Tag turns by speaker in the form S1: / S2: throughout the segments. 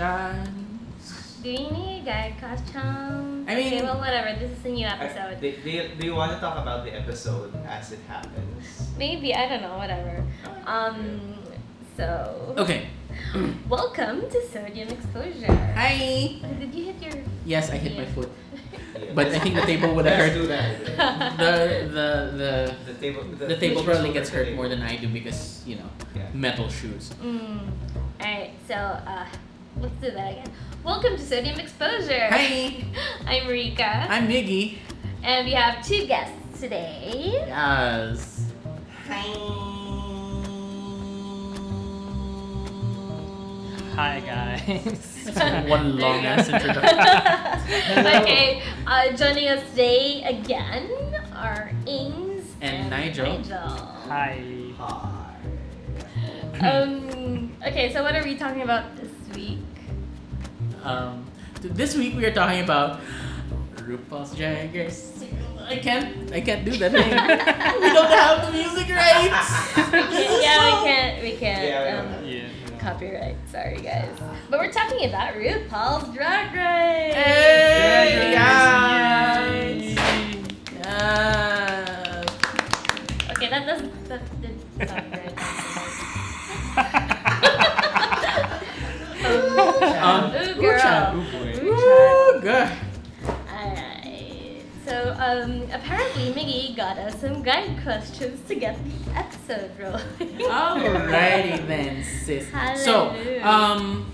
S1: questions.
S2: Do you need guy costume?
S1: I mean-
S2: okay, well, whatever. This is a new
S3: I-
S2: episode.
S3: they, they, they want to talk about the episode as it happens.
S2: Maybe I don't know. Whatever. Um. So.
S1: Okay.
S2: Welcome to Sodium Exposure.
S1: Hi.
S2: Did you hit your?
S1: Yes, I hit my
S2: Yeah.
S1: foot,
S3: Yeah.
S1: but I think the table would have
S3: Let's
S1: hurt.
S3: do that.
S1: The the the.
S3: The table. The,
S1: The table
S3: shoes
S1: probably
S3: over
S1: gets
S3: the
S1: hurt
S3: table.
S1: more than I do because, you know,
S3: Yeah.
S1: metal shoes.
S2: mm. All right. So uh, let's do that again. Welcome to Sodium Exposure.
S1: Hi,
S2: I'm Rika,
S1: I'm Miggy.
S2: and we have two guests today.
S1: Yes.
S4: Hi guys.
S1: One long ass introduction.
S2: okay, uh, joining us today again are Ames
S1: And Nigel.
S2: Nigel.
S4: Hi.
S3: Hi.
S2: Um, okay, so what are we talking about this week?
S1: Um, th- this week we are talking about RuPaul's Drag Race. I can't, I can't do that thing. we don't have the music rights.
S2: Okay, yeah, we can't, we can't.
S3: Yeah, we
S2: um,
S3: don't
S4: Yeah.
S2: Copyright, sorry guys. But we're talking about RuPaul's Drag Race.
S1: Hey,
S4: Yay.
S1: yes. Yes.
S2: Okay, that doesn't that didn't sound right.
S1: Um,
S2: Ooh,
S1: Uchan. Woo,
S2: Oh, girl.
S1: good.
S2: Alright. So, um, apparently Miggy got us some guide questions to get the episode rolling.
S1: Oh. Alrighty then, sis. So,
S2: Hallelujah.
S1: um,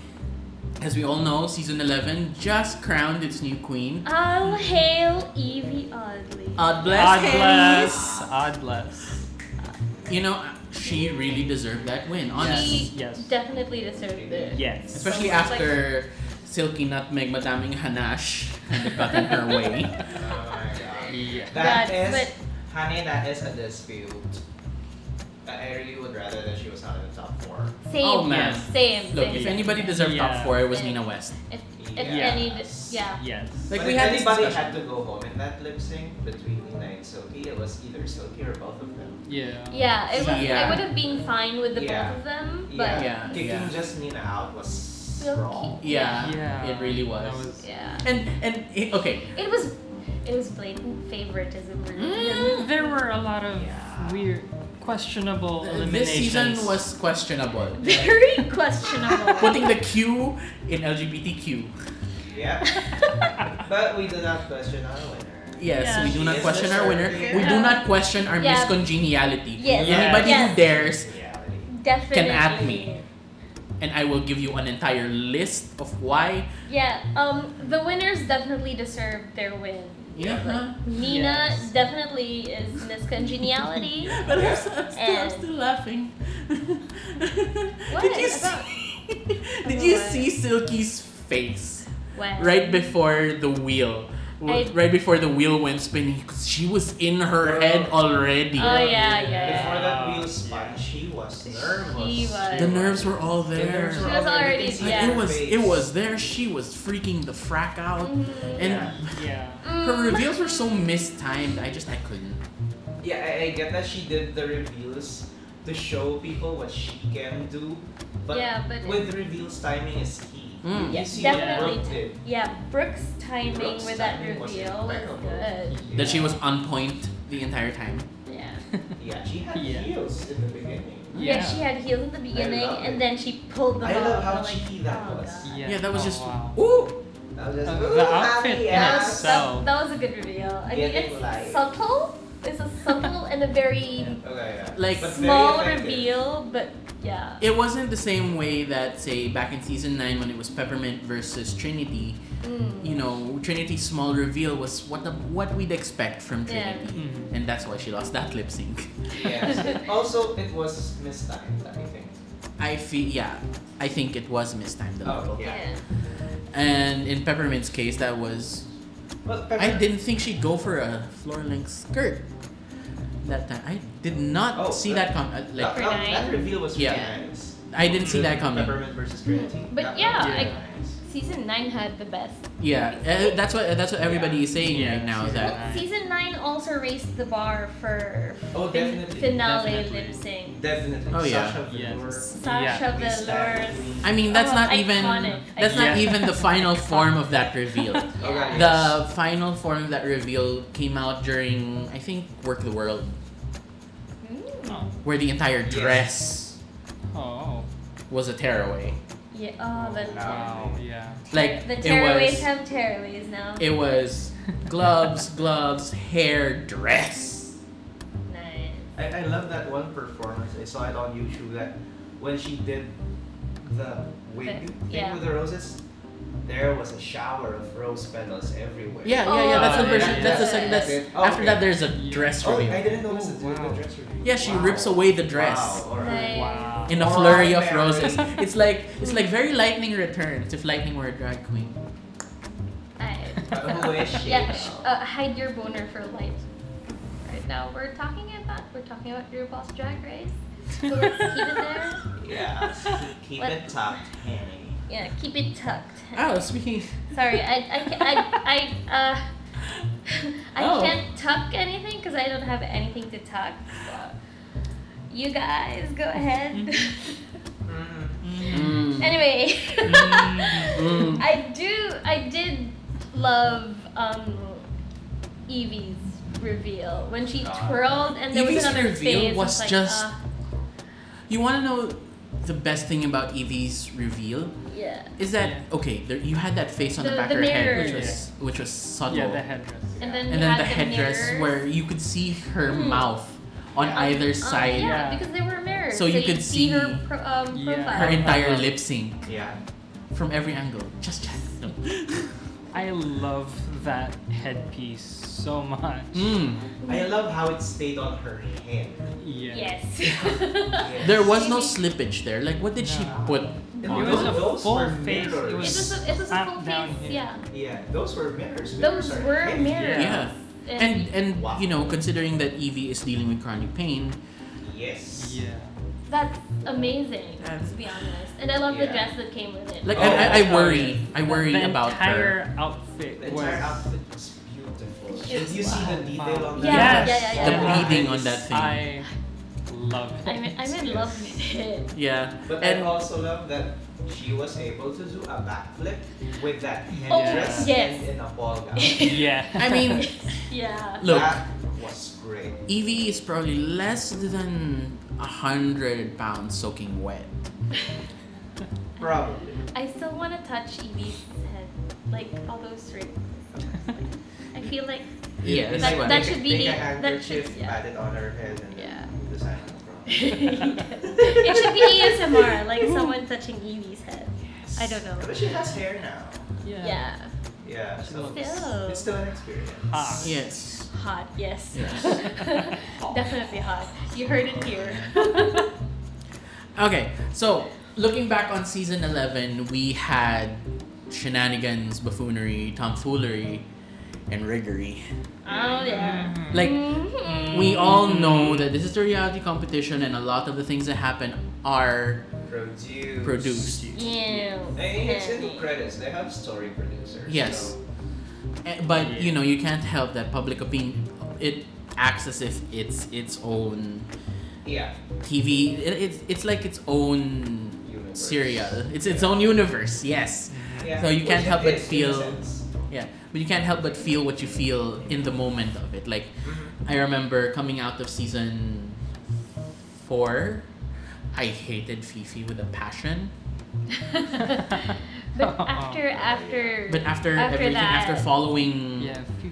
S1: as we all know, season 11 just crowned its new queen.
S2: All hail Evie Oddly.
S1: God bless.
S4: Odd
S1: Hayes.
S4: bless. Odd bless.
S1: You know, she really deserved that win,
S2: she
S1: honestly.
S4: yes.
S2: definitely deserved it.
S4: Yes.
S1: Especially
S2: It's like-
S1: after Silky Nutmeg Madaming Hanash had gotten her way.
S3: Oh my god.
S4: Yeah.
S3: That
S2: But-
S3: is,
S2: but-
S3: honey, that is a dispute. That I really would rather that she was not in the top four.
S2: Same,
S1: Oh, man.
S2: same,
S1: Look,
S2: same.
S1: if anybody deserved top
S4: Yeah.
S1: four, it was Nina West.
S2: if, if
S3: Yeah.
S2: any, yeah.
S4: Yes.
S1: Like,
S3: but
S1: we
S3: if
S1: had this
S3: anybody
S1: discussion.
S3: had to go home in that lip sync between Nina and Silky, it was either Silky or both of them.
S4: yeah.
S2: Yeah, it was.
S1: Yeah.
S2: I would have been fine with the
S3: Yeah.
S2: both of them, but
S3: Yeah.
S1: Yeah,
S3: Kicking
S1: yeah.
S3: just Nina out was
S2: Silky.
S3: wrong.
S1: Yeah, it really
S4: That
S1: was.
S4: was
S2: yeah.
S1: And, and, it- okay,
S2: It was, it was blatant favoritism.
S1: Mm.
S4: there were a lot of
S3: Yeah.
S4: weird questionable eliminations.
S1: this season was questionable.
S2: Very questionable.
S1: Putting the Q in LGBTQ.
S3: Yeah. But we do not question our winner.
S1: Yes,
S4: Yeah.
S1: we do not
S3: Yes,
S1: question
S3: sir.
S1: our winner. We do
S2: Yeah.
S1: not question our
S2: Yeah.
S1: miscongeniality.
S2: Yes.
S4: Yeah.
S1: Anybody
S2: Yes.
S1: who dares,
S3: Reality.
S2: Definitely.
S1: at me. and I will give you an entire list of why.
S2: Yeah, um, the winners definitely deserve their win.
S1: Yeah.
S2: Nina
S4: Yes.
S2: definitely is Miss Congeniality.
S1: But I'm, s- I'm still, I'm
S2: And-
S1: still laughing.
S2: What?
S1: Did you
S2: About-
S1: see? Did you
S2: what?
S1: see Silky's face
S2: when?
S1: right before the wheel? W-
S2: I-
S1: right before the wheel went spinning, 'cause she was in her
S3: Girl.
S1: head already.
S2: Oh yeah, yeah. yeah.
S3: Before that wheel
S4: Yeah.
S3: spun, she was nervous.
S2: She was.
S1: the nerves were all
S3: The
S1: there.
S3: nerves
S2: She
S3: were
S2: was
S3: already
S2: already-
S3: inside
S1: Like,
S2: yeah.
S3: her
S1: It was
S3: face.
S1: it was there. She was freaking the frack out.
S2: Mhm.
S1: And
S3: Yeah.
S4: Yeah.
S1: her
S2: Mm.
S1: reveals were so mistimed. I just I couldn't.
S3: Yeah, I, I get that she did the reveals to show people what she can do, but,
S2: Yeah, but it-
S3: with reveals, timing is key.
S1: Mm.
S2: Yeah,
S3: You see
S2: definitely
S3: what Brooke
S2: ti-
S3: did.
S2: Yeah, Brooks' timing
S3: Brooke's
S2: with that
S3: timing was
S2: reveal was,
S3: impeccable.
S2: good.
S1: That she was on point the entire time.
S2: Yeah.
S3: Yeah, she had
S4: Yeah.
S3: heels in the beginning.
S2: yeah. she had heels in the beginning,
S3: love
S2: and
S3: it.
S2: then she pulled them
S3: I love
S2: off.
S3: how
S2: I'm like,
S3: cheeky that
S2: oh,
S3: was.
S2: God.
S4: Yeah.
S1: Yeah, that was
S4: Oh,
S1: just
S4: wow.
S1: ooh.
S3: I was just,
S4: Uh,
S3: "Ooh,
S4: the outfit
S3: happy
S4: in
S2: Yeah,
S3: ass."
S2: that,
S4: itself.
S2: that was a good reveal. I mean,
S3: Getting
S2: it's
S3: light.
S2: subtle. It's a subtle and a very
S3: Okay, yeah.
S1: Like,
S3: But very
S2: small
S3: effective.
S2: reveal, but yeah.
S1: It wasn't the same way that say back in season nine when it was Peppermint versus Trinity.
S2: Mm.
S1: You know, Trinity's small reveal was what the, what we'd expect from
S2: Yeah.
S1: Trinity,
S4: Mhm.
S1: and that's why she lost that lip sync.
S3: Yes. also, it was mistimed, I think.
S1: I feel yeah, I think it was mistimed a little.
S3: Oh, yeah.
S1: And in Peppermint's case, that was
S3: Well,
S1: I
S3: Pepper-
S1: didn't think she'd go for a floor length skirt that time. I did not
S3: Oh,
S1: see that,
S3: that-
S1: com uh,
S3: that,
S1: Like,
S2: For
S3: that, that
S2: nine.
S3: reveal was really
S1: Yeah.
S3: nice.
S1: I didn't see that coming.
S3: Peppermint versus Trinity.
S2: Mm-hmm. But
S3: That
S2: yeah,
S3: was really
S4: I-
S3: nice.
S2: Season 9 had the best.
S1: Yeah, uh, that's what that's what everybody is saying
S4: Yeah,
S1: right now.
S4: she's
S1: That
S4: Nine.
S2: Season 9 also raised the bar for
S3: Oh,
S2: fin-
S3: definitely,
S2: finale lip
S4: definitely.
S2: sync.
S3: Definitely.
S1: Oh, yeah.
S3: Sasha
S4: Yes.
S3: Velour.
S2: Sasha
S3: We stand
S2: Velour's.
S3: with-
S1: I mean, that's
S2: Oh,
S1: not even
S2: iconic,
S1: that's not
S4: iconic.
S1: even the final form of that reveal.
S3: Oh, God,
S2: Yeah.
S3: yes.
S1: The final form of that reveal came out during I think Work the World,
S2: Mm.
S4: Oh.
S1: where the entire
S3: Yes.
S1: dress
S4: Oh.
S1: was a tearaway.
S2: Yeah. Oh, the
S4: Wow. Yeah.
S1: Like
S2: the
S1: it
S2: tearaways
S1: was
S2: have tearaways now.
S1: it was gloves, gloves, hair, dress.
S2: nice.
S3: I, I love that one performance. I saw it on YouTube that when she did the wig
S2: The-
S3: thing
S2: yeah.
S3: with the roses, there was a shower of rose petals everywhere.
S1: Yeah, yeah, yeah. That's the
S4: Oh,
S1: version.
S4: yeah,
S1: That's the
S2: yeah.
S1: second. That's
S3: Did- oh,
S1: after
S3: okay.
S1: that. There's a dress
S3: Oh,
S1: reveal.
S3: I didn't notice
S4: Oh,
S3: it. Wow.
S4: wow.
S3: The dress reveal.
S1: Yeah, she
S3: Wow.
S1: rips away the dress
S3: Wow, alright.
S2: Nice.
S4: Wow.
S1: in a
S3: Oh,
S1: flurry of
S3: Mary.
S1: roses. It's like it's like very lightning returns if lightning were a drag queen.
S2: I,
S1: Oh,
S3: I wish.
S2: yeah. sh- Uh, hide your boner for light. Right now we're talking about we're talking about your boss drag race. So let's keep it there.
S3: Yeah. Keep
S2: What?
S3: it tucked, Henny.
S2: Yeah, keep it tucked.
S1: Oh, speaking.
S2: Sorry, I I ca- I I, uh, I
S1: Oh.
S2: can't tuck anything because I don't have anything to tuck. So. You guys go ahead.
S1: Mm-hmm.
S3: Mm.
S1: Mm.
S2: anyway,
S1: Mm.
S2: I do I did love um, Evie's reveal when she
S3: God.
S2: twirled and there
S1: Evie's
S2: was another
S1: reveal
S2: phase. I
S1: was
S2: like,
S1: just-
S2: ah,
S1: You want to know the best thing about Evie's reveal
S2: yeah,
S1: is that
S4: Yeah.
S1: okay? There, you had that face on the,
S2: The-
S1: back
S2: the
S1: of her head,
S2: mirror.
S1: which was which was subtle,
S4: Yeah, the headdress.
S2: and then
S1: and
S2: you
S1: then
S2: had
S1: the
S2: the
S1: headdress
S2: mirrors. Oh,
S1: where you could see her
S2: Mm.
S1: mouth on
S2: Yeah.
S1: either
S2: Oh,
S1: side,
S2: yeah,
S4: Yeah.
S2: because they were mirrors.
S1: So you could
S2: see, her
S1: see
S2: pro- um,
S4: Yeah.
S2: profile.
S1: her entire
S4: Uh-huh.
S1: lip sync
S3: Yeah.
S1: from every angle. Just check. No.
S4: I love that headpiece so much.
S1: Mm.
S3: I love how it stayed on her head.
S4: Yeah.
S2: Yes.
S3: Yes.
S1: There was no slippage there. Like, what did she
S4: No.
S1: put?
S3: It
S4: It was a
S3: Those
S4: full
S3: were
S4: face.
S3: mirrors.
S4: It
S2: It was
S4: was
S2: a, it was a
S4: up,
S2: full
S4: down,
S2: face, yeah.
S4: yeah.
S3: Yeah, those were mirrors.
S2: Those
S3: are
S2: were
S3: heavy.
S2: mirrors.
S1: Yeah. And and you know, considering that Evie is dealing with chronic pain,
S3: Yes.
S4: Yeah.
S2: that's amazing,
S1: That's-
S2: to be honest. And I love
S3: Yeah.
S2: the dress that came with it.
S1: like
S3: Oh,
S1: I, I, I
S3: yeah.
S1: worry, I worry
S4: the
S1: about her.
S4: entire outfit
S3: The
S4: was
S3: entire outfit was beautiful.
S2: It's
S3: Did you see the detail on
S2: Yeah, yeah,
S3: that?
S2: Yes. yeah, yeah,
S1: The
S2: yeah.
S1: bleeding on that thing.
S4: I love it.
S2: I'm, I'm in love with it.
S1: Yeah,
S3: But
S1: And-
S3: I also love that she was able to do a backflip with that
S2: Oh,
S3: headdress
S2: yes.
S3: and in a ball gown.
S4: yeah.
S1: I mean,
S2: Yeah.
S1: look,
S3: That was great.
S1: Evie is probably less than a hundred pounds soaking wet.
S3: Probably.
S2: I still want to touch Evie's head, like all those rings. I feel like
S1: Yeah, that's
S2: That-
S1: why.
S2: that should be
S3: Take
S2: the-
S3: a
S2: that should-
S3: handkerchief,
S2: yeah.
S3: pat it on her head, and
S2: Yeah.
S3: then design it from.
S2: it should be ASMR, like someone touching Evie's head. I don't know.
S3: But she has hair now.
S2: Yeah.
S3: Yeah, so
S2: Still.
S3: it's still an experience.
S4: Ah.
S1: yes.
S2: Hot, yes.
S1: Yes.
S2: Definitely hot. You heard it here.
S1: Okay, so looking back on season eleven, we had shenanigans, buffoonery, tomfoolery, and riggery.
S2: oh yeah.
S1: Like
S2: Mhm.
S1: We all know that this is the reality competition, and a lot of the things that happen are
S3: Produce.
S1: produced.
S2: Yeah.
S3: And it's in the credits. They have story producers.
S1: Yes.
S3: So
S1: Eh, But you know, you can't help that public opinion. It acts as if it's its own
S3: yeah.
S1: TV. It, it's it's like its own
S3: Universe.
S1: serial. It's its own universe. Yes,
S3: Yeah.
S1: So you
S3: Which
S1: can't help
S3: it
S1: but
S3: is, in a
S1: feel-
S3: sense.
S1: but you can't help but feel what you feel in the moment of it. Like I remember coming out of season four, I hated Fifi with a passion.
S2: but after after
S1: But after,
S2: After
S1: everything,
S2: that-
S1: after following
S4: Yeah. fe-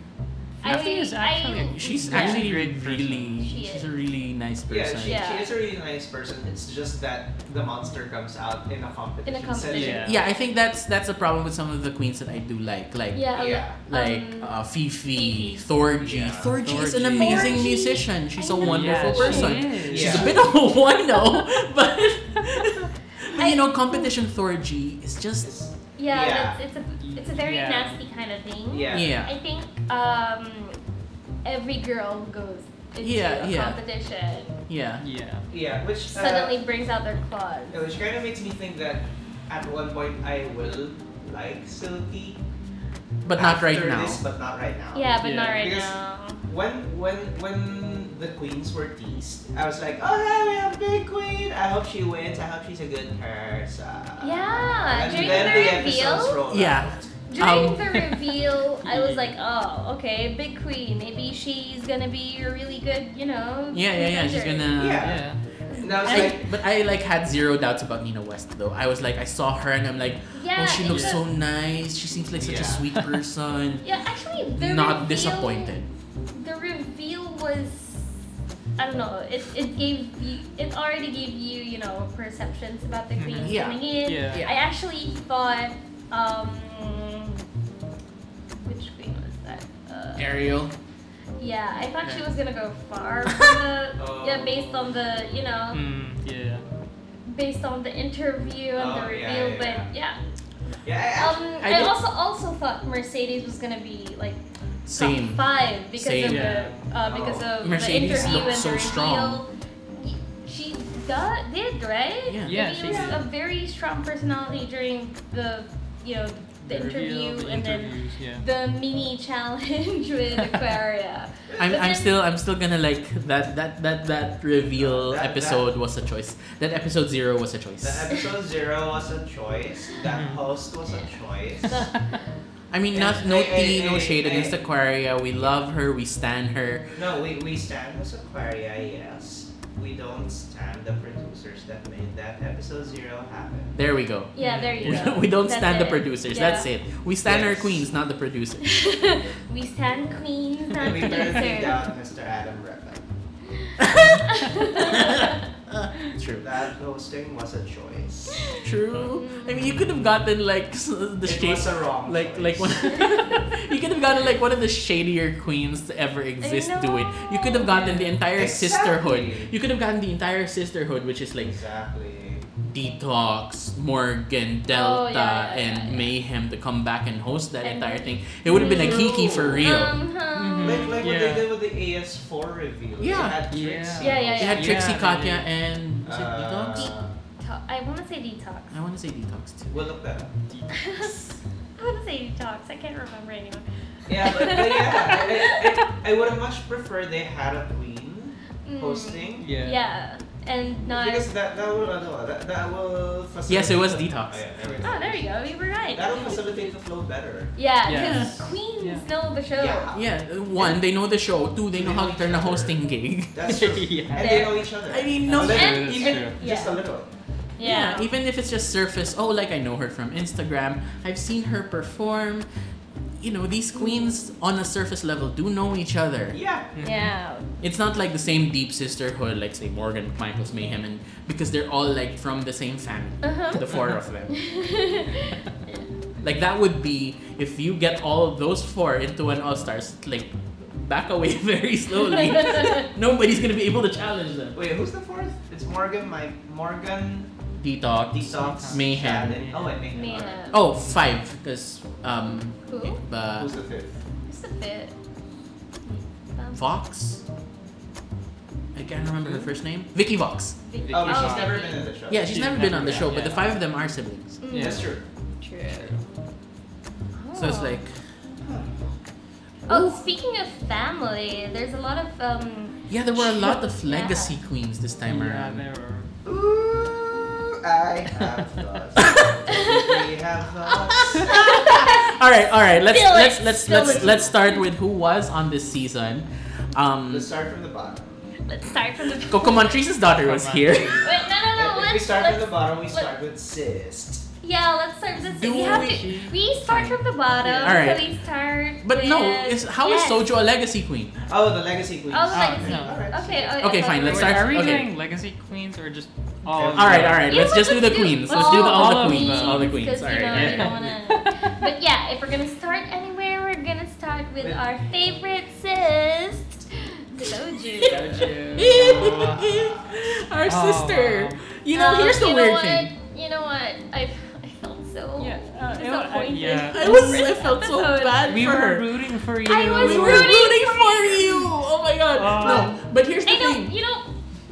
S2: I-
S4: Fifi is
S2: I-
S4: actually.
S1: She's
S2: Yeah.
S1: actually
S4: Great
S1: really.
S4: person.
S2: She
S1: she's
S2: is.
S1: a really nice
S3: Yeah,
S1: person.
S3: she,
S2: Yeah.
S3: she is a really nice person. It's just that the monster comes out in a competition.
S2: competition.
S3: setting.
S4: Yeah.
S1: Yeah, I think that's that's a problem with some of the queens that I do like, like
S2: yeah,
S3: Yeah.
S1: like uh,
S2: um,
S1: Fifi, Thorgy.
S3: Yeah.
S1: Thorgy is an
S4: Thorgy.
S1: amazing
S2: Thorgy.
S1: musician. She's a
S2: I know.
S1: wonderful
S4: yeah, she
S1: person.
S4: is.
S1: She's
S3: Yeah.
S1: a bit of a wino, but, but
S2: I-
S1: you know, competition Thorgy is just
S3: It's-
S2: yeah,
S3: Yeah.
S2: that's- It's, a it's a very
S4: Yeah.
S2: nasty kind of thing.
S3: Yeah.
S1: yeah.
S2: I think um every girl goes into
S1: Yeah,
S2: a
S1: yeah. Uh,
S2: competition
S1: yeah,
S4: Yeah.
S3: Yeah, which uh,
S2: suddenly brings out their claws.
S3: yeah, which kind of makes me think that at one point I will like Silky.
S1: but not right
S3: after
S1: now.
S3: This, but not right now.
S2: Yeah, but
S4: Yeah.
S2: not right
S3: Because-
S2: now.
S3: when when when the queens were teased, I was like, oh hey, we have a big queen. I hope she wins. I hope she's a good person.
S2: Yeah,
S3: And
S2: during
S3: then
S2: the
S3: episodes
S2: reveal,
S3: roll out.
S1: Yeah. Um,
S2: during the reveal, I was like, oh, okay, big queen. Maybe she's gonna be a really good, you know.
S1: Yeah, yeah, yeah. She's gonna.
S2: contender.
S3: Yeah. And I was like,
S1: I, but I like had zero doubts about Nina West though. I was like, I saw her and I'm like,
S2: Yeah.
S1: oh, she looks
S2: it's
S1: so nice. She seems like such
S3: Yeah.
S1: a sweet person.
S2: a- Yeah, actually, the
S1: Not
S2: reveal,
S1: disappointed.
S2: The reveal was. I don't know. It, it gave you, it already gave you you know perceptions about the
S3: Mhm.
S2: queens
S1: Yeah.
S2: coming in.
S4: Yeah.
S1: Yeah.
S2: I actually thought um, which queen was that? Uh,
S1: Ariel.
S2: Yeah, I thought she
S1: Yeah.
S2: was gonna go far. from the,
S3: Oh.
S2: yeah, based on the you know,
S4: Mm, yeah.
S2: based on the interview and the
S3: Oh,
S2: reveal,
S3: yeah, yeah,
S2: but yeah.
S3: yeah,
S2: Um,
S1: I
S2: I,
S1: did-
S2: also also thought Mercedes was gonna be like top
S1: Same.
S2: five because of
S1: Same.
S2: the uh, because
S3: Oh.
S2: of
S1: Mercedes
S2: the interview
S1: looked
S2: and
S1: so
S2: the reveal.
S1: strong.
S2: Y- She got, did right.
S1: Yeah.
S4: Yeah,
S2: she
S4: she
S2: was
S4: did.
S2: a very strong personality during the you know the, interview
S4: reveal, the
S2: and then
S4: interviews, yeah.
S2: the mini challenge with Aquaria.
S1: I'm,
S2: But
S1: I'm
S2: then-
S1: still I'm still gonna like that that that that reveal
S3: That- that-
S1: episode was a choice. That episode zero was a
S3: The
S1: choice.
S3: episode zero was a choice. That
S4: Mhm.
S3: host was a choice.
S1: I mean, not
S3: Hey,
S1: no
S3: hey,
S1: tea, no
S3: hey,
S1: shade
S3: hey.
S1: against Aquaria. We love her. We stand her.
S3: No, we, we stand as Aquaria, yes. We don't stand the producers that made that episode zero happen.
S1: There we go.
S2: Yeah, there you go.
S1: we don't
S2: That's
S1: stand the
S2: it.
S1: producers.
S2: Yeah.
S1: That's it. We stand
S3: Yes.
S1: our queens, not the producers.
S2: we stand queens, not
S3: And we
S2: producers.
S3: currently down Mr. Adam Repa.
S1: True.
S3: That hosting was a choice.
S1: True. I mean, you could have gotten like s- the
S3: it
S1: shade,
S3: was a wrong
S1: like
S3: choice.
S1: like one. you could have gotten like one of the shadier queens to ever exist do it. You could have gotten the entire
S3: Exactly.
S1: sisterhood. You could have gotten the entire sisterhood, which is like
S3: Exactly.
S1: Detox, Morgan,
S2: Oh,
S1: Delta,
S2: yeah, yeah,
S1: and
S2: yeah, yeah.
S1: Mayhem to come back and host that
S2: And-
S1: entire thing. It would have been a Kiki for
S3: True.
S1: real.
S2: Um, um,
S3: Like, like what they
S4: Yeah.
S3: did with the AS4 review.
S1: Yeah.
S3: They had
S4: Yeah.
S3: Trixie.
S2: Yeah, yeah,
S1: They had
S4: Yeah,
S1: Trixie,
S4: they
S1: Katya,
S4: did.
S1: and was it Detox?
S3: Uh,
S2: to- I want to say detox.
S1: I want to say Detox too.
S3: we'll look that up.
S2: I want to say detox. I can't remember anymore.
S3: Yeah, but, but yeah, I, I, I would have much preferred they had a queen
S2: Mm,
S3: hosting.
S4: Yeah.
S2: Yeah, and not.
S3: Because that, that will, ano, that, that will facilitate.
S1: Yes, it was
S3: the-
S1: detox.
S3: Oh, yeah, there we go.
S2: Oh, there you go. You were right.
S3: That'll facilitate the flow better.
S2: Yeah,
S4: Yeah.
S2: because queens
S4: Yeah.
S2: know the show.
S3: Yeah.
S1: Yeah, one, they know the show. Two, they know how to turn a hosting gig.
S3: That's true.
S4: Yeah.
S3: And they know each other.
S1: I mean, no,
S3: A
S4: That's
S3: little,
S4: true, that's
S3: even
S4: true.
S3: just
S2: Yeah.
S3: a little.
S1: Yeah.
S2: Yeah.
S1: even if it's just surface. Oh, like I know her from Instagram. I've seen her perform. You know, these queens on a surface level do know each other.
S3: Yeah.
S2: Yeah.
S1: It's not like the same deep sisterhood, like say Morgan, Michaels, Mayhem, and because they're all like from the same family,
S2: Uh-huh.
S1: the four of them. Like that would be if you get all of those four into an All Stars, like back away very slowly. Nobody's gonna be able to challenge them.
S3: Wait, who's the fourth? It's Morgan, Mike, Morgan,
S1: Detox.
S3: Detox,
S1: Mayhem.
S3: Chad, and- oh, and Mayhem.
S2: Man.
S1: Oh, five, because um,
S2: Who?
S1: uh,
S3: Who's the fifth?
S2: It's a bit. Um,
S1: Vox. I can't remember her first name. Vicky Vox.
S2: Vicky.
S3: Oh, but
S4: Oh,
S3: she's never
S2: Vicky.
S3: been in the show.
S1: Yeah, she's,
S4: She's
S1: never been on the
S4: never-
S1: show,
S4: yeah,
S1: but the
S4: yeah.
S1: five of them are siblings.
S2: Mm,
S4: Yeah.
S3: That's true.
S2: True.
S1: So it's
S2: Oh.
S1: like,
S2: Oh, speaking of family, there's a lot of um.
S1: yeah, there were a lot of
S2: Yeah.
S1: legacy queens this time
S4: Yeah,
S1: around.
S4: there were.
S3: Ooh, I have thoughts. we have thoughts.
S1: All right, all right. Let's
S2: Spill it,
S1: let's let's
S2: spill
S1: let's
S2: it.
S1: let's start with who was on this season. Um,
S3: Let's start from the bottom.
S2: Let's start from the. Wait,
S1: Coco Montrise's daughter was here.
S2: no, no, no.
S3: If we
S2: Uh, Let's,
S3: start
S2: let's
S3: from the bottom, we
S2: let's-
S3: start with cyst.
S2: Yeah, let's start with this.
S1: Do
S2: We have
S1: we-
S2: to. We start from the bottom.
S1: Yeah. Alright.
S2: So we start.
S1: But no,
S2: with-
S1: it's, how is
S2: yes.
S1: Sojo a legacy queen?
S3: Oh, the legacy queen.
S2: Oh, the
S4: Ah,
S2: legacy.
S4: no.
S3: Alright.
S2: Okay. I- I
S1: Okay,
S2: thought
S1: fine,
S2: we
S1: let's
S2: were-
S4: Wait,
S1: start-
S4: Are we
S1: okay.
S4: doing legacy queens or just
S3: All
S4: all?
S3: of
S1: All right,
S3: them.
S1: all right.
S2: You
S1: Let's just do
S2: would
S1: the
S2: do
S1: queens. Let's do the, all,
S4: all of
S1: the queens.
S4: them.
S1: All the queens.
S2: Because,
S1: All
S2: you know,
S1: right.
S2: you don't wanna... but yeah, if we're gonna start anywhere, we're gonna start with
S3: With-
S2: our favorite cyst, Soju.
S1: Our
S4: Oh,
S1: sister.
S4: wow.
S1: You know,
S2: Um,
S1: here's the
S2: you know
S1: weird
S2: what?
S1: thing.
S2: You know what? I, I felt so
S4: Yeah, uh, you know, I-
S2: disappointed.
S4: yeah.
S1: I was, I felt so
S2: Episode.
S1: bad
S4: We
S1: for
S4: were
S1: her.
S4: rooting for you.
S2: I was
S1: We were
S2: rooting
S1: rooting
S2: for Uh,
S1: for you. Oh my god.
S4: Oh.
S1: no, but here's the
S2: I know,
S1: thing.
S2: you know,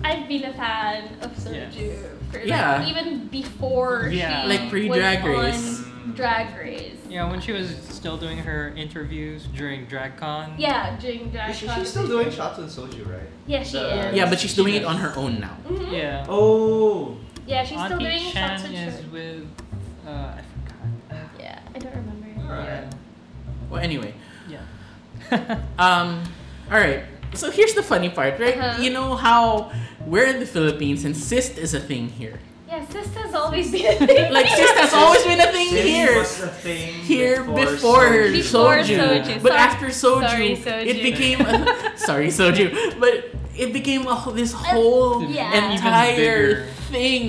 S2: I've been a fan of
S4: Yeah.
S2: Soju for like,
S1: Yeah.
S2: even before
S4: Yeah.
S2: she
S1: Like pre-Drag
S2: was
S1: Race.
S2: on oh, Drag Race.
S4: Yeah, when she was still doing her interviews during DragCon.
S2: Yeah, during drag.
S3: She- she's still doing shots on Soju, right?
S2: Yeah, she
S3: the-
S2: is.
S1: Yeah, but she's doing it on her own now.
S2: Mhm.
S4: Yeah.
S3: Oh,
S2: Yeah, she's still
S4: Auntie
S2: doing
S4: Chan
S2: shots with
S4: is
S2: her.
S4: with. Uh, I forgot.
S2: Yeah, I don't remember.
S3: alright.
S1: Well, anyway,
S4: Yeah.
S1: um, all right. So here's the funny part, right?
S2: Uh-huh.
S1: You know how we're in the Philippines and cyst is a thing here.
S2: Yeah, cyst has always been a thing.
S1: Like cyst has always been a thing
S3: Sis
S1: here.
S3: was a thing
S1: Here before soju,
S3: before,
S2: Before soju.
S1: but
S2: Sorry-
S1: after soju,
S2: sorry, soju.
S1: it became a, sorry soju, but it became a, wh- this whole
S2: Uh, yeah.
S1: entire
S4: Even bigger.
S1: thing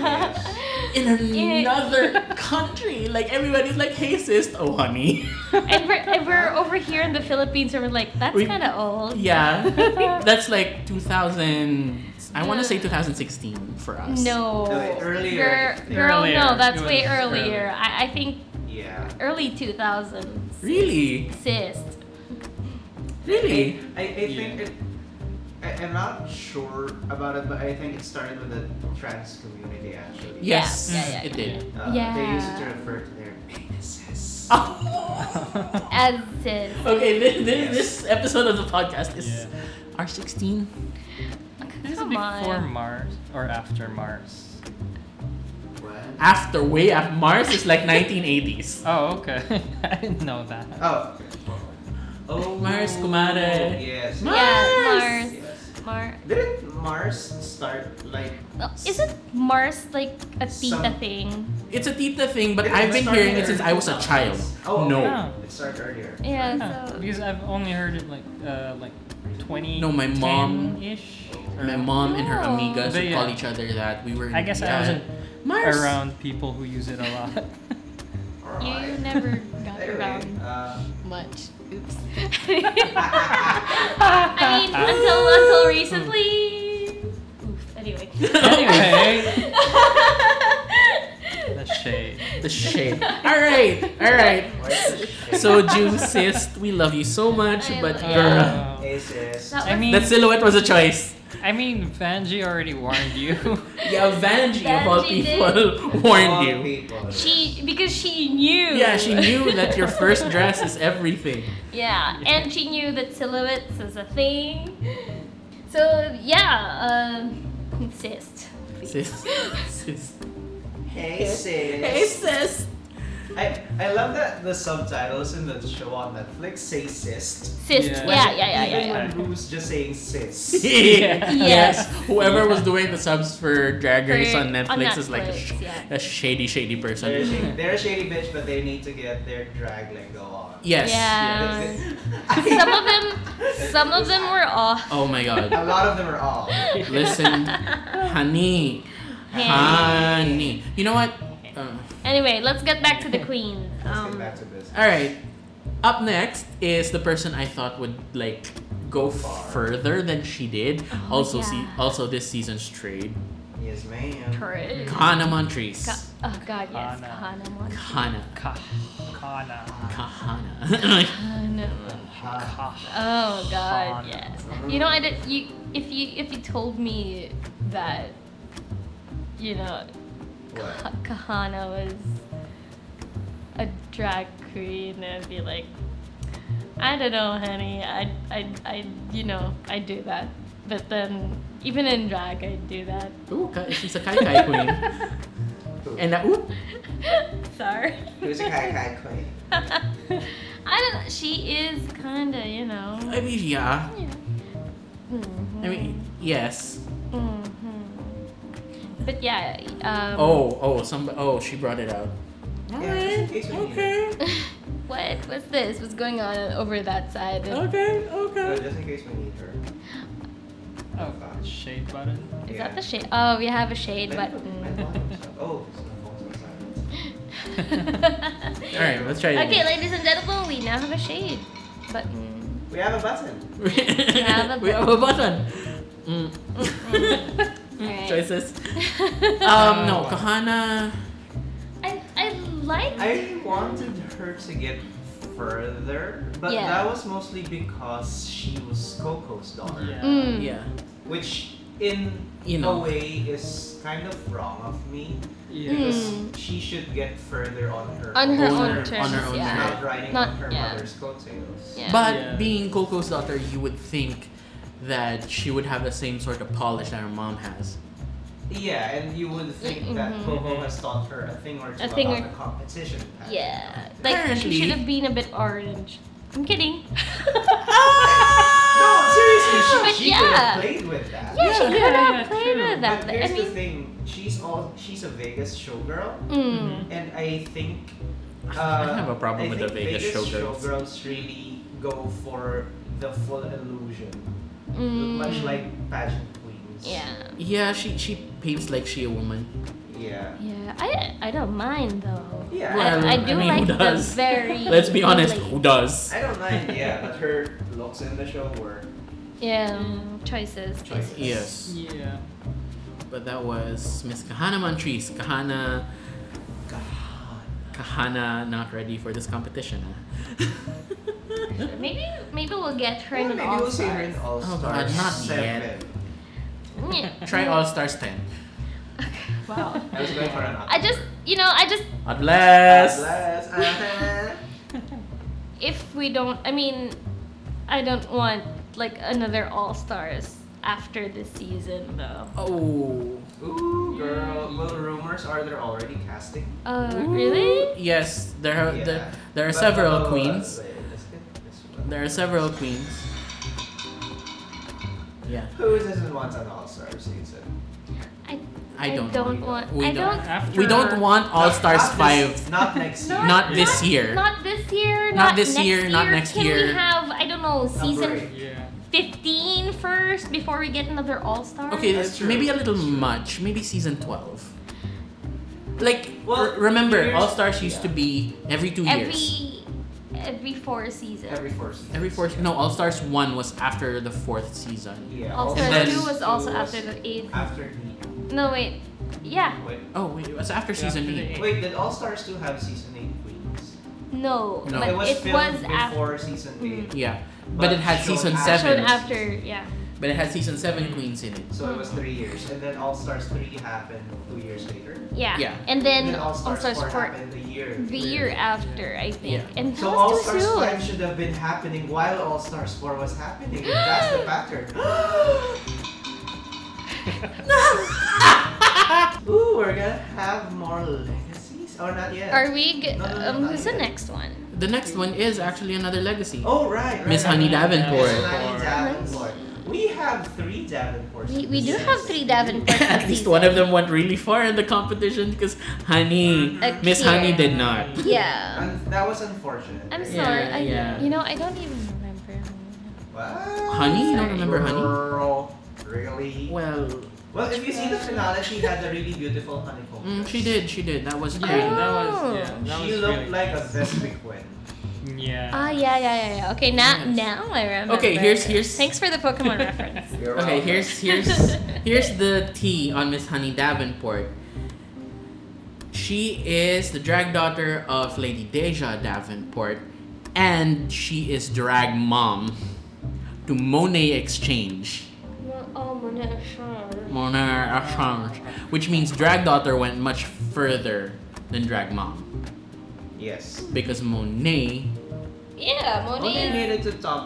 S2: Yeah.
S1: in another country. Like everybody's like, "Hey sis, oh honey."
S2: and, we're, and we're over here in the Philippines and we're like, that's
S1: We-
S2: kind of old.
S1: Yeah, that's like 2000. I want to say 2016 for us.
S2: No.
S3: No, wait, earlier, I
S2: Girl,
S3: think.
S2: girl, no,
S4: Earlier.
S2: that's
S4: It
S2: way
S4: was
S2: earlier.
S4: earlier.
S2: I, I think
S3: Yeah.
S2: early 2000s.
S1: Really,
S2: Cyst.
S1: really.
S3: I, I think it. I, I'm not sure about it, but I think it started with the trans community actually.
S2: Yeah,
S1: Yes,
S2: yeah, yeah,
S1: it did.
S3: Uh, They used it to
S2: Yeah.
S3: refer to their penises.
S1: Ah.
S2: As cyst.
S1: okay, this,
S3: Yes.
S1: this episode of the podcast is
S4: Yeah.
S1: R16.
S4: This is
S2: Come on.
S4: before Mars or after Mars.
S3: What?
S1: after way after Mars is like 1980s.
S4: Oh, okay. I didn't know that.
S3: Oh. Oh.
S1: Mars, kumare.
S3: Yes.
S1: Ma-
S2: Yeah,
S1: Mars.
S3: yes.
S2: Mars. Mars.
S3: Didn't Mars start like?
S2: Oh, isn't Mars like a
S3: Some-
S2: theta thing?
S1: It's a Tita thing, but
S3: It
S1: I've been
S3: started
S1: hearing it since I was a
S3: earlier.
S1: child.
S3: Oh
S1: No.
S4: Yeah.
S3: It started earlier.
S2: Yeah,
S4: Huh,
S2: so.
S4: Because I've only heard it like uh like twenty.
S1: No, my mom- Oh,
S4: ish.
S1: My mom and her
S2: No.
S1: amigas
S4: But
S1: would
S4: yeah.
S1: call each other that. We were.
S4: I guess
S1: yeah.
S4: I wasn't
S1: Mars.
S4: around people who use it a lot.
S2: You um,
S3: Alright.
S2: never got
S3: Anyway,
S2: around
S3: uh,
S2: much. Oops. I
S4: Ah,
S2: mean, until until recently. Oof. Anyway.
S4: Anyway. the shade.
S1: The shade. All right, all right.
S3: why is this shit?
S1: So, Ju, sis, we love you so much,
S2: I
S1: but
S2: love you.
S1: girl,
S4: Uh,
S3: Hey, sis.
S2: That
S4: I
S2: was-
S4: mean,
S1: that silhouette was a choice.
S4: I mean, Vanji already warned you.
S1: Yeah, Vanjie of all
S2: Vanjie
S1: people
S3: All
S1: warned you.
S3: people.
S2: she because she knew.
S1: Yeah, she knew that your first dress is everything.
S2: Yeah, and she knew that silhouettes is a thing. So yeah, um, insist.
S1: Sis, sis.
S3: Hey, sis.
S1: Hey, sis.
S3: I, I love that the subtitles in the show on Netflix say sis.
S2: Cyst. Yeah,
S4: Yeah.
S2: yeah, yeah, yeah.
S3: Even
S2: yeah.
S3: when Rue's just saying sis.
S1: Yeah.
S4: Yeah.
S1: Yes. Whoever was doing the subs for Drag Race
S2: For-
S1: on Netflix, is like a,
S2: Netflix,
S1: sh-
S2: yeah.
S1: a shady, shady person.
S3: They're a, shady, they're a shady bitch, but they need to get their drag lingo on.
S1: Yes.
S2: Yeah.
S3: I-
S2: some of them, some of them were off.
S1: Oh my god.
S3: a lot of them are all.
S1: Listen, honey, honey. You know what? Uh,
S2: Anyway, let's get back to the queen.
S3: Let's
S2: Um,
S3: get back to business.
S1: all right. Up next is the person I thought would like go
S3: Far.
S1: further than she did.
S2: Oh,
S1: also,
S2: yeah.
S1: see, also this season's trade,
S3: Yes, ma'am.
S2: Courage.
S1: Kana Montrese.
S2: Ka- oh God, yes,
S4: Kana.
S2: Kahana.
S1: Kana.
S4: Ka- Kana.
S1: Kahana.
S2: Kahana.
S3: Ha.
S4: Ka-
S2: Oh God,
S4: Kana.
S2: yes. You know, I did. You, if you, if you told me that, you know,
S3: What?
S2: Ka- Kahana was a drag queen, I'd be like, I don't know, honey. I, I, I, you know, I do that. But then, even in drag, I do that.
S1: Ooh, ka- she's a Kai Kai queen. And uh, ooh,
S2: Sorry.
S3: Who's a kai kai queen?
S2: I don't. She is kinda, you know.
S1: I mean, yeah.
S2: Mhm.
S1: I mean, yes.
S2: Mhm. But yeah. Um,
S1: Oh, oh, some. Oh, she brought it out.
S3: Yeah, just in case we need
S1: Okay.
S2: What was this? What's going on over that side? Is
S1: Okay.
S3: No,
S1: Okay.
S3: just in case we need her.
S4: Oh, shade button.
S3: Yeah.
S2: that the shade? Oh, we have a shade
S3: Let me put my
S2: button.
S3: volume up. Oh, so my phone's on silent.
S1: All right. Let's try it.
S2: okay, ladies and gentlemen, we now have a shade button.
S3: We have a button.
S1: Again.
S2: We have a
S1: we have a button. Mm.
S2: Alright.
S1: Choices.
S2: I,
S1: Um, no,
S4: Uh,
S1: Kahana.
S2: I like.
S3: I wanted her to get further, but
S2: Yeah.
S3: that was mostly because she was Coco's daughter,
S4: Yeah.
S2: Mm.
S1: Yeah.
S3: which in
S1: You know.
S3: a way is kind of wrong of me
S4: Yeah.
S2: Mm.
S3: because she should get further on her
S2: On her
S1: On
S2: own
S1: her- on
S2: terms.
S1: her own
S2: yeah.
S1: terms.
S3: not riding
S2: Not-
S3: on her
S2: yeah.
S3: mother's coattails.
S2: Yeah.
S1: But
S4: Yeah.
S1: being Coco's daughter, you would think that she would have the same sort of polish that her mom has.
S3: Yeah, and you would think
S2: Mhm.
S3: that Coco has taught her a thing or two
S2: A thing
S3: about
S2: or-
S3: the competition. pattern.
S2: Yeah. Like
S1: Apparently-
S2: she should have been a bit orange. I'm kidding.
S3: No, seriously,
S2: But
S3: she, she could
S2: yeah.
S3: have played with that.
S2: Yeah, she
S1: Yeah,
S2: could
S4: yeah,
S2: have
S4: yeah,
S2: played
S4: true.
S2: with that.
S3: But
S2: I
S3: here's the
S2: mean,
S3: thing: she's all she's a Vegas showgirl,
S2: mm,
S3: and I think uh,
S1: I don't have a problem
S3: I
S1: with the
S3: think
S1: Vegas showgirls.
S3: showgirls really go for the full illusion,
S2: mm,
S3: much like pageant queens.
S2: yeah,
S1: Yeah, she she paints like she a woman.
S3: Yeah.
S2: yeah. I I don't mind though.
S3: Yeah.
S1: Well,
S2: I, I
S1: Um, I
S2: do
S1: mean, who
S2: like the
S1: does?
S2: very.
S1: Let's be honest,
S2: like,
S1: who does?
S3: I don't mind. Yeah, but her looks in the show were
S2: yeah, um, choices.
S3: Choices.
S1: Yes,
S2: Mm.
S4: Yeah.
S1: but that was Miss Kahana Montrese. Kahana,
S3: God.
S1: Kahana, not ready for this competition. Huh?
S2: Maybe maybe we'll get her
S3: Yeah,
S2: in an
S3: maybe we'll see her
S2: all-stars.
S3: in All
S1: Oh,
S3: Stars
S1: God, not
S3: seven.
S1: yet.
S2: Yeah.
S1: Try All Stars ten.
S2: Wow.
S3: I was going for an.
S2: I just you know I just
S1: God bless.
S3: Bless. Uh-huh.
S2: if we don't I mean I don't want like another All Stars after this season though.
S1: Oh.
S3: Ooh, girl. Well, rumors are they're already casting.
S2: Uh, really?
S1: Yes, there are
S3: Yeah.
S1: there, there are
S3: But-
S1: several
S3: but- but-
S1: queens.
S3: wait, let's get this one.
S1: There are several queens. Yeah,
S3: Who doesn't want an All Star season?
S1: I don't.
S2: want.
S1: We
S2: I
S1: don't-
S2: don't.
S4: After
S1: We don't want All
S3: Not-
S1: Stars
S3: not this-
S1: five.
S3: Not next year.
S1: Not this
S2: not-
S1: year.
S2: Not this year. Not,
S1: this
S2: next
S1: year, not next
S2: Can we
S1: year.
S2: have I don't know season
S3: break.
S4: Yeah.
S2: 15 first before we get another All Star?
S1: Okay,
S3: That's
S1: that's
S3: true.
S1: maybe a little
S3: That's true.
S1: much. Maybe season twelve. Like,
S3: Well,
S1: r- remember,
S3: here's-
S1: All Stars used to
S3: yeah.
S1: be every two years.
S2: Every every four seasons.
S3: Every four seasons.
S1: Every fourth. No, All Stars one was after the fourth season.
S3: Yeah.
S2: All
S1: And then-
S2: Stars two was also after the eighth.
S3: After the.
S2: No wait, yeah,
S3: Wait,
S1: Oh wait, it was after
S4: Yeah,
S1: season
S4: after the
S1: eight.
S4: eight.
S3: wait did All Stars 2 have season 8 queens?
S2: no,
S1: No.
S2: but
S3: it was filmed
S2: after.
S3: before season 8.
S1: Yeah, but,
S3: But
S1: it had
S3: shown
S1: season
S3: after.
S1: seven.
S2: Shown Mm. after, yeah.
S1: But it had season
S3: Mm-hmm.
S1: seven queens in it.
S3: So it was 3 years. And then All Stars 3 happened 2 years later.
S2: yeah,
S1: Yeah.
S2: and
S3: And
S2: then
S3: then All Stars 4
S2: four
S3: happened a year.
S2: the year after, I think,
S1: Yeah.
S2: and that
S3: So All
S2: was too
S3: Stars
S2: soon.
S3: 5 should have been happening while All Stars 4 was happening. If that's the pattern. Ooh, we're gonna have more legacies? Or not yet.
S2: Are we? G-
S3: No, no, no,
S2: um,
S3: not
S2: who's the
S3: yet.
S2: next one?
S1: The next one is actually another legacy.
S3: oh, right. right,
S1: Miss
S3: right,
S1: Honey
S3: right.
S1: Davenport.
S3: Miss Honey Davenport. We have three Davenports.
S2: We,
S3: in
S2: we do
S3: this
S2: have
S3: season.
S2: three Davenport.
S1: At least one of them went really far in the competition because Honey,
S3: Mm-hmm.
S2: A
S1: Miss
S2: kid.
S1: Honey did not.
S2: Yeah.
S3: And that was unfortunate.
S2: I'm
S3: right?
S1: Yeah,
S2: sorry. I,
S1: yeah.
S2: You know, I don't even remember.
S3: What?
S1: Honey? You don't remember Honey?
S3: Girl, really?
S1: Well,
S3: Well, if you see the finale, she had a really beautiful honeycomb.
S1: mm, she did, she did. That was
S4: Yeah,
S1: great.
S4: that was yeah.
S2: Oh.
S4: That
S3: she
S4: was
S3: looked
S4: really
S3: like a
S4: nice.
S3: Vesmic win.
S4: Yeah.
S2: Ah, yeah, yeah, yeah, yeah. Okay, now
S1: Yes.
S2: now I remember.
S1: Okay, here's- here's-
S2: Thanks for the Pokemon reference.
S1: Okay, here's here's here's the tea on Miss Honey Davenport. She is the drag daughter of Lady Deja Davenport, and she is drag mom to Monet Exchange.
S2: Oh, Monet Ashar.
S1: Monet Exchange, which means drag daughter went much further than drag mom
S3: Yes.
S1: because Monet
S2: Yeah,
S3: Only
S2: Monet.
S3: made it to top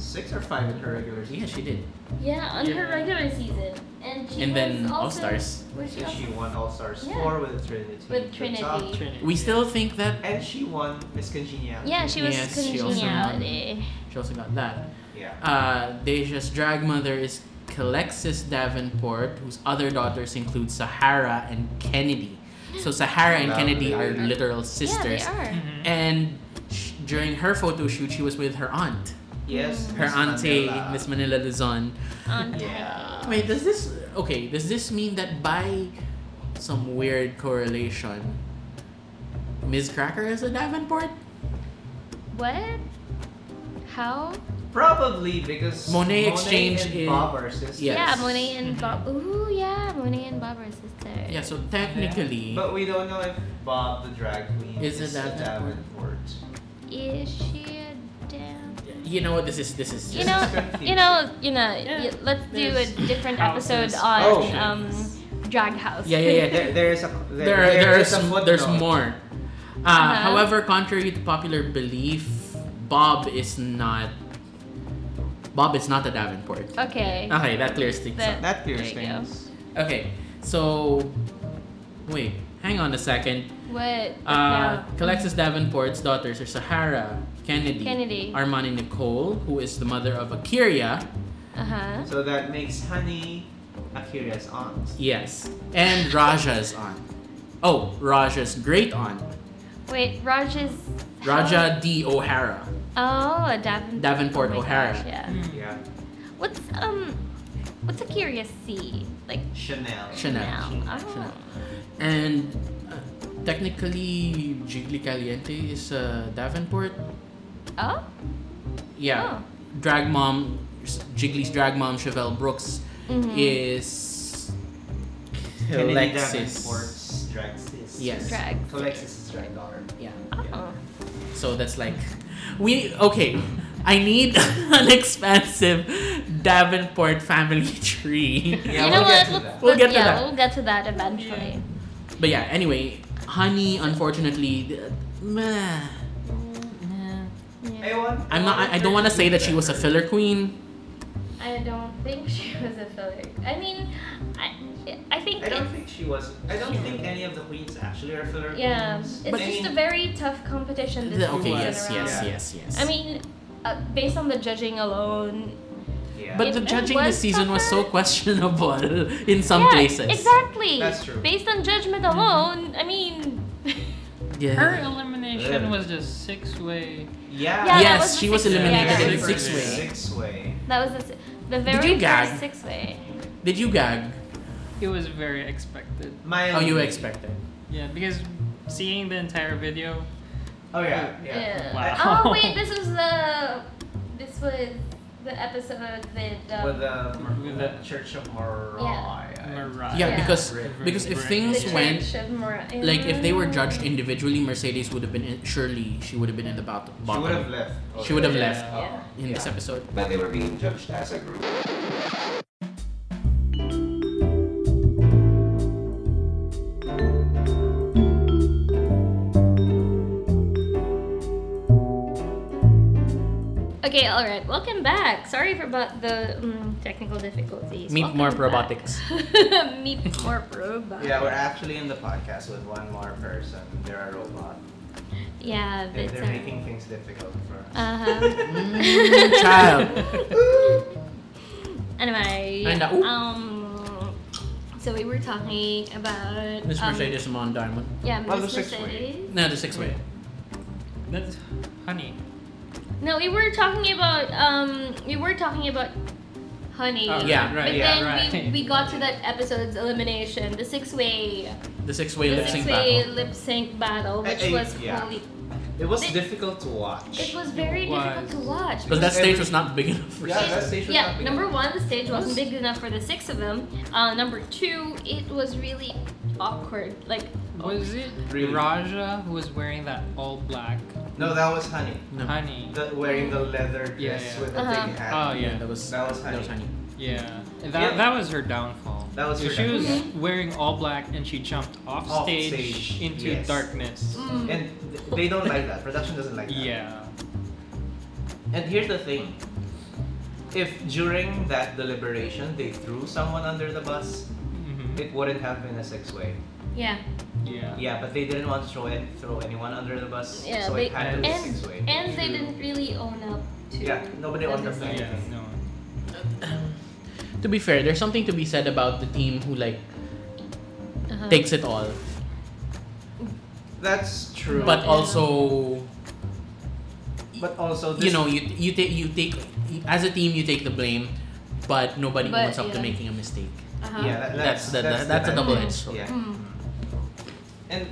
S3: six or five in her regular
S1: yeah
S3: season.
S1: she did
S2: Yeah, on her
S4: Yeah.
S2: regular season, and she
S1: and then
S2: was also,
S1: All Stars.
S2: Was she
S3: And she
S2: also-
S3: won All Stars
S2: Yeah.
S3: 4 with Trinity.
S2: with
S3: to top.
S2: Trinity.
S4: Trinity.
S1: We still think that
S3: And she won Miss Congeniality.
S2: Yeah, she was
S1: Yes, she also won.
S2: congeniality.
S1: she also got that.
S3: Yeah.
S1: Uh, Deja's drag mother is Calexis Davenport, whose other daughters include Sahara and Kennedy. So Sahara and
S3: Wow.
S1: Kennedy are literal sisters.
S2: Yeah, they are.
S4: Mhm.
S1: And sh- during her photo shoot, she was with her aunt,
S3: Yes.
S2: Mm.
S1: her
S3: Miss
S1: auntie,
S3: Mandela.
S1: Miss Manila Luzon.
S2: On
S3: Yeah.
S2: time.
S1: Wait, does this okay? Does this mean that by some weird correlation, Ms. Cracker is a Davenport?
S2: What? How?
S3: Probably because
S1: Monet Exchange
S3: and
S1: is-
S3: Bob are sisters.
S1: Yes. Mm-hmm.
S2: Yeah, Monet and Bob. Ooh, yeah, Monet and Bob are sisters.
S1: Yeah. So technically,
S3: But we don't know if Bob the drag queen
S1: Is
S3: is,
S1: it
S3: a
S1: Davenport?
S3: Davenport.
S2: Is she a damn?
S1: you know what? This is this is
S2: You
S1: just
S2: know,
S3: confusing.
S2: you know, you know.
S4: Yeah.
S2: y- Let's do a
S4: There's
S2: different episode
S4: houses,
S2: on
S3: Oh.
S2: um, drag house.
S1: Yeah, yeah, yeah.
S3: There, there is a there,
S1: there, are- there
S3: is
S1: are
S3: a
S1: some-
S3: footnote.
S1: there's more. Uh,
S2: Uh-huh.
S1: However, contrary to popular belief, Bob is not. Bob is not a Davenport.
S2: okay.
S1: Okay, that clears things
S2: That-
S3: That clears
S2: There you go.
S3: things.
S1: up. Okay, so wait, hang on a second.
S2: what?
S1: Uh,
S2: no.
S1: Calexis Davenport's daughters are Sahara, Kennedy,
S2: Kennedy.
S1: Armani Nicole, who is the mother of Akiria.
S2: Uh huh.
S3: So that makes Honey Akira's aunt.
S1: Yes, and Raja's aunt. Oh, Raja's great aunt,
S2: Wait, Raj is.
S1: Raja D O'Hara.
S2: Oh, a Davenport.
S1: Davenport
S2: oh my
S1: O'Hara.
S2: gosh, yeah.
S4: Mm.
S3: Yeah.
S2: What's um, what's a curious C like
S3: Chanel.
S1: Chanel.
S2: now? Oh. I don't
S1: Chanel.
S2: know.
S1: And uh, technically, Jiggly Caliente is uh, Davenport.
S2: Oh.
S1: Yeah. Drag mom, Jiggly's drag mom, Chevelle Brooks,
S2: Oh. Mhm.
S1: is
S3: Kennedy
S1: Alexis.
S3: Davenport's drag sis.
S1: Yes.
S2: Drag.
S3: Alexis is drag daughter.
S1: Yeah.
S2: Oh.
S1: So that's like, we okay. I need an expansive Davenport family tree.
S3: Yeah,
S2: you know
S3: we'll
S2: what?
S3: get to that.
S1: We'll get to
S2: yeah,
S1: that.
S2: We'll get to that eventually.
S1: But yeah, anyway, Honey, unfortunately, th- meh.
S2: Yeah.
S3: I want.
S1: I'm not. I, I don't want to say that she was a filler queen.
S2: I don't think she was a filler. I mean, I, I think
S3: I don't
S2: it-
S3: think she was. I don't
S2: Yeah.
S3: think any of the queens actually are filler
S2: yeah,
S3: queens.
S2: it's
S3: I
S2: just a
S3: mean,
S2: very tough competition this
S1: Th- Okay.
S2: season
S1: Yes.
S2: around.
S1: Yes.
S3: Yeah.
S1: Yes. Yes.
S2: I mean, uh, based on the judging alone,
S3: yeah.
S1: But
S2: It-
S1: the
S2: it
S1: judging
S2: was
S1: this season was so
S2: tougher.
S1: questionable in some
S2: yeah,
S1: places. Hmm.
S2: exactly.
S3: That's true.
S2: Based on judgment alone, I mean,
S4: Her
S1: Yeah.
S4: elimination
S3: Yeah.
S4: was just six way.
S3: yeah.
S2: Yeah,
S1: yes,
S2: was the
S1: she was
S2: six-
S1: eliminated
S2: yeah,
S1: in
S2: yeah.
S1: six way.
S3: Six way.
S2: that was the, s- the very
S1: you gag?
S2: first six way.
S1: Did you gag?
S4: It was very expected.
S3: My
S1: Oh, you expected.
S3: Uh,
S4: Yeah, because seeing the entire video,
S3: Oh yeah. Yeah.
S4: Wow.
S2: Oh wait, this was the this was the episode that um,
S3: With the
S4: With
S3: with the
S4: the-
S3: Church of Moriah.
S4: Mariah.
S1: Yeah,
S2: Yeah.
S1: because
S4: Reverend
S1: because if
S4: Brett.
S1: things
S2: the
S1: went
S2: Church of Mora-
S1: like if they were judged individually, Mercedes would have been in, surely she would have been in the bot-
S3: She would have
S1: bottom
S3: left.
S1: She would have
S4: Yeah.
S1: left
S2: Yeah.
S1: in this episode.
S3: But they were being judged as a group.
S2: Okay, all right. Welcome back. Sorry for about the mm, technical difficulties.
S1: Meet
S2: Welcome
S1: more
S2: back.
S1: robotics.
S2: Meet more robotics.
S3: Yeah, we're actually in the podcast with one more person. They're a robot.
S2: Yeah, but uh,
S3: And
S2: it's
S3: they're
S2: alright.
S3: making things difficult for us.
S2: Uh huh.
S1: Mm, child.
S2: Anyway,
S1: Kinda, ooh.
S2: um, so we were talking about
S1: Miss
S2: um,
S1: Mercedes I'm on Diamond.
S2: Yeah,
S3: Well,
S2: Miss
S3: the six way.
S2: Mercedes.
S1: No, the six way.
S4: That's honey.
S2: No, we were talking about um, we were talking about honey.
S4: Oh,
S1: Yeah.
S4: Right.
S2: But
S4: yeah.
S2: then
S4: right.
S2: we, we got to that episode's elimination, the six way
S1: The six way
S2: the
S1: lip
S2: six
S1: sync
S2: way
S1: battle.
S2: lip sync battle, which
S3: I- I-
S2: was
S3: yeah.
S2: holy
S3: It was
S2: They-
S3: difficult to watch.
S2: it was very
S4: was.
S2: difficult to watch.
S1: Because that stage was not big enough for
S3: yeah,
S1: six.
S3: that stage was
S2: Yeah,
S3: not big
S2: number
S3: enough.
S2: one, the stage wasn't big enough for the six of them. Uh, number two, it was really awkward. Like,
S1: Oh,
S4: Was it
S3: Really?
S4: Raja who was wearing that all black
S3: No, that was Honey.
S1: No.
S4: honey?
S3: The, wearing the leather dress
S4: Yeah, yeah.
S3: with the
S2: Uh-huh.
S3: big hat.
S4: Oh
S1: Yeah,
S4: yeah,
S1: that was
S3: That was
S1: that
S3: Honey.
S1: was honey.
S4: yeah. That
S3: Yeah.
S4: that was her downfall.
S3: That was
S4: So
S3: her
S4: she was
S2: downfall.
S4: wearing all black and she jumped off,
S3: Off
S4: stage,
S3: stage,
S4: into
S3: yes.
S4: darkness.
S2: mm,
S3: And th- they don't like that. Production doesn't like that.
S4: Yeah.
S3: And here's the thing. If during that deliberation they threw someone under the bus,
S4: hmm
S3: it wouldn't have been a six-way.
S2: yeah.
S4: Yeah.
S3: Yeah, but they didn't want to throw it, throw anyone under the bus,
S2: Yeah,
S3: so
S2: they-
S3: it had to be
S2: And
S3: six-way.
S2: and they didn't really own up to.
S3: Yeah, nobody owned up to
S2: Yeah.
S4: Yeah.
S3: anything.
S4: No.
S1: To be fair, there's something to be said about the team who like
S2: Uh-huh.
S1: takes it all,
S3: That's true.
S1: but
S2: Yeah.
S1: also
S3: but also this,
S1: you know you you take you take as a team you take the blame, but nobody
S2: But,
S1: owns up to
S2: yeah.
S1: making a mistake.
S2: Uh-huh.
S3: yeah,
S1: That's
S3: that, that's
S1: that,
S3: that's,
S1: that, that's
S3: the
S1: a
S3: bad
S1: double
S3: thing.
S1: edged sword.
S3: Yeah.
S2: Mm.
S3: And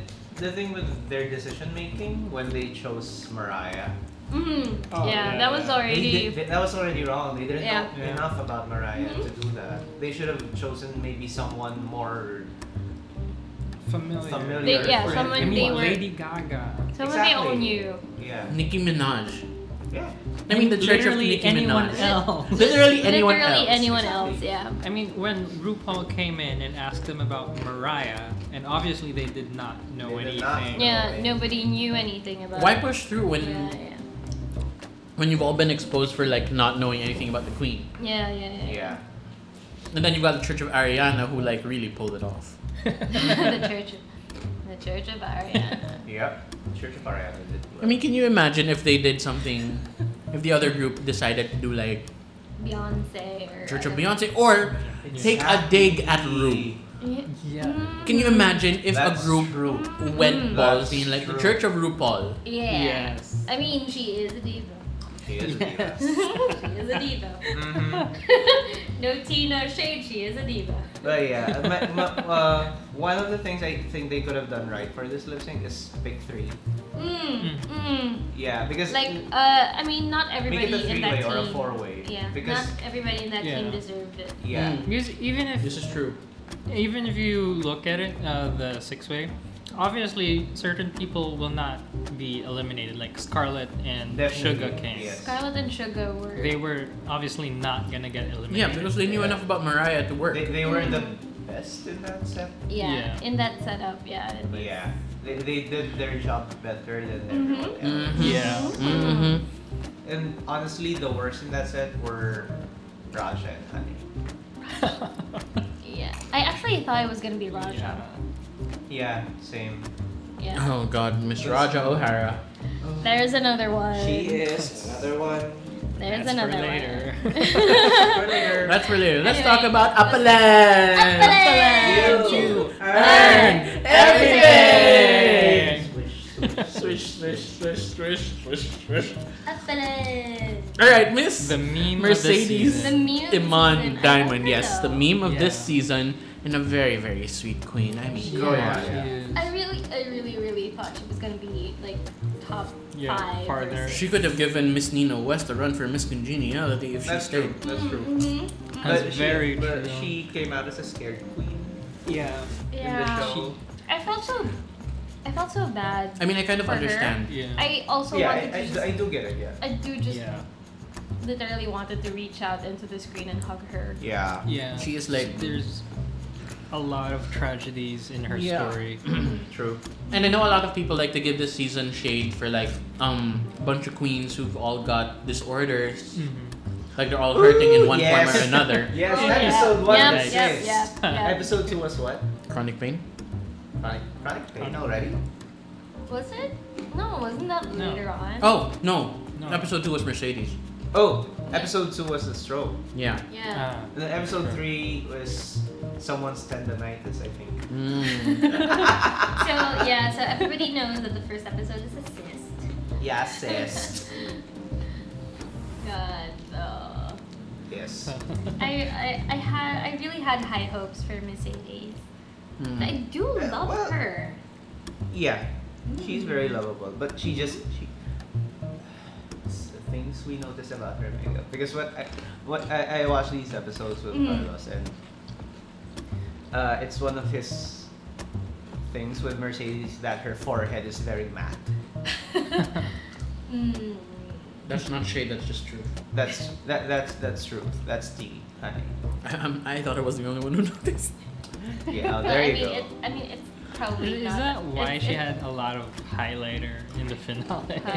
S3: the thing with their decision making when they chose Mariah,
S2: Mm.
S4: Oh,
S2: yeah,
S4: yeah,
S2: that was
S4: yeah.
S3: they
S2: already.
S3: did, they- that was already wrong. They didn't
S2: Yeah. Mm-hmm.
S3: know
S4: Yeah.
S3: enough about Mariah to do that. They should have chosen maybe someone more.
S4: Familiar.
S3: Familiar.
S2: They, yeah,
S3: Or
S2: someone
S4: I mean,
S2: they were.
S4: Lady Gaga.
S2: Someone they
S3: Exactly.
S2: own you.
S3: Yeah.
S1: Nicki Minaj.
S3: Yeah.
S1: I mean, the Church of
S4: Literally
S1: Nicki
S4: anyone
S1: Minaj.
S4: else.
S1: Literally anyone
S2: Literally
S1: else.
S2: anyone
S3: Exactly.
S2: else, yeah.
S4: I mean, when RuPaul came in and asked them about Mariah, and obviously they did not know
S3: They
S4: anything.
S3: did not know.
S2: Yeah, nobody knew anything about
S1: Why
S2: it.
S1: push through when
S2: Yeah, yeah.
S1: when you've all been exposed for like not knowing anything about the Queen,
S2: Yeah, yeah, yeah.
S3: Yeah.
S1: and then you've got the Church of Ariana who like really pulled it off.
S2: the church of, the church of Ariana.
S3: Yep. Church of Ariana did.
S1: I mean, can you imagine if they did something, if the other group decided to do like
S2: Beyonce or
S1: Church of
S2: other-
S1: Beyonce, or take a dig at Rue?
S2: Yeah.
S4: yeah.
S2: Mm.
S1: Can you imagine if
S3: That's
S1: a group
S3: true.
S1: went
S2: Mm.
S1: balls
S3: That's
S1: being like the
S3: true.
S1: Church of RuPaul?
S2: Yeah.
S4: Yes.
S2: I mean, she is a diva.
S3: She is a diva.
S2: she is a diva.
S3: Mhm.
S2: no tea, no shade. She is a diva.
S3: But yeah, uh, my, my, uh, one of the things I think they could have done right for this lip sync is pick three.
S2: Mm, mm.
S3: Yeah, because
S2: Like, uh, I mean, not
S3: make
S2: everybody
S3: it a
S2: in
S3: three
S2: that
S3: way
S2: team.
S3: or a four way.
S2: yeah,
S3: Because
S2: not everybody in that team
S4: Yeah.
S2: deserved it.
S3: yeah,
S1: Mm.
S4: Because even if
S1: This is true.
S4: Even if you look at it, uh, the six way, obviously certain people will not be eliminated, like Scarlet and
S3: Definitely,
S4: Sugar Cane.
S3: yes.
S2: Scarlet and Sugar were.
S4: They were obviously not gonna get eliminated.
S1: Yeah, because they knew
S3: Yeah.
S1: enough about Mariah to work.
S3: they, they
S2: Hmm.
S3: were the best in that set.
S2: yeah,
S4: Yeah.
S2: in that setup, yeah. it was-
S3: Yeah, they, they did their job better than
S2: Mhm.
S3: everyone else.
S1: Mhm.
S4: Yeah.
S1: Mhm.
S3: And honestly, the worst in that set were Raja and Honey.
S2: Yeah. I actually thought it was gonna be Raja.
S3: Yeah, same.
S2: Yeah.
S1: Oh God, Miss
S3: Yes.
S1: Raja O'Hara.
S2: There's another one.
S3: She is another one.
S2: There's
S4: That's for
S2: another
S4: later.
S2: one.
S3: For later.
S1: That's for later. Let's
S2: Anyway,
S1: talk about
S2: let's-
S1: Upland.
S2: Upland.
S3: You
S1: earn
S2: everything.
S1: Swish, swish, swish, swish, swish, swish.
S2: Upland.
S1: All right, Miss
S4: The meme
S1: Mercedes.
S4: Of this
S2: The
S4: season.
S2: meme. of the season.
S1: Iman
S2: I love
S1: Diamond.
S2: her
S1: Yes, the
S2: though.
S1: meme of this
S4: Yeah.
S1: season and a very, very sweet queen. I mean,
S4: She
S1: go
S4: is,
S3: yeah.
S1: on.
S4: she is.
S2: I really, I really, really thought she was gonna be like top
S4: Yeah,
S2: five.
S4: farther.
S2: Or
S1: She could have given Miss Nina West a run for Miss Congeniality if she
S3: That's
S1: stayed.
S3: true. That's true.
S2: hmm
S4: That's
S3: But she-
S4: very
S3: but
S4: true.
S3: She came out as a scared queen
S4: Yeah.
S3: in the
S2: Yeah.
S3: show.
S2: I felt so, I felt so bad.
S1: I mean, I kind of
S2: For her?
S1: understand.
S4: Yeah.
S2: I also
S3: yeah,
S2: wanted
S3: I,
S2: to
S3: I,
S2: just,
S3: I do get it. Yeah.
S2: I do just
S4: yeah.
S2: literally wanted to reach out into the screen and hug her.
S3: Yeah.
S4: Yeah.
S1: She is like-
S4: There's a lot of tragedies in her
S1: Yeah.
S4: story. Mm-hmm.
S3: True.
S1: And I know a lot of people like to give this season shade for like um bunch of queens who've all got disorders,
S4: Mhm.
S1: like they're all hurting in one form or
S3: yes.
S1: another.
S3: Yes.
S4: Oh,
S3: episode one.
S2: yeah,
S3: was
S4: Yes.
S2: yeah,
S3: this.
S2: yeah, yeah.
S3: Episode two was what?
S1: Chronic pain.
S3: Chronic, chronic pain already.
S2: Was it? No, wasn't that
S4: No.
S2: later on?
S1: Oh no.
S4: No.
S1: Episode two was Mercedes.
S3: Oh, episode two was the stroke.
S1: Yeah.
S2: Yeah.
S4: Ah.
S3: And then episode
S4: Sure.
S3: three was someone's tendonitis, I think.
S1: Mm.
S3: Uh.
S2: so yeah, so everybody knows that the first episode is a cyst.
S3: Yeah, sis.
S2: God, though.
S3: yes.
S2: I, I, I had, I really had high hopes for Mercedes.
S1: Mm.
S2: I do
S3: Hmm. Yeah,
S2: love
S3: well-
S2: her.
S3: Yeah, she's very lovable, but she just she. It's the things we notice about her makeup because what I what I, I watched these episodes with
S2: Mhm.
S3: Carlos and uh, it's one of his things with Mercedes that her forehead is very matte.
S2: Mm.
S1: That's not shade. That's just truth.
S3: That's that that's that's true. That's tea, honey.
S1: I, I'm- I thought I was the only one who noticed.
S3: Yeah,
S2: But
S3: there
S2: I
S3: you
S2: mean,
S3: go.
S2: It, I mean, it's probably
S4: Is
S2: not.
S4: that why
S2: it's-
S4: she
S2: it's Uh,
S4: had a lot of highlighter in the finale?
S2: Probably.
S3: Like,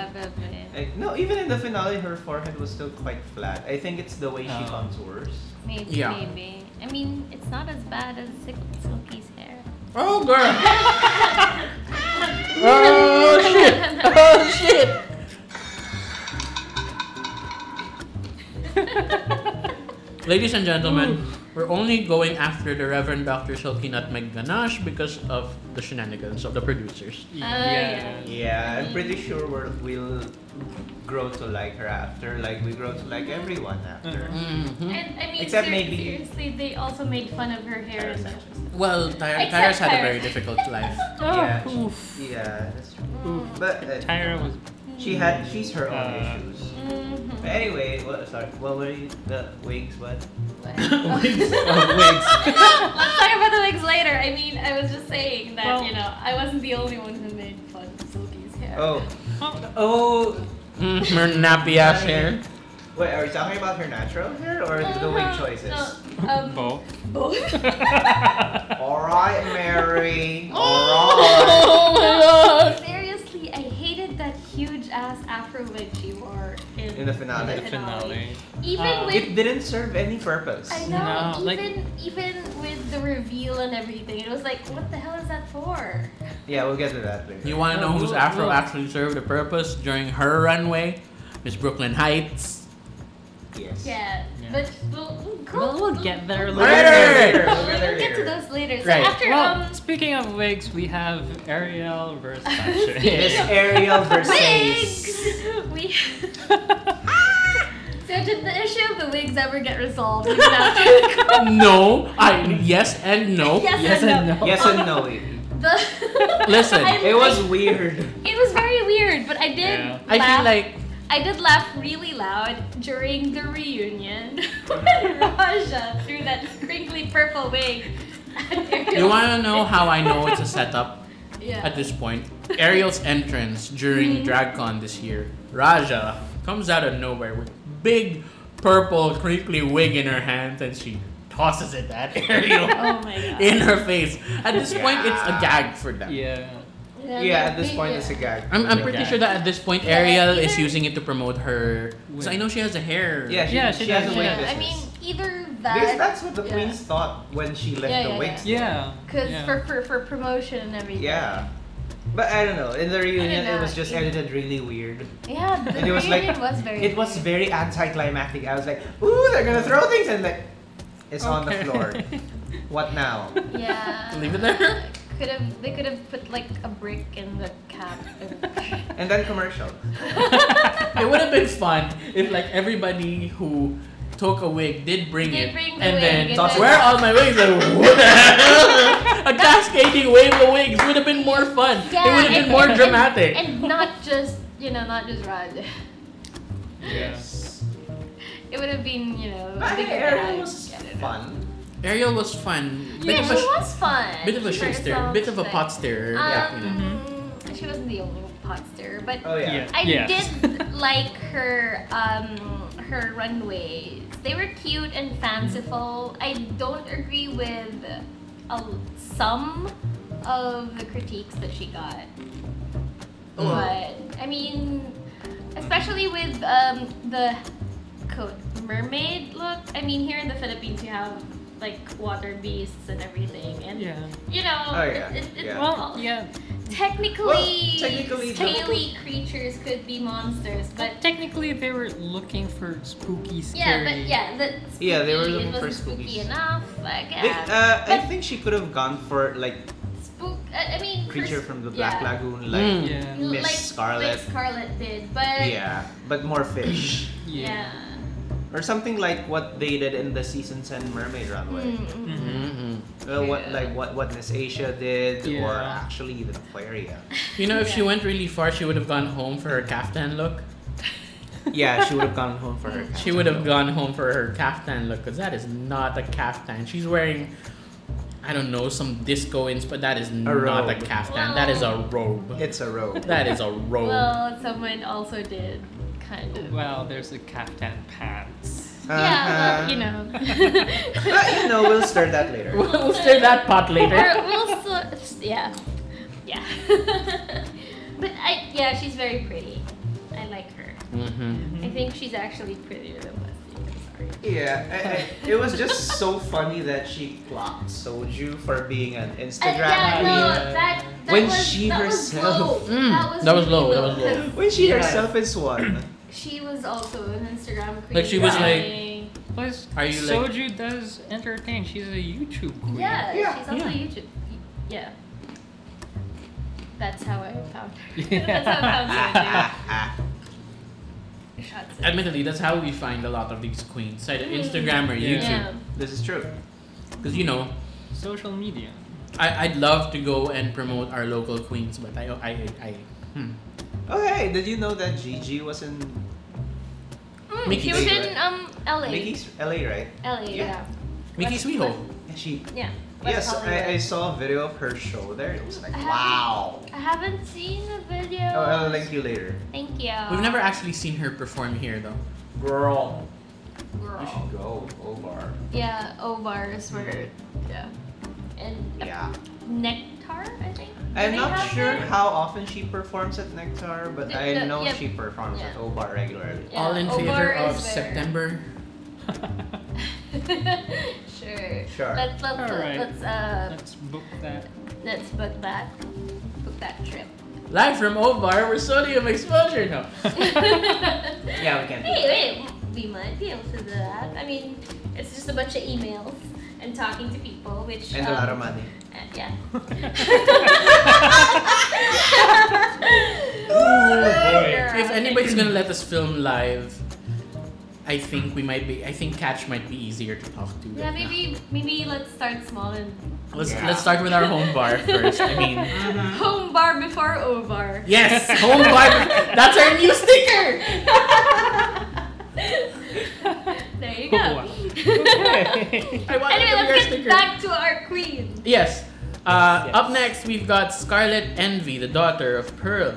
S3: Eh, no, even in the finale, her forehead was still quite flat. I think it's the way she
S4: Oh.
S3: contours.
S2: Maybe,
S1: Yeah.
S2: maybe. I mean, it's not as bad as Sil- Silky's hair.
S1: Oh girl. oh shit. Oh shit. Ladies and gentlemen, we're only going after the Reverend Dr. Silky Nutmeg Ganache because of the shenanigans of the producers.
S2: uh, yeah.
S3: Yeah, I'm pretty sure we're, we'll grow to like her after, like we grow to like everyone after.
S4: Mhm.
S2: And I mean,
S3: Except
S2: ser-
S3: maybe-
S2: seriously, they also made fun of her hair.
S3: Tyra's
S2: and
S3: actress.
S1: Well, Ty-
S2: Except
S1: Tyra's had a
S2: Tyra.
S1: very difficult life.
S3: Yeah.
S4: Oh, oof.
S3: Yeah, that's true.
S4: Oof.
S2: Mm-hmm.
S3: But uh,
S4: Tyra was.
S3: she had, she's her own
S4: Uh,
S3: issues.
S2: Mhm.
S3: But anyway, well, sorry, what were you, the wigs, what?
S1: Wigs. Oh, wigs.
S2: Let's talk about the wigs later. I mean, I was just saying that,
S4: Well-
S2: you know, I wasn't the only one who made fun of Silky's hair.
S3: Oh,
S4: Oh,
S3: oh,
S1: Mm, her nappy ass hair.
S3: Wait, are we talking about her natural hair or the wig
S2: Uh-huh.
S3: choices?
S5: No, um,
S4: Bo.
S5: both.
S3: Alright, Mary. Alright.
S5: Oh my god.
S2: Seriously, I hated that huge ass afro wig she wore in,
S3: In the finale.
S4: the finale.
S2: Even
S4: Uh,
S2: with
S3: It didn't serve any purpose.
S2: I
S4: No,
S2: know. even
S4: like-
S2: even with the reveal and everything, it was like, what the hell is that for?
S3: Yeah, we'll get to that later.
S1: You want to know
S4: No,
S1: whose
S4: no,
S1: afro
S4: no.
S1: actually served a purpose during her runway? Miss Brooklyn Heights.
S3: Yes.
S2: Yeah,
S4: Yeah.
S2: but we'll, go,
S4: We'll, we'll get there
S1: We'll
S3: We'll
S1: get Alright.
S4: later.
S1: there later.
S3: later.
S2: We'll, we'll get to those later. So
S1: Right.
S2: after
S4: Well,
S2: um,
S4: speaking of wigs, we have Ariel versus
S3: Miss
S4: Sasha.
S3: Ariel Versace.
S2: wigs, we. So did the issue of the wigs ever get resolved even after
S1: No, I yes and no.
S2: Yes,
S4: Oh, Yes
S2: and
S4: and
S2: no.
S4: no.
S3: Yes and no. It,
S2: The
S1: Listen,
S2: I-
S3: it was weird.
S2: it was very weird, but I did
S4: Yeah.
S2: laugh.
S1: I feel like
S2: I did laugh really loud during the reunion when Raja threw that crinkly purple wig. at Ariel's
S1: you want to know how I know it's a setup
S2: Yeah.
S1: at this point. Ariel's entrance
S2: Mm-hmm.
S1: during DragCon this year, Raja comes out of nowhere with big purple crinkly wig in her hand and she tosses it at Ariel
S5: Oh my god.
S1: in her face. At this point, it's a gag for them.
S4: yeah.
S3: Yeah, at this point, it's a gag.
S1: I'm, I'm pretty
S4: Yeah.
S1: sure that at this point
S2: Yeah,
S1: Ariel is
S2: either-
S1: using it to promote her. Because I know she has a hair.
S3: Yeah, she,
S4: Yeah,
S3: she,
S4: she
S3: has
S4: does,
S3: a wig
S4: yeah.
S2: I
S3: business.
S2: mean, either that,
S3: because that's what the
S2: yeah.
S3: queens thought when she left
S2: Yeah,
S3: the
S2: yeah,
S3: wigs.
S4: Yeah.
S2: because
S4: yeah.
S2: for, for, for promotion and everything.
S3: Yeah. But I don't know. In the reunion,
S2: know,
S3: it was just
S2: it-
S3: edited really weird.
S2: Yeah, the
S3: And it was like-
S2: reunion was very.
S3: It was very anticlimactic. I was like, ooh, they're gonna throw things, and like, it's on the
S4: Okay.
S3: floor. What now?
S2: Yeah.
S1: Leave it there.
S2: Could have they could have put like a brick in the cap.
S3: And then commercial.
S1: It would have been fun if like everybody who took a wig did bring
S2: Did
S1: it,
S2: bring the
S1: and
S2: wig,
S1: then
S2: and
S1: thought,
S2: then-
S1: where are all my wigs? Like, what the hell? A cascading wave of wigs would have been more fun. it would have been
S2: and-
S1: more
S2: and-
S1: dramatic.
S2: And, not just you know, not just Raj.
S4: Yes.
S2: It would have been, you know, a
S3: But
S2: bigger
S3: Ariel
S2: bag.
S3: was
S2: Yeah, I don't know.
S3: fun.
S1: Ariel was fun.
S2: Yeah,
S1: bit
S2: she
S1: of a, sh-
S2: was fun.
S1: bit of a
S2: She
S1: shit
S2: was
S1: stir,
S2: so
S1: bit of a
S2: sick.
S1: pot stir.
S2: Um,
S3: yeah.
S2: She wasn't the only pot stirrer, but
S3: Oh yeah.
S4: Yeah.
S2: I
S4: Yes.
S2: did like her um, her runways. They were cute and fanciful. I don't agree with uh, some of the critiques that she got,
S3: Oh,
S2: but I mean, especially with um, the coat mermaid look. I mean, here in the Philippines, you have like water beasts and everything, and
S4: Yeah.
S2: you know,
S3: Oh, yeah,
S2: it, it, it's
S3: yeah.
S4: Well, yeah.
S2: Technically,
S3: Well, technically, the-
S2: scaly creatures could be monsters, but
S4: But technically, they were looking for spooky,
S2: yeah,
S4: scary.
S2: but yeah, the spooky,
S3: Yeah, they were
S2: it
S3: looking for
S2: wasn't spooky
S3: spookies.
S2: enough. I guess.
S3: They- uh, I
S2: But-
S3: think she could have gone for like
S2: Spook. uh, I, I mean, for
S3: creature
S2: s-
S3: from the
S2: yeah.
S3: Black Lagoon, like
S1: Mm.
S4: Yeah.
S2: L-
S3: Miss
S2: like,
S3: Scarlet.
S2: Like Scarlet did, but
S3: yeah, but more fish
S4: Yeah.
S2: yeah.
S3: or something like what they did in the season ten Mermaid Runway.
S2: Mm, mm.
S4: Mhm.
S1: Mhm.
S3: Well, what
S2: Yeah.
S3: like what what Miss Asia did, or
S4: Yeah.
S3: actually even Aquaria.
S1: You know, if she
S2: Yeah.
S1: went really far, she would have gone home for her caftan look.
S3: yeah, she would have gone home for her.
S2: Hmm.
S1: She would have gone home for her caftan look because that is not a caftan. She's wearing, I don't know, some disco ins, but that is not a
S3: robe.
S1: caftan. that is a robe.
S3: It's a robe.
S1: That is a robe.
S2: Well, someone also did, kind of.
S4: Well, there's the caftan pants.
S2: Yeah, well, you
S3: Uh-huh.
S2: know.
S3: But you know, we'll stir that later.
S1: we'll we'll stir that pot later.
S2: Or we'll so- yeah, yeah. but I yeah, she's very pretty. I like her.
S1: Mm-hmm.
S2: I think she's actually prettier than Leslie. I'm sorry.
S3: Yeah, I, I, it was just so funny that she clocked Soju for being an
S2: Uh,
S3: Instagram
S2: yeah,
S3: queen.
S2: no, that, that
S3: When
S2: was,
S3: she
S2: that
S3: herself-
S2: Was
S3: Hmm.
S2: low.
S1: Mm,
S2: that was
S1: that was
S2: really
S1: low, that was low.
S3: When she
S4: Yeah.
S3: herself is one.
S2: She was also an Instagram queen.
S1: Like, she was like-
S2: doing-
S4: Plus,
S1: Are you like-
S4: Soju does entertain. She's a YouTube queen.
S2: yeah,
S3: Yeah.
S2: she's also
S1: Yeah.
S2: YouTube. Yeah. That's how I found her.
S4: Yeah.
S2: That's how I found Soju. Shots.
S1: Admittedly, that's how we find a lot of these queens either
S2: Mm.
S1: Instagram or
S4: Yeah.
S1: YouTube.
S2: Yeah.
S3: this is true.
S1: Because, you know,
S4: Social media.
S1: I, I'd love to go and promote our local queens, but I. I, I, I hmm.
S3: Oh hey, did you know that Gigi was in
S2: Mm, she
S1: Mickey's
S2: was
S3: Way,
S2: in um LA.
S3: Mickey's LA, right?
S2: LA,
S3: Yeah.
S2: yeah.
S1: Mickey Sweeho.
S3: And she
S2: Yeah. West
S3: yes, I, I
S2: Hollywood.
S3: saw a video of her show there. It was like,
S2: I haven't-
S3: wow.
S2: I haven't seen the video.
S3: Oh, I'll link you later.
S2: Thank you.
S1: We've never actually seen her perform here though.
S3: Girl. You
S2: Girl.
S3: should go, Ovar.
S2: Yeah, O bars were yeah, and
S3: Yeah.
S2: Nectar I think.
S3: I'm
S2: They
S3: not
S2: have
S3: sure
S2: that?
S3: how often she performs at Nectar, but
S2: The-
S3: I
S2: the-
S3: know
S2: yep.
S3: she performs at
S2: Yeah.
S3: Obar regularly.
S2: Yeah,
S1: All in
S2: O
S1: favor
S2: bar
S1: of
S2: is better.
S1: September.
S2: sure.
S3: Sure.
S2: Let's let's
S4: Alright.
S2: let's uh
S4: Let's book that.
S2: let's book that book that trip.
S1: Live from Ovar, where sodium exposure. No.
S3: Yeah, we can do
S2: Hey, wait, we might be able to do that. I mean, it's just a bunch of emails and talking to people, which
S3: And a
S2: um,
S3: lot of money.
S2: uh, yeah.
S1: If anybody's gonna let us film live, I think we might be. I think Catch might be easier to talk to.
S2: Yeah,
S1: right now.
S2: maybe maybe let's start small and
S1: Let's
S3: Yeah.
S1: let's start with our home bar first. I mean,
S2: home bar before O bar.
S1: yes, home bar. That's our new sticker.
S2: there you
S3: Oh,
S2: go.
S4: Okay.
S1: I want that to be our
S2: Anyway, let's get
S1: sticker.
S2: back to our queen.
S1: Yes. Uh,
S4: Yes.
S1: Up next, we've got Scarlet Envy, the daughter of Pearl.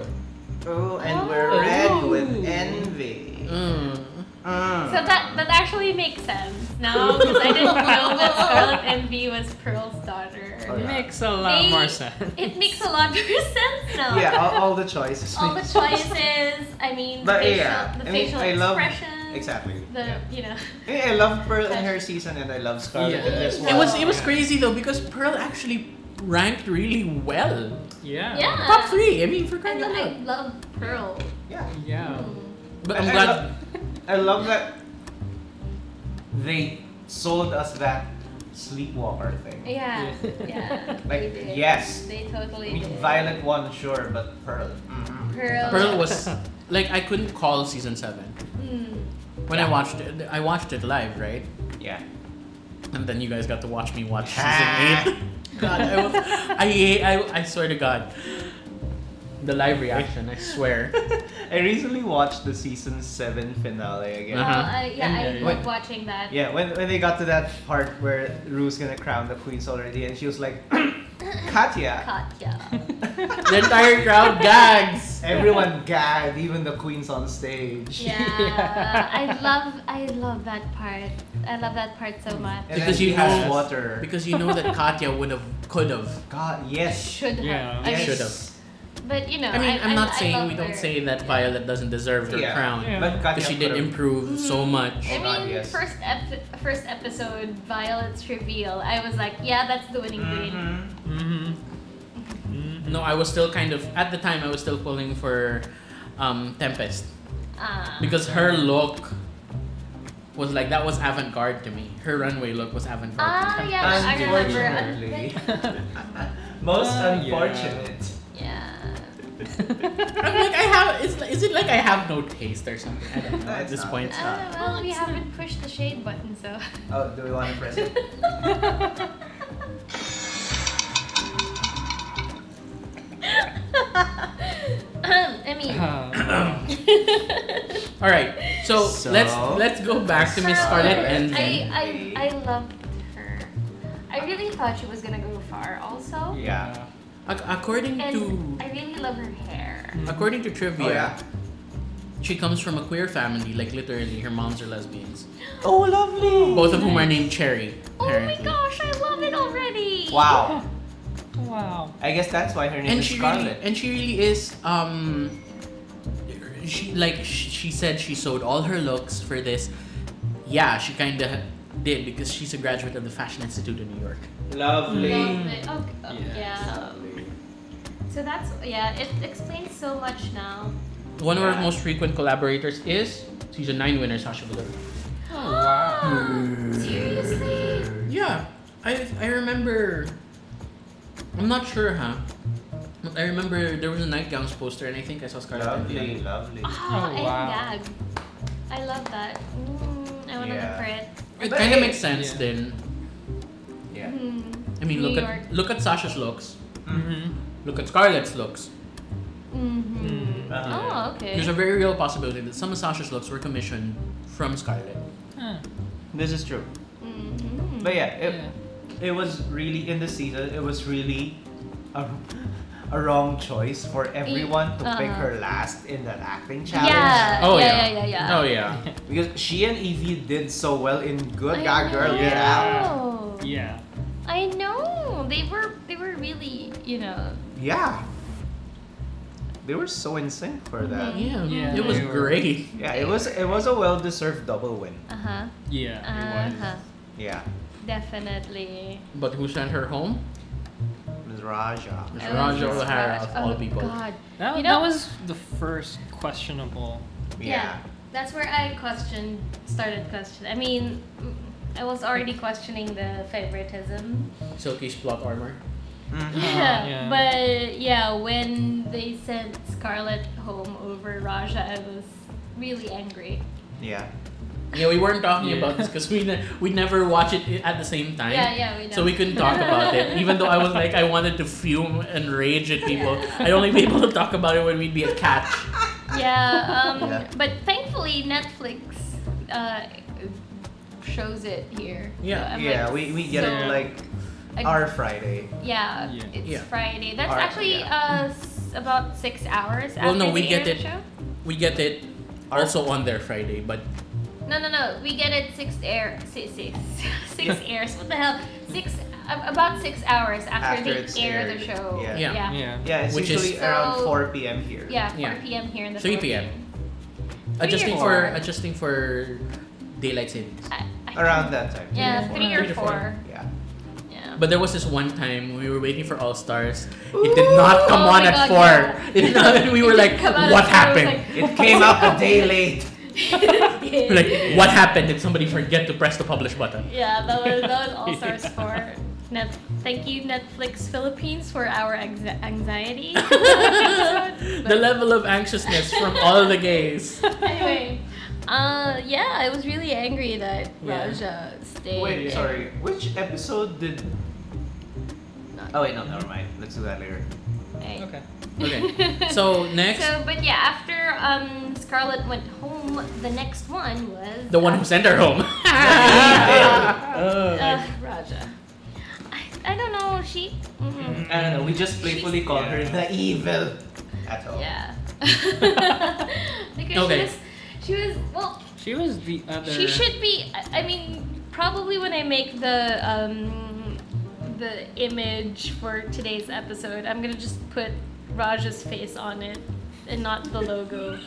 S3: Oh, and
S2: Oh.
S3: we're red with envy.
S1: Mm.
S3: Mm.
S2: So that that actually makes sense now because I didn't know that Scarlet Envy was Pearl's
S3: Oh,
S2: daughter.
S3: yeah.
S4: Makes a lot
S2: They-
S4: more sense.
S2: It makes a lot more sense now.
S3: yeah, all, all the choices.
S2: All the choices. I mean, the
S3: But
S2: facial,
S3: yeah,
S2: the
S3: I mean,
S2: facial
S3: I love-
S2: expressions.
S3: Exactly.
S2: The
S3: yeah.
S2: you know.
S3: I I love Pearl in her season, and I love Scarlet in this
S1: It
S3: one.
S1: was it was
S3: Yeah.
S1: crazy though because Pearl actually ranked really well.
S4: Yeah.
S2: Yeah.
S1: Top three. I mean, for
S2: I,
S1: crying out
S2: lo- I
S1: loud.
S2: love Pearl.
S3: Yeah.
S4: Yeah.
S2: Mm.
S1: But I'm
S3: I- I
S1: glad.
S3: love- I love that they sold us that sleepwalker thing.
S2: Yeah.
S4: Yeah.
S2: Yeah. they
S3: Like
S2: did.
S3: yes,
S2: They totally did.
S3: Violet one sure, but Pearl. mm
S2: Pearl.
S1: Pearl was like I couldn't call season seven
S2: Mm.
S1: when I watched it. I watched it live, right?
S3: Yeah.
S1: And then you guys got to watch me watch season
S4: Ah.
S1: eight. God, I, was, I, I I swear to God, the live reaction. I swear.
S3: I recently watched the season seven finale again.
S1: Uh-huh.
S2: Oh, I- yeah,
S4: And
S2: I
S4: there-
S2: love watching that.
S3: Yeah, when, when they got to that part where Rue's gonna crown the queens already, and she was like, Katya,
S2: Katya.
S1: The entire crowd gags.
S3: everyone gagged, even the queens on stage.
S2: Yeah, I love, I love that part. I love that part so much.
S3: And
S1: Because
S3: then she
S1: you
S3: has
S1: know-
S3: water.
S1: Because you know that Katya would have, could have.
S3: God, yes.
S2: Should have.
S4: Yeah.
S2: I mean,
S1: Should have.
S2: But you know,
S1: I mean,
S2: I,
S1: I, am not
S2: I- I
S1: saying
S2: love
S1: we don't
S2: her.
S1: say that Violet doesn't deserve her
S3: Yeah.
S1: crown,
S4: Yeah.
S3: But Katya
S1: because she did
S3: could've-
S1: improve so
S2: Mhm.
S1: much.
S2: I
S3: Oh God,
S2: mean,
S3: yes.
S2: first ep- first episode, Violet's reveal. I was like, yeah, that's the winning grade.
S3: Mhm.
S4: Mm-hmm.
S1: No, I was still kind of at the time. I was still pulling for um, Tempest
S2: Ah.
S1: because her look was like that was avant-garde to me. Her runway look was avant-garde.
S2: ah, yeah, I remember.
S3: Unfortunately.
S4: Mm-hmm.
S3: Most
S4: Uh,
S3: unfortunate.
S2: Yeah.
S1: I'm like I have. It's, like- is it like I have no taste or something? I don't know.
S3: No,
S1: At
S3: it's
S1: this
S3: not.
S1: point,
S2: Uh,
S1: it's not.
S2: well, we haven't pushed the shade button, so.
S3: Oh, do we want to press it?
S2: I mean.
S4: Uh,
S1: All right. So,
S3: So?
S1: let's let's go back to Miss
S2: So,
S1: Scarlet
S3: I-
S1: and
S2: I, I, I loved her. I really thought she was gonna go far, also.
S3: Yeah.
S1: Ac- according to
S2: And I really love her hair.
S1: according to trivia,
S3: Oh, yeah.
S1: she comes from a queer family. Like literally, her moms are lesbians,
S3: Oh, lovely.
S1: both of whom are named Cherry.
S2: Oh my
S1: Apparently.
S2: gosh, I love it already!
S3: Wow.
S4: Wow.
S3: I guess that's why her name
S1: and
S3: is
S1: she really,
S3: Scarlet.
S1: and she really is um she like she, she said she sewed all her looks for this yeah she kind of did because she's a graduate of the fashion institute in new york
S3: Lovely.
S2: Love it. Oh, oh,
S4: Yes.
S2: Yeah. So that's, yeah, it explains so much now.
S1: one of
S3: Yeah.
S1: our most frequent collaborators is season 9 winner sasha Velour.
S4: Oh, wow.
S2: Seriously?
S1: yeah i i remember i'm not sure huh but i remember there was a nightgowns poster and i think i saw scarlett
S3: Lovely,
S1: Envy.
S3: lovely.
S2: Ah,
S4: Oh,
S2: I
S4: wow.
S2: gag. I love that. Mm, I wanna
S3: Yeah.
S2: look for it.
S1: it
S3: But
S1: kind of
S3: hey-
S1: makes sense
S4: Yeah.
S1: then
S3: Yeah.
S2: Mm,
S1: i mean
S2: New
S1: look
S2: York.
S1: at look at sasha's looks
S4: Mm-hmm.
S1: look at scarlett's looks
S4: Mm.
S2: hmm
S3: Uh-huh.
S2: Oh, okay.
S1: There's a very real possibility that some of Sasha's looks were commissioned from Scarlett.
S4: Huh.
S3: This is true.
S2: Mhm.
S3: But yeah, it,
S4: Yeah.
S3: it was really in the season. It was really a, a wrong choice for everyone to pick
S2: uh-huh.
S3: her last in that acting challenge.
S2: Yeah.
S1: Oh,
S2: yeah.
S1: yeah.
S2: Yeah. Yeah. Yeah.
S1: Oh yeah.
S3: Because she and Evie did so well in
S2: I
S3: Good God Girl
S2: know.
S3: Get Out.
S4: Yeah.
S2: I know. They were they were really, you know,
S3: Yeah. They were so in sync for that.
S2: Mm-hmm.
S1: Yeah.
S4: Yeah,
S1: It was
S4: they were-
S1: great.
S3: Yeah, it was it was a well deserved double win.
S2: uh-huh.
S4: Yeah. It was.
S2: Uh-huh.
S3: Yeah.
S2: Definitely.
S1: But who sent her home?
S3: Ms. Raja.
S1: Ms.
S2: Oh,
S1: Raja
S2: Miss
S1: O'Hara
S2: Raj.
S1: of all
S2: Oh,
S1: people.
S2: God.
S4: That,
S2: You know-
S4: that was the first questionable.
S2: Yeah. That's where I questioned, started questioning. I mean, mm, I was already questioning the favoritism.
S1: Silky's plot armor.
S3: Mhm.
S2: Yeah,
S4: yeah.
S2: but yeah, when they sent Scarlett home over Raja, I was really angry.
S3: Yeah.
S1: Yeah, we weren't talking
S4: Yeah.
S1: about this because we ne- we never watch it i- at the same time.
S2: Yeah, yeah, we know.
S1: So we couldn't talk about it, even though I was like, I wanted to fume and rage at people. I'd only be able to talk about it when we'd be at catch.
S2: yeah, um,
S3: Yeah.
S2: but thankfully Netflix uh, shows it here.
S1: Yeah.
S2: So I'm,
S3: yeah,
S2: like,
S3: we, we get
S2: so
S3: it like
S2: I-
S3: our Friday.
S2: Yeah,
S4: Yeah.
S2: it's
S1: Yeah.
S2: Friday. That's
S3: Our-
S2: actually uh, s- about six hours.
S1: Well,
S2: after
S1: no,
S2: the
S1: we get
S2: air
S1: it.
S2: Show.
S1: We get it also on their Friday, but
S2: No, no, no. We get it six air, six, six, six airs. What the hell? Six, a- about six hours after,
S3: After it's
S2: they air the
S3: aired.
S2: show.
S3: Yeah.
S1: Yeah.
S2: yeah,
S4: Yeah.
S3: Yeah, it's
S1: Which is-
S3: usually around
S2: So-
S3: 4 p.m. here.
S2: Yeah, 4
S1: Yeah.
S2: p.m. here in the
S1: 3
S2: Philippines. or
S1: adjusting for
S2: four.
S1: adjusting for daylight savings.
S2: I, I,
S3: Around that time.
S2: Yeah,
S1: four.
S2: three,
S1: Three
S2: or
S1: to
S2: four.
S1: four.
S3: Yeah.
S2: Yeah.
S1: But there was this one time we were waiting for All Stars. It did not come
S2: Oh
S1: on
S2: my
S1: at
S2: God,
S1: four.
S2: yeah.
S1: It did not, and we were like,
S2: Come out
S1: "What
S2: of the show,
S1: happened?"
S3: It came out a day late.
S2: Like,
S1: We're like, "What happened? Did somebody forget to press the publish button?"
S2: yeah, that was that was all stars for. Net- thank you Netflix Philippines for our ex- anxiety. episode.
S1: the level of anxiousness from all the gays.
S2: anyway, uh, yeah, I was really angry that
S1: Yeah.
S2: Raja stayed.
S3: Wait, sorry. Which episode did.
S2: Not-
S3: Oh, wait, no, never mind. Let's do that later.
S2: Right.
S4: Okay.
S1: Okay. So next,
S2: So, but yeah, after um, Scarlett went home, the next one was
S1: the one who sent her home.
S2: uh, Raja. I, I don't know. She. mm,
S3: I don't know. We just playfully call her the evil. At all.
S2: Yeah. because
S1: Mm. Okay.
S2: she was, she was well.
S4: She was the other.
S2: She should be. I I mean, probably when I make the um, the image for today's episode, I'm gonna just put Raja's face on it and not the logo.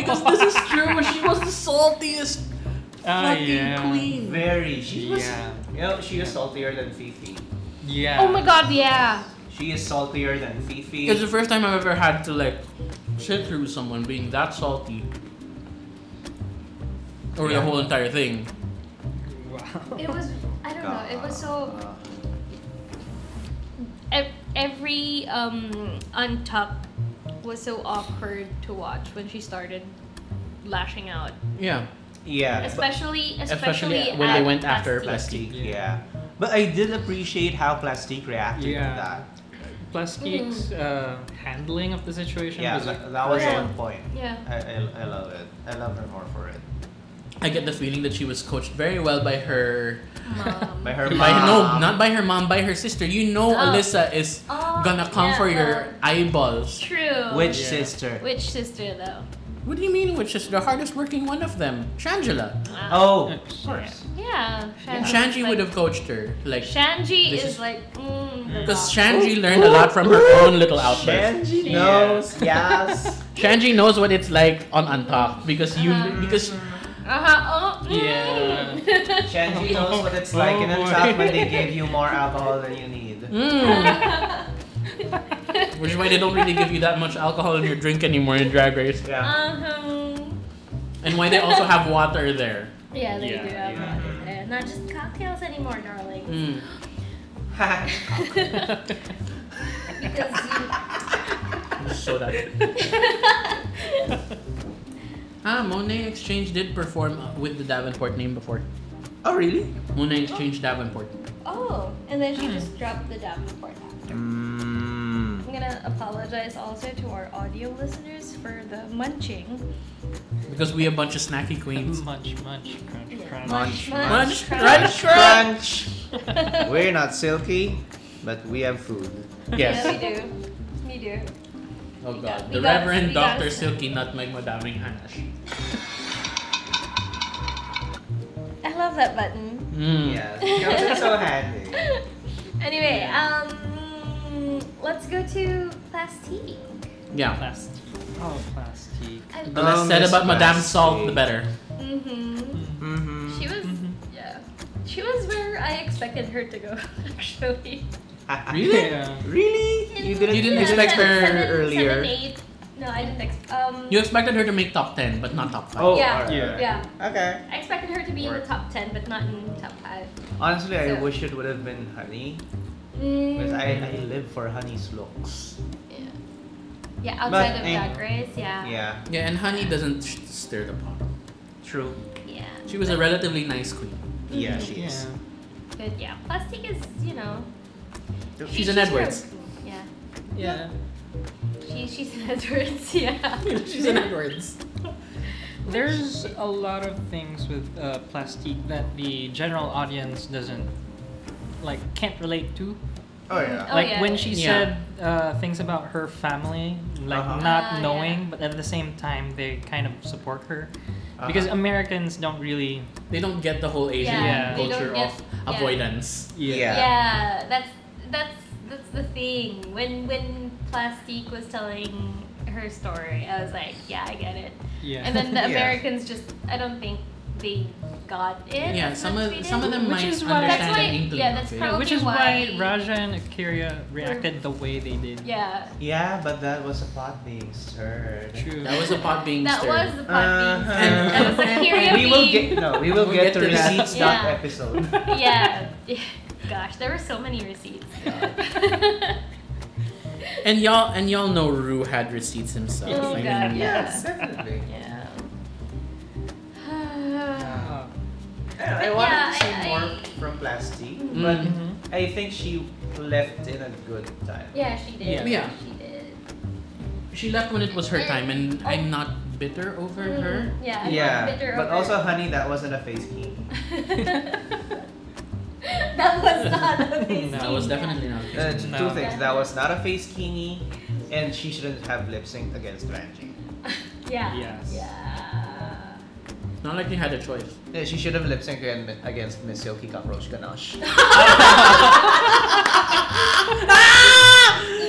S1: because this is true, she was the saltiest
S4: Ah, yeah.
S1: queen.
S3: Very. She was.
S4: Yeah.
S3: You know, she is saltier than Fifi.
S4: Yeah.
S2: Oh my God! Yeah.
S3: She is saltier than Fifi.
S1: It's the first time I've ever had to like sit through someone being that salty. Or
S4: Yeah.
S1: the whole entire thing.
S4: Wow.
S2: It was. I don't know. It was so.
S3: Uh,
S2: ev- Every um, untuck was so awkward to watch when she started lashing out,
S1: Yeah.
S3: yeah. but-
S2: especially especially,
S1: Especially when they
S2: at
S1: went after
S2: Plastique.
S1: Plastique.
S3: Plastique, yeah.
S4: Yeah.
S3: But I did appreciate how Plastique reacted to
S4: Yeah.
S3: that.
S4: Plus Geek's uh, handling of the situation
S3: Yeah,
S4: was
S3: that, that was
S2: Yeah.
S3: on point.
S2: Yeah.
S3: I, I, I love it. I love her more for it.
S1: I get the feeling that she was coached very well by her
S2: Mom.
S3: By her
S1: by
S3: mom.
S1: no, not by her mom, by her sister. You know
S2: Oh.
S1: Alyssa is
S2: Oh,
S1: gonna come
S2: yeah,
S1: for
S2: well,
S1: your eyeballs.
S2: True.
S3: Which
S4: Yeah.
S3: sister?
S2: Which sister though?
S1: What do you mean, which is the hardest working one of them? Shangela.
S2: Wow.
S3: Oh,
S4: Yeah.
S3: of course.
S2: Yeah. Shanji,
S1: Shanji would have coached her. Like,
S2: Shanji
S1: This
S2: is,
S1: is-
S2: like. Mm, the
S1: because
S2: dog.
S1: Shanji learned a lot from her own little outburst.
S3: Shanji
S2: Yeah.
S3: knows. Yes.
S1: Shanji knows what it's like on Untalk because you
S2: Uh-huh.
S1: because
S2: Uh-huh. Oh. mm.
S3: Shanji knows what it's like in a
S4: Oh, boy.
S3: top when they give you more alcohol than you need.
S1: mm, which is why they don't really give you that much alcohol in your drink anymore in Drag Race,
S3: Yeah.
S2: uh-huh.
S1: and why they also have water there.
S2: Yeah, they
S4: Yeah,
S2: do have
S4: yeah.
S2: water there. Not just cocktails anymore, darling.
S1: Mm.
S2: Uh. because you
S1: So that. ah, Monet Exchange did perform with the Davenport name before.
S3: oh, really?
S1: Monet Exchange Davenport.
S2: Oh, and then she just dropped the Davenport.
S3: Mm.
S2: I'm gonna
S6: to apologize also to our audio listeners for the munching.
S1: Because we a bunch of snacky queens.
S4: Munch, munch, crunch,
S2: Yeah.
S4: crunch.
S3: Munch,
S1: Crunch,
S3: munch,
S1: crunch,
S3: crunch. We're not silky, but we have food.
S1: Yes.
S2: Yeah, we do. We do.
S1: Oh
S2: We
S1: god.
S2: got-
S1: The
S2: we got-
S1: Reverend
S2: we got-
S1: Dr. Silky Nutmeg Madaming Hanash.
S6: I love that button.
S1: Mm.
S3: Yeah, it comes in so handy.
S2: Anyway,
S4: Yeah.
S2: um, let's go to plastique.
S1: Yeah.
S4: Plastic. Oh, plastic.
S3: Uh-huh.
S1: The less said
S3: Miss
S1: about Madame
S3: Plastic.
S1: Salt, the better.
S2: Mm-hmm.
S3: Mm-hmm.
S2: She was, yeah, she was where I expected her to go. Actually,
S1: Really?
S4: Yeah.
S3: Really? You didn't,
S1: You didn't
S2: Yeah,
S1: expect
S2: seven-
S1: her
S2: seven-
S3: earlier.
S2: seven, eight. No, I didn't expect. Um,
S1: You expected her to make top 10, but not top 5.
S3: Oh,
S2: Yeah.
S3: alright,
S4: Yeah.
S3: alright.
S2: yeah,
S3: Okay.
S2: I expected her to be in the
S3: Work.
S2: top ten, but not in top five.
S3: Honestly, I
S2: So-
S3: wish it would have been honey. Because
S2: Mm,
S3: I, I live for honey's looks.
S2: yeah. yeah, outside
S3: But,
S2: of
S3: eh.
S2: Drag Race, yeah,
S3: Yeah.
S1: Yeah, and Honey doesn't sh- stir the pot.
S3: True.
S2: yeah.
S1: She was a relatively nice queen.
S3: Yeah,
S2: Mhm.
S3: she
S4: Yeah.
S3: is.
S2: But yeah, plastic is you know.
S1: She's
S2: she-
S1: an Edwards.
S2: broke. Yeah,
S4: Yeah.
S2: she she's an Edwards. Yeah.
S1: She's an Edwards.
S4: There's a lot of things with uh, plastique that the general audience doesn't like can't relate to.
S3: Oh yeah.
S2: Oh,
S4: like
S2: yeah,
S4: when
S2: yeah,
S4: she
S1: yeah.
S4: said uh, things about her family, like
S3: Uh-huh.
S2: Ah,
S4: not
S2: yeah.
S4: knowing, but at the same time they kind of support her
S3: Uh-huh.
S4: because Americans don't really.
S1: They don't get the whole Asian
S4: Yeah.
S2: They
S1: culture
S2: don't get-
S1: of
S2: yeah.
S1: avoidance.
S3: Yeah.
S2: Yeah, that's that's that's the thing. When when Plastique was telling her story, I was like, yeah, I get it.
S4: Yeah.
S2: And then the
S3: Yeah.
S2: Americans just, I don't think they got it.
S1: Yeah,
S2: as
S1: some
S2: much we
S1: of
S2: did.
S1: some of them
S4: Which
S1: might
S4: is why-
S1: understand
S2: That's why-
S1: an inkling
S2: yeah, that's
S1: of it.
S2: probably-
S4: Which is
S2: why-
S4: why Raja and Akira reacted the way they did.
S2: Mm. Yeah.
S3: Yeah, but that was a plot being stirred.
S4: True.
S1: That was a pot being
S2: That
S1: stirred.
S2: was the pot being
S3: Uh-huh.
S2: said. That was the period
S3: We will
S2: being-
S3: get no. We will
S1: We'll
S3: get,
S1: get
S3: to
S1: to that.
S3: receipts
S2: Yeah.
S3: that episode.
S2: Yeah. Gosh, there were so many receipts.
S1: and y'all and y'all know Rue had receipts himself.
S2: Oh,
S1: I mean,
S2: God.
S3: Yes, definitely.
S2: yeah.
S4: Uh,
S3: I, I
S2: But
S3: wanted
S2: yeah,
S3: to see
S2: I-
S3: more
S2: I-
S3: from Plasti,
S2: Mm.
S3: but
S4: mhm.
S3: I think she left in a good time.
S2: yeah, she did.
S1: Yeah.
S2: She did.
S1: She left when it was her time, and I'm
S2: Oh.
S1: not bitter over her.
S2: Mm-hmm. Yeah. I'm not bitter
S3: Yeah, but
S2: over
S3: also, honey, that wasn't a face king.
S2: that was not amazing.
S1: That was definitely not.
S3: Uh, t-
S4: No.
S3: Two things. That was not a face kingy, and she shouldn't have lip synced against Ranji.
S2: Yeah.
S4: Yes.
S2: Yeah.
S1: Not like you had a choice.
S3: Yeah, she should have lip synced again- against Miss Silky Cockroach Ganache.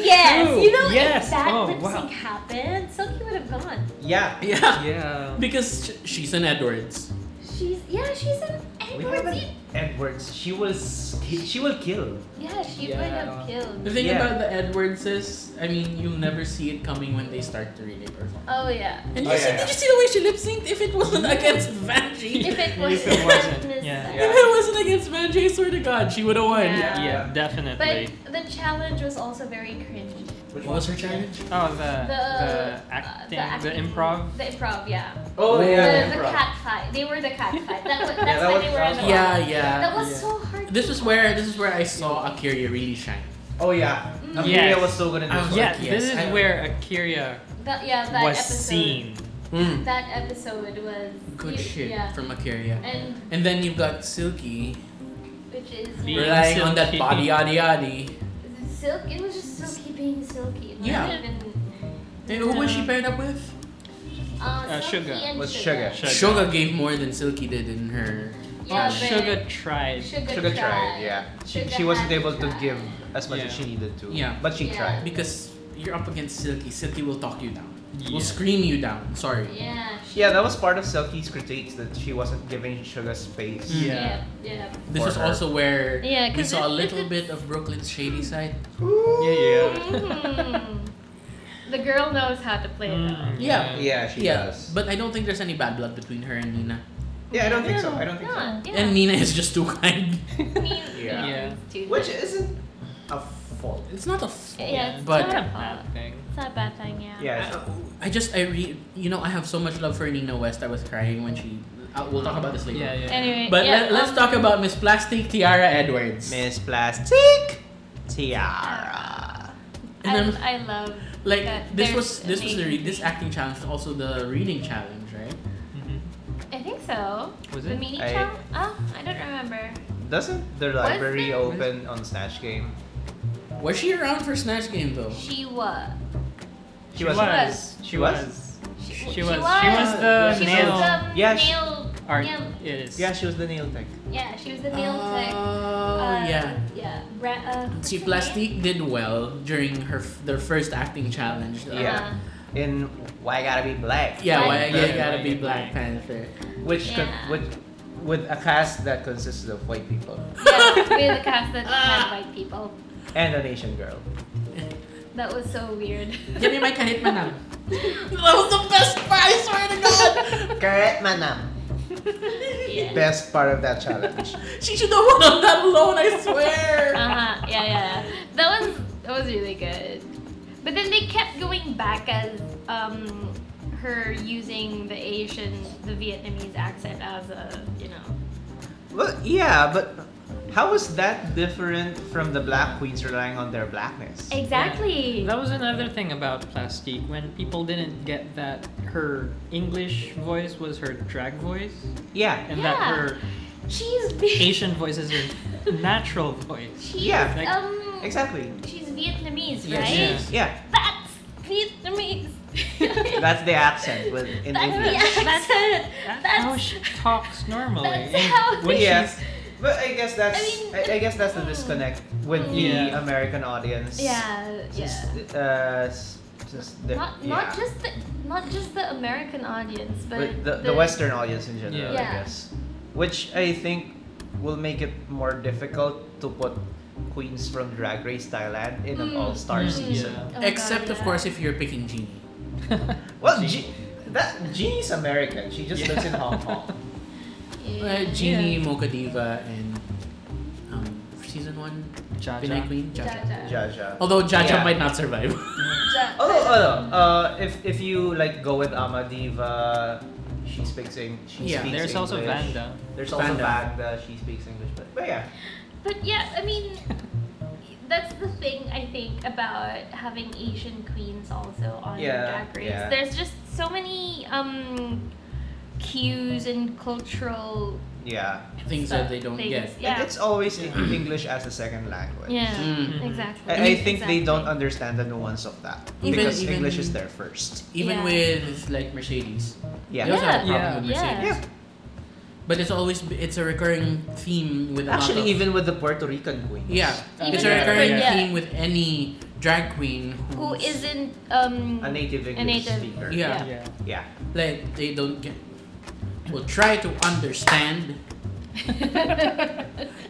S2: Yes.
S4: True.
S2: You know,
S4: Yes.
S2: if that
S4: Oh,
S2: lip sync
S4: wow.
S2: happened, Silky would have gone.
S3: Yeah.
S1: Yeah.
S4: Yeah.
S1: Because sh- she's an Edwards.
S2: She's yeah, she's an
S3: We have
S2: Edwards.
S3: an Edwards. She was. She will kill.
S2: Yeah, she would
S4: Yeah.
S2: have killed.
S1: The thing
S3: Yeah.
S1: about the Edwards is, I mean, you'll never see it coming when they start to really perform.
S2: Oh yeah.
S1: And
S3: Oh,
S1: you
S3: yeah,
S1: see,
S3: yeah.
S1: did you see the way she lip synced? If it wasn't against Vanjie,
S2: If it
S4: If
S2: wasn't,
S4: it wasn't,
S2: Miss
S4: yeah.
S2: Sa-
S1: if it wasn't against Vanjie, I swear to God, she would have won.
S2: Yeah.
S4: Yeah, definitely.
S2: But the challenge was also very cringy.
S1: What was her challenge?
S4: oh, the
S2: The,
S4: the
S2: uh,
S4: acting, the improv.
S2: The improv, yeah.
S3: Oh yeah.
S2: The, the cat fight. They were the cat fight. That was, that's
S3: Yeah, that
S2: why
S3: was-
S2: they were
S3: that
S2: in
S3: was
S2: the
S1: Yeah,
S2: wild.
S1: yeah.
S2: That was
S4: Yeah.
S2: so hard.
S1: This
S2: to
S1: is where this is where I saw Akira really shine.
S3: Oh yeah.
S2: Mm.
S4: Yes. Um,
S3: Amelia was so good in
S1: I
S3: this
S1: was
S3: one.
S4: Yeah,
S1: yes,
S4: this is
S1: I-
S4: where Akira
S2: That, yeah, that
S4: was
S2: episode.
S4: seen.
S1: Mm.
S2: That episode was
S1: Good
S2: you-
S1: shit
S2: Yeah,
S1: from Akira.
S2: and
S1: And then you've got Silky
S2: which is
S4: Being
S2: yeah,
S1: relying on that
S4: Silky.
S1: body yaddy yaddy.
S2: silk. It was just silky being silky. It wasn't
S1: Yeah.
S2: even,
S1: And who was she
S4: Yeah.
S1: paired up with?
S2: um, uh,
S4: Uh,
S2: silky
S4: Sugar.
S2: and
S3: Was
S2: sugar.
S3: Sugar.
S1: Shoga gave more than Silky did in her.
S2: Yeah, but
S4: Oh, Sugar tried.
S2: Sugar,
S3: Sugar tried,
S2: tried.
S3: yeah. She,
S2: Sugar
S3: she wasn't
S2: had
S3: able to
S2: tried.
S3: give as much as
S4: Yeah.
S3: she needed to.
S1: Yeah.
S3: But she
S2: Yeah.
S3: tried.
S1: Because you're up against Silky. Silky will talk you down.
S4: Yeah.
S1: Will scream you down. Sorry.
S2: Yeah. she-
S3: Yeah, that was part of Selkie's critiques that she wasn't giving Sugar space.
S1: Mm.
S2: Yeah. Yeah.
S1: This
S3: For
S1: is
S3: her.
S1: also where
S5: Yeah,
S1: we
S5: 'cause
S1: saw a
S5: it-
S1: little bit of Brooklyn's shady side.
S4: Yeah,
S2: Mhm. the girl knows how to play
S4: Mm,
S2: though.
S1: Yeah.
S3: Yeah, she
S1: yeah,
S3: does.
S1: but I don't think there's any bad blood between her and Nina.
S3: yeah, I don't think so.
S2: No,
S3: I don't think so.
S2: not, yeah.
S1: And Nina is just too kind.
S2: I mean,
S3: Yeah.
S4: Yeah.
S2: Dude,
S3: Which
S2: it's
S3: isn't a fault.
S1: It's not a fault,
S2: Yeah, it's
S1: but
S4: not a bad thing.
S2: not a bad thing, yeah.
S3: Yeah.
S1: I, I just I re you know I have so much love for Nina West. I was crying when she. Uh, we'll talk about this later.
S4: Yeah, yeah.
S5: Anyway,
S1: But
S5: yeah,
S1: let, let's
S5: um,
S1: talk about Miss Plastic Tiara Edwards.
S3: Miss Plastic Tiara.
S1: And I'm-
S2: I, I love
S1: Like
S2: that
S1: this
S2: there's
S1: was this was the re-
S2: amazing
S1: this acting challenge, also the reading challenge, right?
S4: Mm-hmm.
S2: I think so.
S4: Was
S2: The
S4: it?
S2: mini
S3: Mm-hmm. I-
S2: chow? Oh, I don't remember.
S3: Doesn't the library
S2: there-
S3: open on Snatch Game?
S1: Was she around for Snatch Game though?
S2: She was.
S3: She was.
S2: was.
S4: She
S3: She was?
S4: was.
S2: She,
S4: She was. She was the
S2: She
S4: nail
S2: was the
S3: Yeah, she-
S2: nail.
S4: art.
S2: nail-
S4: It is.
S3: Yeah, she was the nail tech.
S2: yeah, she was the nail tech.
S1: Oh
S2: uh,
S1: yeah.
S2: Yeah. Ra- uh, what's
S1: See,
S2: her name?
S1: Plastique did well during her f- their first acting challenge. Uh,
S3: Yeah. In Why I Gotta Be Black.
S1: Yeah, why
S2: Black
S1: you
S4: Panther.
S1: gotta be Black Panther?
S3: Which could,
S2: Yeah.
S3: which with a cast that consists of white people
S2: Uh, yeah, we had a cast
S1: Ah.
S2: that had white people.
S3: and an Asian girl.
S2: That was so weird.
S1: Give me my kahit
S2: ah.
S1: manam. that was the best part, I swear to God.
S3: Correct, manam.
S2: yeah.
S3: Best part of that challenge.
S1: she should have won on that alone, I swear.
S2: Uh-huh. Yeah, yeah. That was that was really good. But then they kept going back as um her using the Asian the Vietnamese accent as a you know
S3: well, yeah, but how is that different from the black queens relying on their blackness?
S2: Exactly.
S4: That was another thing about Plastique when people didn't get that her English voice was her drag voice
S3: Yeah.
S4: and
S2: Yeah.
S4: that her
S2: She's Vi-
S4: Asian voice is her natural voice.
S2: she's
S3: Yeah,
S4: like-
S2: um
S3: Exactly.
S2: she's Vietnamese,
S1: Yeah,
S2: right?
S1: she
S4: is.
S3: Yeah.
S2: That's Vietnamese.
S3: That's the accent with in
S2: That's the
S3: English.
S2: accent.
S4: That's,
S2: That's-
S4: how she talks normally.
S2: that's
S4: and
S2: how
S4: when
S3: Yeah.
S4: she's-
S3: But I guess that's I,
S2: mean,
S3: I, guess that's the disconnect with the
S4: Yeah.
S3: American audience.
S2: Yeah, yeah.
S3: Since, uh, s- since the,
S2: Not
S3: yeah.
S2: not just the not just the American audience, but,
S3: But the, the Western audience in general, I
S4: Yeah.
S2: Yeah.
S3: guess. Which I think will make it more difficult to put queens from Drag Race Thailand in an
S2: Mm.
S3: all star
S4: Mm,
S3: season.
S4: yeah.
S2: Oh,
S1: Except, of
S2: God, yeah.
S1: course, if you're picking Genie.
S3: Well, G- that Jeannie's American. She just lives in Hong Kong.
S1: Uh,
S2: Yeah.
S1: Genie, Mocha Diva, and um, season one,
S4: Jaja.
S1: Pinay Queen, Jaja.
S2: Jaja.
S3: Jaja.
S1: Although Jaja
S3: Yeah.
S1: might not survive.
S2: Ja-
S3: Although, although Oh, uh, if if you like go with Amadiva, she speaks English. She
S1: Yeah.
S3: speaks
S4: There's
S3: English.
S4: also Vanda.
S3: There's also
S1: Vanda.
S3: Vanda. She speaks English, but, but yeah,
S2: But yeah, I mean, that's the thing I think about having Asian queens also on
S3: Yeah,
S2: Drag Race.
S3: yeah.
S2: There's just so many um, cues and cultural
S3: yeah.
S1: Things
S2: stuff-
S1: that they don't
S2: things.
S1: get.
S2: Yeah,
S3: And it's always English as a second language.
S2: yeah,
S1: Mm.
S2: exactly.
S3: I, I think
S2: exactly.
S3: they don't understand the nuance of that
S1: Even-
S3: because
S1: even-
S3: English is their first.
S1: Even
S2: Yeah.
S1: with like Mercedes, they
S3: Yeah.
S1: also have a problem
S4: Yeah.
S1: with
S2: Yeah.
S1: Mercedes.
S3: Yeah.
S1: But it's always it's a recurring theme with a lot
S3: Actually,
S1: of-
S3: even with the Puerto Rican queens.
S1: yeah,
S4: Even
S1: it's a
S4: with-
S1: recurring
S4: yeah.
S1: theme with any drag queen
S2: Who
S1: who's-
S2: isn't um,
S3: A native English
S2: native.
S3: speaker.
S1: Yeah.
S4: yeah.
S3: Yeah.
S1: like they don't get will try to understand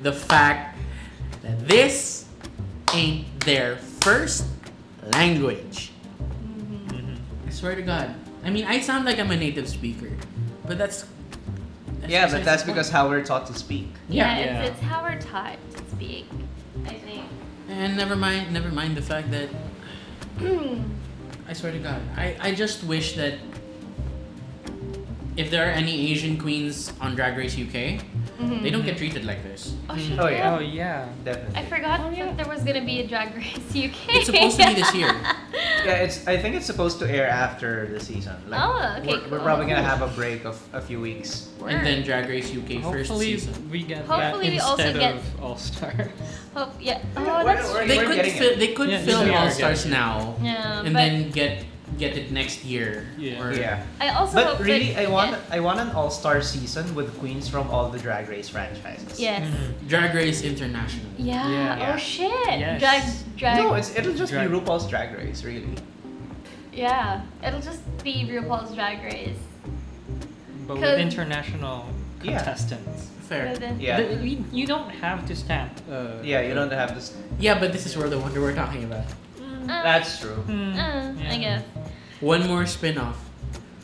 S1: the fact that this ain't their first language. I swear to God. I mean, I sound like I'm a native speaker, but that's, that's
S3: Yeah, but
S1: besides
S3: that's
S1: the
S3: because
S1: point.
S3: how we're taught to speak.
S1: yeah.
S2: yeah,
S4: Yeah.
S2: It's, it's how we're taught to speak. I think.
S1: and never mind, never mind the fact that
S3: Mm-hmm.
S1: I swear to God, I, I just wish that if there are any Asian queens on Drag Race UK, they don't get treated like this.
S2: Oh, shit.
S3: Oh, yeah.
S4: Oh yeah.
S3: Definitely.
S2: I forgot
S3: Oh,
S2: that there was gonna be a Drag Race UK.
S1: It's supposed to be this year.
S3: Yeah, it's. I think it's supposed to air after the season. Like,
S2: Oh, okay,
S3: We're, we're
S2: cool.
S3: probably gonna have a break of a few weeks.
S1: And then Drag Race UK first
S4: Hopefully
S1: season.
S4: we get
S2: Hopefully
S4: that
S2: we also
S4: instead
S2: get-
S4: of All Stars.
S2: Hope, yeah.
S3: Yeah,
S2: Oh,
S3: we're-
S2: that's
S3: we're-
S2: true.
S1: They
S3: we're
S1: could
S3: getting
S1: fi-
S3: it.
S1: they could
S4: Yeah,
S1: film
S4: we are
S1: All Stars
S4: getting it.
S1: now
S2: Yeah,
S1: and
S2: but
S1: then get get it next year.
S4: Yeah.
S1: Or,
S3: Yeah,
S2: I also
S3: but
S2: hope
S3: really,
S2: that,
S3: I want I want an all star season with queens from all the Drag Race franchises.
S2: Yes.
S1: Drag Race International.
S2: Yeah.
S4: Yeah.
S2: Oh shit.
S4: Yes.
S2: Drag. Drag.
S3: No, it's it'll just
S4: Drag-
S3: be RuPaul's Drag Race, really.
S2: yeah. It'll just be RuPaul's Drag Race.
S4: But
S2: Cause-
S4: with international
S3: Yeah.
S4: contestants.
S1: Fair.
S2: But then-
S3: Yeah.
S4: The- we- you don't have to stamp. Uh,
S3: Yeah, you don't have this.
S1: Yeah, but this is where the wonder we're talking about.
S2: Uh,
S3: That's true.
S4: Hmm,
S2: uh, I
S4: yeah.
S2: guess.
S1: One more spin off.
S3: Uh,
S2: uh.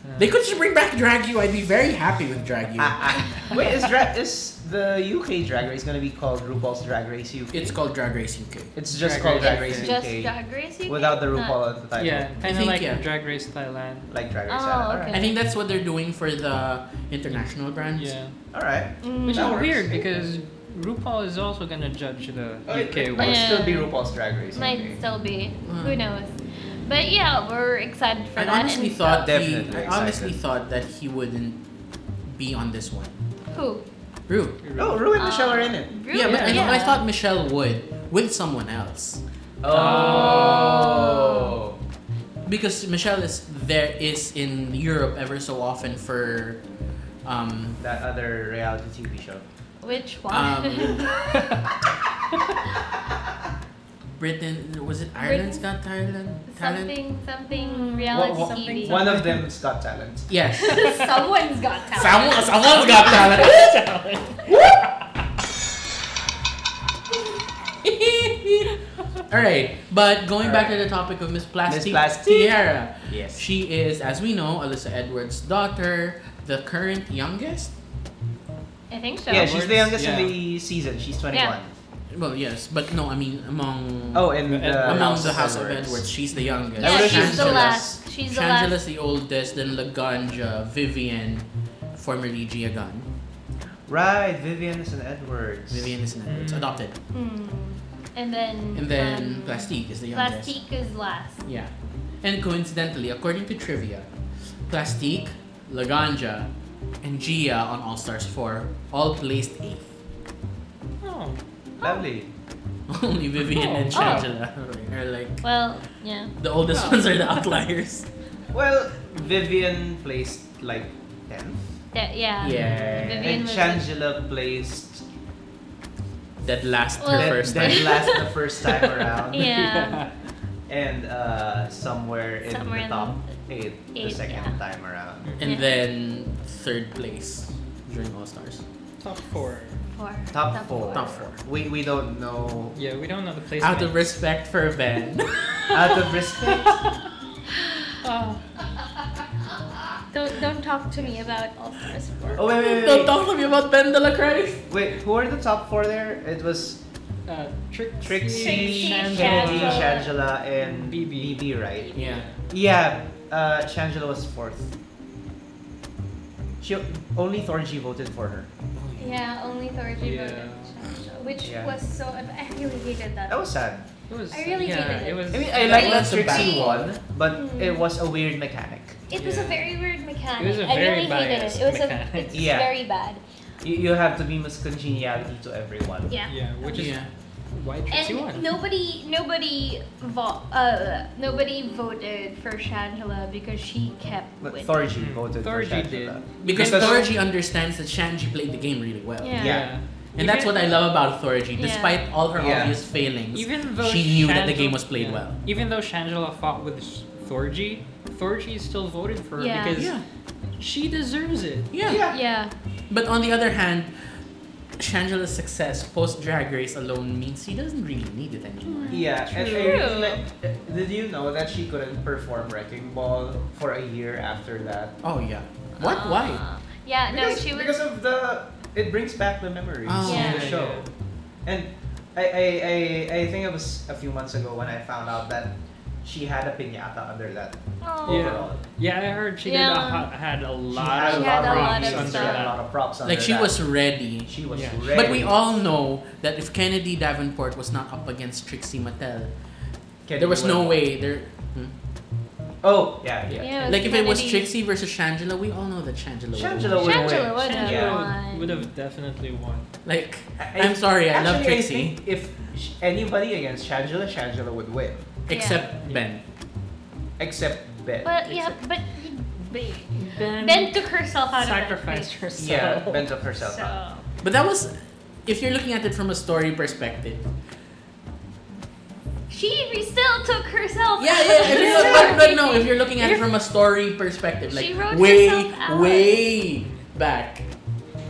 S4: Yeah.
S1: They could just bring back Drag U. I'd be very happy with Drag U.
S3: Ah, ah. Wait, is dra- is the UK Drag Race gonna be called RuPaul's Drag Race UK?
S1: It's called Drag Race UK.
S3: It's just
S4: Drag
S3: called
S4: Race.
S3: Drag Race
S2: It's
S3: UK
S2: just Drag Race. UK?
S3: without the
S2: Not-
S3: RuPaul at the title.
S4: Yeah,
S1: I
S4: kind of
S1: think,
S4: like
S1: yeah.
S4: Drag Race Thailand.
S3: Like Drag Race.
S2: Oh,
S1: I think that's what they're doing for the international brands.
S4: Yeah,
S3: All right.
S2: Mm.
S4: which
S3: That
S4: is
S3: works.
S4: weird because RuPaul is also gonna judge the
S1: Oh,
S4: UK
S3: might
S4: one.
S5: Yeah.
S3: still be RuPaul's Drag Race.
S2: Might
S3: okay.
S2: still be.
S1: Mm.
S2: Who knows? But yeah, we're excited for
S1: I
S2: that.
S1: honestly
S2: and
S1: thought he,
S3: Definitely
S1: I honestly
S3: excited.
S1: thought that he wouldn't be on this one.
S2: who?
S1: Rue.
S3: Oh, Ru and
S2: Uh,
S3: Michelle are in it.
S2: Rue,
S1: yeah, but I, know- I
S2: yeah.
S1: thought Michelle would with someone else
S2: Oh.
S1: because Michelle is there is in Europe ever so often for. Um,
S3: That other reality TV show.
S2: Which one?
S1: um, Britain was it Ireland's Got Talent? Talent?
S2: something, something
S3: Wha-
S2: reality
S3: wha-
S2: TV.
S3: One of them's got talent.
S1: Yes.
S2: Someone's got talent.
S1: Someone, someone's got talent. All right, but going back to the topic of Miss Plastic,
S3: Miss Plastic.
S1: Tiara,
S3: Yes.
S1: she is, as we know, Alyssa Edwards' daughter, the current youngest.
S2: I think so.
S3: yeah, she's the youngest
S4: Yeah.
S3: in the season. She's 21.
S1: Well, yes, but no, I mean among
S3: Oh, and
S4: Among
S3: the
S1: among
S3: House
S1: the House of Edwards, she's the youngest.
S2: Yeah,
S3: I would've
S2: she's the
S3: Shangela's-
S2: last. She's the last.
S1: Shangela's the oldest, then Laganja, Vivian, formerly Gia Gunn.
S3: Right, Vivian is an Edwards.
S1: Vivian is an Edwards,
S4: Mm.
S1: adopted.
S2: Hmm. And then.
S1: And then
S2: um,
S1: Plastique is the youngest.
S2: Plastique is last.
S1: Yeah. And coincidentally, according to trivia, Plastique, Laganja, and Gia on All Stars 4 all placed eighth.
S4: Oh,
S3: Lovely.
S1: Only Vivian and
S4: Oh.
S1: Shangela are like
S2: Well, yeah.
S1: the oldest
S2: Oh.
S1: ones are the outliers.
S3: Well, Vivian placed like 10th.
S2: That, yeah.
S1: Yeah.
S2: Vivian
S3: And
S2: was
S3: Shangela placed
S1: That last her
S2: Well-
S1: first
S3: dead,
S1: time.
S3: last the first time around.
S2: Yeah.
S3: And uh, somewhere in
S2: Somewhere in
S3: the top 8 the
S2: eight,
S3: second
S2: yeah.
S3: time around.
S1: And
S2: Yeah.
S1: then third place during All Stars.
S4: top four.
S2: Four.
S3: Top, 4.
S1: Top four.
S3: We, we don't know.
S4: Yeah, we don't know the place.
S1: Out of respect for Ben.
S3: Out of respect.
S2: Oh.
S6: Don't don't talk to me about All Stars Four.
S3: Oh, wait, wait, wait.
S1: Don't talk to me about Ben Delacroix.
S3: Wait, who are the top four there? It was
S4: uh, Trixie,
S3: Trixie,
S4: Shangela,
S3: Kennedy, Shangela, and
S4: BB.
S3: BB, right?
S1: Yeah.
S3: Yeah, uh, Shangela was fourth. She only Thorgy voted for her.
S6: Yeah, only Thorgy
S4: Yeah.
S6: voted Shangela, which
S3: Yeah.
S6: was so. I really hated that.
S3: That was sad.
S4: It was,
S6: I really
S4: yeah,
S6: hated it.
S4: it was.
S3: I
S1: uh,
S3: mean, I like that
S1: That's a
S3: Trixie
S1: bad
S3: won, but
S6: Mm.
S2: Hmm.
S3: it was a weird mechanic.
S6: It was a
S4: Yeah.
S6: very weird mechanic.
S4: It was a
S6: I
S4: very
S6: really hated it.
S4: biased
S6: It was a.
S4: mechanic.
S6: It's
S3: Yeah.
S6: very bad.
S3: You, you have to be Miss Congeniality to everyone.
S2: Yeah.
S4: yeah, which is
S1: Yeah.
S4: why
S2: And
S4: Trixie won.
S2: nobody, nobody, vo- uh, nobody voted for Shangela because she kept
S3: But
S2: winning.
S3: Thorgy
S4: Mm.
S3: voted for
S4: Thorgy
S3: Shangela.
S4: did.
S1: Because
S3: Because-
S1: Thorgy understands that Shanji played the game really well.
S2: Yeah.
S1: And that's what I love about Thorgy.
S2: Yeah.
S1: Despite all her
S3: Yeah.
S1: obvious failings,
S4: Even though
S1: she knew that the
S4: Shangela-
S1: game was played
S4: yeah.
S1: well.
S4: Even though Shangela fought with Sh- Thorgy, Thorgy still voted for her
S2: Yeah.
S4: because she deserves it.
S1: yeah,
S3: Yeah.
S2: Yeah.
S1: But on the other hand, Shangela's success post Drag Race alone means she doesn't really need it anymore.
S3: Yeah, and I
S2: True.
S3: really like- did you know that she couldn't perform Wrecking Ball for a year after that?
S1: Oh yeah. What?
S2: Uh,
S1: Why?
S2: Yeah.
S3: because,
S2: no, she was.
S3: because of the it brings back the memories
S1: Oh.
S2: Yeah.
S3: of the
S4: Yeah,
S3: show and I, I, I, I think it was a few months ago when I found out that she had a piñata under that
S2: Aw.
S4: Yeah.
S3: overall
S4: Yeah, I heard she did a,
S2: Yeah.
S4: ho- had a
S3: she
S4: lot
S3: had,
S4: of
S2: She had a lot
S4: props
S2: of
S4: under
S3: props
S2: stuff.
S3: a lot
S4: that.
S3: of props under
S1: Like she
S3: that.
S1: was ready.
S3: she was
S4: Yeah.
S3: ready
S1: But we all know that if Kennedy Davenport was not up against Trixie Mattel,
S3: Kennedy
S1: there was no
S3: won.
S1: way there. hmm?
S3: oh yeah yeah,
S2: Yeah,
S1: like if it was
S2: Kennedy.
S1: Trixie versus Shangela, we all know that Shangela. would've
S3: Shangela
S1: won.
S3: would have
S2: Shangela would have
S3: Yeah.
S2: won.
S4: would have definitely won.
S1: Like
S3: I,
S1: I'm sorry, I love
S3: actually,
S1: Trixie.
S3: think if sh- anybody against Shangela Shangela would win
S1: except Ben.
S3: except Ben
S2: But yeah, but Ben,
S4: Ben,
S2: took herself out
S4: sacrificed
S2: of
S4: herself.
S3: yeah Ben took herself
S2: that. So.
S3: out
S1: But that was, if you're looking at it from a story perspective.
S2: She re- still took herself.
S1: Yeah,
S2: out
S1: yeah.
S2: of
S1: If
S2: the
S1: you're look- but,
S2: story.
S1: no, if you're looking at it
S2: You're-
S1: from a story perspective, like
S2: She wrote
S1: way,
S2: herself out.
S1: way back,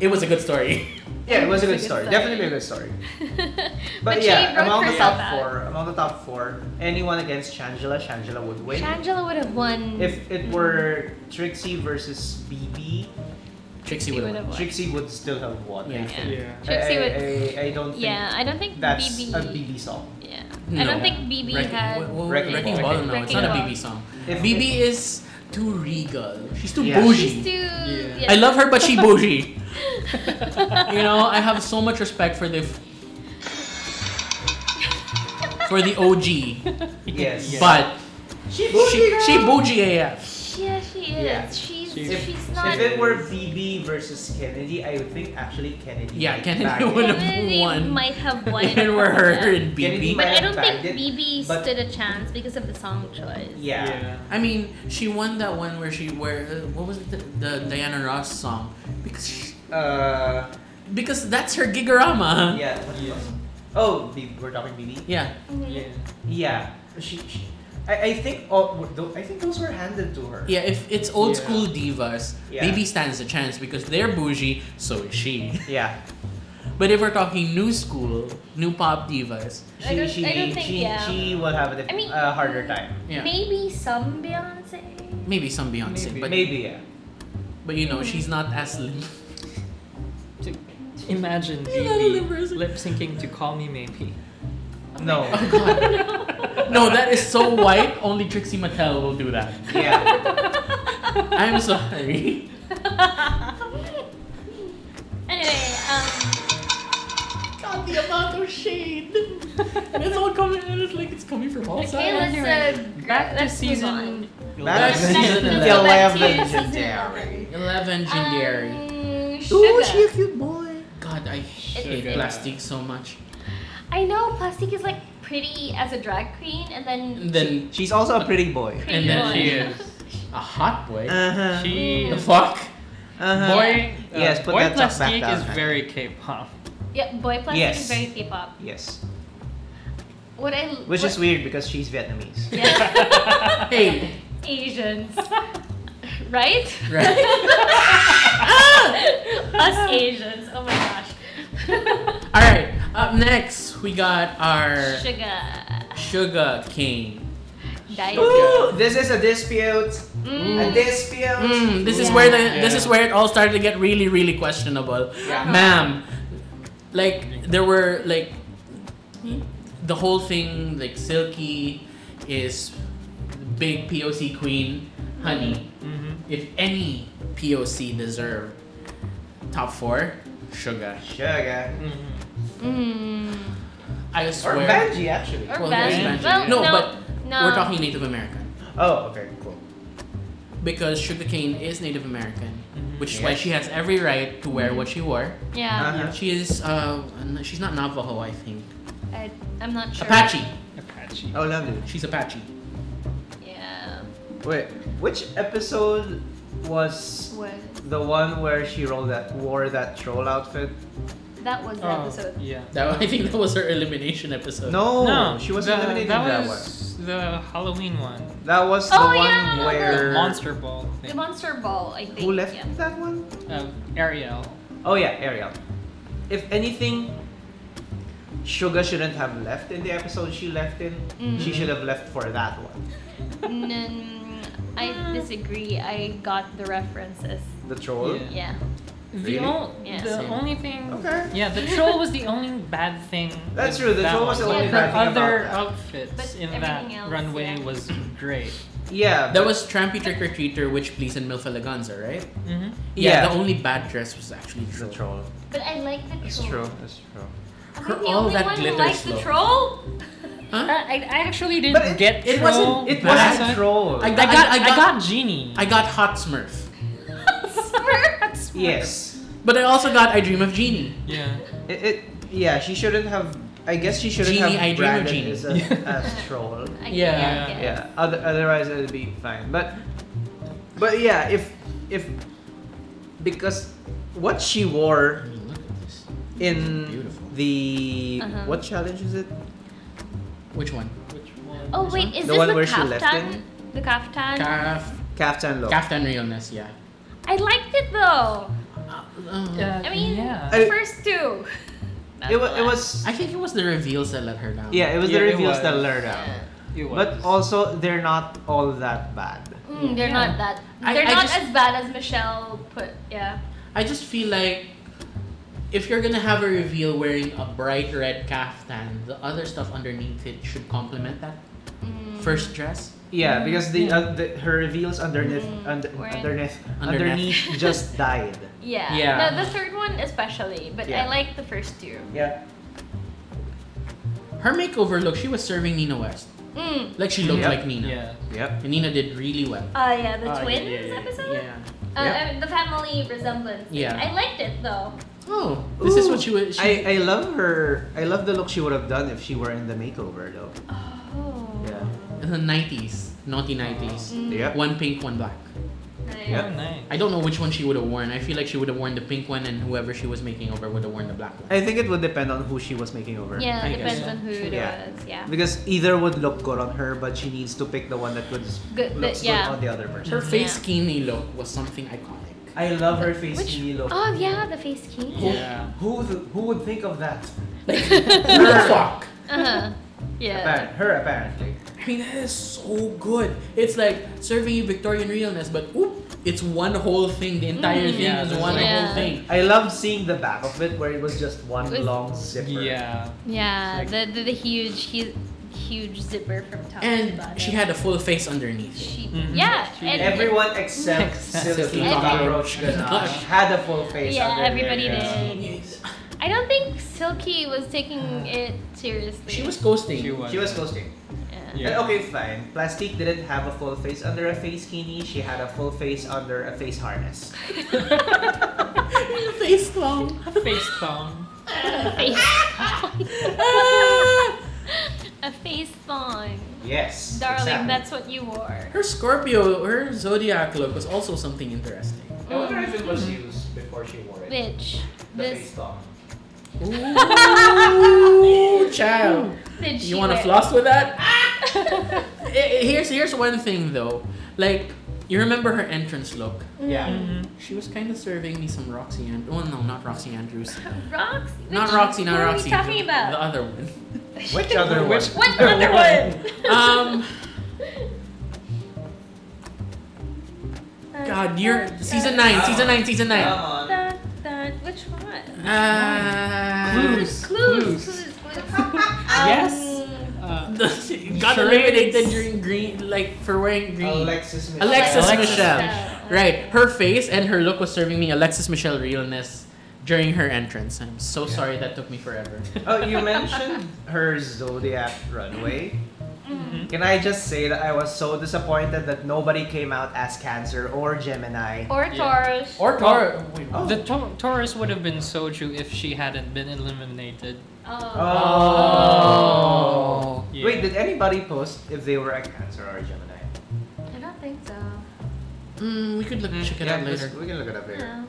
S1: it was a good story.
S3: Yeah, it was a good
S6: It's a
S3: story.
S6: good story.
S3: Definitely a good story. But,
S2: But she
S3: yeah,
S2: wrote
S3: among the
S2: herself
S3: top
S2: out.
S3: four, among the top four, anyone against Shangela, Shangela would win.
S2: Shangela would have won.
S3: if it were
S2: Mm-hmm.
S3: Trixie versus BB,
S1: Trixie
S2: She
S1: would have.
S2: would have won.
S3: Trixie would still have won. I
S1: Yeah.
S3: think.
S4: Yeah.
S3: I,
S2: Trixie would.
S3: I, I, I don't think
S2: yeah, I don't think
S3: that's
S2: BB.
S3: a BB song.
S2: Yeah,
S1: No.
S2: I don't think BB
S1: Wrecking-
S2: had.
S1: w- w-
S3: Wrecking
S1: Wrecking
S3: Ball.
S1: Ball. No, it's not a
S2: Wrecking
S1: BB song.
S3: If
S1: BB is too regal. She's too
S3: Yeah.
S1: bougie.
S2: She's too.
S4: Yeah.
S2: yeah.
S1: I love her, but she bougie. You know, I have so much respect for the for the OG,
S3: Yes.
S1: but
S3: she,
S1: she she bougie AF.
S2: Yeah, she is.
S3: Yeah.
S2: She's
S4: She-
S3: If-
S2: she's not.
S3: If it were BB versus Kennedy, I would think actually Kennedy.
S1: Yeah,
S3: might
S1: Kennedy
S3: bag it.
S1: would-
S2: Kennedy
S1: won.
S2: might have won.
S1: If it were her
S2: Yeah.
S1: and BB,
S2: But I don't
S3: Might have
S2: think
S3: bagged it,
S2: BB
S3: but-
S2: stood a chance because of the song choice.
S3: Yeah.
S1: I mean, she won that one where she where uh, what was it the, the Diana Ross song because she,
S3: Uh,
S1: because that's her gigorama.
S3: yeah. what else? Oh, B- we're talking BB.
S1: Yeah.
S2: Mhm.
S3: Yeah. She, she I, I think all, tho- I think those were handed to her.
S1: Yeah, if it's old
S4: Yeah.
S1: school divas,
S3: Yeah.
S1: BB stands a chance because they're bougie, so is she.
S3: Yeah.
S1: But if we're talking new school, new pop divas,
S3: She,
S2: I don't-
S3: she,
S2: I don't think-
S3: she,
S2: yeah.
S3: she will have a, diff-
S2: I mean-
S3: a harder time.
S1: yeah, maybe,
S2: Maybe some Beyonce.
S1: some Beyonce,
S4: Maybe.
S1: but
S3: Maybe, yeah.
S1: but you know she's not as Oh, lim-
S4: Imagine
S1: not a
S4: BB
S1: liberal.
S4: lip syncing to Call Me Maybe.
S3: No.
S1: No, that is so white. Only Trixie Mattel will do that.
S3: yeah.
S1: I'm sorry.
S2: Anyway, um,
S1: God, the amount of shade. and it's all coming. And it's like it's coming from all
S2: okay,
S1: sides.
S2: let's uh,
S4: Back to
S2: let's move on.
S4: season.
S3: Back
S1: Back
S3: to
S1: to
S3: season
S1: season
S3: 11.
S2: Back to season uh,
S3: Legendary.
S1: 11 Jingary.
S2: Um,
S3: Ooh,
S2: Suga.
S3: she a cute boy.
S1: God, I hate
S4: Sugar.
S1: plastic so much.
S2: I know Plastic is like pretty as a drag queen, and then
S1: And then
S3: She's also a pretty boy.
S2: pretty
S1: and then
S2: boy.
S1: she is a hot boy.
S3: Uh-huh.
S4: She
S1: the
S4: is
S1: fuck?
S3: uh-huh.
S4: boy. Uh,
S3: Yes, put
S4: boy
S3: that stuff back
S4: plastic
S3: down,
S4: is
S3: man.
S4: very K-pop.
S2: yeah, boy Plastic
S3: Yes.
S2: is very K-pop.
S3: Yes.
S2: What I
S3: Which
S2: what,
S3: is weird because she's Vietnamese.
S2: yeah,
S1: Hey,
S2: Asians, right?
S1: right?
S2: Us Asians. Oh my gosh.
S1: All right. Up next, we got our
S2: Sugar.
S1: Sugar King.
S2: Diet.
S3: Ooh, this is a dispute.
S2: Mm.
S3: A dispute.
S1: Mm, this is
S2: Yeah.
S1: where the this is
S4: Yeah.
S1: where it all started to get really really questionable,
S3: Yeah.
S1: ma'am. Like there were like the whole thing like Silky is big POC queen, honey.
S4: Mm-hmm.
S1: If any POC deserve top four, sugar.
S3: Sugar.
S4: Mm-hmm.
S2: Mm.
S1: I
S3: Or
S1: swear.
S3: Benji, actually.
S2: Or
S1: Well,
S2: Benji.
S1: there's Benji.
S2: Well,
S1: no,
S2: no,
S1: but
S2: no.
S1: we're talking Native American
S3: Oh, okay, cool.
S1: because sugarcane is Native American,
S4: mm-hmm.
S1: which is why
S3: Yes.
S1: she has every right to wear what she wore.
S2: Yeah,
S3: Uh-huh.
S1: She is. Uh, n- she's not Navajo, I think.
S2: I, I'm not sure.
S1: Apache.
S4: Apache.
S3: Oh, lovely.
S1: She's Apache.
S2: Yeah.
S3: Wait, which episode was
S2: What?
S3: the one where she rolled that wore that troll outfit?
S2: That
S1: Oh.
S2: was the Oh. episode.
S4: yeah.
S1: That I think that was her elimination episode.
S3: No,
S4: Uh, no,
S3: she was
S4: the,
S3: eliminated
S4: that,
S3: that one.
S4: was the Halloween one.
S3: That was the
S2: Oh,
S3: one
S2: yeah, the
S3: where
S4: The monster ball
S2: The
S4: thing.
S2: Monster Ball, I think.
S3: who left
S2: Yeah.
S3: that one?
S4: Uh, Ariel.
S3: Oh yeah, Ariel. If anything, Sugar shouldn't have left in the episode she left in. She should have left for that one,
S2: Mm, I disagree. I got the references.
S3: the troll.
S4: Yeah.
S2: Yeah.
S4: The,
S3: Really?
S4: ol-
S2: Yeah.
S4: the
S1: Same.
S4: only thing.
S3: Okay.
S4: Yeah, the troll was the only bad thing.
S3: That's
S4: with
S3: true, the
S4: that
S3: troll was
S4: one.
S2: the only
S4: Her
S2: bad
S3: thing about
S4: other
S3: that.
S4: outfits
S2: But
S4: in that
S2: everything else,
S4: runway
S2: yeah.
S4: was great.
S3: Yeah.
S1: That was Trampy Trick or Treater, Witch Please, and Milf Eleganza, right?
S4: Mm-hmm.
S1: Yeah.
S3: Yeah.
S1: The only bad dress was actually
S3: the
S1: Drew.
S3: troll.
S2: But I like the
S3: That's
S2: troll.
S3: true. That's true.
S2: Am I
S1: Her-
S2: the
S1: all
S2: only
S1: that
S2: one who
S1: glitter
S2: likes
S1: slow.
S2: the troll?
S1: Huh?
S4: I, I actually didn't
S3: But it-
S4: get
S1: it wasn't-
S4: troll.
S3: It
S1: But
S3: wasn't
S4: I,
S3: troll.
S1: I-
S4: I got, I got,
S1: I got
S4: genie.
S1: I got Hot Smurf,
S2: Smurfs.
S3: yes.
S1: but I also got I Dream of Genie.
S4: yeah.
S3: It, it yeah, she shouldn't have. I guess she shouldn't
S1: Genie,
S3: have
S1: I dream of
S3: branded
S1: Genie.
S3: as a as troll.
S2: I-
S4: Yeah,
S2: yeah,
S4: yeah.
S3: Yeah. Other, otherwise, it'd be fine. But but yeah, if if because what she
S1: I
S3: wore
S1: mean, look at this.
S3: in
S1: Beautiful.
S3: the
S2: Uh-huh.
S3: what challenge is it?
S1: Which one?
S4: Which one?
S2: Oh wait, is
S3: The
S2: this
S3: one
S2: the
S3: where she left
S2: kaftan?
S3: in?
S2: The kaftan.
S1: Calf,
S3: Kaftan look.
S1: Kaftan realness, yeah.
S2: I liked it though.
S1: Uh,
S4: Uh,
S2: I mean-
S4: yeah.
S2: The
S3: I-
S2: first two.
S3: it was it was
S1: I think it was the reveals that let her down.
S3: yeah, it was the
S4: Yeah, it
S3: reveals that
S4: was.
S3: let her down.
S4: It was.
S3: But also, they're not all that bad.
S2: Mm, they're
S4: Yeah.
S2: not that.
S1: I-
S2: They're
S1: I
S2: not
S1: just-
S2: as bad as Michelle put. Yeah.
S1: I just feel like if you're gonna have a reveal wearing a bright red kaftan, the other stuff underneath it should complement that
S2: Mm.
S1: first dress.
S3: Yeah, because the,
S4: Yeah.
S3: uh, the her reveals underneath
S2: Mm,
S3: under,
S2: where-
S3: underneath underneath
S1: Underneath.
S3: just died.
S2: Yeah.
S1: Yeah.
S2: No, the third one especially, but I
S3: Yeah.
S2: like the first two.
S3: Yeah.
S1: Her makeover look, she was serving Nina West.
S2: Mm.
S1: Like she looked
S3: Yep.
S1: like Nina.
S4: Yeah.
S3: Yep.
S1: And Nina did really well.
S2: Uh, yeah, the
S4: Ah, yeah,
S2: twins
S4: yeah, yeah,
S2: episode.
S1: Yeah.
S2: Uh,
S3: Yeah.
S2: I mean, the family resemblance. thing.
S1: Yeah.
S2: I liked it though.
S1: Oh, this is
S3: Ooh.
S1: what she was. She,
S3: I, I love her. I love the look she would have done if she were in the makeover though.
S2: Oh.
S3: Yeah.
S1: in the 90s, naughty 90s.
S2: Mm.
S3: Yep.
S1: One pink, one black.
S2: Right.
S3: Yeah.
S4: Oh, nice.
S1: I don't know which one she would have worn. I feel like she would have worn the pink one, and whoever she was making over would have worn the black one.
S3: I think it would depend on who she was making over.
S2: Yeah,
S1: I guess.
S2: depends on who it
S3: Yeah.
S2: was. Yeah.
S3: Because either would look good on her, but she needs to pick the one that would
S2: Good.
S3: looks
S2: But, yeah.
S3: good on the other person.
S1: Her face
S2: Yeah.
S1: skinny look was something iconic.
S3: I love her face
S2: Which-
S3: skinny look.
S2: Oh yeah, the face king.
S4: Yeah.
S3: Who th- who would think of that?
S1: Who the fuck?
S2: Uh huh. Yeah.
S3: Apparent, her apparently.
S1: I mean, that is so good. It's like serving you Victorian realness, but oop, it's one whole thing. The entire
S4: Mm.
S1: thing
S4: Yeah,
S1: is
S4: that's
S1: one
S2: right.
S1: whole
S2: Yeah.
S1: thing.
S3: I love seeing the back of it where it was just one
S2: With-
S3: long zipper.
S4: Yeah.
S5: Yeah,
S3: Like-
S5: the, the, the huge, huge, huge zipper from top to
S1: And
S5: bottom.
S1: she had a full face underneath.
S2: She.
S4: Mhm.
S2: Yeah.
S4: She
S2: And
S3: Mm-hmm. Everyone except
S4: Except
S3: Silky
S1: Silky
S3: Cockroach
S1: Cockroach.
S3: Ganache had a full face.
S2: Yeah,
S3: under there,
S2: everybody
S3: yeah.
S2: did. I don't think Silky was taking it seriously.
S1: She was ghosting.
S4: She was.
S3: She was ghosting.
S2: Yeah.
S4: Yeah.
S3: Uh, Okay, fine. Plastique didn't have a full face under a face skinny. She had a full face under a face harness.
S1: Her face long.
S4: Face thong.
S2: A face. a face thong.
S3: Yes.
S2: Darling,
S3: exactly.
S2: that's what you wore.
S1: Her Scorpio, her zodiac look was also something interesting.
S3: I wonder if it was used before she wore it.
S2: Bitch.
S3: The
S2: Mm. This
S3: face top.
S1: Ooh, child.
S2: did she
S1: You want to
S2: wear-
S1: floss with that? Eh, eh, here's here's one thing though. Like you remember her entrance look.
S3: Yeah.
S1: She was kind of serving me some Roxy and oh no, not Roxy Andrews.
S2: Roxy.
S1: Not
S2: Which-
S1: Roxy,
S2: who
S1: not Roxy.
S2: Are we talking
S1: the- The
S2: about?
S1: other one.
S3: Which other one?
S4: Which-
S2: What other one?
S1: Um. God, you're
S2: Uh,
S1: season nine, season nine, season nine.
S3: Come on. Oh,
S6: Dun, dun. Which one?
S1: Uh,
S4: Clues.
S2: Clues, clues, clues.
S4: Yes.
S2: Um,
S4: Uh,
S1: got
S4: Charades.
S1: eliminated during green, like for wearing green.
S3: Oh, Alexis Michelle.
S1: Alexis
S4: Alexis
S1: Michelle.
S2: Michelle.
S1: Right. Her face and her look was serving me Alexis Michelle realness during her entrance. I'm so
S3: Yeah.
S1: sorry that took me forever.
S3: Oh, you mentioned her zodiac runway.
S2: Mm-hmm.
S4: mhm.
S3: Can I just say that I was so disappointed that nobody came out as Cancer or Gemini?
S2: Or
S4: Yeah.
S2: Taurus.
S1: Or Tor. wait,
S3: Oh.
S4: The Tau- Taurus would have been Soju if she hadn't been eliminated.
S2: Oh.
S3: Oh.
S4: Yeah.
S3: Wait, did anybody post if they were a Cancer or a Gemini?
S2: I don't think so.
S1: Mm, we could look,
S4: Mm,
S1: check it
S3: yeah,
S1: out
S3: just-
S1: later.
S3: We can look it up later.
S2: No.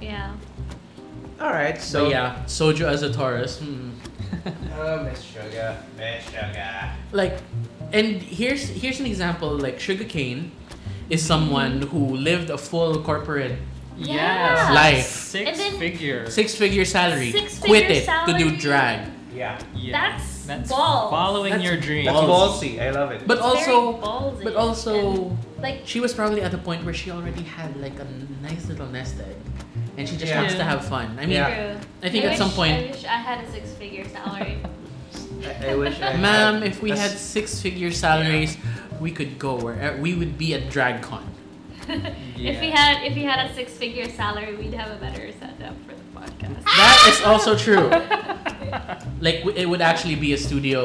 S2: Yeah.
S3: All right,
S1: So
S3: so
S1: yeah, Soju as a Taurus. Hmm.
S3: Oh, Miss Sugar, Miss Sugar.
S1: like and here's here's an example like sugarcane is someone who lived a full corporate
S4: Yes.
S1: Life.
S4: Six
S2: And then-
S4: figure.
S1: six figure salary
S2: Six-figure
S1: quit it to do
S2: salary.
S1: drag
S3: Yeah,
S4: Yes.
S2: That's
S4: That's
S2: balls.
S4: following
S1: That's
S4: your dream.
S3: that's
S1: Balls.
S3: ballsy. I love it.
S1: but
S2: It's very
S1: also
S2: ballsy.
S1: but also
S2: And, like
S1: she was probably at the point where she already had like a nice little nest egg and she just
S3: Yeah.
S1: wants to have fun i mean
S3: Yeah.
S2: true.
S1: i think at
S2: wish-
S1: some
S2: I
S1: point
S2: wish I had a six-figure salary.
S3: I, I wish. I had-
S1: ma'am if we had
S3: That's-
S1: six figure salaries we could go where uh, we would be at drag con
S2: If we had if we had a six-figure salary, we'd have a better setup for the podcast.
S1: that is also true like w- it would actually be a studio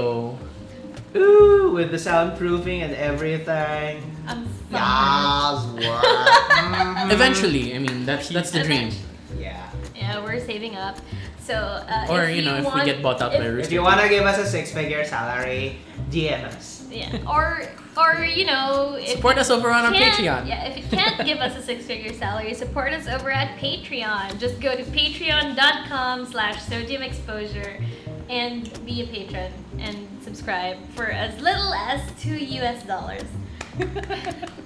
S3: Ooh, with the soundproofing and everything.
S2: I'm sorry.
S3: Yes,
S2: Um,
S3: what?
S1: eventually i mean that's that's the dream
S3: Yeah.
S2: Yeah, we're saving up. So uh,
S1: Or
S2: if
S1: you know, if
S2: want,
S1: we get bought out
S2: if-
S1: by Rooster.
S3: If you wanna give us a six-figure salary, DM us.
S2: yeah, or or you know, if
S1: support us over on our
S2: can't-
S1: Patreon.
S2: Yeah, if you can't give us a six-figure salary, support us over at Patreon. Just go to patreon.com slash sodium exposure and be a patron and subscribe for as little as two US dollars.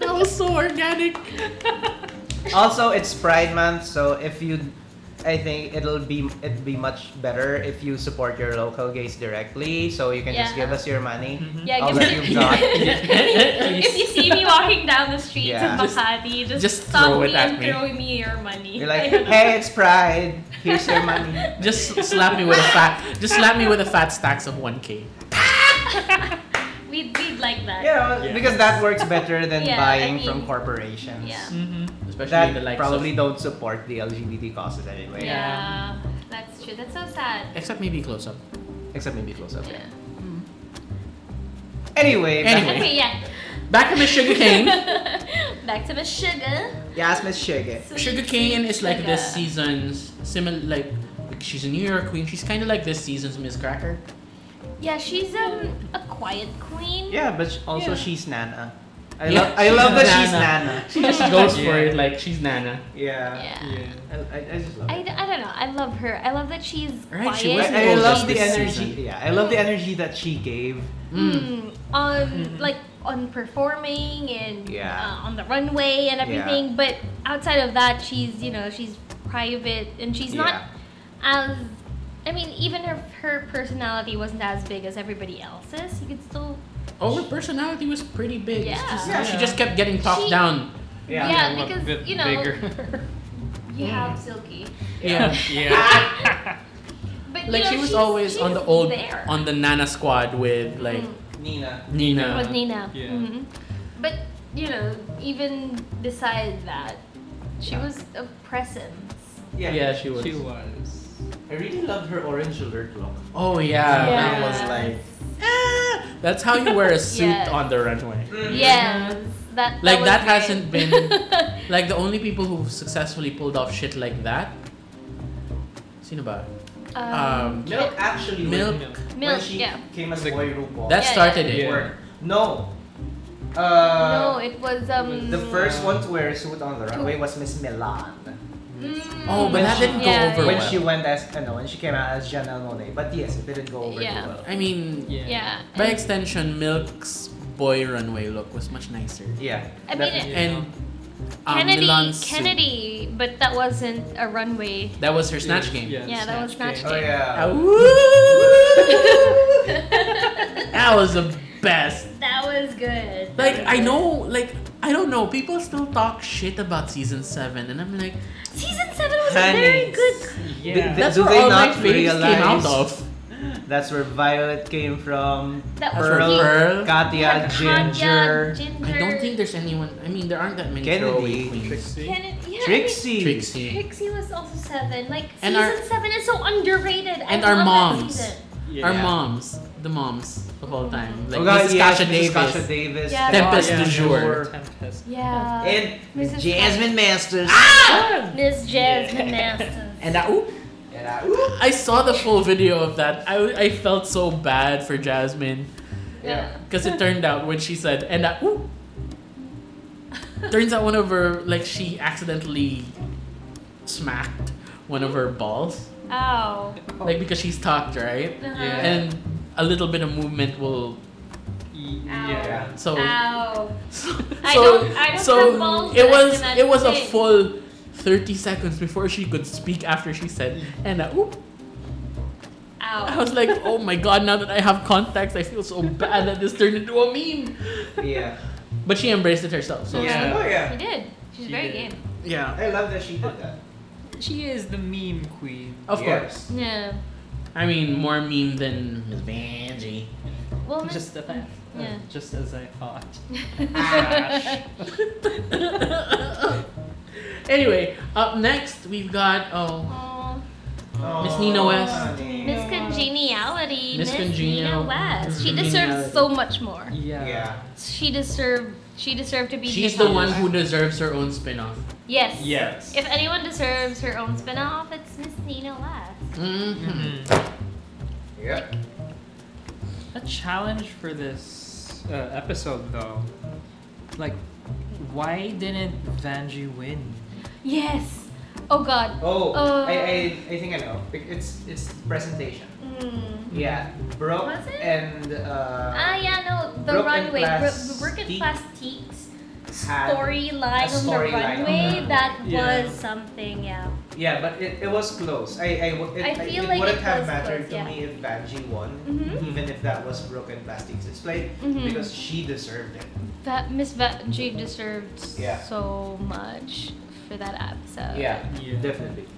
S1: That was so organic.
S3: Also, it's Pride Month, so if you, I think it'll be it'd be much better if you support your local gays directly, so you can just
S2: Yeah.
S3: give us your money.
S4: Mm-hmm.
S2: Yeah,
S3: All
S2: give
S3: that
S2: me
S3: you've got.
S2: if you see me walking down the streets
S3: Yeah.
S2: in Makati, just,
S1: Just
S2: stop
S1: throw
S2: me
S1: it at
S2: and
S1: me.
S2: throw me your money.
S3: You're
S2: I
S3: like,
S2: don't know.
S3: hey, it's Pride. Here's your money.
S1: Just slap me with a fat. Just slap me with a fat stacks of one k.
S2: we We'd, we'd like that.
S3: Yeah,
S4: Yeah.
S3: because that works better than
S2: Yeah, I
S3: buying from
S2: mean-
S3: corporations.
S2: Yeah.
S4: Mm-hmm.
S1: Especially
S3: That
S1: the likes
S3: probably
S1: of,
S3: don't support the LGBT causes anyway.
S4: Yeah.
S2: Yeah, That's true. That's so sad.
S1: except maybe close up.
S3: Except maybe close up.
S2: Yeah.
S3: Anyway, back-
S1: Anyway.
S2: Okay, yeah.
S1: Back to Miss Sugarcane.
S2: Back to the sugar.
S3: yes, Miss Shige.
S2: Sweet,
S1: Sugarcane
S2: sweet
S1: is like
S2: sugar.
S1: this season's similar like she's a New York queen. She's kind of like this season's Miss Cracker.
S2: Yeah, she's um a quiet queen.
S3: Yeah, but sh- also
S4: Yeah.
S3: she's Nana. I,
S1: Yeah,
S3: love I
S1: she's
S3: love that she's
S1: Nana.
S3: Nana.
S1: She just goes for
S4: Yeah.
S1: it like she's Nana.
S3: Yeah.
S2: Yeah.
S4: Yeah.
S3: I, I, I just love
S2: I,
S3: it.
S2: d- I don't know. I love her. I love that she's
S1: Right,
S2: quiet.
S1: she
S3: I,
S1: wasn't
S3: I
S1: old
S3: love
S1: just
S3: the
S1: this
S3: energy.
S1: season.
S3: Yeah, I
S2: Oh.
S3: love the energy that she gave.
S1: Mm.
S2: Mm, on
S4: Mhm.
S2: like on performing and
S3: Yeah.
S2: uh, on the runway and everything. But outside of that, she's you know she's private and she's not as. I mean, even her her personality wasn't as big as everybody else's. You could still
S1: Oh, her personality was pretty big. It's
S2: Yeah.
S1: just-
S3: Yeah.
S1: She just kept getting talked
S2: She-
S1: down.
S3: Yeah.
S2: Yeah,
S4: look
S2: because,
S4: a bit
S2: you know-
S4: Bigger.
S2: you
S3: Mm.
S2: have Silky,
S1: Yeah.
S4: yeah.
S2: but you
S1: Like
S2: know,
S1: she was
S2: she's-
S1: always
S2: she's
S1: on the old
S2: there.
S1: on the Nana squad with like
S2: Mm.
S3: Nina.
S1: Nina.
S2: was Nina.
S4: Yeah.
S2: Mhm. But you know, even beside that, she
S3: Yeah.
S2: was a presence.
S1: Yeah.
S3: Yeah.
S1: she was.
S4: She was.
S3: I really loved her orange alert look.
S1: Oh yeah, that
S2: Yeah.
S1: was like. "Ah!" That's how you wear a suit
S2: Yes.
S1: on the runway.
S2: Mm-hmm. Yes, that, that
S1: Like,
S2: was
S1: that
S2: great.
S1: hasn't been- Like the only people who successfully pulled off shit like that. Seen about
S2: um,
S1: um,
S3: Milk actually
S1: Milk.
S3: when,
S2: milk,
S3: when she
S2: yeah.
S3: came as
S4: Like-
S3: boy RuPaul.
S1: that
S2: yeah,
S1: started
S4: yeah.
S1: it.
S4: Yeah.
S3: worked. No.
S2: no,
S3: Uh,
S2: it was um.
S3: The first one to wear a suit on the runway was Miss Milan.
S2: mm,
S1: Oh, but that
S3: When
S1: didn't
S2: she-
S1: go
S2: yeah,
S1: over
S3: when
S1: well.
S3: she went as uh, no, when she came out as Janelle Monet. But yes, it didn't go over
S2: Yeah.
S3: too well.
S1: I mean,
S4: Yeah.
S2: yeah.
S1: by
S2: and-
S1: extension, Milk's boy runway look was much nicer.
S3: Yeah.
S2: I mean,
S3: definitely.
S2: it-
S1: And um,
S2: Kennedy,
S1: Milan's suit.
S2: Kennedy, but that wasn't a runway.
S1: That was her snatch game.
S4: Yeah,
S2: Yeah, that was
S4: snatch
S2: snatch
S3: oh yeah.
S1: Ah, woo!
S2: that
S1: that was the best.
S2: was good.
S1: Like I know, like I don't know. People still talk shit about season seven, and I'm like,
S2: Season seven was
S3: Honey.
S2: a very good.
S4: Yeah.
S3: Th-
S1: that's
S3: do
S1: where
S3: they
S1: all
S3: not
S1: my faves came out
S3: realize-
S1: of.
S3: That's where Violet came from.
S2: That
S1: That's
S2: was
S1: where
S2: really
S1: Pearl.
S3: Katya,
S2: Like
S3: Ginger,
S2: Katya, Ginger.
S1: I don't think there's anyone. I mean, there aren't that many
S3: Kennedy.
S1: throwaway queens.
S4: Trixie.
S2: Can it, yeah,
S3: Trixie.
S2: I mean,
S1: Trixie
S2: Trixie was also seven. Like
S1: And
S2: season
S1: our-
S2: seven is so underrated.
S1: and
S2: I
S1: our
S2: love that
S1: moms.
S2: season.
S4: Yeah.
S1: our moms, the moms of all time, like
S3: oh, God,
S1: Mrs.
S3: yes,
S1: Kasha
S3: Mrs.
S1: Davis.
S3: Kasha Davis.
S2: Yeah.
S1: Tempest
S4: Oh, yeah,
S1: du jour.
S4: Lord Tempest.
S2: Yeah.
S3: And
S2: Mrs.
S3: Jasmine Masters.
S1: Ah!
S2: Miss Jasmine
S4: Yeah.
S2: Masters.
S1: And that, oop,
S3: And I, ooh.
S1: I saw the full video of that. I, I felt so bad for Jasmine
S3: Yeah.
S1: because it turned out when she said and that, oop, turns out one of her like she accidentally smacked one of her balls,
S2: Ow.
S3: Oh.
S1: like because she's tucked right,
S2: Uh-huh.
S4: Yeah.
S1: and a little bit of movement will
S4: Yeah.
S1: so.
S2: Ow.
S1: So,
S2: Uh, I
S1: so-
S2: don't- I don't
S1: so
S2: have balls,
S1: it
S2: but I
S1: was
S2: can
S1: it was a
S2: understand.
S1: full 30 seconds before she could speak after she said and uh, oop. I
S2: Ow.
S1: was like oh my god now that I have contacts I feel so bad that this turned into a meme
S3: Yeah.
S1: but she embraced it herself so
S4: Yeah.
S3: Oh
S2: She
S3: yeah.
S2: did. She's
S4: She
S2: very
S4: did.
S2: game.
S1: yeah
S3: I love that she did that.
S4: She is the meme queen.
S1: of
S3: Yeah.
S1: course
S2: Yeah.
S1: I mean more meme than Miss Vanjie
S2: Well, Miss-
S4: Just as I,
S2: Yeah.
S4: just as I thought.
S1: anyway up next we've got oh
S2: Aw.
S1: Miss Nina West.
S3: Oh, honey.
S2: Miss Congeniality.
S1: Miss
S2: Miss
S1: Congenial-
S2: Nina West. She
S1: Congeniality.
S2: deserves so much more.
S4: Yeah.
S3: Yeah.
S2: She deserved. She deserved to be.
S1: she's the
S2: Nina.
S1: one who deserves her own spin-off
S2: Yes.
S4: Yes.
S2: If anyone deserves her own spin-off, it's Miss Nina West.
S1: Mhm.
S4: Mhm.
S3: Yeah.
S4: A challenge for this uh, episode, though, like, why didn't Vanji win?
S2: Yes. Oh God.
S3: Oh,
S2: Uh,
S3: I, I, I think I know. It's it's presentation.
S2: Mm.
S3: Yeah. Brooke
S2: Was it?
S3: and uh,
S2: Ah yeah, no, the
S3: Brooke and
S2: runway. Bro-
S3: Plastiques
S2: Brooke and Plastique's
S3: had-
S2: storyline on the
S3: storyline on
S2: runway.
S3: the-
S2: That
S4: Yeah.
S2: was something. Yeah.
S3: Yeah, but it, it was close. I I, w- it,
S2: I feel
S3: it
S2: like
S3: wouldn't
S2: it
S3: have
S2: was
S3: mattered
S2: close, yeah.
S3: to me if Banji won,
S2: Mhm.
S3: even if that was Brooke and Plastics. It's like
S2: Mhm.
S3: because she deserved it.
S2: That Miss Vanjie deserved
S3: Yeah.
S2: so much for Uh, that episode.
S3: Yeah,
S4: Yeah.
S3: definitely.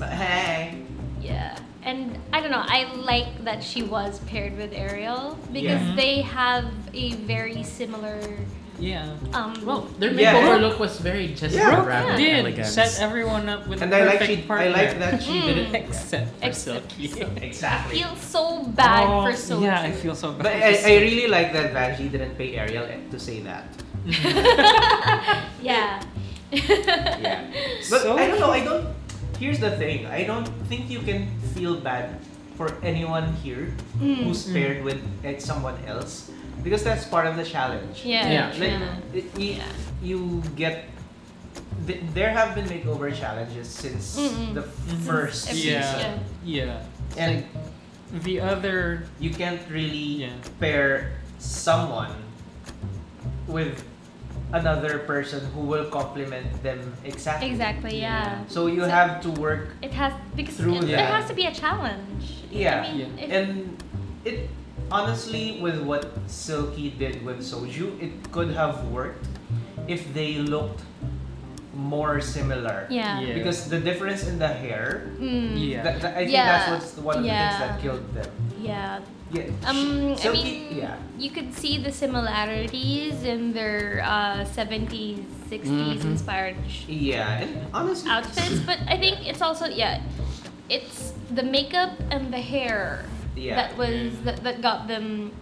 S3: But hey,
S2: Yeah. And I don't know. I like that she was paired with Ariel because
S4: Yeah.
S2: they have a very similar.
S4: Yeah.
S2: Um,
S1: Well, their
S3: Yeah.
S1: makeover look was very just
S3: Yeah.
S1: yeah.
S2: Yeah.
S1: rabbit
S4: Did
S1: elegance.
S4: set everyone up with
S3: And
S4: a
S3: I like
S4: perfect
S3: she, I
S4: partner.
S3: like that she
S2: Mm.
S3: did it.
S4: Except for
S2: Except
S4: Silky.
S2: I
S3: Exactly.
S2: feel so bad
S4: Oh,
S2: for Soju.
S4: Yeah, I feel so bad.
S3: But I, I really like that Vanji didn't pay Ariel eh, to say that.
S4: Mm-hmm.
S2: yeah.
S3: Yeah. But I don't know, I don't. Here's the thing I don't think you can feel bad for anyone here
S2: Mm.
S3: who's paired with eh, someone else because that's part of the challenge.
S2: Yeah.
S1: Yeah.
S2: true.
S3: Like, it, you,
S2: Yeah.
S3: you get. th- There have been makeover challenges since
S2: Mm-mm.
S3: the first
S2: Every-
S4: Yeah.
S3: season,
S4: yeah.
S3: and
S4: The other.
S3: you can't really
S4: Yeah.
S3: pair someone with another person who will complement them exactly.
S2: Exactly. Yeah.
S3: So you
S2: So-
S3: have to work,
S2: It has because
S3: Through
S2: it, there
S3: that.
S2: has to be a challenge.
S3: Yeah.
S2: I mean, It,
S3: and it honestly, with what Silky did with Soju, it could have worked if they looked more similar.
S2: yeah.
S4: Yeah.
S3: Because the difference in the hair,
S2: Mm,
S4: Yeah.
S3: that, that- I think
S2: Yeah.
S3: that's what's one of
S2: Yeah.
S3: the things that killed them.
S2: yeah.
S3: Yeah.
S2: Um, I
S3: Silky,
S2: mean,
S3: yeah.
S2: you could see the similarities in their uh, 70s, 60s
S1: Mhm.
S2: inspired sh-
S3: Yeah, and honestly,
S2: outfits, but I think it's also, yeah, it's the makeup and the hair
S3: yeah.
S2: that was, that, that got them,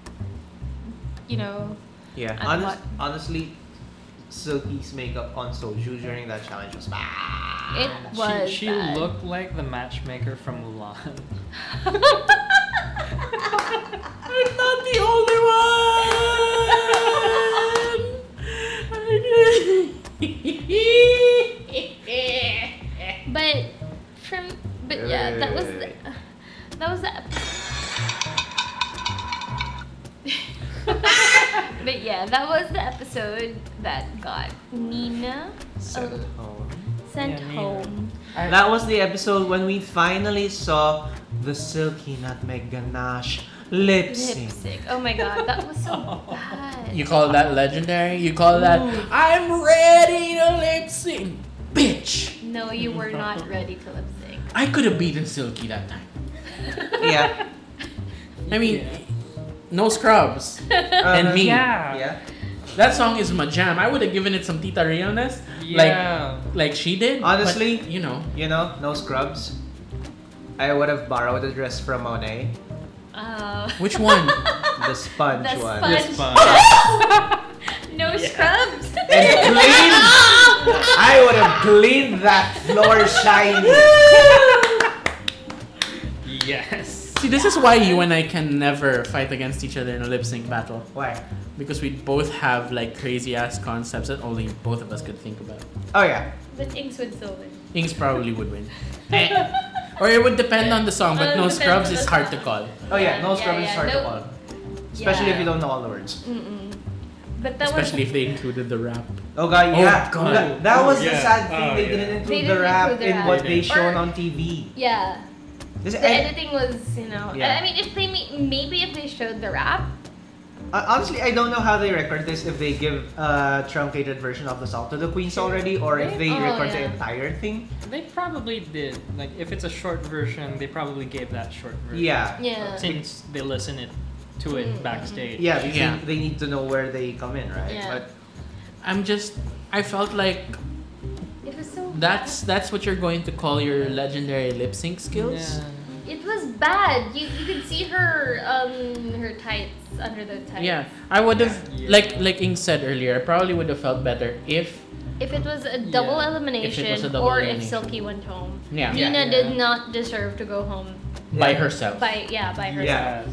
S2: you know,
S1: Yeah.
S2: and
S3: Honest,
S2: what-
S3: honestly, Silky's makeup on Soju during that challenge was
S2: it
S3: bad.
S2: was.
S4: she she
S2: bad.
S4: looked like the matchmaker from Mulan.
S1: I'm not the only one.
S2: But from but yeah, that was the,
S3: Hey.
S2: that was the. but yeah, that was the episode that got Nina
S3: Sent
S2: Oh.
S3: home.
S2: sent
S4: Yeah, Nina.
S2: home.
S3: That was the episode when we finally saw the Silky Nutmeg Ganache lip sync.
S2: Lipstick. Oh my god, that was so bad.
S1: You call that legendary? You call that I'm ready to lip sync, bitch.
S2: No, you were not ready to lipstick.
S1: I could have beaten Silky that time.
S3: Yeah.
S1: I mean,
S4: Yeah.
S1: no scrubs.
S3: Uh-huh.
S1: me.
S4: Yeah.
S3: Yeah.
S1: That song is my jam. I would have given it some Tita realness,
S4: Yeah.
S1: like she did. but,
S3: Honestly,
S1: you know,
S3: You know, no scrubs. I would have borrowed a dress from Monet,
S2: Uh,
S1: which one?
S3: the sponge
S2: The
S3: one.
S2: sponge.
S4: This fun.
S2: no scrubs.
S3: And clean. I would have cleaned that floor shiny.
S4: yes.
S1: See, this is why you and I can never fight against each other in a lip sync battle
S3: Why?
S1: because we both have like crazy ass concepts that only both of us could think about.
S3: Oh yeah.
S2: but inks would still win.
S1: Inks probably would win,
S3: Eh.
S1: or it would depend on the song. But
S2: Uh,
S1: no
S2: depends
S1: scrubs
S2: on
S1: is
S2: the
S1: hard to
S2: song.
S1: call.
S3: Oh yeah, no
S2: Yeah,
S3: scrubs
S2: yeah,
S3: is hard to
S2: no-
S3: call. Especially if you
S2: Yeah.
S3: don't know all the words.
S2: Mm-mm. But that
S1: Especially if
S2: was
S1: they included the rap.
S3: Oh god,
S1: Oh,
S3: yeah.
S1: God.
S3: That, that
S4: Oh,
S3: was the
S4: yeah.
S3: sad thing.
S4: Oh,
S3: they
S4: yeah.
S3: didn't
S2: They
S3: include the
S2: didn't
S3: rap
S2: include the
S3: in
S2: rap.
S3: what they
S4: Or-
S3: shown on TV.
S2: yeah.
S3: This,
S2: The
S3: I-
S2: editing was, you know.
S3: Yeah.
S2: I mean, if they ma- maybe if they showed the rap,
S3: Uh, honestly, I don't know how they record this. If they give a truncated version of the song to the queens already, or if they
S2: Oh,
S3: record the
S2: yeah.
S3: entire thing.
S4: They probably did. Like, if it's a short version, they probably gave that short version.
S3: Yeah,
S2: yeah,
S4: Since they listen it to it
S2: Mm.
S4: backstage.
S3: yeah, because
S1: Yeah.
S3: They, they need to know where they come in, right?
S2: Yeah.
S3: But
S1: I'm just. I felt like
S2: it was so.
S1: that's that's what you're going to call your legendary lip sync skills.
S4: Yeah.
S2: bad. It was bad. You you could see her um her tights under the tights.
S1: Yeah, I would have
S4: Yeah.
S1: like like Ing said earlier. I probably would have felt better if
S2: If it was a double
S4: Yeah.
S2: elimination,
S1: If it was a double
S2: or
S1: elimination.
S2: if Silky went home,
S1: yeah,
S3: Yeah.
S2: Nina did not deserve to go home
S1: by
S3: Yeah.
S1: herself.
S2: by yeah by herself.
S3: Yeah.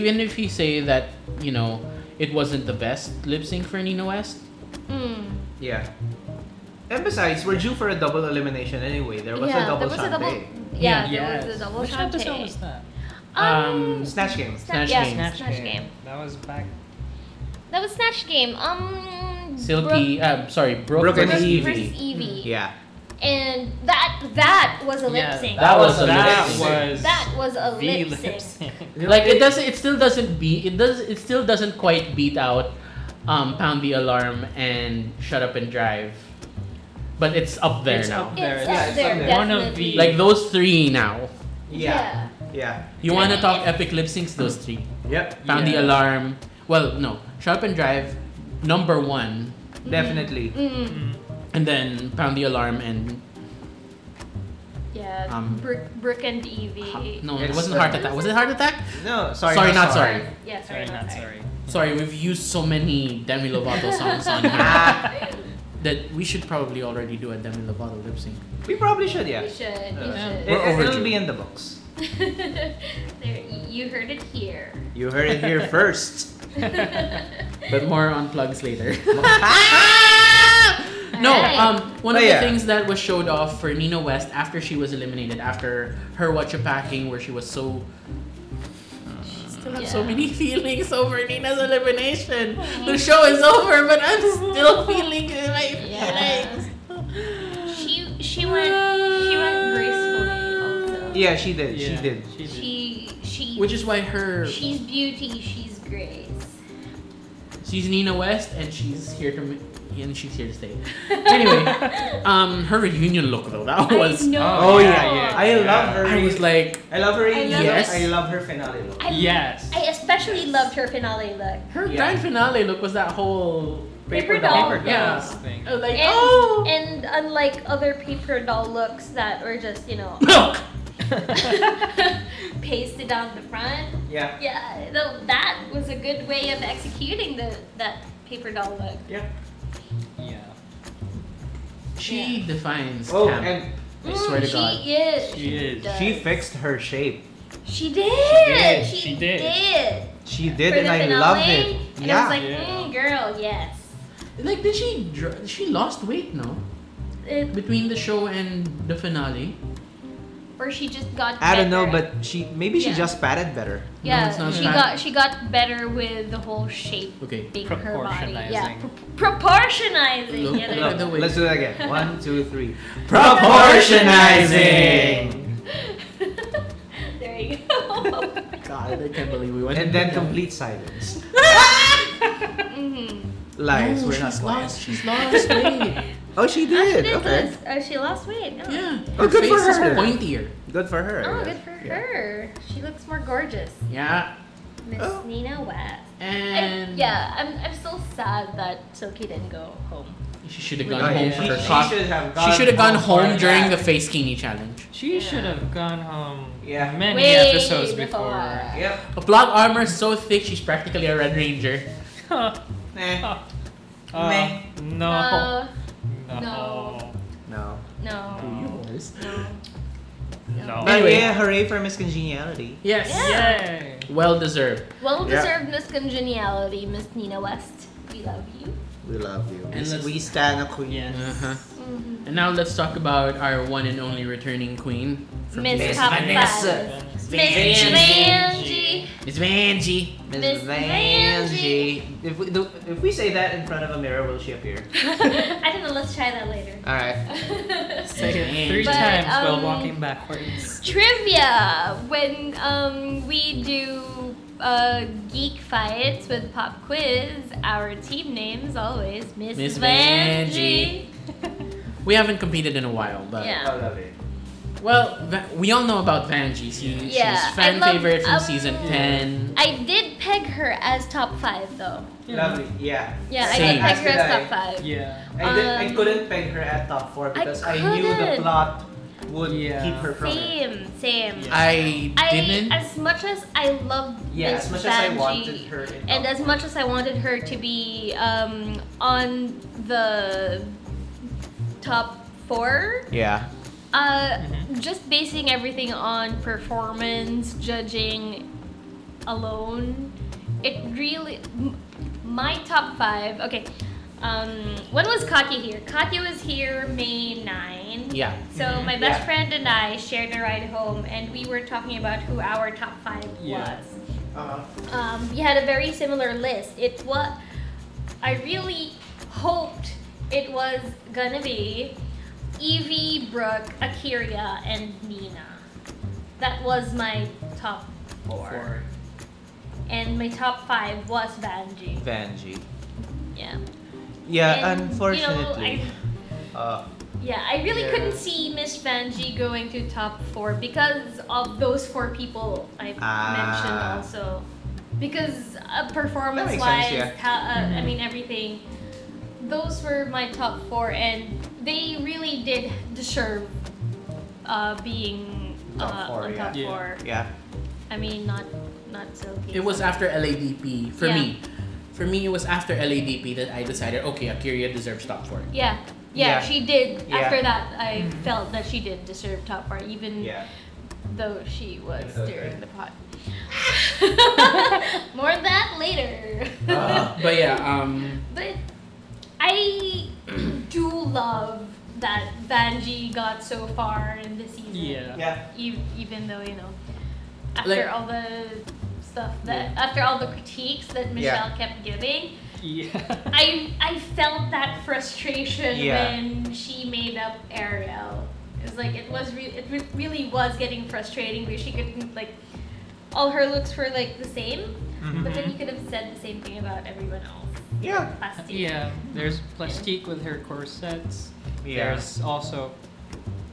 S1: Even if you say that you know it wasn't the best lip sync for Nina West,
S2: Mm.
S3: yeah. And besides, we're due for a double elimination anyway. There was a
S2: yeah,
S3: double eh?
S2: there was a double.
S3: Shantae.
S2: Yeah,
S4: Yes.
S2: there was a double
S4: Which episode
S2: Shantae.
S4: was that?
S1: Um,
S3: Snatch Game.
S2: Snatch,
S1: Snatch
S2: yeah,
S1: Game.
S2: Snatch, game.
S4: That was back.
S2: That was Snatch Game. Um,
S1: Silky,
S2: Brooke,
S1: uh, sorry, Brooke,
S3: Brooke and
S1: versus
S2: versus-
S3: Evie. Mm-hmm.
S2: versus Evie.
S3: Yeah.
S2: And that that was a lip sync.
S1: that was a
S4: that
S1: lip sync.
S4: was
S2: That was a
S4: the
S2: lip, sync.
S1: Like it doesn't, it still doesn't beat. It does, it still doesn't quite beat out, um, pound the alarm and shut up and drive, but it's up there
S4: It's
S1: now.
S4: up
S2: It's
S4: there.
S2: up
S3: Yeah, it's
S2: there,
S3: up there.
S2: definitely.
S4: One of the-
S1: Like those three now.
S3: Yeah.
S2: Yeah.
S3: Yeah.
S1: You want to talk epic lip syncs? Those three.
S3: Yep.
S1: Found
S4: Yeah.
S1: the alarm. Well, no. Shut up and drive. Number one,
S3: Definitely.
S2: Mm,
S4: Mm.
S1: and then pound the alarm and
S2: yeah.
S1: Um,
S2: Brooke, Brooke and Evie.
S1: no, it
S3: Yes.
S1: wasn't heart attack. Was it heart attack?
S3: No, sorry.
S1: Sorry,
S3: not,
S1: not
S3: sorry.
S1: sorry.
S2: Yeah, sorry,
S4: Sorry,
S2: not
S4: not
S2: sorry.
S4: sorry.
S1: Sorry, we've used so many Demi Lovato songs on here
S3: Ah,
S1: that we should probably already do a Demi Lovato lip sync.
S3: we probably should, yeah.
S2: You should. You
S3: Uh,
S2: should.
S3: It,
S1: We're
S3: it,
S1: overdue.
S3: will be in the books.
S2: there, you heard it here.
S3: You heard it here first.
S1: But more on plugs later.
S3: Ah!
S1: No,
S2: Alright.
S1: um, one
S3: Oh,
S1: of the
S3: yeah.
S1: things that was showed off for Nina West after she was eliminated, after her what you packing, where she was so. She still has so
S2: Yeah.
S1: many feelings over Nina's elimination. The show is over, but I'm still feeling my
S2: Yeah.
S1: feelings.
S2: She she went she went gracefully also.
S3: Yeah, she did.
S4: Yeah,
S3: She did.
S4: She did.
S2: She she
S1: Which is why her
S2: she's beauty, she's grace.
S1: she's Nina West and she's here to m- and she's here to stay. Anyway, um, her reunion look though that was
S2: I know.
S4: Oh, yeah, yeah.
S3: I love her.
S1: I was like
S3: I love her.
S2: I love
S1: Yes.
S3: I love her finale look.
S2: I,
S4: yes.
S2: I especially loved her finale look.
S1: her
S3: Yeah.
S1: grand finale look was that whole
S2: Paper doll.
S1: Paper
S4: yeah.
S1: dolls.
S4: Thing.
S1: I was like
S2: And,
S1: oh
S2: and unlike other paper doll looks that were just, you know,
S1: milk.
S2: pasted on the front,
S3: Yeah.
S2: yeah, no, that was a good way of executing the that paper doll look.
S4: Yeah.
S1: She defines
S3: Oh,
S1: camp.
S3: and
S1: I swear to
S2: she
S1: God.
S2: is.
S4: She is.
S2: does.
S3: she fixed her shape.
S2: She did.
S4: did, she did.
S3: She did,
S2: For
S3: and
S2: the
S3: I
S2: finale,
S3: love it.
S2: And I
S3: yeah.
S2: was like,
S4: Yeah.
S2: mm, girl, yes.
S1: like did she dr- she lost weight no
S2: It,
S1: between the show and the finale.
S2: or she just got.
S3: I don't know,
S2: better.
S3: but she maybe she
S2: Yeah.
S3: just patted better.
S2: Yeah,
S1: it's not
S2: she
S1: bad.
S2: got she got better with the whole shape
S1: Okay.
S2: being her body. Yeah,
S4: Proportionizing.
S2: pro- proportionizing. Yeah,
S1: Look,
S2: there
S1: By
S3: No,
S2: you
S1: the way-
S3: let's do that again. One, two, three.
S2: go. there you go.
S1: God, I can't believe we went.
S3: And then complete silence.
S2: mm-hmm.
S3: Lies,
S1: No,
S3: we're not
S1: she's
S3: quiet.
S1: lost. She's lost weight.
S3: Oh, she did.
S2: Did
S3: okay.
S2: lose- uh, she lost weight. No.
S1: Yeah.
S3: Oh, good
S1: face
S3: for
S1: is
S3: her.
S1: pointier.
S3: Good for her. I
S2: Oh,
S3: guess.
S2: good for
S3: Yeah.
S2: her. She looks more gorgeous,
S1: Yeah.
S2: Miss
S3: Oh.
S2: Nina West.
S1: And
S2: I, yeah, I'm, I'm still sad that Silky didn't go home.
S1: she should have
S4: Oh,
S1: gone
S4: yeah.
S1: home
S4: She-
S1: for her
S4: she
S1: coffee.
S3: should have
S1: She should have gone home
S3: for
S1: during the
S3: that.
S1: face skinny challenge.
S4: She
S2: Yeah.
S4: should have gone home
S3: Yeah.
S4: many
S2: Way
S4: episodes
S2: before.
S4: before.
S3: Yep.
S1: A block armor is so thick she's practically a Red Ranger.
S3: Eh.
S4: Uh,
S3: Meh.
S4: no.
S2: Uh,
S4: no.
S2: no.
S3: No.
S2: no.
S4: Oh, you
S2: No.
S4: No.
S1: But- Anyway.
S3: yeah, hooray for Miss Congeniality.
S1: Yes.
S2: Yeah.
S4: Yay.
S1: Well deserved.
S2: Well
S3: Yeah.
S2: deserved Miss Congeniality, Miss Nina West. We love you.
S3: We love you.
S1: And let's-
S3: we stand a queen.
S4: Yes.
S1: Uh-huh.
S2: Mm-hmm.
S1: And now let's talk about our one and only returning queen. from
S2: Miss
S1: Miss
S2: Papa.
S1: Vanessa.
S2: Miss
S1: Vanjie.
S2: Vanjie.
S1: Miss Vanjie.
S2: Miss
S3: Miss Vanjie. If we, do, if we say that in front of a mirror, will she appear?
S2: I don't know, let's try that later.
S3: Alright.
S4: Say it three
S1: But,
S4: times
S2: um,
S4: while walking backwards.
S2: Trivia! When um, we do uh, geek fights with Pop Quiz, our team name is always Miss,
S1: Miss
S2: Vanjie.
S1: We haven't competed in a while, but
S2: Yeah.
S3: I love it.
S1: well, Va- we all know about Vanjie. She,
S2: Yeah,
S1: she's
S2: I
S1: fan
S2: love-
S1: favorite from
S2: um,
S1: season ten.
S2: I did peg her as top five though.
S3: Lovely. Yeah.
S2: Yeah, I
S1: Same.
S2: did peg her as
S3: As
S2: top five.
S4: Yeah.
S3: I, did, I
S2: Um,
S3: couldn't peg her at top four because I, knew the
S2: couldn't.
S3: plot would
S4: Yeah.
S3: keep her from it.
S2: Same, same.
S4: Yeah.
S1: I, didn't.
S2: I, as much as I loved
S3: Yeah,
S2: Miss
S3: as much as I
S2: Sanji,
S3: wanted her. In
S2: and
S3: top
S2: as
S3: four.
S2: much as I wanted her to be um, on the top four,
S3: Yeah.
S2: uh,
S4: Mhm.
S2: just basing everything on performance, judging alone, it really m- my top five. Okay, um, when was Katya here? Katya was here May nine.
S1: yeah.
S2: So
S4: Mhm.
S2: my best
S3: Yeah.
S2: friend and I shared a ride home, and we were talking about who our top five
S4: Yeah.
S2: was.
S3: Uh-huh.
S2: Um, we had a very similar list. It was I really hoped it was gonna be Evie, Brooke, Akiria, and Nina. That was my top four,
S3: For
S2: and my top five was Banji.
S3: Vanjie.
S2: Yeah.
S3: Yeah,
S2: And, you know,
S3: unfortunately.
S2: I-
S3: uh,
S2: Yeah, I really
S3: Yeah.
S2: couldn't see Miss Vanjie going to top four because of those four people I
S3: Ah.
S2: mentioned also. Because uh, performance
S3: That makes
S2: wise,
S3: sense,
S2: ta- uh, I
S3: Mm-hmm.
S2: mean everything. Those were my top four, and they really did deserve uh, being
S3: Top
S2: uh,
S3: four,
S2: on
S3: yeah.
S2: top
S4: Yeah.
S2: four.
S3: Yeah.
S2: I mean, not not Silky.
S1: It was after LADP for
S2: Yeah.
S1: me. For me, it was after LADP that I decided, okay, Akiria deserves top four.
S2: Yeah. Yeah,
S3: Yeah.
S2: she did.
S3: Yeah.
S2: After that, I felt that she did deserve top four, even
S3: Yeah.
S2: though she was
S3: Okay.
S2: stirring the pot. More of that later.
S3: Uh,
S1: But yeah, um,
S2: but I do love that Vanji got so far in the season.
S4: Yeah.
S3: yeah.
S2: E- even though, you know, after
S1: Like-
S2: all the stuff that, after all the critiques that Michelle kept giving,
S4: Yeah.
S2: I I felt that frustration
S3: Yeah.
S2: when she made up Ariel. It's like it was re- it re- really was getting frustrating where she couldn't like all her looks were like the same, but then you could have said the same thing about everyone else.
S3: Mm-hmm. Yeah.
S2: Plastic.
S4: Yeah, there's plastique with her corsets.
S3: Yeah.
S4: There's also,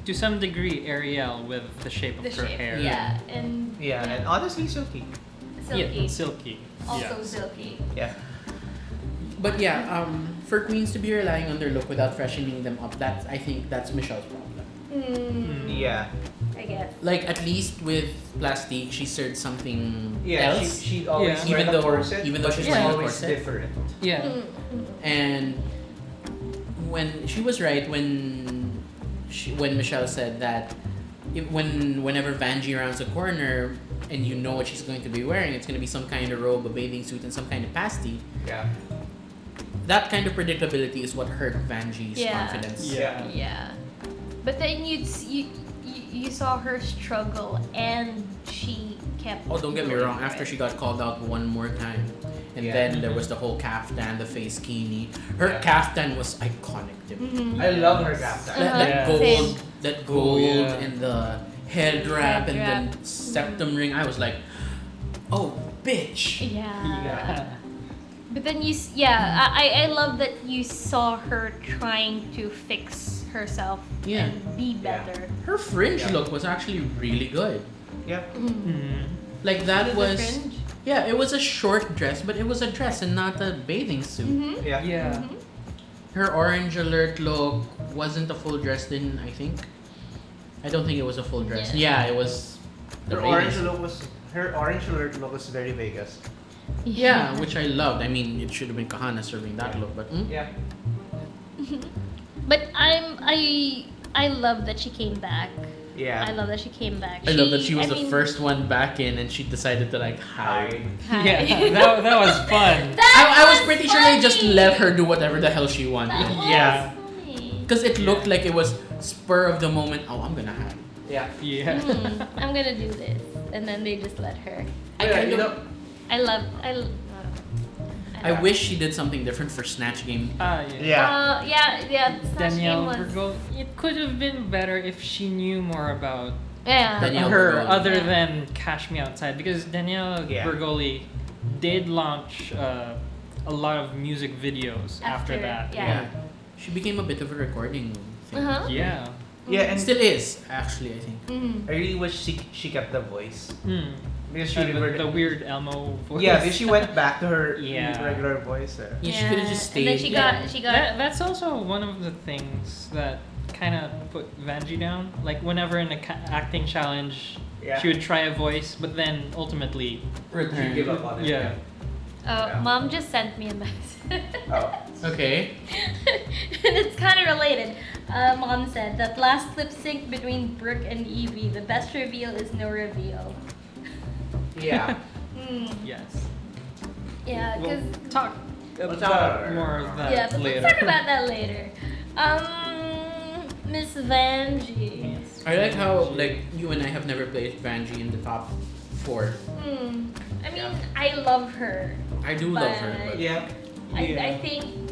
S4: to some degree, Ariel with the shape of
S2: The
S4: her
S2: shape.
S4: hair.
S2: Yeah. And
S3: Yeah. And honestly, Silky.
S2: silky.
S4: Yeah, silky.
S2: Also
S4: yeah.
S2: silky.
S3: Yeah.
S1: but yeah, um, for queens to be relying on their look without freshening them up, that's I think that's Michelle's problem.
S2: Mm,
S3: Yeah.
S2: I guess.
S1: Like at least with Plastique, she served something
S3: Yeah.
S1: else.
S3: She, she always wear
S4: Yeah.
S1: Even
S3: the
S1: though-
S3: corset,
S1: even though
S3: but
S1: she's
S3: it's
S1: wearing the
S3: always
S1: corset.
S3: different.
S4: Yeah.
S2: Mm, mm.
S1: And when she was right when she, when Michelle said that if, when whenever Vanjie rounds a corner and you know what she's going to be wearing, it's going to be some kind of robe, a bathing suit, and some kind of pasty.
S3: Yeah.
S1: That kind of predictability is what hurt Vanjie's
S2: Yeah.
S1: confidence.
S4: Yeah.
S2: Yeah. But then you'd s- you you you saw her struggle and she kept
S1: Oh, don't get me
S2: going
S1: wrong.
S2: for
S1: After
S2: it.
S1: she got called out one more time, and
S3: Yeah.
S1: then there was the whole caftan, the face kini. Her
S3: Yeah.
S1: caftan was iconic to me.
S2: Mhm.
S4: Mm-hmm.
S3: I love her captain.
S1: That, that
S4: Yeah.
S1: gold,
S2: Same.
S1: that
S4: Gold,
S1: gold,
S4: yeah.
S1: and the head wrap, and
S2: Head
S1: the septum ring. I was like, oh, bitch.
S2: Yeah.
S4: Yeah.
S2: But then you, s- yeah, I, I- I love that you saw her trying to fix herself
S1: Yeah.
S2: and be
S3: Yeah.
S2: better.
S1: Her fringe
S3: Yeah.
S1: look was actually really good.
S3: Yeah.
S2: Mm.
S4: Mhm.
S1: Like Mm-hmm. that
S2: The
S1: was,
S2: fringe.
S1: yeah, it was a short dress, but it was a dress and not a bathing suit.
S2: Mhm.
S3: Yeah.
S4: Yeah.
S2: Mhm.
S1: Her orange alert look wasn't a full dress. Then I think, I don't think it was a full dress. Yeah, it was. the
S3: Her
S1: bathing
S3: orange
S1: suit.
S3: look was her orange alert look was very Vegas.
S1: Yeah, which I loved. I mean, it should have been Kahana serving that look, but mm,
S3: Yeah.
S2: But I'm I I love that she came back. I
S3: Yeah.
S2: love that she came back.
S1: I love that she was
S2: I
S1: the
S2: mean,
S1: first one back in, and she decided to like hide.
S2: hi.
S4: Yeah, that, that was fun.
S2: That
S1: I, I was pretty sure they just
S2: funny.
S1: let her do whatever the hell she
S2: That
S1: wanted.
S2: was
S4: Yeah.
S2: funny.
S1: Because it looked like it was spur of the moment. Oh, I'm gonna hide.
S3: Yeah.
S4: Yeah.
S2: Hmm, I'm gonna do this, and then they just let her.
S1: I
S3: Yeah,
S1: kind
S3: you
S1: of,
S3: know-
S2: I love I. l- I
S1: I
S2: love-
S1: wish she did something different for Snatch Game.
S4: Ah, yeah.
S3: Yeah.
S2: Uh, yeah, yeah. Snatch game
S4: Danielle
S2: was,
S4: Virgo. It could have been better if she knew more about
S2: Yeah.
S1: Danielle
S4: her
S1: Bergoli.
S4: other
S2: Yeah.
S4: than Cash Me Outside because Danielle
S3: Yeah.
S4: Bergoli did launch uh, a lot of music videos after,
S2: After,
S4: that.
S2: yeah.
S1: She became a bit of a recording thing.
S2: Uh-huh.
S4: Yeah.
S3: Yeah. And
S1: Still is, actually, I think.
S2: Mm.
S3: I really wish she she kept the voice
S4: Hmm.
S3: because she
S4: Uh, the,
S3: reverted-
S4: the weird Elmo voice.
S3: Yeah, because she went back to her
S4: Yeah.
S3: regular voice. uh,
S1: Yeah, she could have just
S2: And
S1: stayed.
S2: then she got she got
S4: That, that's also one of the things that kind of put Vanjie down. Like whenever in a ca- acting challenge,
S3: Yeah.
S4: she would try a voice, but then ultimately,
S3: She gave up on it.
S4: yeah,
S2: Oh,
S3: Yeah.
S2: mom just sent me a message.
S3: Oh.
S1: Okay.
S2: and it's kind of related. Uh, mom said that last lip sync between Brooke and Evie, the best reveal is no reveal.
S3: Yeah.
S2: Mm.
S4: yes.
S2: Yeah,
S4: Well,
S2: because
S4: talk
S3: Let's
S4: about
S3: talk-
S4: more of that
S2: yeah, but
S4: later.
S2: let's talk about that later. Um, Miss Vanjie.
S1: I like how like you and I have never placed Vanjie in the top four.
S2: Hmm. I mean,
S3: Yeah.
S2: I love her.
S1: I do love her, but
S3: Yeah.
S2: I, I
S3: Yeah.
S2: think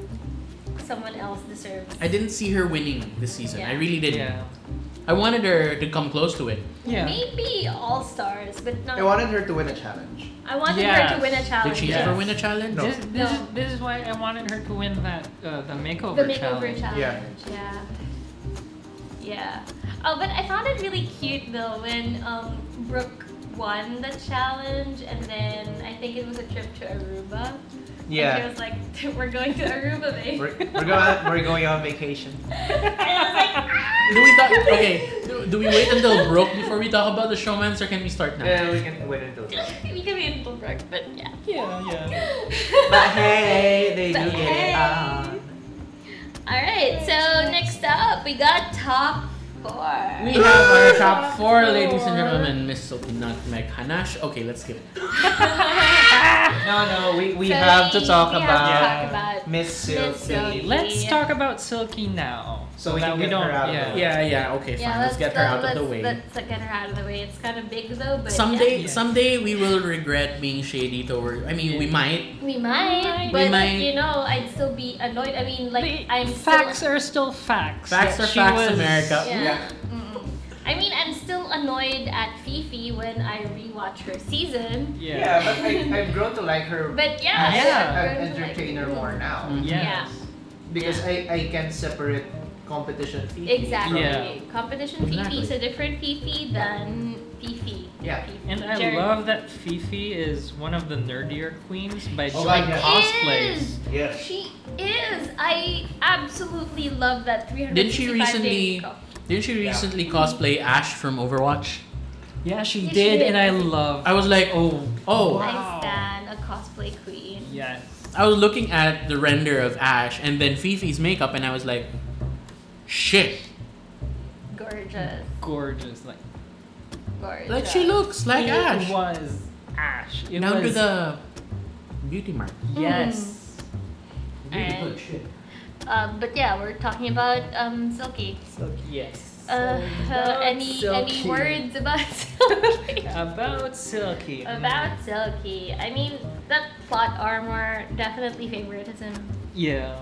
S2: someone else deserves.
S1: I didn't see her winning this season. I
S2: Yeah.
S1: really didn't.
S4: Yeah.
S1: I wanted her to come close to it.
S4: Yeah.
S2: Maybe all stars, but not.
S3: I wanted her to win a challenge.
S2: I wanted her
S4: Yes.
S2: to win a
S1: Did
S2: challenge.
S1: she
S4: Yes.
S1: ever win a challenge?
S3: No.
S4: This, this,
S2: No.
S4: is, this is why I wanted her to win that uh, the makeover
S2: The makeover
S4: challenge.
S2: challenge.
S3: Yeah.
S2: yeah. Yeah. Oh, but I found it really cute though when um, Brooke won the challenge, and then I think it was a trip to Aruba. And she
S3: Yeah.
S2: was like, "We're going to Aruba, babe."
S3: We're, we're going we're going on vacation.
S2: and I was like, ah!
S1: Do we talk? Okay. Do, do we wait until Brooke before we talk about the showmans, or can we start now?
S3: Yeah, we can wait until then.
S2: we can be in Brooke, but yeah.
S4: Yeah, yeah.
S3: But hey, they
S2: But
S3: do get
S2: hey.
S3: it on.
S2: All right. So next up, we got top four.
S1: We have our top four, ladies and gentlemen. Miss Sophie Nutmeg Hanash. Okay, let's skip it.
S3: No, no, we, we
S2: So
S3: have to
S2: we-
S3: talk
S2: we
S3: about
S2: Have to talk about
S3: Miss
S2: Miss Silky.
S3: Silky.
S4: Let's
S2: Yeah.
S4: talk about Silky now.
S3: So we
S4: that
S3: can
S4: we
S3: get
S4: don't.
S3: her out of
S4: yeah.
S3: the way.
S1: Yeah, yeah. Okay, fine.
S2: yeah,
S1: let's, get her out of the
S2: let's-
S1: way.
S2: Let's uh, get her out of the way. It's kind of big though, but
S1: someday,
S4: Yeah.
S1: someday we will regret being shady toward. I mean, we
S4: Yeah.
S1: might.
S2: yeah. we might.
S1: We
S2: but
S1: might.
S2: you know, I'd still be annoyed. I mean, like
S4: But
S2: I'm
S4: facts
S2: Still,
S4: are still facts.
S1: Facts are
S4: that she
S1: facts,
S4: was-
S1: America.
S2: yeah.
S3: Yeah.
S2: Mm-mm. I mean, I'm still annoyed at Fifi when I rewatch her season.
S4: Yeah.
S3: Yeah, but I, I've grown to like her
S2: But yeah, I'm
S4: Yeah.
S3: as
S2: grown to
S3: an
S2: like
S3: entertainer
S2: people.
S3: more now.
S1: Mhm.
S4: Yes.
S3: Because I, I can separate competition Fifi
S2: Exactly.
S4: Yeah.
S2: Competition Fifi
S1: Exactly.
S2: is a different Fifi than Fifi.
S3: from, yeah.
S2: Fifi.
S4: And I
S2: Jeremy.
S4: love that Fifi is one of the nerdier queens by
S3: Oh,
S4: doing
S3: yeah.
S4: cosplays.
S2: Is.
S3: Yes.
S2: She is. I absolutely love that 365
S1: Didn't she recently-
S2: days ago.
S1: Didn't she
S3: Yeah.
S1: recently cosplay Ash from Overwatch?
S4: Yeah, she
S2: Yeah, she
S4: did,
S2: did.
S4: and I love.
S1: I was like, oh, oh.
S2: I
S4: Wow.
S2: stand a cosplay queen.
S4: Yes.
S1: I was looking at the render of Ash and then Fifi's makeup, and I was like, shit.
S2: Gorgeous.
S4: Gorgeous, like
S2: Gorgeous.
S1: Like she looks like
S4: it
S1: Ash.
S4: was Ash. It
S1: Down to
S4: was
S1: the beauty mark.
S4: yes.
S1: Really
S2: Alright.
S1: good shit.
S2: Um, but yeah, we're talking about um, Silky.
S4: Mm. So yes.
S2: Uh, uh,
S4: about
S2: any any
S4: Silky.
S2: words about Silky?
S4: About Silky. Mm,
S2: about Silky. I mean, that plot armor definitely favoritism.
S4: Yeah.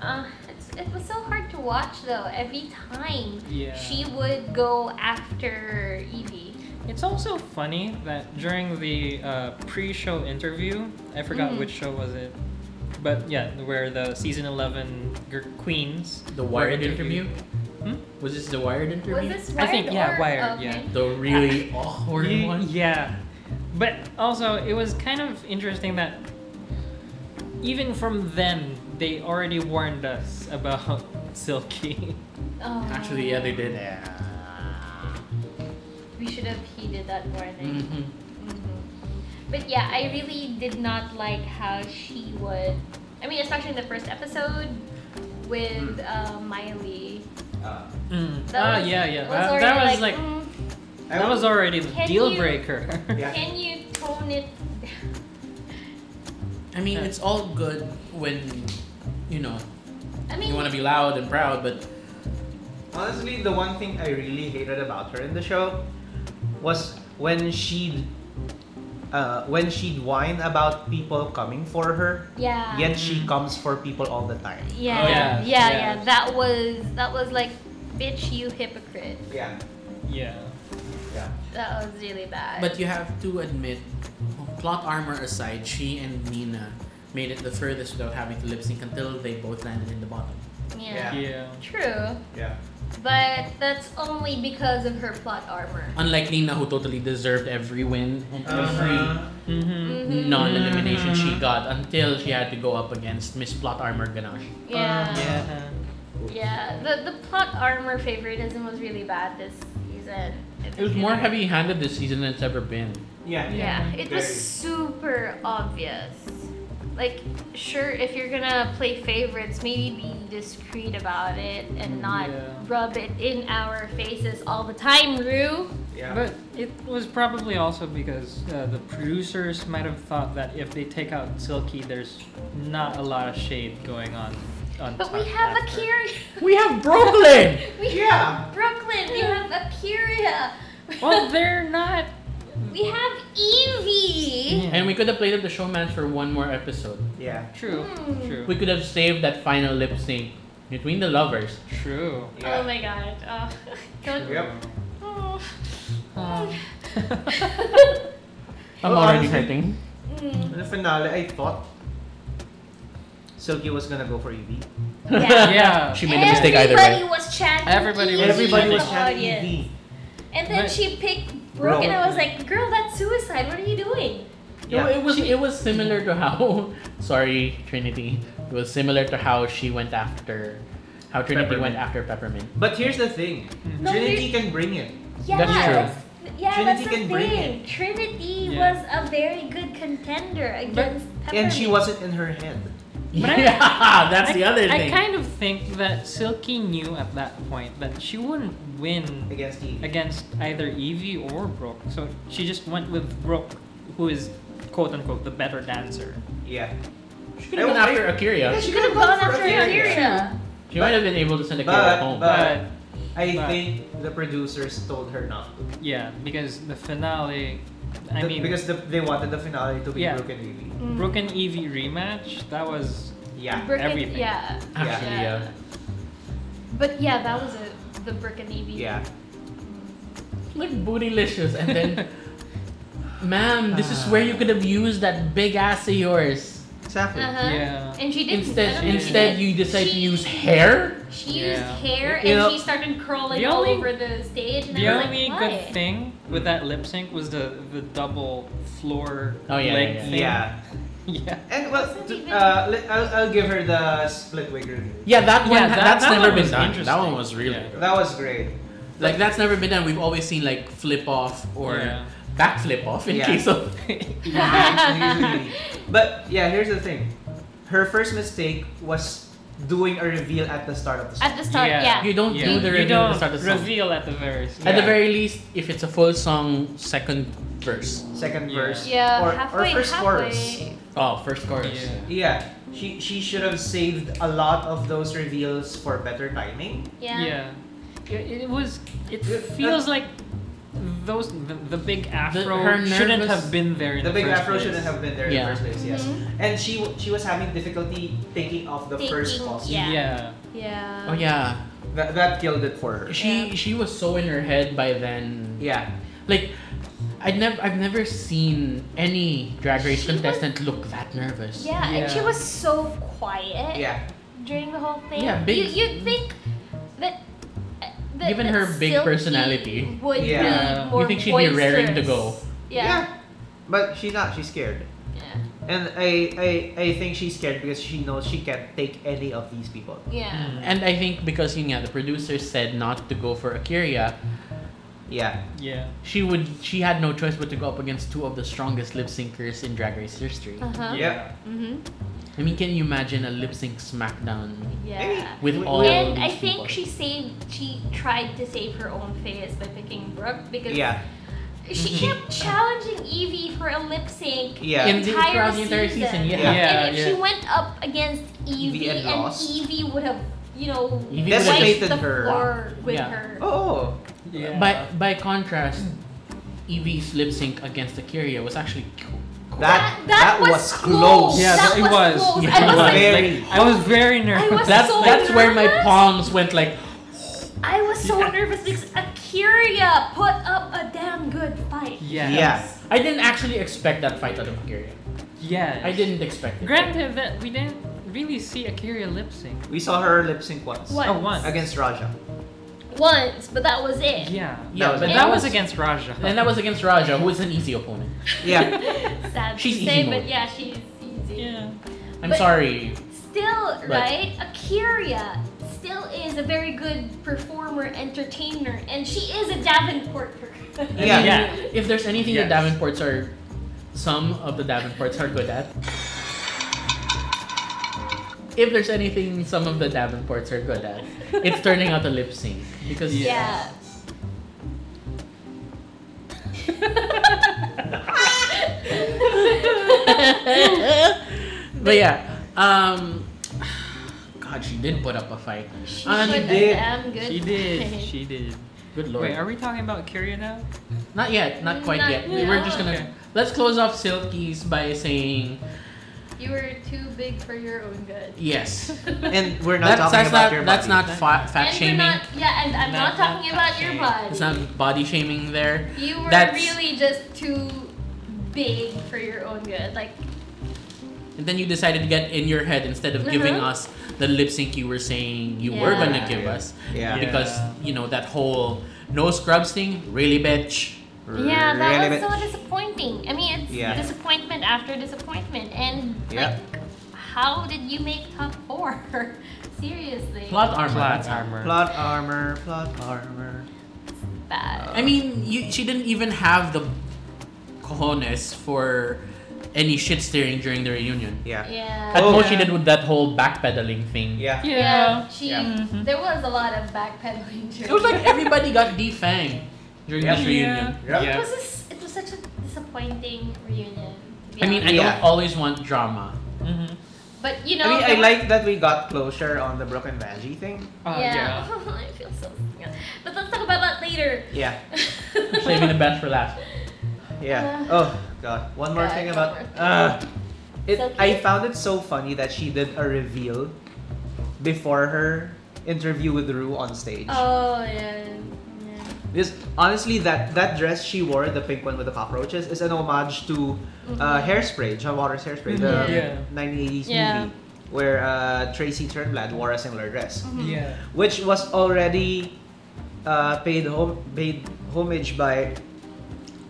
S2: Uh, it's, it was so hard to watch though. Every time
S4: Yeah.
S2: she would go after Evie.
S4: It's also funny that during the uh, pre-show interview, I forgot
S2: Mhm.
S4: which show was it, but yeah, where the season eleven gr- queens.
S1: The
S4: were
S1: Wired interview? Hmm?
S4: interviewed.
S1: Was this the Wired interview?
S2: Was this
S4: I
S2: Wired?
S4: think, yeah,
S2: or-
S4: Wired,
S2: okay.
S4: yeah.
S1: The really awkward
S4: Ye-
S1: one.
S4: Yeah. But also, it was kind of interesting that even from them, they already warned us about Silky.
S2: Oh,
S1: Actually, yeah, they did.
S2: We should have heeded that warning.
S1: hmm
S4: Mm-hmm.
S2: Mhm. But yeah, I really did not like how she would. I mean, especially in the first episode with uh, Miley.
S3: Uh,
S4: Ah,
S2: That was-
S4: Mm. yeah, yeah.
S2: was
S4: That,
S2: already
S4: that was like,
S2: "Mm,
S3: I
S4: that
S3: would-
S4: was already the
S2: Can
S4: deal
S2: you-
S4: breaker.
S3: Yeah.
S2: can you tone it?
S1: I mean,
S4: Yeah.
S1: it's all good when, you know,
S2: I mean,
S1: you want to be loud and proud, but
S3: Honestly, the one thing I really hated about her in the show was when she'd uh, when she'd whine about people coming for her,
S2: yeah.
S3: yet she comes for people all the time.
S2: Yeah, yeah,
S4: Oh, yeah,
S2: yeah,
S4: yeah.
S2: That was that was like, bitch, you hypocrite.
S3: Yeah,
S4: yeah.
S3: yeah.
S2: That was really bad.
S1: but you have to admit, plot armor aside, she and Nina made it the furthest without having to lip sync until they both landed in the bottom.
S2: yeah.
S4: Yeah.
S2: True,
S3: Yeah.
S2: but that's only because of her plot armor.
S4: Uh,
S1: Unlike Nina, who totally deserved every win and
S3: Uh-huh.
S1: every
S4: Mm-hmm.
S2: Mhm.
S1: non-elimination she got until she had to go up against Miss Plot Armor Ganache. Uh-huh.
S2: Yeah.
S4: Yeah.
S2: Yeah, the the plot armor favoritism was really bad this season.
S1: It was more heavy-handed this season than it's ever been.
S3: Yeah.
S2: Yeah, it was
S3: Very.
S2: super obvious. Like, sure, if you're gonna play favorites, maybe be discreet about it and not
S4: Yeah.
S2: rub it in our faces all the time, Rue.
S3: Yeah.
S4: But it was probably also because uh, the producers might have thought that if they take out Silky, there's not a lot of shade going on. on
S2: But we
S4: top
S2: have
S4: after.
S2: Akira.
S1: We have Brooklyn.
S2: We
S3: Yeah.
S2: have Brooklyn. We have Akira.
S1: Oh.
S4: Well, they're not.
S2: we have Evie.
S1: And we could have played up the showman for one more episode.
S3: yeah.
S4: True.
S2: Hmm.
S4: True.
S1: We could have saved that final lip sync between the lovers.
S4: True.
S2: Oh my god. Oh, don't.
S3: Yep.
S2: Oh.
S4: Um,
S1: I'm
S3: Well,
S1: already
S3: honestly-
S1: hurting.
S2: Mm.
S3: In the finale, I thought Silky was gonna go for Evie.
S2: Yeah.
S4: yeah.
S1: She made a mistake either
S2: Everybody
S1: way.
S2: was chanting.
S4: Everybody was
S2: EV
S3: Everybody
S2: in
S3: was E
S2: the
S3: chanting
S2: audience.
S3: EV.
S2: And then
S4: Right.
S2: she picked Brooke, and I was like, "Girl, that's suicide. What are you doing?"
S1: No, it was it was similar to how sorry Trinity. It was similar to how she went after how Trinity went
S3: Peppermint.
S1: after Peppermint.
S3: But here's the thing
S2: No,
S3: Trinity can bring it.
S2: Yeah,
S1: That's true.
S2: th- yeah,
S3: Trinity
S2: that's the
S3: can bring
S2: thing. Trinity
S4: Yeah.
S2: was a very good contender against Peppermint.
S3: And she wasn't in her head.
S4: But I-
S1: yeah, that's the other
S4: I
S1: thing.
S4: kind of think that Silky knew at that point that she wouldn't win
S3: Against E Eve.
S4: against either Evie or Brooke, so she just went with Brooke, who is quote unquote the better dancer.
S3: Yeah.
S1: she could have gone after Akira.
S2: She could have gone after Akira.
S1: She might have been able to send Akira
S3: But-
S1: home.
S3: but-
S4: But
S3: I
S4: But-
S3: think the producers told her not to.
S4: yeah, because the finale,
S3: The-
S4: I mean,
S3: because the, they wanted the finale to be E
S4: Yeah.
S3: Brooke and Evie.
S4: Brooke and Evie rematch, that was
S3: Yeah.
S2: Mm. Brooke
S4: everything.
S2: And, yeah.
S1: Actually, yeah.
S2: But yeah, that was a, the Brooke and Evie.
S3: Yeah.
S1: Like bootylicious, and then, ma'am, this is where you could have used that big ass of yours.
S3: Exactly.
S2: Uh-huh.
S4: yeah.
S2: And she didn't.
S1: Instead,
S2: I don't think she
S1: instead
S2: did.
S1: you decide to
S2: She-
S1: use hair.
S2: She used
S4: Yeah.
S2: hair and
S1: You know-
S2: she started curling
S4: The
S2: all
S4: only-
S2: over the stage. And
S4: The
S2: I was
S4: only
S2: like,
S4: good
S2: "Why?"
S4: thing with that lip sync was the, the double floor
S1: Oh, yeah,
S4: leg
S1: yeah,
S4: thing.
S3: Yeah.
S4: Yeah.
S3: And well,
S2: Wasn't
S3: to-
S2: even-
S3: uh, let- I'll, I'll give her the split wig review.
S1: Yeah, that one.
S4: Yeah, that-
S1: that's
S4: that
S1: never
S4: one
S1: been
S4: was
S1: done. That
S4: interesting.
S1: one was really
S4: Yeah.
S1: good.
S3: That was great.
S1: Like that's never been done. We've always seen like flip off or
S4: Yeah.
S1: back flip off in
S3: Yeah.
S1: case of.
S3: But yeah, here's the thing. Her first mistake was doing a reveal at the start of the song.
S2: At the start,
S4: Yeah.
S2: yeah.
S1: You don't
S4: Yeah.
S1: do the reveal
S4: you
S1: at
S4: don't
S1: the start of the song.
S4: reveal at the very start.
S1: At the
S3: Yeah.
S1: very least, if it's a full song, second verse.
S3: Second
S4: Yeah.
S3: verse.
S2: Yeah,
S3: or,
S2: halfway,
S3: or first
S2: halfway.
S3: chorus.
S1: Oh, first chorus.
S4: Yeah.
S3: Yeah. She she should have saved a lot of those reveals for better timing.
S2: Yeah.
S4: Yeah, It, it was. It
S3: Yeah,
S4: feels like those the, the big afro
S1: her
S4: shouldn't
S1: nervous-
S4: have been there. In
S3: The
S4: the,
S3: big
S4: first
S3: afro
S4: place.
S3: shouldn't have been there
S1: Yeah.
S3: in the first place. Yes.
S2: Mhm.
S3: And she w- she was having difficulty taking off the first
S2: Taking-
S3: pause.
S2: Yeah.
S4: Yeah.
S2: Yeah.
S1: Oh yeah.
S3: That that killed it for her.
S1: She she was so in her head by then.
S3: Yeah.
S1: Like I'd never I've never seen any drag race
S2: She was-
S1: contestant look that nervous.
S2: Yeah, and she
S4: Yeah.
S2: was so quiet
S3: Yeah.
S2: during the whole thing.
S1: Yeah, big-
S2: You, you'd think that, uh, that
S1: Given
S2: that
S1: her big
S2: Silky
S1: personality.
S2: would
S3: Yeah.
S2: be
S4: You
S2: more
S1: think she'd be raring to go.
S2: boisterous. Yeah.
S3: But she's not. She's scared.
S2: Yeah.
S3: And I, I I think she's scared because she knows she can't take any of these people.
S2: Yeah.
S1: And I think because yun nga, the producer said not to go for Akira,
S3: Yeah.
S4: Mm. Yeah.
S1: she would she had no choice but to go up against two of the strongest lip syncers in drag race history.
S2: Uh-huh.
S3: Yeah.
S5: Mm-hmm.
S1: I mean, can you imagine a lip sync smackdown
S2: Yeah.
S1: with
S3: Maybe-
S1: all
S2: And
S1: these
S2: I think
S1: people?
S2: she saved. She tried to save her own face by picking Brooke because
S3: Yeah. Mm-hmm.
S2: she kept challenging Evie for a lip sync
S3: Yeah.
S1: In the- throughout the entire season, yeah.
S4: Yeah,
S2: and if she
S4: yeah.
S2: went up against Evie,
S3: Evie and
S2: and,
S3: lost.
S2: Evie would have, you know,
S1: Evie
S2: wiped
S3: Decimated
S2: the
S3: her.
S2: floor with
S1: Yeah.
S2: her.
S3: Oh.
S4: Yeah.
S1: By by contrast, Evie's lip sync against Akira was actually cool.
S3: That
S2: that,
S3: that
S2: was,
S3: was
S2: close.
S3: close.
S4: Yeah,
S2: that
S4: it
S2: was
S4: was.
S2: close.
S1: Yeah,
S2: I
S1: it
S2: was
S1: was.
S2: like,
S3: Very.
S4: I was very
S2: I was
S4: nervous.
S1: That's
S2: so
S1: that's where my
S2: nervous.
S1: palms went like.
S2: I was so
S1: Yeah.
S2: nervous because Akira put up a damn good fight.
S4: yeah.
S3: Yeah.
S1: I didn't actually expect that fight out of Akira.
S4: Yeah.
S1: I didn't expect it.
S4: Granted that we didn't really see Akira lip sync.
S3: We saw her lip sync once.
S2: Once.
S4: Oh, once.
S3: Against Raja.
S2: Once, but that was it.
S4: Yeah.
S1: Yeah,
S3: was
S4: But
S1: but
S2: it.
S4: that was against Raja.
S1: and that was against Raja, who is an easy opponent.
S3: Yeah.
S2: Sad
S1: She's
S2: to say,
S1: emo.
S2: but yeah, she's easy.
S4: yeah.
S1: I'm
S2: But-
S1: sorry.
S2: Still,
S1: But-
S2: right? Akira still is a very good performer, entertainer, and she is a Davenport. per-
S3: Yeah.
S4: Yeah.
S1: If there's anything
S4: Yes.
S1: that Davenports are, some of the Davenports are good at. If there's anything some of the Davenports are good at, it's turning out a lip sync because
S2: Yeah.
S1: but yeah, um, God, she did put up a fight.
S2: she
S1: And
S2: put a
S3: did.
S2: damn good
S4: She did. She did.
S1: Good lord.
S4: Wait, are we talking about Akira now?
S1: Not yet. Not quite
S2: Mm, Not
S1: yet.
S2: yet.
S1: We're just gonna
S4: Okay.
S1: let's close off Silkies by saying
S2: you were too big for your own good.
S1: yes.
S3: And we're not
S1: That's,
S3: talking
S1: that's
S3: about
S1: not
S3: your
S1: that's
S3: body.
S1: not fa- fat
S2: and
S1: shaming.
S2: We're not, yeah, and I'm not,
S4: Not-
S2: talking
S4: not
S2: about
S4: fat
S2: your
S4: shaming.
S2: body.
S1: It's not body shaming there.
S2: you were
S1: that's-
S2: really just too big for your own good. Like
S1: and then you decided to get in your head instead of giving
S2: Uh-huh.
S1: us the lip sync you were saying you were
S2: Yeah.
S1: gonna give us
S3: Yeah.
S4: Yeah.
S1: because you know that whole no scrubs thing really bitch
S2: Yeah, that was
S3: Really bit-
S2: so disappointing. I mean, it's
S3: Yeah.
S2: disappointment after disappointment, and
S3: Yeah.
S2: like, how did you make top four? Seriously,
S1: plot armor
S4: Plot
S1: that's
S4: armor.
S3: Plot armor, plot armor.
S2: bad.
S1: I mean, you, she didn't even have the cojones for any shit steering during the reunion.
S3: Yeah.
S1: At
S2: Yeah.
S3: Oh.
S1: most, she did with that whole backpedaling thing.
S3: Yeah.
S2: Yeah, she.
S3: Yeah.
S6: Mhm.
S2: There was a lot of backpedaling.
S1: It was like everybody got defanged during
S3: Yeah.
S1: this reunion.
S3: Yeah.
S2: It was. just- it was such a disappointing reunion. to be
S1: I mean, I
S2: honest.
S3: Yeah.
S1: don't always want drama.
S4: Mm-hmm.
S2: but you know,
S3: I mean, I
S2: there was-
S3: like that we got closure on the Brooke and Vanjie thing.
S4: Oh,
S2: yeah, I feel so. Yeah. But let's talk about that later.
S3: Yeah.
S1: Saving the best for last.
S3: Yeah.
S2: Uh,
S3: oh God. One more
S2: God,
S3: thing
S2: one
S3: about.
S2: more thing.
S3: Uh, it.
S2: It's
S3: I
S2: okay.
S3: found it so funny that she did a reveal before her interview with Rue on stage.
S2: Oh yeah. yeah.
S3: Because honestly, that that dress she wore, the pink one with the cockroaches, is an homage to uh,
S2: Mm-hmm.
S3: Hairspray, John Waters' Hairspray, the
S4: Yeah.
S3: 1980s
S5: Yeah.
S3: movie, where uh, Tracy Turnblad wore a similar dress,
S2: Mm-hmm.
S4: Yeah. Yeah.
S3: which was already uh, paid home paid homage by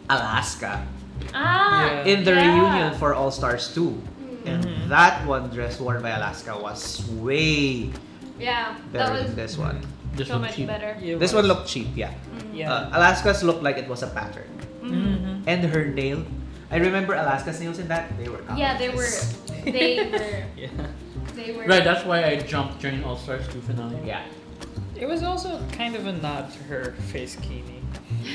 S3: Alaska
S2: Ah.
S4: Yeah.
S3: in the
S2: Yeah.
S3: reunion for All Stars 2.
S2: Mm.
S3: And
S4: Mhm.
S3: that one dress worn by Alaska was way
S2: Yeah, that
S3: better
S2: was
S3: than this one.
S1: This
S2: so
S1: looked
S2: much
S1: cheap.
S2: better. Mm-hmm.
S4: It
S3: This
S4: was-
S3: one looked cheap, yeah.
S4: Yeah.
S3: Uh, Alaska's looked like it was a pattern.
S4: mm-hmm.
S3: and her nail. I remember Alaska's nails in that. They were.
S2: Yeah, they were.
S3: outrageous.
S2: They were.
S4: Yeah.
S2: They were.
S1: Right, that's why I jumped during All Stars 2 finale.
S3: Yeah.
S4: It was also kind of a nod to her face kini.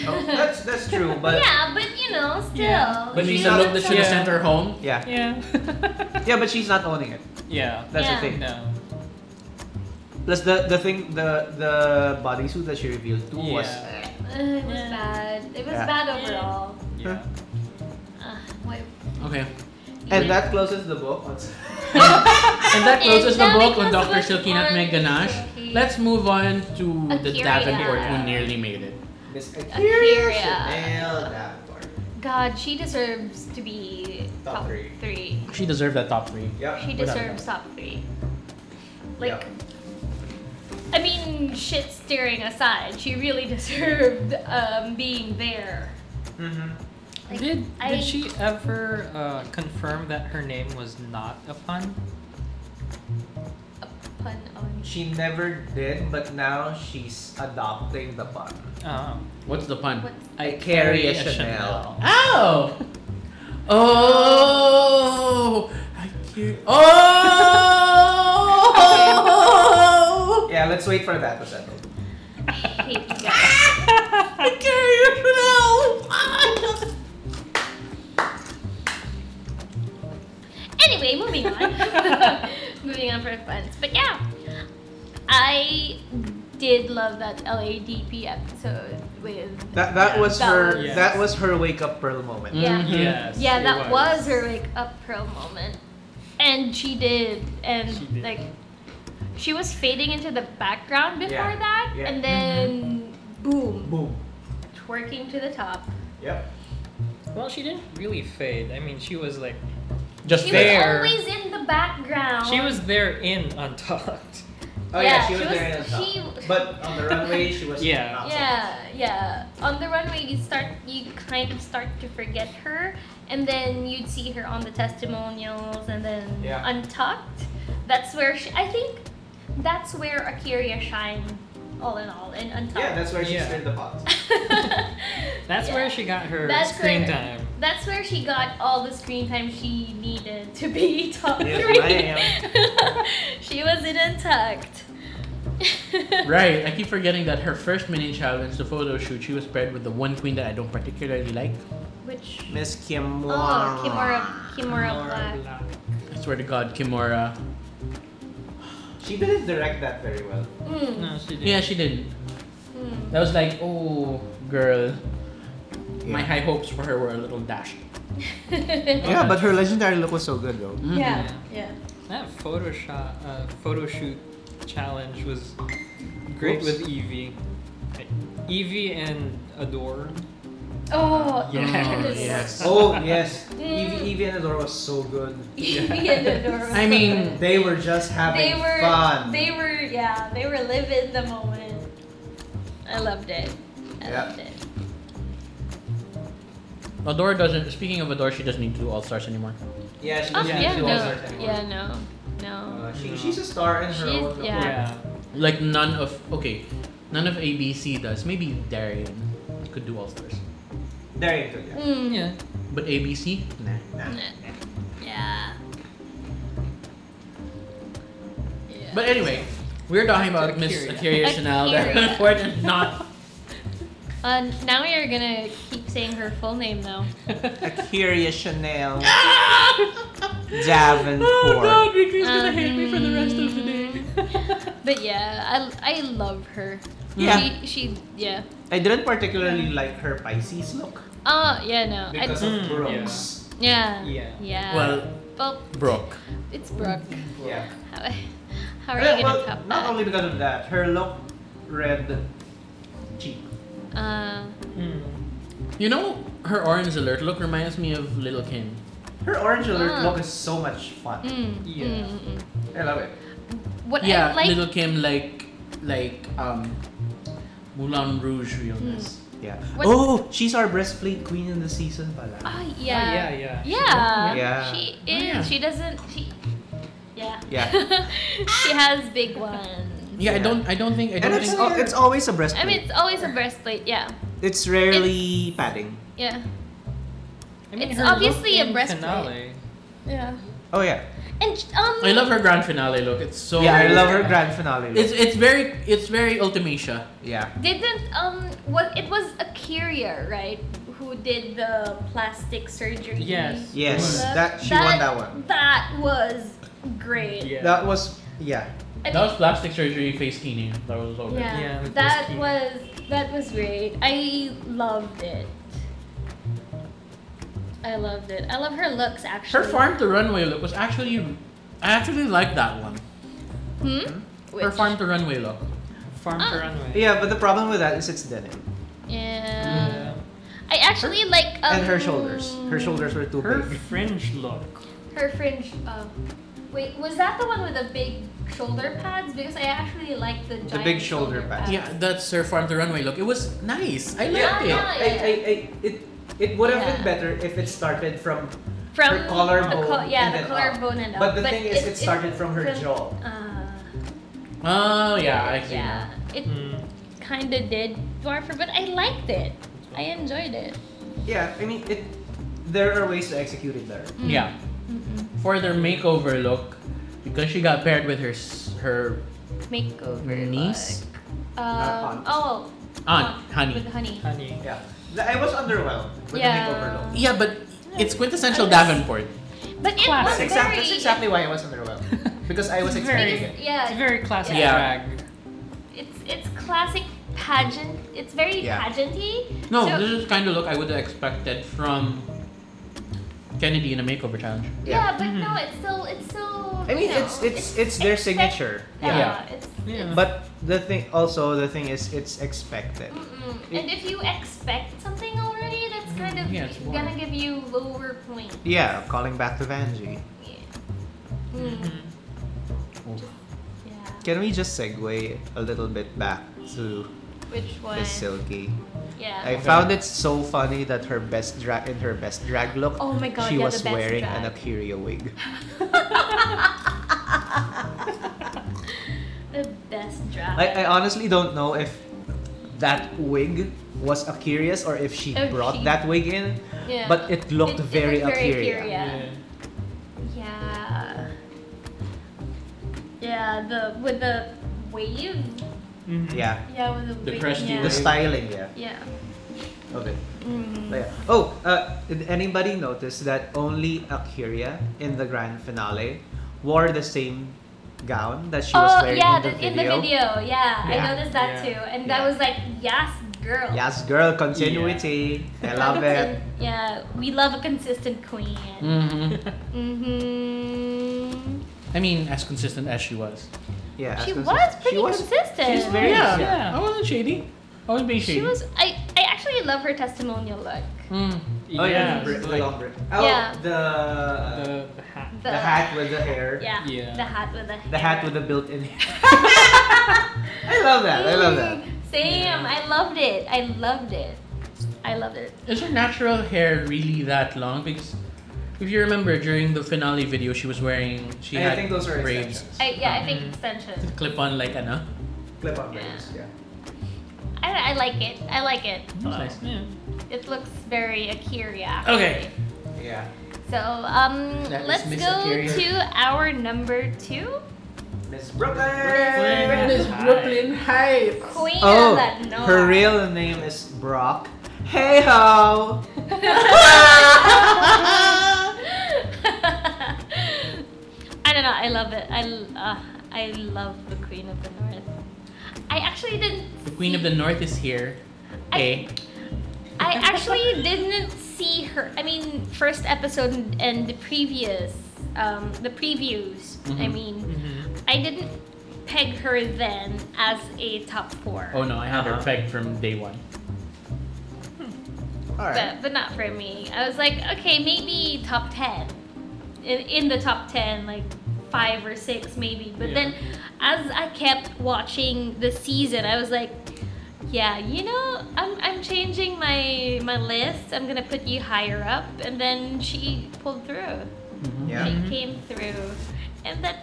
S3: Oh, that's that's true, but
S2: yeah, but you know, still.
S4: Yeah.
S1: But
S3: She
S1: Lisa looked that should have
S4: Yeah.
S1: sent her home.
S3: yeah,
S4: Yeah.
S3: yeah, but she's not owning it.
S4: yeah.
S3: That's
S2: Yeah.
S3: the thing.
S4: No.
S3: Plus the the thing the the bodysuit that she revealed too was.
S4: Yeah.
S2: It was
S5: Yeah.
S2: bad. It was
S3: Yeah.
S2: bad overall.
S4: Yeah.
S2: Uh, what?
S1: Okay.
S3: And that closes the book. What's-
S1: And that closes
S2: And
S1: the
S2: now we
S1: book on
S2: close the
S1: Dr.
S2: book
S1: Silky Nutmeg
S2: on
S1: Ganache.
S2: Silky.
S1: Let's move on to the
S2: Akira.
S1: Davenport who nearly made it.
S3: Miss
S2: Akira.
S3: Akira Chanel Davenport.
S2: God, she deserves to be
S3: Top
S2: top,
S3: three.
S2: three.
S1: She deserved that top three.
S3: Yeah.
S2: She
S1: Without a
S2: deserves top three. Like,
S3: uh, yeah.
S2: I mean, shit steering aside, she really deserved um, being there.
S3: Mhm.
S2: Like,
S4: did
S2: I-
S4: did she ever uh, confirm that her name was not a pun?
S2: Pun on.
S3: She never did, but now she's adopting the pun.
S4: Oh.
S1: What's the pun?
S2: What?
S3: I
S4: carry a
S1: Ow! Oh! I can't. Oh!
S3: Yeah, let's wait for that to settle.
S2: I hate you guys.
S1: I carry a Chanel!
S2: Anyway, moving on. moving on for friends. But yeah, I did love that LADP episode with.
S3: That that was
S2: That
S3: her
S2: was-
S3: that was Mm. her wake up pearl moment.
S2: Yeah.
S1: Mhm.
S4: Yes.
S2: Yeah,
S4: it
S2: that was. her wake up pearl moment. And she did. And
S4: She did.
S2: like, she was fading into the background before
S3: Yeah.
S2: that.
S3: Yeah.
S2: And then, boom,
S3: Boom.
S2: twerking to the top.
S3: Yep.
S4: Well, she didn't really fade. I mean, she was like
S1: Just
S2: She
S1: there.
S4: Fair.
S2: was always in the background.
S4: she was there in Untucked.
S3: Oh yeah,
S2: Yeah,
S3: she was
S2: she
S3: there in
S2: was-
S3: the top.
S2: she-
S3: But on the runway, she was
S4: Yeah.
S3: not so
S2: Yeah, yeah. On the runway, you start, you kind of start to forget her, and then you'd see her on the testimonials, and then
S3: Yeah.
S2: untucked. That's where she, I think, that's where Akira shined, all in all, in untucked.
S3: Yeah, that's where she
S4: Yeah.
S3: stirred the pot.
S4: That's
S2: Yeah.
S4: where she got her
S2: That's
S4: screen
S2: where-
S4: time.
S2: That's where she got all the screen time she needed to be top
S3: Yes,
S2: three.
S3: ma'am.
S2: she was in untucked.
S1: Right, I keep forgetting that her first mini challenge, the photo shoot, she was paired with the one queen that I don't particularly like.
S2: Which.
S3: Miss Kimura.
S2: Oh, Kimura, Kimura, Black.
S1: I swear to God, Kimura.
S3: She didn't direct that very well.
S2: Mm,
S4: No, she didn't.
S1: Yeah, she didn't.
S2: mm.
S1: That was like, oh, girl. My high hopes for her were a little dashed.
S3: Yeah, but her legendary look was so good though.
S2: Yeah, yeah.
S4: That Photoshop uh, photo shoot challenge was great
S3: Whoops.
S4: with Evie. Evie and Adore.
S6: Oh,
S4: Yes.
S1: yes.
S3: Oh yes,
S2: Mm.
S3: Evie, Evie and Adora was so good.
S2: Evie and Adora.
S1: I mean,
S3: They were just having
S2: they were
S3: fun.
S2: they were yeah they were living the moment. I loved it. I
S3: Yeah.
S2: loved it.
S1: Adora Mm-hmm. doesn't. Speaking of Adora, she doesn't need to do All Stars anymore.
S3: yeah, she
S5: Oh,
S3: doesn't
S5: yeah,
S4: Yeah,
S3: need to do all sorts
S5: no.
S3: anymore.
S5: Yeah, no. No.
S3: Uh, she, she's a star in her
S5: She's-
S3: own
S5: yeah.
S3: accord.
S4: Yeah.
S1: Like none of okay, none of ABC does. Maybe Darian could do All Stars,
S3: There you go. Yeah.
S2: Mm.
S4: Yeah.
S1: but ABC, nah.
S3: Nah.
S2: Yeah. Yeah.
S1: But anyway, we're talking about
S4: Akira.
S1: Miss Akira Chanel.
S2: Akira.
S1: That's important, not
S5: Uh, now we are gonna keep saying her full name though.
S3: Akira Chanel
S4: Oh,
S3: Davenport.
S5: Oh,
S1: Ricky's
S5: gonna hate me for the rest of the day. But yeah, I, I love her.
S3: Yeah.
S5: She, she yeah.
S3: I didn't particularly like her Pisces look
S5: Oh yeah no. I,
S3: because
S4: Mm,
S3: of Brooks.
S5: yeah.
S4: Yeah.
S2: Uh,
S5: Yeah.
S1: Well,
S5: Well,
S1: Brooke.
S5: it's Brooke.
S3: Yeah.
S5: How, how are
S3: Yeah,
S5: you
S3: well,
S5: gonna top
S3: not
S5: that?
S3: only because of that, her look red cheek.
S5: uh,
S3: Um,
S4: Hmm.
S1: You know, her orange alert look reminds me of Little Kim.
S3: Her orange alert
S5: Ah.
S3: look is so much fun.
S5: mm, mm,
S4: Yeah.
S5: mm, mm.
S3: I love it.
S5: What
S1: yeah,
S5: I like
S1: Little Kim like like um Moulin Rouge realness.
S3: Yeah.
S5: What-
S3: Oh, she's our breastplate queen in the season, pala.
S5: Oh
S4: Yeah.
S5: yeah.
S4: Yeah.
S5: Yeah.
S3: Yeah.
S5: She is.
S1: Oh, yeah.
S5: She doesn't. She. Yeah.
S3: Yeah.
S5: she has big ones.
S1: Yeah, I
S3: Yeah.
S1: don't I don't think I
S3: And
S1: don't
S3: it's,
S1: think
S3: al- it's always a
S5: I
S3: breastplate.
S5: mean, it's always a breastplate. Yeah.
S3: it's rarely padding.
S5: Yeah.
S4: I mean,
S5: It's
S4: her look
S5: obviously a
S4: in
S5: breastplate.
S4: Finale.
S5: Yeah.
S3: Oh yeah.
S5: And sh- um.
S1: oh, I love her grand finale look. It's so
S3: yeah, I love her grand finale. Look.
S1: It's it's very it's very Ultimacia.
S3: yeah.
S2: Didn't um what it was Akira right who did the plastic surgery?
S4: Yes.
S3: Yes,
S2: That-
S3: that she won that one.
S2: That was great.
S4: Yeah.
S3: That was yeah.
S2: I
S1: That was plastic surgery face cleaning. That was all good.
S2: Yeah,
S4: Yeah, with
S2: that
S4: those key-
S2: was that was great. I loved it. I loved it. I love her looks
S1: Her
S2: actually.
S1: farm to runway look was actually I actually like that one.
S5: Hmm.
S1: Her
S5: Which-
S1: farm to runway look.
S4: Farm to
S5: Ah.
S4: runway.
S3: Yeah, but the problem with that is it's denim
S5: Yeah.
S4: Yeah.
S5: I actually like. Um,
S3: and her shoulders. Her shoulders were too
S4: Her
S3: big.
S4: fringe look.
S2: Her fringe. Uh, wait, was that the one with the big shoulder pads? Because I actually like the giant
S3: big shoulder pads.
S1: Yeah, that's her farm to runway look. It was nice. I
S2: Oh. Yeah,
S1: liked it.
S2: yeah,
S3: I, I, I, it it would have been
S5: Yeah.
S3: better if it started from.
S2: From
S3: Her collarbone
S2: the co- yeah, the
S3: and then up.
S2: collarbone and up.
S3: But the thing is, it, started from her
S2: from-
S3: jaw.
S2: Uh,
S1: Oh yeah, I see.
S5: Yeah. It
S4: Mm.
S5: kind of did dwarf her, but I liked it. I enjoyed it.
S3: Yeah, I mean it. There are ways to execute it better.
S5: Mm.
S1: Yeah.
S2: Mm-hmm.
S5: Mm-mm.
S1: For their makeover look, because she got paired with her s- her
S5: Makeover.
S1: niece,
S2: Uh,
S5: look. Um,
S3: aunt.
S5: oh,
S1: aunt, honey.
S5: with honey.
S4: Honey.
S3: Yeah, The- I was underwhelmed with
S5: Yeah.
S3: the makeover look.
S1: Yeah, but it's quintessential
S5: Unless-
S1: Davenport.
S5: But it was very.
S3: That's
S4: Classic.
S3: exactly, that's exactly why I was underwhelmed because I was
S4: Very-
S3: expecting it.
S2: Because, yeah,
S4: It's very classic
S1: Yeah.
S4: drag.
S2: it's it's classic pageant. It's very
S3: Yeah.
S2: pageanty.
S1: No,
S2: So-
S1: this is kind of look I would have expected from Kennedy in a makeover challenge.
S2: Yeah, but
S1: Mm-hmm.
S4: Mhm.
S2: no, it's still it's still.
S3: I mean,
S2: you know,
S3: it's it's it's their
S2: expect-
S3: signature.
S2: Yeah,
S1: Yeah.
S2: it's.
S4: Yeah.
S3: But the thing, also the thing is, it's expected.
S2: Mm-mm. And if you expect something already, that's kind of
S1: Yeah, it's
S2: gonna give you lower point.
S3: Yeah, calling back to Vanjie.
S2: Yeah.
S5: Mm-hmm.
S2: Mm,
S4: Mhm.
S2: yeah.
S3: Can we just segue a little bit back to
S2: Which one?
S3: Miss Silky?
S2: Yeah.
S3: I found it so funny that her best drag in her best drag look,
S2: oh my god,
S3: she
S2: yeah,
S3: was
S2: the best
S3: wearing
S2: drag.
S3: an Akira wig.
S2: The best drag.
S3: Like I honestly don't know if that wig was Akira's or if she
S2: Oh,
S3: brought
S2: she-
S3: that wig in,
S2: yeah.
S3: but it
S2: It-
S3: looked
S2: it
S3: very
S2: looked
S3: Akira.
S2: Akira. Yeah. Yeah, the with the wave.
S4: Mhm.
S3: Yeah,
S2: Yeah, with the,
S1: The
S2: wave.
S1: crusty
S2: yeah.
S3: the styling, yeah,
S2: Yeah.
S3: of it.
S2: Mm.
S3: But yeah. Oh, uh, did anybody notice that only Akira in the grand finale wore the same gown that she was
S2: oh
S3: wearing
S2: yeah,
S3: in, the
S2: the- in the video. Yeah, I
S3: Yeah.
S2: noticed that
S4: Yeah.
S2: too, and
S3: Yeah.
S2: that was like yes, girl.
S3: Yes, girl, continuity. I love it. Mm.
S2: Consistent- Yeah, we love a consistent queen.
S1: hmm
S2: Mm-hmm.
S1: I mean, as consistent as she was.
S3: Yeah,
S2: She was
S3: that's consistent.
S2: pretty
S3: She was
S2: consistent.
S3: she's very-
S1: yeah,
S4: Yeah.
S1: I wasn't shady. I was being shady.
S2: She was. I. I actually love her testimonial look.
S1: Hmm.
S4: Mm,
S3: Oh yeah,
S4: yes,
S3: the bri- the
S4: like
S3: long bri- Oh,
S2: Yeah.
S3: the,
S4: the, the hat.
S3: the hat with the hair.
S2: Yeah.
S4: Yeah.
S2: The hat with the
S3: The hat with
S2: hair.
S3: the built-in hair. I love that. I love that.
S2: Mm, Same. I loved it. I loved it. I loved it.
S1: Is her natural hair really that long? Because if you remember during the finale video, she was wearing she
S3: And
S1: had
S3: I think those are
S1: braids.
S3: extensions.
S2: I, yeah, I think
S3: Mm-hmm.
S4: Mhm.
S2: extension.
S1: Clip on like Anna.
S3: Clip-on
S2: Yeah.
S3: braids. Yeah.
S2: I, I like it. I like it.
S1: Nice.
S4: Yeah.
S2: It looks very Akira.
S1: Okay.
S3: Yeah.
S2: So um,
S1: That is
S2: let's
S1: Miss
S2: go
S1: Akira.
S2: to our number two,
S3: Miss Brooklyn.
S4: Brooklyn is Brooklyn
S1: Heights.
S2: Queen of
S3: Oh,
S2: that Noah.
S3: her real name is Brock. Hey ho!
S2: I don't know. I love it. I l- uh, I love the Queen of the North. I actually didn't.
S1: The Queen of the North is here. Eh?
S2: I-
S1: A.
S2: I actually didn't see her. I mean, first episode and- and the previous, um, the previews. I
S1: Mhm.
S2: mean,
S4: Mm-hmm.
S2: I didn't peg her then as a top four.
S1: Oh no, I had her
S3: Uh-huh.
S1: pegged from day one.
S3: Alright.
S2: but, but not for me. I was like, okay, maybe top 10. In, in the top 10, like five or six, maybe. But
S4: Yeah.
S2: then as I kept watching the season, I was like, yeah, you know, I'm, I'm changing my, my list. I'm going to put you higher up. And then she pulled through.
S3: Yeah.
S2: She
S3: Mm-hmm.
S4: Mhm.
S2: came through. And then.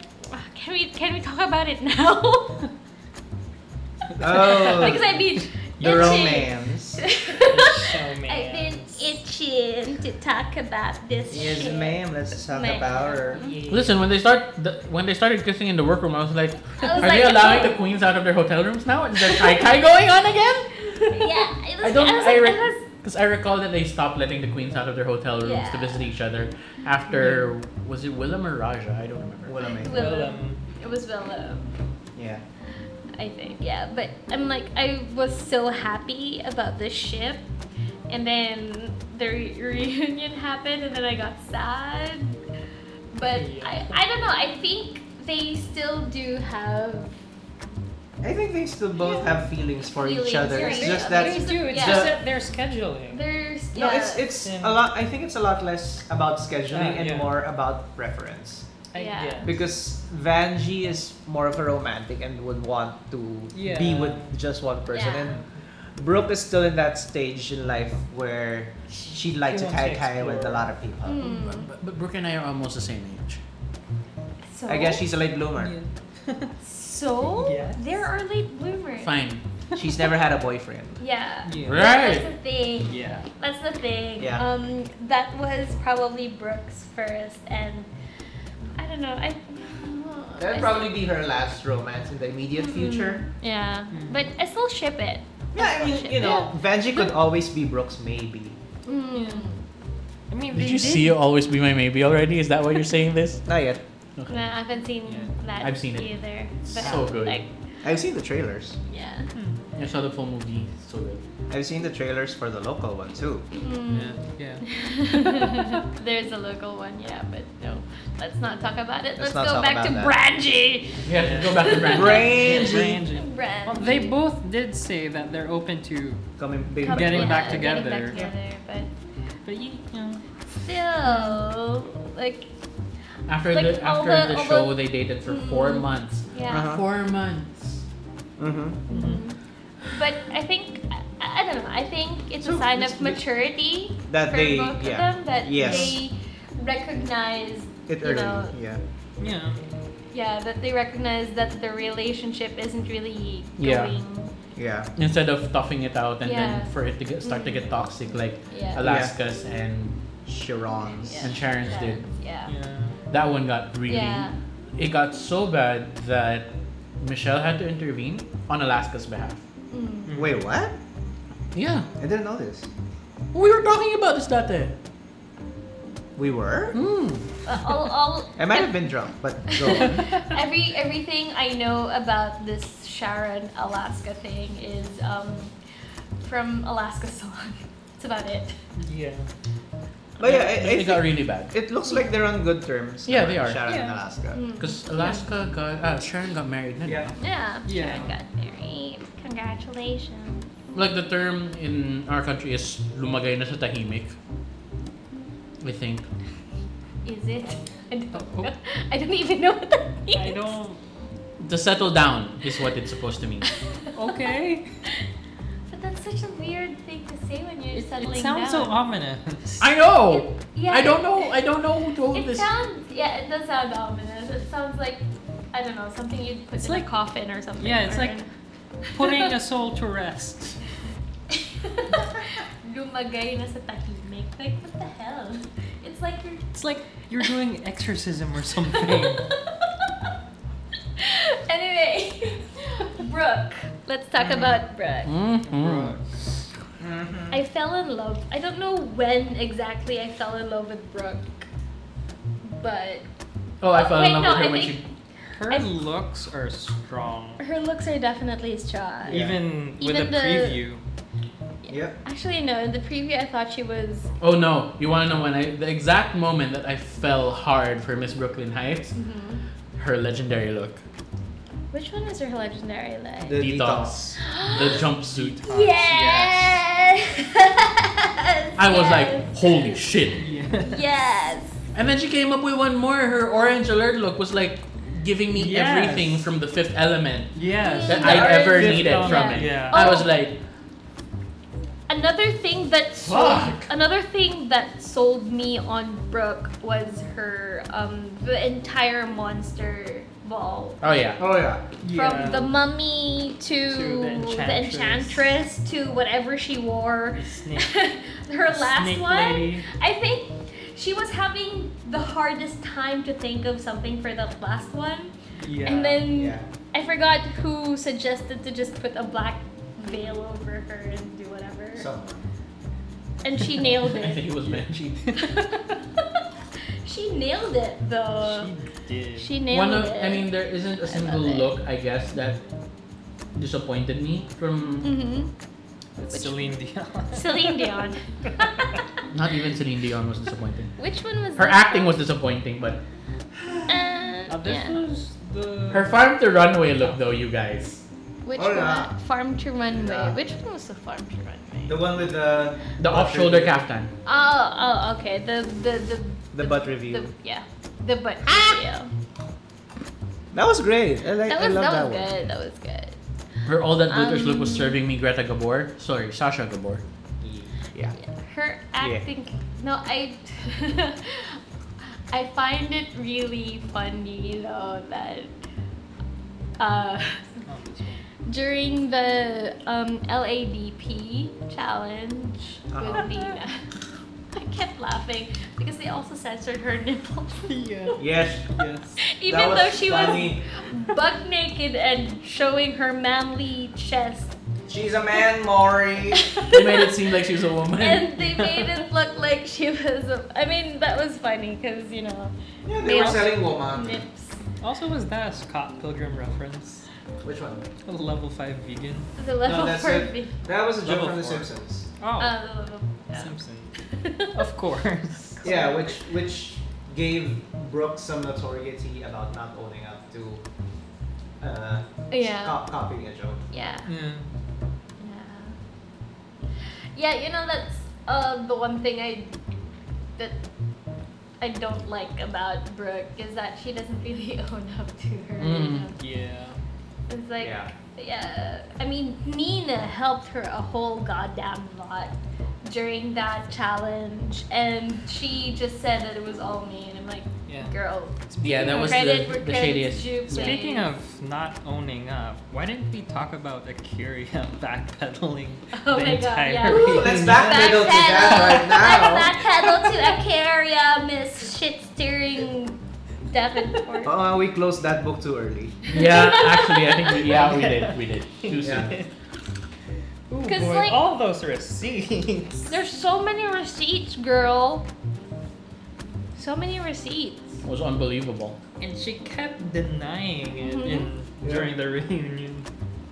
S2: Can we can we talk about it now? because
S3: Oh,
S2: I've been
S3: the
S2: itching.
S3: romance.
S2: I've been itching to talk about this
S3: Yes,
S2: shit.
S3: ma'am. Let's talk
S2: Ma'am.
S3: about her.
S1: Listen, when they start, the, when they started kissing in the workroom, I was like,
S2: I was
S1: are
S2: like,
S1: they allowing
S2: oh.
S1: the queens out of their hotel rooms now? Is there tie tie going on again?
S2: Yeah, it was,
S1: I don't.
S2: I was
S1: I,
S2: like,
S1: re-
S2: it was-
S1: Because I recall that they stopped letting the queens out of their hotel rooms to
S2: Yeah.
S1: visit each other after was it Willem or Raja? I don't remember.
S3: What a man.
S2: Willow.
S4: Willem.
S2: It was Willow,
S3: Yeah.
S2: I think. Yeah, but I'm like, I was so happy about this ship, and then the re- reunion happened, and then I got sad. But I, I don't know. I think they still do have.
S3: I think they still both have feelings for each
S2: Feelings
S3: other.
S2: for
S3: It's
S2: each
S3: just
S2: other.
S3: that.
S2: There's-
S4: do. It's
S2: yeah.
S4: just that they're scheduling.
S2: There's
S3: No,
S2: yeah.
S3: it's it's
S4: Yeah.
S3: a lot. I think it's a lot less about scheduling
S4: Yeah,
S3: and
S4: yeah.
S3: more about preference.
S4: I
S2: Yeah.
S4: guess.
S3: Because Vanji is more of a romantic and would want to
S4: Yeah.
S3: be with just one person.
S2: Yeah.
S3: And Brooke is still in that stage in life where she'd like to
S4: She wants to
S3: tie tie with a
S4: explore.
S3: lot of people.
S2: Hmm.
S1: But, but- but Brooke and I are almost the same age.
S2: so,
S3: I guess she's a late bloomer.
S2: so
S4: Yes.
S2: there are late bloomers.
S1: Fine.
S3: She's never had a boyfriend.
S2: Yeah.
S4: Yeah.
S1: Right.
S2: That's the thing.
S4: Yeah.
S2: That's the thing.
S3: Yeah.
S2: Um, that was probably Brooks first, and I don't know. I.
S3: That'd
S2: I
S3: probably be her last romance in the immediate
S2: Mm-hmm.
S3: future. Hmm.
S2: still- yeah,
S4: Mm.
S2: but I still ship it.
S3: Yeah, I mean, you know, Vanji could always be Brooke's maybe. Hmm.
S2: Mm.
S4: I mean,
S1: Did
S4: they
S1: you see always be my maybe already? Is that why you're saying this?
S3: Not yet.
S2: No, I haven't seen
S4: Yeah.
S2: that.
S1: I've seen it.
S2: either. But
S1: So good.
S2: Like,
S3: I've seen the trailers.
S2: yeah.
S1: I saw the full movie. So good.
S3: I've seen the trailers for the local one too.
S4: Yeah.
S3: Hmm.
S2: Mm.
S4: Yeah.
S2: There's a local one, yeah, but no. Let's not talk about it. Let's,
S3: Let's not
S2: go
S3: talk
S2: back
S3: about
S2: to
S3: that.
S2: Brangy.
S1: Yeah. Go back to Brandon.
S3: Rangy.
S4: Rangy.
S2: Brangy.
S4: Well, they both did say that they're open to,
S3: Coming big
S2: Couple-
S4: Getting
S2: yeah,
S4: back
S2: Getting
S4: together.
S2: back together, but
S4: but you, you know,
S2: still, like,
S1: After
S2: Like,
S1: the
S2: all
S1: after
S2: the-
S1: the,
S2: all
S1: show,
S2: the-
S1: they dated for four
S2: Mm.
S1: months.
S2: yeah.
S3: Uh-huh.
S1: Four months.
S3: Mm-hmm.
S2: But I think I, I don't know. I think it's a
S1: So,
S2: sign
S1: it's
S2: of
S1: the-
S2: maturity
S3: That
S2: for
S3: they
S2: both
S3: yeah.
S2: of them that
S3: Yes.
S2: they recognize.
S3: It
S2: you
S3: early,
S2: know,
S3: yeah.
S4: yeah.
S2: Yeah, that they recognize that the relationship isn't really
S1: Yeah.
S2: going.
S3: Yeah.
S1: Instead of toughing it out and
S2: Yeah.
S1: then for it to get, start to get toxic, like
S2: Yeah.
S1: Alaska's and
S3: Chirons.
S2: Yeah.
S1: and Sharon's
S2: yeah.
S1: did.
S2: Yeah.
S4: Yeah.
S1: That one got really.
S2: Yeah.
S1: It got so bad that Michelle had to intervene on Alaska's behalf.
S2: Mm.
S3: Wait, what?
S1: Yeah.
S3: I didn't know this.
S1: We were talking about this dati.
S3: We were?
S1: Mm.
S2: Uh, all, all
S3: I might have been drunk, but go on.
S2: every everything I know about this Sharon Alaska thing is um, from Alaska song. That's about it.
S4: Yeah.
S3: But yeah, I,
S1: it,
S3: I
S1: it got
S3: think
S1: really bad.
S3: it looks like they're on good terms.
S1: Yeah, they are.
S3: Sharon and
S4: Yeah.
S3: Alaska.
S2: Mm.
S1: Because Alaska got. Uh, Sharon got married. didn't
S3: Yeah.
S2: Yeah.
S4: Yeah.
S2: Sharon got married. Congratulations.
S1: like the term in our country is lumagay na sa tahimik. I think.
S2: Is it? I don't know. I don't even know what that means.
S4: I don't.
S1: To settle down is what it's supposed to mean.
S4: Okay.
S2: But that's such a weird thing to say when you're
S4: It,
S2: settling
S4: it sounds so
S2: down.
S4: ominous.
S1: I know.
S2: yeah,
S1: I don't
S2: it-
S1: know. I don't know who told
S2: It
S1: this.
S2: sounds yeah, it does sound ominous. It sounds like I don't know something you'd put
S5: It's
S2: in
S5: like
S2: a coffin or something.
S4: Yeah, it's
S2: or
S4: like
S2: in-
S4: Putting a soul to rest.
S2: lumagay na sa tahimik. Like what the hell? It's like you're
S4: It's like you're doing exorcism or something.
S2: anyway. Brooke, let's talk
S1: Mm.
S2: about Brooke.
S4: Mm-hmm.
S1: Mhm.
S3: Mm-hmm.
S2: I fell in love. I don't know when exactly I fell in love with Brooke, but
S1: Oh, I fell in
S2: Wait,
S1: love
S2: no,
S1: with her
S2: I
S1: when
S2: think-
S1: she.
S4: Her
S2: I-
S4: looks are strong.
S2: her looks are definitely strong.
S3: Yeah.
S4: Even with
S5: Even
S4: a
S5: the-
S4: preview.
S3: Yep.
S2: Actually, no. In the preview, I thought she was
S1: Oh no! You want to know when I? The exact moment that I fell hard for Miss Brooklyn Heights. Her legendary look,
S2: Which one is her legendary leg?
S3: The
S1: Detox.
S3: detox.
S1: the jumpsuit.
S2: yes!
S1: I was
S2: Yes!
S1: like, holy shit!
S4: Yeah.
S2: yes.
S1: And then she came up with one more. Her orange alert look was like giving me
S4: Yes.
S1: everything from the Fifth Element
S4: Yes.
S1: that
S2: The
S1: I ever
S4: Fifth
S1: needed
S4: Element.
S1: from it.
S4: Yeah.
S1: I
S2: Oh.
S1: was like,
S2: Another thing that sold,
S1: Fuck.
S2: another thing that sold me on Brooke was her um the entire monster ball
S1: oh yeah,
S3: Oh yeah.
S2: from the mummy to,
S4: To the
S2: enchantress to whatever she wore.
S4: The snake.
S2: her last
S4: snake
S2: one.
S4: lady.
S2: I think she was having the hardest time to think of something for the last one.
S4: Yeah.
S2: And then
S3: Yeah.
S2: I forgot who suggested to just put a black veil over her and do whatever.
S3: So
S2: and she nailed
S1: I
S2: it.
S1: think it was Benji.
S2: she nailed it though.
S4: she did.
S2: She, nailed
S1: One of,
S2: it.
S1: I mean, there isn't a single
S2: it.
S1: look, I guess, that disappointed me from
S2: hmm
S4: That's Celine Dion.
S2: Celine Dion.
S1: not even Celine Dion was disappointing.
S2: Which one was
S1: Her
S2: this
S1: acting
S2: one?
S1: was disappointing, but
S4: Uh,
S2: Uh,
S4: this
S2: yeah.
S4: was the.
S1: her farm to runway look, though, you guys,
S5: Which
S3: Oh,
S5: one?
S3: yeah.
S5: Farm to Runway.
S3: Yeah.
S5: Which one was the Farm to Runway?
S3: the one with the
S1: the
S3: butt
S1: off-shoulder
S3: review.
S1: kaftan.
S2: Oh, oh, okay. The the the
S3: The butt review.
S2: the yeah. The butt video.
S3: That was great. I like.
S2: That
S3: I
S2: was
S3: love
S2: that,
S3: that,
S2: was
S3: one.
S2: good. That was good.
S1: Her all that glitters look was
S2: Um,
S1: serving me Greta Gabor. Sorry, Sasha Gabor. Yeah.
S2: Her acting. No, I. I find it really funny though that. Uh,
S4: Oh, this one.
S2: during the um, LADP challenge
S3: Uh-huh.
S2: with Nina, I kept laughing because they also censored her nipples.
S4: Yeah.
S3: Yes.
S4: Yes.
S2: Even
S3: that was
S2: though she
S3: funny.
S2: was buck naked and showing her manly chest.
S3: She's a man, Maury.
S1: They made it seem like she was a woman.
S2: and they made it look like she was. A, I mean, that was funny because you know
S3: Yeah, they
S2: Male.
S3: were selling woman.
S2: nips.
S4: Also, was that a Scott Pilgrim reference?
S3: Which one?
S4: A level 5 vegan?
S2: The level
S3: that's
S2: for
S3: it.
S2: me.
S3: That was a joke from
S4: Level
S3: The
S4: four.
S3: Simpsons.
S2: Uh,
S4: Oh,
S2: the level.
S4: Simpson.
S2: yeah.
S4: Of course.
S3: Yeah, which which gave Brooke some notoriety about not owning up to uh,
S2: yeah.
S3: cop- copying a joke.
S2: Yeah.
S4: Yeah.
S2: Yeah. Yeah. You know that's uh, the one thing I that I don't like about Brooke is that she doesn't really own up to her. You
S1: Mm.
S2: know?
S4: Yeah.
S2: It's like.
S3: yeah.
S2: Yeah, I mean, Nina helped her a whole goddamn lot during that challenge, and she just said that it was all me, and I'm like,
S4: Yeah.
S2: girl,
S1: yeah, that was
S2: credit
S1: the,
S2: where
S1: the
S2: credit's
S1: shadiest.
S2: due.
S4: Speaking
S2: please.
S4: of not owning up, why didn't we talk about Akira backpedaling
S2: Oh
S4: the
S2: my God,
S4: entire
S2: yeah.
S3: Ooh, let's backpedal to that
S2: Backpedal to Acaria, uh, Miss Shit Steering
S3: right
S2: Davenport.
S3: now. Oh, we closed that book too early.
S1: Yeah, actually, I think we, yeah we did we did too
S3: Yeah.
S1: soon.
S4: Ooh,
S2: 'Cause,
S4: boy,
S2: like-
S4: all those receipts.
S2: There's so many receipts, girl. So many receipts.
S1: It was unbelievable.
S4: And she kept denying it
S2: Mhm.
S4: in,
S3: Yeah.
S4: during the reunion.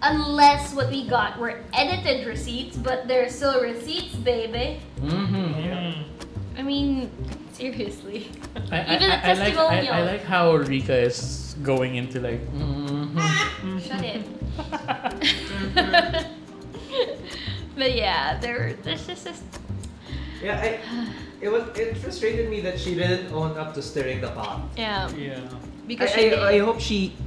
S2: Unless what we got were edited receipts, but they're still receipts, baby.
S1: Mm-hmm.
S4: Mm.
S2: I mean, seriously.
S1: I, I,
S2: Even
S1: I, I like
S2: the
S1: I, I
S2: testimonials.
S1: like how Rika is going into like. mhm.
S2: Shut it. But yeah, there, there's just this.
S3: Yeah, I, it was it frustrated me that she didn't own up to stirring the pot.
S2: Yeah.
S4: Yeah.
S6: because she
S3: I,
S6: did.
S3: I, I hope she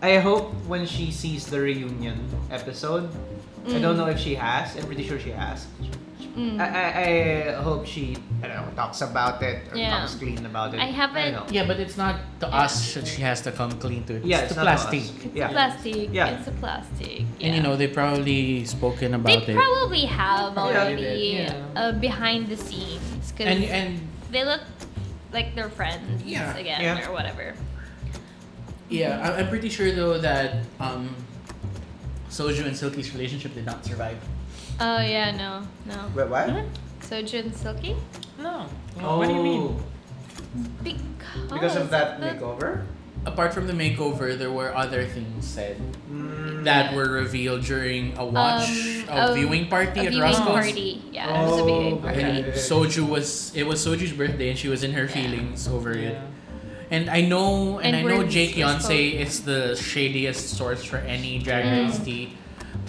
S3: I hope when she sees the reunion episode. I
S2: Mm.
S3: don't know if she has. I'm pretty sure she has. I, I, I uh, hope she I don't know talks about it or
S2: Yeah.
S3: talks clean about it.
S2: I haven't-
S3: don't know.
S1: Yeah, but it's not to us that she has to come clean to. It's to
S3: Yeah, it's not to us.
S1: plastic.
S3: Yeah.
S2: Plastic.
S3: Yeah.
S2: It's a plastic. Yeah.
S1: And you know, they probably spoken
S2: they
S1: about it.
S2: probably have
S3: Probably
S2: already
S4: did. Yeah.
S2: uh, behind the scenes because
S1: and and
S2: they look like they're friends
S1: Yeah.
S2: again
S3: Yeah.
S2: or whatever.
S1: yeah, I- I'm pretty sure though that um, Soju and Silky's relationship did not survive.
S2: Oh yeah, no, no.
S3: Wait, what?
S2: Soju and Silky
S4: No. What do you mean?
S2: because
S3: Because of that
S2: the-
S3: makeover?
S1: Apart from the makeover, there were other things said
S3: Mm.
S1: that were revealed during a watch,
S2: Um,
S1: a
S2: a-
S1: viewing party
S2: a
S1: at
S2: viewing
S1: Roscoe's.
S2: party. Yeah, it was a viewing
S3: Oh,
S2: party.
S1: And
S3: Okay.
S1: Soju was it was Soju's birthday and she was in her feelings over it.
S4: Yeah.
S1: And I know and,
S2: And
S1: I know
S2: words
S1: Jake
S2: were
S1: Yonsei
S2: spoken.
S1: is the shadiest source for any Drag
S2: Mm.
S1: Race tea,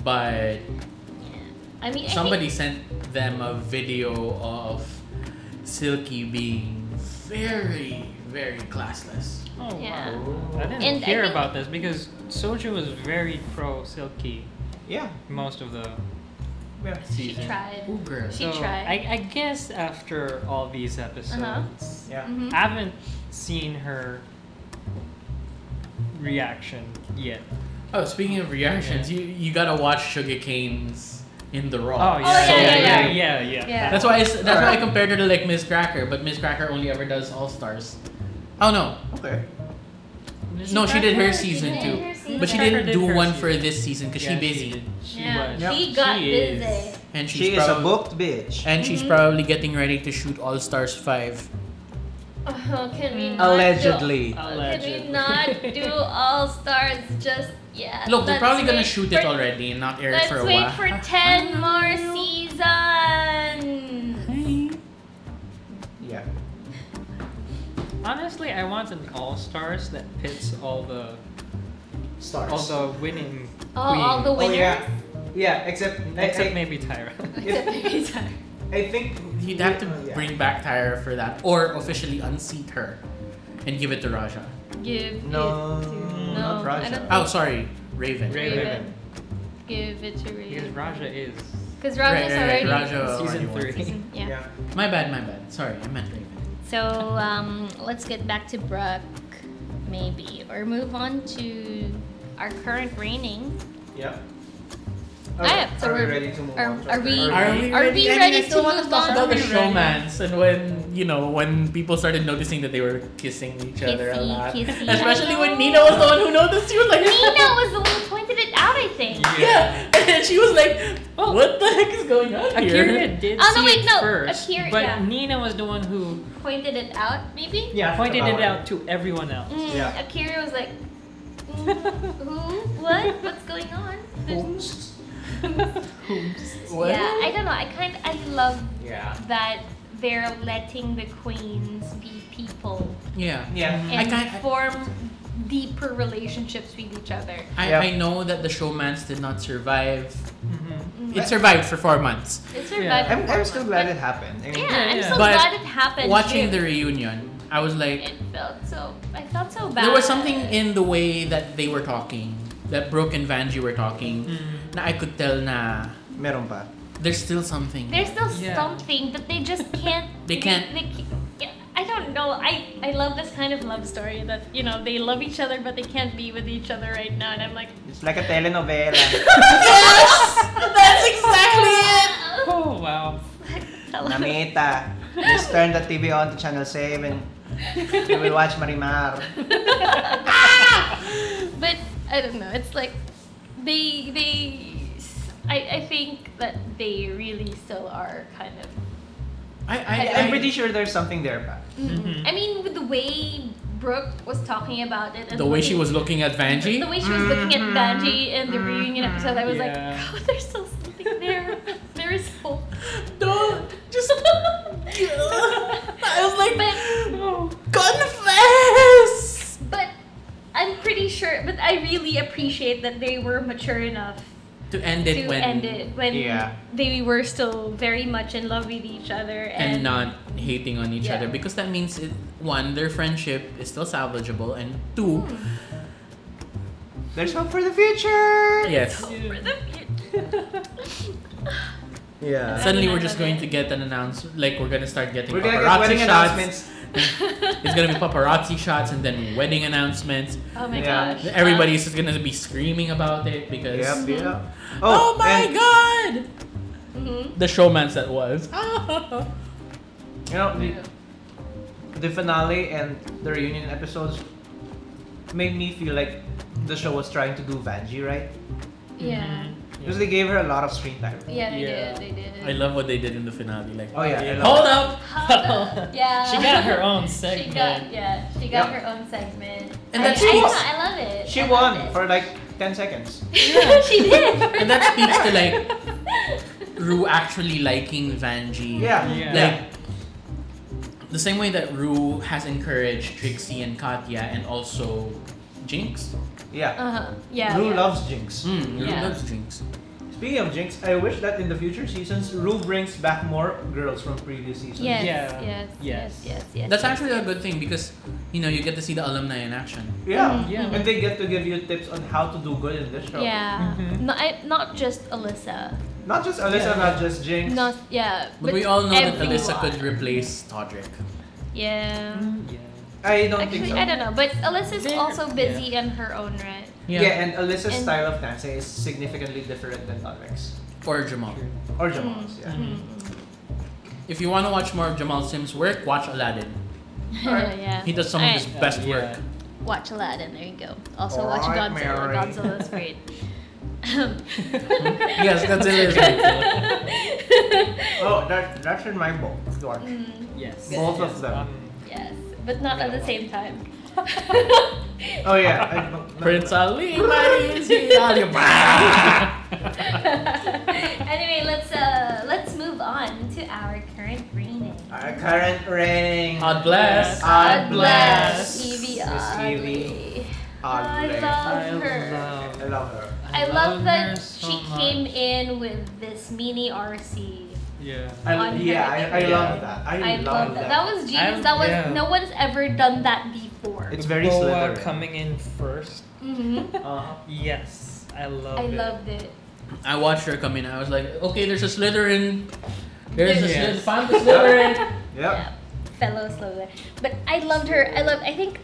S1: but
S2: I mean,
S1: somebody
S2: I think,
S1: sent them a video of Silky being very, very classless.
S4: Oh
S2: Yeah.
S4: wow. I didn't
S2: And I
S4: hear
S2: think-
S4: about this because Soju was very pro Silky
S3: Yeah.
S4: most of the
S3: yeah.
S2: she
S4: season.
S2: tried.
S1: girl.
S2: She
S4: so
S2: tried.
S4: I, I guess after all these episodes,
S3: Yeah.
S2: Mhm.
S4: I haven't seen her reaction yet.
S1: Oh, speaking of reactions, you you gotta watch Sugarcane's in the raw.
S4: Oh yeah,
S2: yeah,
S4: yeah,
S2: yeah,
S4: yeah, yeah,
S6: Yeah.
S1: That's why I, s- that's why I
S3: Alright.
S1: compared her to like Miss Cracker, but Miss Cracker only ever does All Stars. Oh no,
S3: Okay.
S1: no, she did her
S4: She
S1: season
S2: did
S1: too,
S2: her season.
S1: but she
S4: Cracker
S1: didn't
S4: did
S1: do
S4: her
S1: one
S4: season.
S1: for this season because
S4: Yeah,
S1: she busy
S4: did. She
S2: Yeah.
S4: was.
S1: Yep.
S2: She got
S4: She
S2: busy.
S4: is.
S1: and she's
S3: She is a
S1: prob-
S3: booked bitch.
S1: and she's
S2: Mhm.
S1: probably getting ready to shoot All Stars five.
S2: Oh, can we not
S3: Allegedly.
S2: Do, Can
S4: Allegedly.
S2: we not do All Stars just yet?
S1: Look, they're
S2: Let's
S1: probably gonna
S2: wait
S1: shoot
S2: for,
S1: it already and not air it
S2: Let's
S1: for a
S2: wait
S1: while.
S2: for ten more seasons.
S3: Yeah.
S4: Honestly, I want an All Stars that pits all the
S3: Stars.
S4: all the winning.
S2: Oh, all the
S4: queens.
S3: Oh
S2: winners.
S3: yeah. Yeah, except I-
S4: except
S3: I-
S4: maybe Tyra.
S2: Except maybe Tyra.
S3: I think
S1: He'd have to
S3: Oh, yeah.
S1: bring back Tyra for that, or officially unseat her and give it to Raja.
S2: Give
S3: No,
S2: it to
S3: not
S2: no. I
S3: Raja.
S2: don't
S1: Oh, sorry, Raven.
S4: Raven.
S2: Raven. give it to
S4: because
S2: Raven.
S4: Raja is
S2: Because
S1: Right,
S2: Raja's
S1: right, right,
S2: already
S1: Raja already
S4: season
S1: won.
S4: three.
S2: season. Yeah.
S3: yeah.
S1: My bad, my bad. Sorry, I meant Raven.
S2: So um, let's get back to Brooke, maybe, or move on to our current reigning.
S3: Yeah.
S2: Alright, so
S3: are we
S2: we're-
S3: ready to move
S2: are-
S3: on? to
S2: are
S3: our
S2: we-
S3: third?
S2: Are we ready?
S1: I mean,
S2: ready
S1: I still
S2: to
S1: wanna
S2: move
S1: talk
S2: on?
S1: about the
S4: Are we ready?
S1: showmans and when you know when people started noticing that they were kissing each other a
S2: Kissy,
S1: lot,
S2: kissy.
S1: especially when Nina was the one who noticed. She was like,
S2: Nina was the one who pointed it out, I think.
S1: yeah, and she was like, "Oh, what the heck is going on here?
S4: Akira did
S2: Oh, no,
S4: see
S2: wait,
S4: it
S2: no,
S4: first,
S2: Akira-
S4: but
S2: yeah.
S4: Nina was the one who
S2: Pointed it out, maybe.
S3: Yeah,
S4: pointed
S3: about
S4: it out to everyone else.
S2: Mm,
S3: Yeah.
S2: Akira was like, mm, who? What? What's going on?
S3: Whoops.
S2: Oh,
S1: What?
S2: Yeah, I don't know. I kind I love
S3: Yeah.
S2: that they're letting the queens be people
S1: yeah.
S3: Yeah.
S2: and
S1: kind- I-
S2: form deeper relationships with each other.
S1: I,
S3: Yeah.
S1: I know that the showmans did not survive.
S2: Mm.
S1: It survived for four months.
S2: It survived
S4: Yeah.
S2: for
S3: Mm-hmm. I'm,
S2: four
S3: I'm still
S2: months,
S3: glad
S2: but-
S3: it happened. I mean,
S2: Yeah,
S4: Yeah,
S2: I'm
S4: yeah.
S2: so
S1: But
S2: glad it happened.
S1: Watching the
S2: too.
S1: reunion, I was like,
S2: it felt so. I felt so bad.
S1: there was something in the way that they were talking, that Brooke and Vanjie were talking,
S2: Mm.
S1: na I could tell na
S3: Meron pa.
S1: there's still something.
S2: There's still
S4: Yeah.
S2: something, but they just can't.
S1: They can't-
S2: They, ca- yeah, I don't know. I I love this kind of love story that you know they love each other, but they can't be with each other right now. And I'm like,
S3: It's like a telenovela.
S1: That's exactly it!
S4: Oh wow.
S3: Namita. Just turn the TV on to channel 7. I will watch Marimar.
S2: but I don't know. It's like they they. I, I think that they really still are kind of.
S1: I, I,
S2: I-
S1: I,
S3: I'm pretty sure there's something there pa.
S4: Mhm.
S2: I mean, with the way Brooke was talking about it, and
S1: the way she was Mm-hmm. looking at Vanjie,
S2: The way she was looking at Banji in the reunion
S1: Mm-hmm.
S2: episode, I was
S4: Yeah.
S2: like, oh, there's still something there. there is hope.
S1: don't just. I was like,
S2: But,
S1: confess.
S2: but I'm pretty sure, but I really appreciate that they were mature enough
S1: to end it
S2: to
S1: when
S2: end it when
S3: Yeah.
S2: they were still very much in love with each other and,
S1: and not hating on each
S2: Yeah.
S1: other because that means it, one their friendship is still salvageable and two
S3: There's hope for the future.
S2: Mm.
S1: yes
S2: for the future.
S3: Yeah.
S1: suddenly
S2: I
S1: we're just
S2: love
S1: going
S2: it.
S1: to get an announcement like we're gonna start getting
S3: We're gonna get
S1: paparazzi
S3: wedding
S1: shots
S3: announcements.
S1: it's gonna be paparazzi shots and then wedding announcements
S5: Oh my
S3: Yeah.
S5: gosh.
S1: everybody's just gonna be screaming about it because
S3: Yep, yep.
S1: oh, my
S3: and,
S1: god
S2: Mhm.
S1: the showman's that was
S3: You know,
S2: mm-hmm.
S3: the, the finale and the reunion episodes made me feel like the show was trying to do Vanji right
S2: yeah
S3: because they gave her a lot of screen time.
S2: yeah they
S4: Yeah.
S2: did they did
S1: I love what they did in the finale like
S3: Oh yeah. I love
S4: Yeah.
S1: hold up
S2: How the- yeah
S4: She got her own
S2: she got
S4: segment.
S2: yeah she got
S3: Yep.
S2: her own segment
S1: And
S2: I-
S1: that's-
S2: I,
S1: she
S2: know,
S1: won.
S2: I love it
S3: She
S2: I love
S3: won
S2: it.
S3: for like 10 seconds.
S2: she did
S1: and that speaks to like Rue actually liking Vanji
S3: Yeah.
S4: Yeah.
S1: Like the same way that Rue has encouraged Trixie and Katya and also Jinx.
S3: Yeah.
S2: uh-huh yeah
S3: Rue
S2: yeah.
S3: loves Jinx.
S1: Mm, Rue
S2: Yeah.
S1: loves Jinx.
S3: Speaking of Jinx, I wish that in the future seasons, Rue brings back more girls from previous seasons.
S2: yes,
S4: Yeah.
S2: yes yes
S4: Yes.
S2: yes yes
S1: That's actually a good thing because you know you get to see the alumni in action.
S3: Yeah.
S2: Mm-hmm.
S4: Yeah.
S3: And they get to give you tips on how to do good in this show.
S2: yeah
S1: Mm-hmm.
S4: Mhm.
S2: no, I, not just Alyssa
S3: Not just Alyssa,
S4: Yeah.
S3: not just Jinx.
S2: not yeah
S1: But, we all know that
S2: everyone.
S1: Alyssa could Mm-hmm. replace Todrick.
S2: yeah
S4: Mm, yeah.
S3: I don't think
S2: Actually,
S3: so.
S2: I don't know, but Alyssa's
S4: They're-
S2: also busy in her own right.
S3: Yeah. and Alyssa's
S2: And-
S3: style of dancing is significantly different than Alex's.
S1: Or Jamal.
S4: True.
S3: Or Jamal's, yeah.
S2: Mm.
S1: Mm-hmm.
S2: Mm-hmm.
S1: If you want to watch more of Jamal Sims' work, watch Aladdin.
S2: yeah.
S1: He does some of his
S2: Alright.
S1: best
S4: Yeah.
S1: work.
S2: Watch Aladdin. There you go. Also
S3: All
S2: watch
S3: right,
S2: Godzilla.
S3: Mary.
S2: Godzilla is great.
S1: yes, that's it.
S3: Oh, that, that's in my book. Dork.
S2: Mm.
S4: Yes.
S3: Both of
S4: Yes,
S3: them.
S4: um,
S2: yes, but not at the same time.
S3: Oh, yeah. I-
S1: Prince Ali, my easy Ali.
S2: anyway, let's uh let's move on to our current reading.
S3: Our current reigning.
S1: God bless.
S3: God
S4: bless.
S2: Evie.
S3: Miss Evie.
S2: Oddly. I
S3: Oddly.
S4: I
S2: love her.
S4: love,
S3: I love her.
S2: I
S4: her
S2: love that
S4: so
S2: she
S4: much.
S2: came in with this mini RC.
S4: Yeah.
S3: I,
S2: On her
S3: yeah, I, I
S4: Yeah.
S3: love that. I,
S2: I love that. That was genius.
S4: I'm-
S2: That was
S4: yeah.
S2: no one's ever done that before.
S3: It's very
S4: Boa
S3: Slytherin.
S4: coming in first.
S2: hmm
S3: Uh-huh.
S4: Yes, I love
S2: I
S4: it.
S2: loved it.
S1: I watched her come in. I was like, okay, there's a Slytherin. There's a Slytherin.
S4: Yes.
S1: Found the Slytherin.
S3: Yep.
S2: Fellow Slower. But I loved her. I loved. I think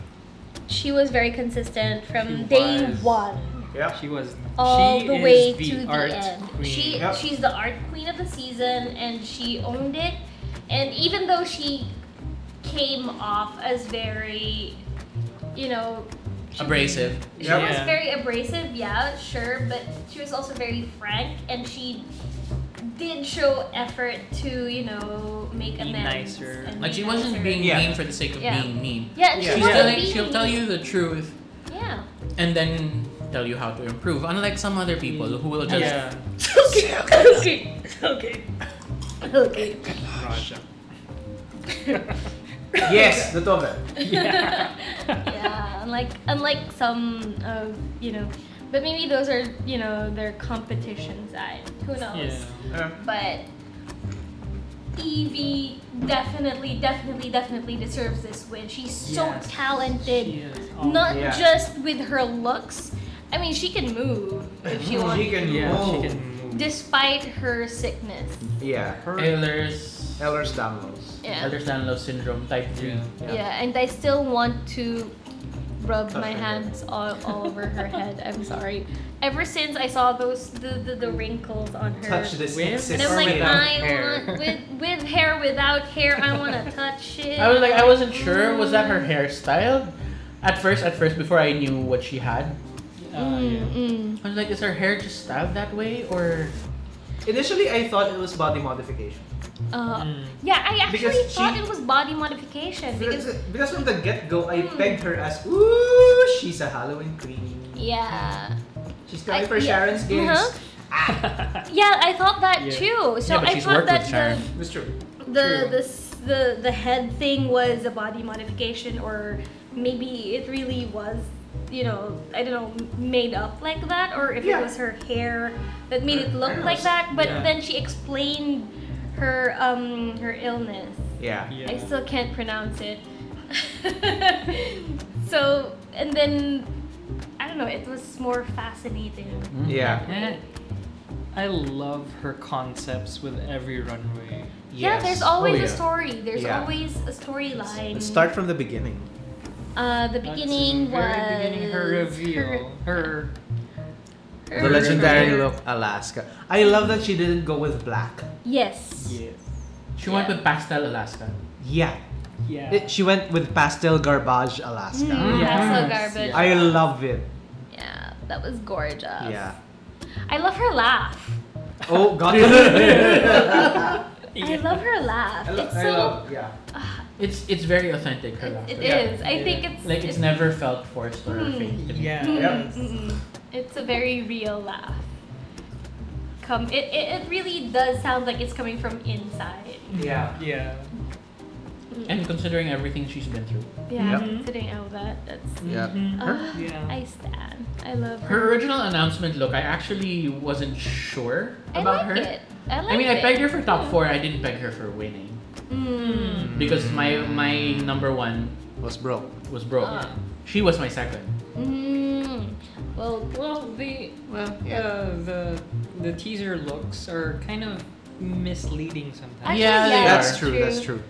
S2: she was very consistent from
S4: She
S2: day
S4: was.
S2: one
S3: Yep.
S4: She was
S2: all
S4: she
S2: the
S4: is
S2: way
S4: the
S2: to the
S4: art
S2: end.
S4: Queen.
S2: She
S3: Yep.
S2: she's the art queen of the season, and she owned it. And even though she came off as very, you know, she-
S1: Abrasive.
S2: She
S3: Yep.
S2: was
S4: Yeah.
S2: very abrasive, yeah, sure, but she was also very frank and she did show effort to, you know, make
S4: Be
S2: amends.
S4: nicer.
S2: and
S1: Like
S2: be
S1: she wasn't
S2: nicer.
S1: being
S3: Yeah.
S1: mean for the sake of
S2: Yeah.
S1: being mean.
S2: Yeah, and she
S3: Yeah.
S1: She's
S2: wasn't
S1: telling,
S2: being
S1: she'll tell
S2: mean.
S1: you the truth
S2: Yeah.
S1: and then tell you how to improve. Unlike some other people who will just
S4: Yeah.
S2: okay. Okay. Okay.
S4: Russia.
S3: Yes, the two of them.
S2: yeah, unlike unlike some of you know, but maybe those are you know their competition side. Who knows?
S4: Yeah.
S3: Yeah.
S2: but Evie definitely, definitely, definitely deserves this win. She's so
S4: Yes.
S2: talented,
S4: She is Oh, all-
S2: not
S3: yeah.
S2: just with her looks. I mean, she can move if she
S3: She
S2: wants,
S3: can
S4: Yeah,
S3: move.
S4: she can move.
S2: despite her sickness.
S3: Yeah.
S4: Her-
S1: Ehlers,
S3: Eller's Damnos.
S2: Yeah.
S1: Ehlers-Danlos syndrome type three.
S4: Yeah.
S2: yeah, and I still want to rub
S3: Touch
S2: my
S3: her
S2: hands all, all over her head. I'm sorry. Ever since I saw those the, the, the wrinkles on her,
S3: Touch this
S4: With
S2: and
S3: excess
S4: or
S2: I'm like,
S3: skin.
S4: without
S2: I
S4: hair.
S2: want with with hair, without hair, I want to touch it.
S1: I was like, I wasn't sure. Was that her hairstyle? At first, at first, before I knew what she had,
S2: Mm,
S1: Oh,
S4: Uh, yeah.
S2: Mm-mm.
S1: I was like, is her hair just styled that way, or
S3: Initially, I thought it was body modification.
S2: Uh,
S4: Mm.
S2: yeah, I actually
S3: Because
S2: thought
S3: she-
S2: it was body modification
S3: Because,
S2: because
S3: because from the get go, I
S2: Hmm.
S3: pegged her as, ooh, she's a Halloween queen.
S2: yeah,
S3: She's
S2: I-
S3: going for
S2: yeah.
S3: Sharon's games.
S2: Uh-huh. yeah, I thought that
S4: Yeah.
S2: too. So
S1: Yeah, but
S2: I
S1: she's
S2: thought
S1: worked with
S2: that
S1: Sharon.
S2: the
S3: It's true.
S2: the,
S4: True.
S2: the s- the the head thing was a body modification, or maybe it really was you know, I don't know, made up like that, or if
S3: Yeah.
S2: it was her hair that made it look
S3: Her
S2: like
S3: hair's-
S2: that. But
S1: yeah.
S2: then she explained her um her illness.
S3: Yeah.
S4: Yeah.
S2: I still can't pronounce it. so and then I don't know, it was more fascinating.
S1: Hmm?
S3: Yeah.
S4: Eh, I love her concepts with every runway.
S2: Yeah,
S3: Yes.
S2: there's always
S3: Oh,
S2: a
S3: yeah.
S2: story. There's
S3: Yeah.
S2: always a storyline.
S3: Let's start from the beginning.
S2: Uh, the
S4: That's
S2: beginning
S4: the very
S2: was
S4: beginning, her reveal, her,
S2: her-
S3: The
S2: her-
S3: legendary look, Alaska. I love that she didn't go with black.
S2: Yes.
S1: She went with Pastel Alaska.
S3: Yeah.
S4: yeah,
S3: It- she went with pastel garbage, Alaska.
S2: Mm,
S4: Yes.
S2: That's so garbage.
S3: I love it.
S2: yeah, that was gorgeous.
S3: Yeah.
S2: I love her laugh.
S3: Oh God.
S2: I love her laugh. it's so.
S3: yeah.
S1: It's it's very authentic. Her
S2: it it
S1: laughter.
S2: is.
S3: Yeah.
S2: I think it's.
S1: Like it's never felt forced or
S2: Mm.
S1: fake. to me.
S4: yeah.
S2: Mm,
S3: Yep.
S2: mm, It's a very real laugh. Come, it, it, it really does sound like it's coming from inside.
S3: Yeah.
S4: Yeah.
S2: Mm,
S1: And Mm-hmm. considering everything she's been through,
S2: Yeah,
S3: Yep.
S2: sitting out that. That's.
S3: Yeah.
S4: Mhm.
S2: Ah,
S4: Yeah.
S2: I stand. I love
S1: her original announcement look, I actually wasn't sure
S2: I
S1: about
S2: like
S1: her.
S2: it. I like
S1: I mean,
S2: it. Hmm.
S1: I pegged her for top four. I didn't peg her for winning
S2: Mm.
S1: because my my number one
S3: Was broke.
S1: was broke.
S2: Ah.
S1: She was my second.
S2: Mm. Well,
S4: Well, the well
S3: Yeah.
S4: uh, the the teaser looks are kind of misleading sometimes.
S2: actually,
S1: Yeah,
S2: yeah,
S1: they
S3: that's
S1: are.
S3: true, That's true.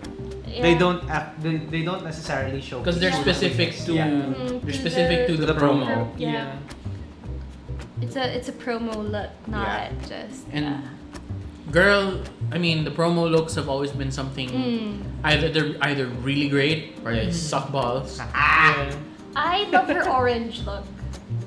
S2: Yeah.
S3: They don't act. They, they don't necessarily show.
S1: Because they're
S2: Yeah.
S1: specific to
S3: Yeah.
S2: Mm,
S1: they're
S2: to
S1: specific
S2: the-
S1: to the,
S3: The promo.
S1: promo.
S2: Yeah. It's a it's a promo look, not just.
S1: And
S2: yeah.
S1: Girl, I mean the promo looks have always been something
S2: Mm.
S1: either they're either really great or they suck balls.
S4: Yeah.
S2: I love her orange look.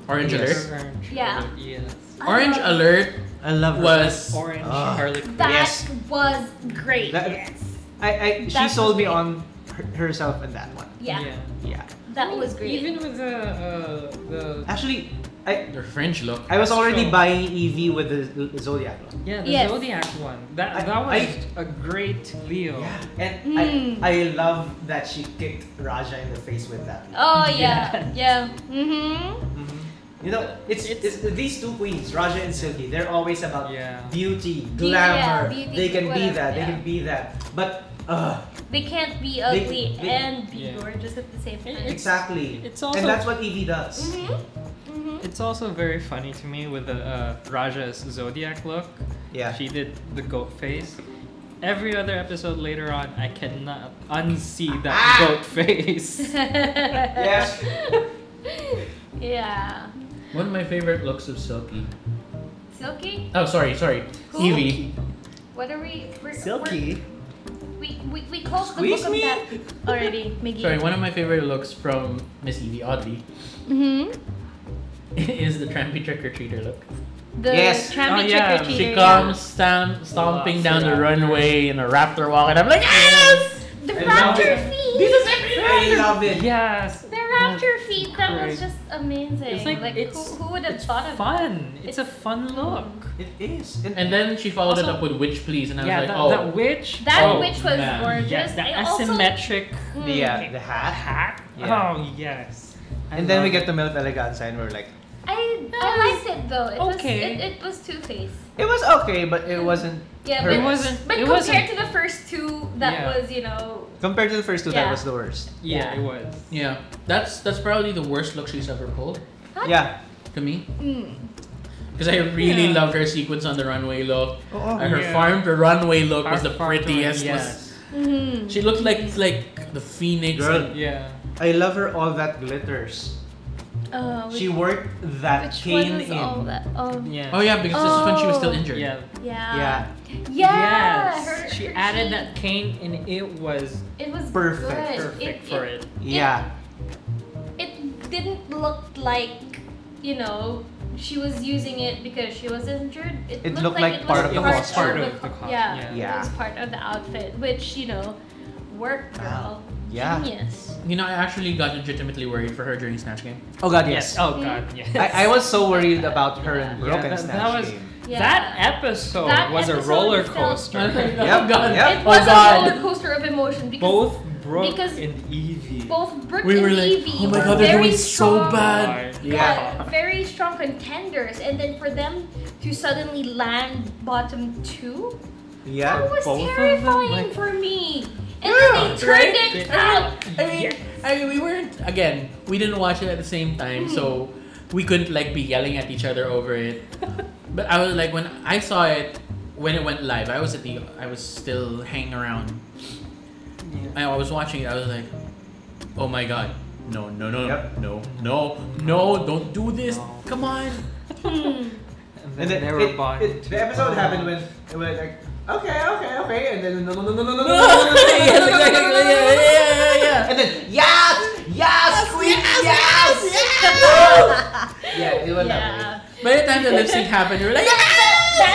S1: Orange
S3: Yes.
S1: alert.
S4: Orange.
S2: Yeah.
S4: alert, Yes.
S2: I
S1: Orange
S2: love-
S1: alert
S3: I love her.
S1: was
S4: Orange
S3: Ah.
S4: Harley Quinn.
S2: That
S3: Yes.
S2: was great.
S3: That-
S2: yes.
S3: I, I she
S2: That's
S3: sold me
S2: okay.
S3: on her, herself and that one.
S2: Yeah,
S3: Yeah.
S2: that was great.
S4: Even with the uh, the
S3: Actually, I
S1: their French look.
S3: I was
S4: That's
S3: already
S4: true.
S3: buying EV with the Zodiac. one.
S4: yeah the
S2: Yes.
S4: Zodiac one that
S3: I-
S4: that was
S3: I-
S4: a great Leo.
S3: Yeah. And
S2: Mm.
S3: I I love that she kicked Raja in the face with that.
S2: oh yeah, yeah. Mm-hmm.
S3: You know, it's, it's these two queens, Raja and Silky. They're always about
S4: Yeah.
S3: beauty,
S2: Beauty, yeah,
S3: glamour.
S2: beauty,
S3: they can be
S2: whatever,
S3: that. They
S2: yeah.
S3: can be that. But uh,
S2: They can't be ugly
S3: they-
S2: and be
S4: yeah.
S2: gorgeous at the same time.
S4: It- it's-
S3: exactly.
S4: it's also-
S3: and that's what Evie does.
S2: mm-hmm. Mm-hmm.
S4: It's also very funny to me with the uh, Raja's Zodiac look.
S3: Yeah.
S4: She did the goat face. Every other episode later on, I cannot unsee that
S3: Ah!
S4: goat face.
S3: Yes.
S2: yeah.
S1: One of my favorite looks of Silky.
S2: Silky?
S1: Oh, sorry, sorry,
S2: Who?
S1: Evie.
S2: What are we? We're, We're, we, we, we closed the
S3: Squeeze
S2: book
S3: me?
S2: of that already, Miggy.
S1: Sorry, one of my favorite looks from Miss Evie Oddly
S2: Mm-hmm.
S1: is the trampy trick or treater look.
S2: The
S3: Yes.
S2: Trammy
S4: Oh, yeah.
S2: trick or
S1: She
S2: treater,
S1: comes stamp, stomping down the runway in a raptor walk, and I'm like, "Ah, yes!
S2: yeah. The
S3: I love
S2: raptor
S3: it.
S2: feet.
S1: This is everything!
S3: I love it.
S4: yes.
S2: the raptor feet. That was
S4: Great.
S2: just amazing.
S4: It's like- it's-
S2: who, who would have thought of
S4: Fun. It's a fun look.
S3: It is. And,
S1: And then she followed it
S4: Also-
S1: up with Witch Please, and I was
S4: Yeah,
S1: like,
S4: that,
S1: oh.
S4: that witch.
S2: that?
S1: Oh,
S2: Which was
S1: man.
S2: gorgeous.
S4: Yeah, the
S2: I also,
S4: asymmetric
S2: Mm.
S3: the, uh, the hat.
S4: hat.
S3: Yeah.
S4: Oh, yes. I
S3: And then we
S4: love
S3: get to Melt Eleganza and we're like,
S2: I I liked it though. It
S4: Okay.
S2: was it, it was Two Face.
S3: it was okay, but it wasn't.
S2: Yeah,
S3: Her-
S2: but
S4: It wasn't.
S2: But
S4: it
S2: compared
S4: wasn't.
S2: to the first two, that
S4: Yeah.
S2: was, you know,
S3: Compared to the first two, that
S2: Yeah.
S3: was the worst.
S4: yeah, it was.
S1: Yeah, that's that's probably the worst look she's ever pulled
S2: What?
S3: Yeah.
S1: to me.
S2: mm,
S1: Because I really
S4: Yeah.
S1: loved her sequence on the runway look.
S3: Oh,
S1: And her
S4: Yeah.
S1: farm to runway look was the
S4: Farm to-
S1: prettiest. was-
S4: Yes.
S2: mhm.
S1: She looked like like the phoenix.
S3: Girl,
S1: and-
S4: Yeah.
S3: I love her all that glitters.
S2: Uh, which,
S3: She worked that
S2: which
S3: cane
S2: one is
S3: in.
S2: all that? Oh, yeah.
S4: Yeah.
S1: oh yeah, because this is when she was still
S2: Oh.
S1: injured.
S4: Yeah.
S2: Yeah.
S3: Yeah.
S2: Yeah.
S4: Yes.
S2: her-
S4: she
S2: her
S4: added
S2: cheek.
S4: that cane, and it was
S2: It was
S3: Perfect,
S2: good.
S4: perfect
S2: it,
S4: for
S2: it.
S4: it.
S3: Yeah.
S2: It didn't look like, you know, she was using it because she was injured. It,
S3: It
S2: looked
S3: looked
S2: like,
S3: like
S2: it was
S3: part of the
S2: part
S3: costume.
S4: Part
S2: of
S4: of the costume,
S2: Yeah.
S3: yeah.
S2: It was part of the outfit, which you know, worked girl.
S3: Yeah.
S2: Genius.
S1: You know, I actually got legitimately worried for her during Snatch Game.
S3: Oh god,
S4: Yes.
S3: yes.
S4: Oh God. Yes.
S3: I, I was so worried about her and
S4: Yeah,
S3: Brooke and
S4: that-
S3: Snatch
S4: that was-
S3: Game.
S2: Yeah.
S4: That episode
S2: That
S4: was
S2: episode
S4: a roller
S2: felt-
S4: coaster.
S1: Oh, God.
S3: Yep.
S2: It
S1: Oh, God.
S2: was a roller coaster of emotion because
S4: Both Brooke
S2: Because
S4: and Evie.
S2: Both Brooke
S1: We
S2: and
S1: were like,
S2: Evie
S1: oh my
S2: were
S1: god, they're
S2: very
S1: doing so
S2: strong,
S1: bad.
S4: God.
S1: Yeah.
S2: uh, very strong contenders, and then for them to suddenly land bottom two,
S3: Yeah.
S2: that was
S4: both of them,
S2: terrifying
S4: like-
S2: for me. And then they turned
S1: right?
S2: it
S4: They-
S2: out.
S1: I mean, I mean, we weren't again. We didn't watch it at the same time, so we couldn't like be yelling at each other over it. but I was like, when I saw it, when it went live, I was at the, I was still hanging around. I, I was watching it. I was like, oh my god, no, no, no,
S3: Yep.
S1: no, no, no, don't do this.
S4: No.
S1: Come on.
S3: hmm.
S4: And then,
S3: And then
S4: they were
S3: it,
S4: bonded
S3: it,
S4: to-
S3: the episode happened when it was like, okay, okay, okay, and then no, no, no, no, no, no, no, no, no, no,
S1: yes,
S3: no, no,
S1: exactly.
S3: no, no,
S1: Yeah,
S3: no, no,
S1: yeah, yeah, yeah, yeah.
S3: and then yes, yes, queen, yes, yeah, it was that way.
S2: yeah.
S1: By the time the lip sync happened, you were like,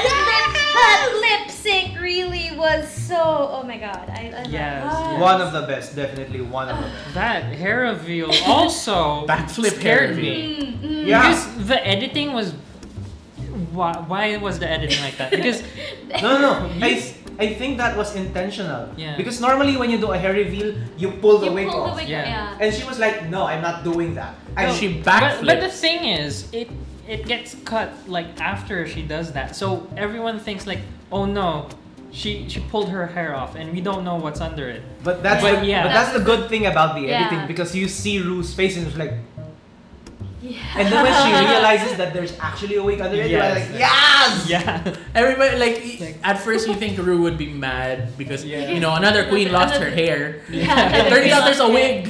S2: That, lip, that lip sync really was so. Oh my god. I, ah. I
S4: Yes,
S2: love-
S4: yes.
S3: One of the best, definitely one of the best.
S4: That hair reveal also
S1: Backflip hair
S4: scared me.
S2: Mm, mm.
S3: Yeah.
S4: Hmm. Because the editing was. Why, why was the editing like that? Because
S3: No, no, no. I, I think that was intentional.
S4: Yeah.
S3: Because normally when you do a hair reveal, you pull the
S2: You
S3: wig
S2: pulled the
S3: off.
S2: wig
S4: Yeah.
S2: yeah.
S3: And she was like, no, I'm not doing that. And
S1: and
S3: she,
S1: she
S4: but, but the
S1: backflipped.
S4: thing is, it it gets cut like after she does that, so everyone thinks like, oh no, she she pulled her hair off, and we don't know what's under it.
S3: but that's
S4: But
S3: the,
S4: yeah.
S3: but that's the good thing about the
S2: Yeah.
S3: editing because you see Rue's face and she's like,
S2: Yeah.
S3: and then when she realizes that there's actually a wig under it, you're
S4: Yes.
S3: like, yes.
S4: Yeah.
S1: Everybody like e-
S4: Like-
S1: at first you think Rue would be mad because
S4: Yeah.
S1: you know another queen lost her
S2: Another-
S1: hair.
S2: Yeah.
S1: It turns out there's a wig.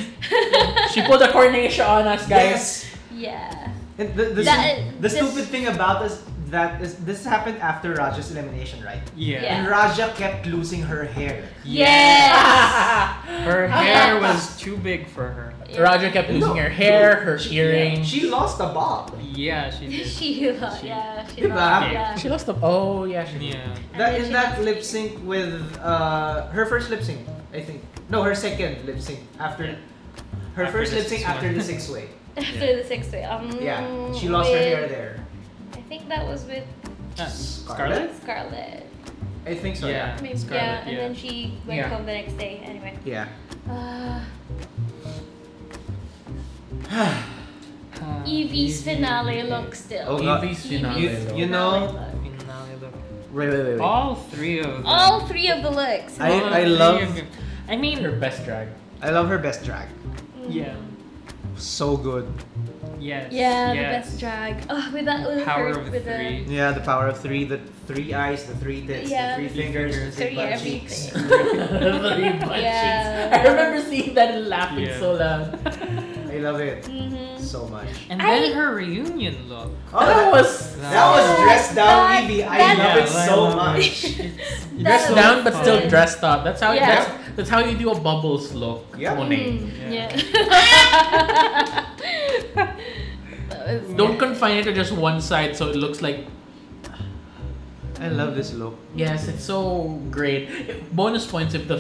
S1: she pulled a coronation on us, guys.
S3: Yes.
S2: Yeah.
S3: And the, the,
S2: That-
S3: stu- the
S2: this-
S3: stupid thing about this that is this happened after Raja's elimination, right?
S4: Yeah.
S2: Yeah.
S3: And Raja kept losing her hair.
S4: Her hair was too big for her.
S1: Roger kept losing
S3: No.
S1: her hair, her earrings.
S3: She lost the bob.
S4: Yeah, she did.
S2: She lost.
S4: She-
S2: Yeah. She
S3: Diba?
S2: lost. Yeah.
S1: She lost the. Oh yeah, she.
S4: Yeah.
S2: And
S3: That
S2: then
S3: in
S2: she
S3: that
S2: lost
S3: lip
S2: it.
S3: sync with uh, her first lip sync, I think. No, her second lip sync after her
S4: After
S3: first
S4: the
S3: lip sync
S4: sixth
S3: after
S4: one.
S3: the six way.
S2: After the sixth day. Um,
S3: Yeah, she lost her
S2: with-
S3: hair there.
S2: I think that was with
S4: Uh,
S3: Scarlet?
S2: Scarlet.
S3: I think so.
S4: Yeah.
S3: Yeah.
S2: Maybe,
S4: Scarlet,
S2: yeah, and
S4: yeah.
S2: then she went
S4: Yeah.
S2: home the next day. Anyway.
S3: Yeah.
S2: Uh,
S4: Uh,
S2: Evie's finale look
S3: Oh,
S2: still.
S3: God.
S1: Evie's
S2: Evie's
S1: finale.
S3: You,
S1: though.
S3: you know.
S2: Finale look.
S4: Finale look.
S3: Wait, wait, wait. wait.
S4: All three of them.
S2: All three of the looks.
S3: I-
S4: All
S3: I
S4: three
S3: love-
S4: of them. I mean,
S1: her best drag.
S3: I love her best drag.
S2: Mm.
S4: yeah.
S3: So good.
S4: Yes.
S2: Yeah,
S4: yes.
S2: the best drag. Oh, with that with
S4: Power
S2: her,
S4: of
S2: with
S4: three.
S3: Yeah, the power of three, the three eyes, the three tits,
S2: Yeah.
S3: the three fingers, the
S2: Three
S3: three butt
S2: everything.
S3: cheeks.
S1: yeah.
S2: Yeah.
S1: I remember seeing that and laughing
S4: Yeah.
S1: so loud.
S3: I love it
S2: the mm-hmm.
S3: so much.
S4: And
S2: I-
S4: then her reunion look.
S3: Oh,
S1: that
S3: that was
S1: was
S3: that was dressed down,
S2: That-
S3: Evie. I
S2: that-
S3: love it
S4: Yeah, I
S3: so
S4: love it.
S3: much.
S1: dressed
S2: was
S1: down but still
S2: fun.
S1: dressed up. That's how
S2: Yeah. Mm.
S1: that's, that's how you do a bubbles look.
S3: Yeah.
S2: Hmm,
S1: Monet.
S4: Yeah.
S5: Yeah.
S2: That was
S1: Don't confine it to just one side so it looks like
S3: I love this look.
S1: yes, it's so great. Bonus points if the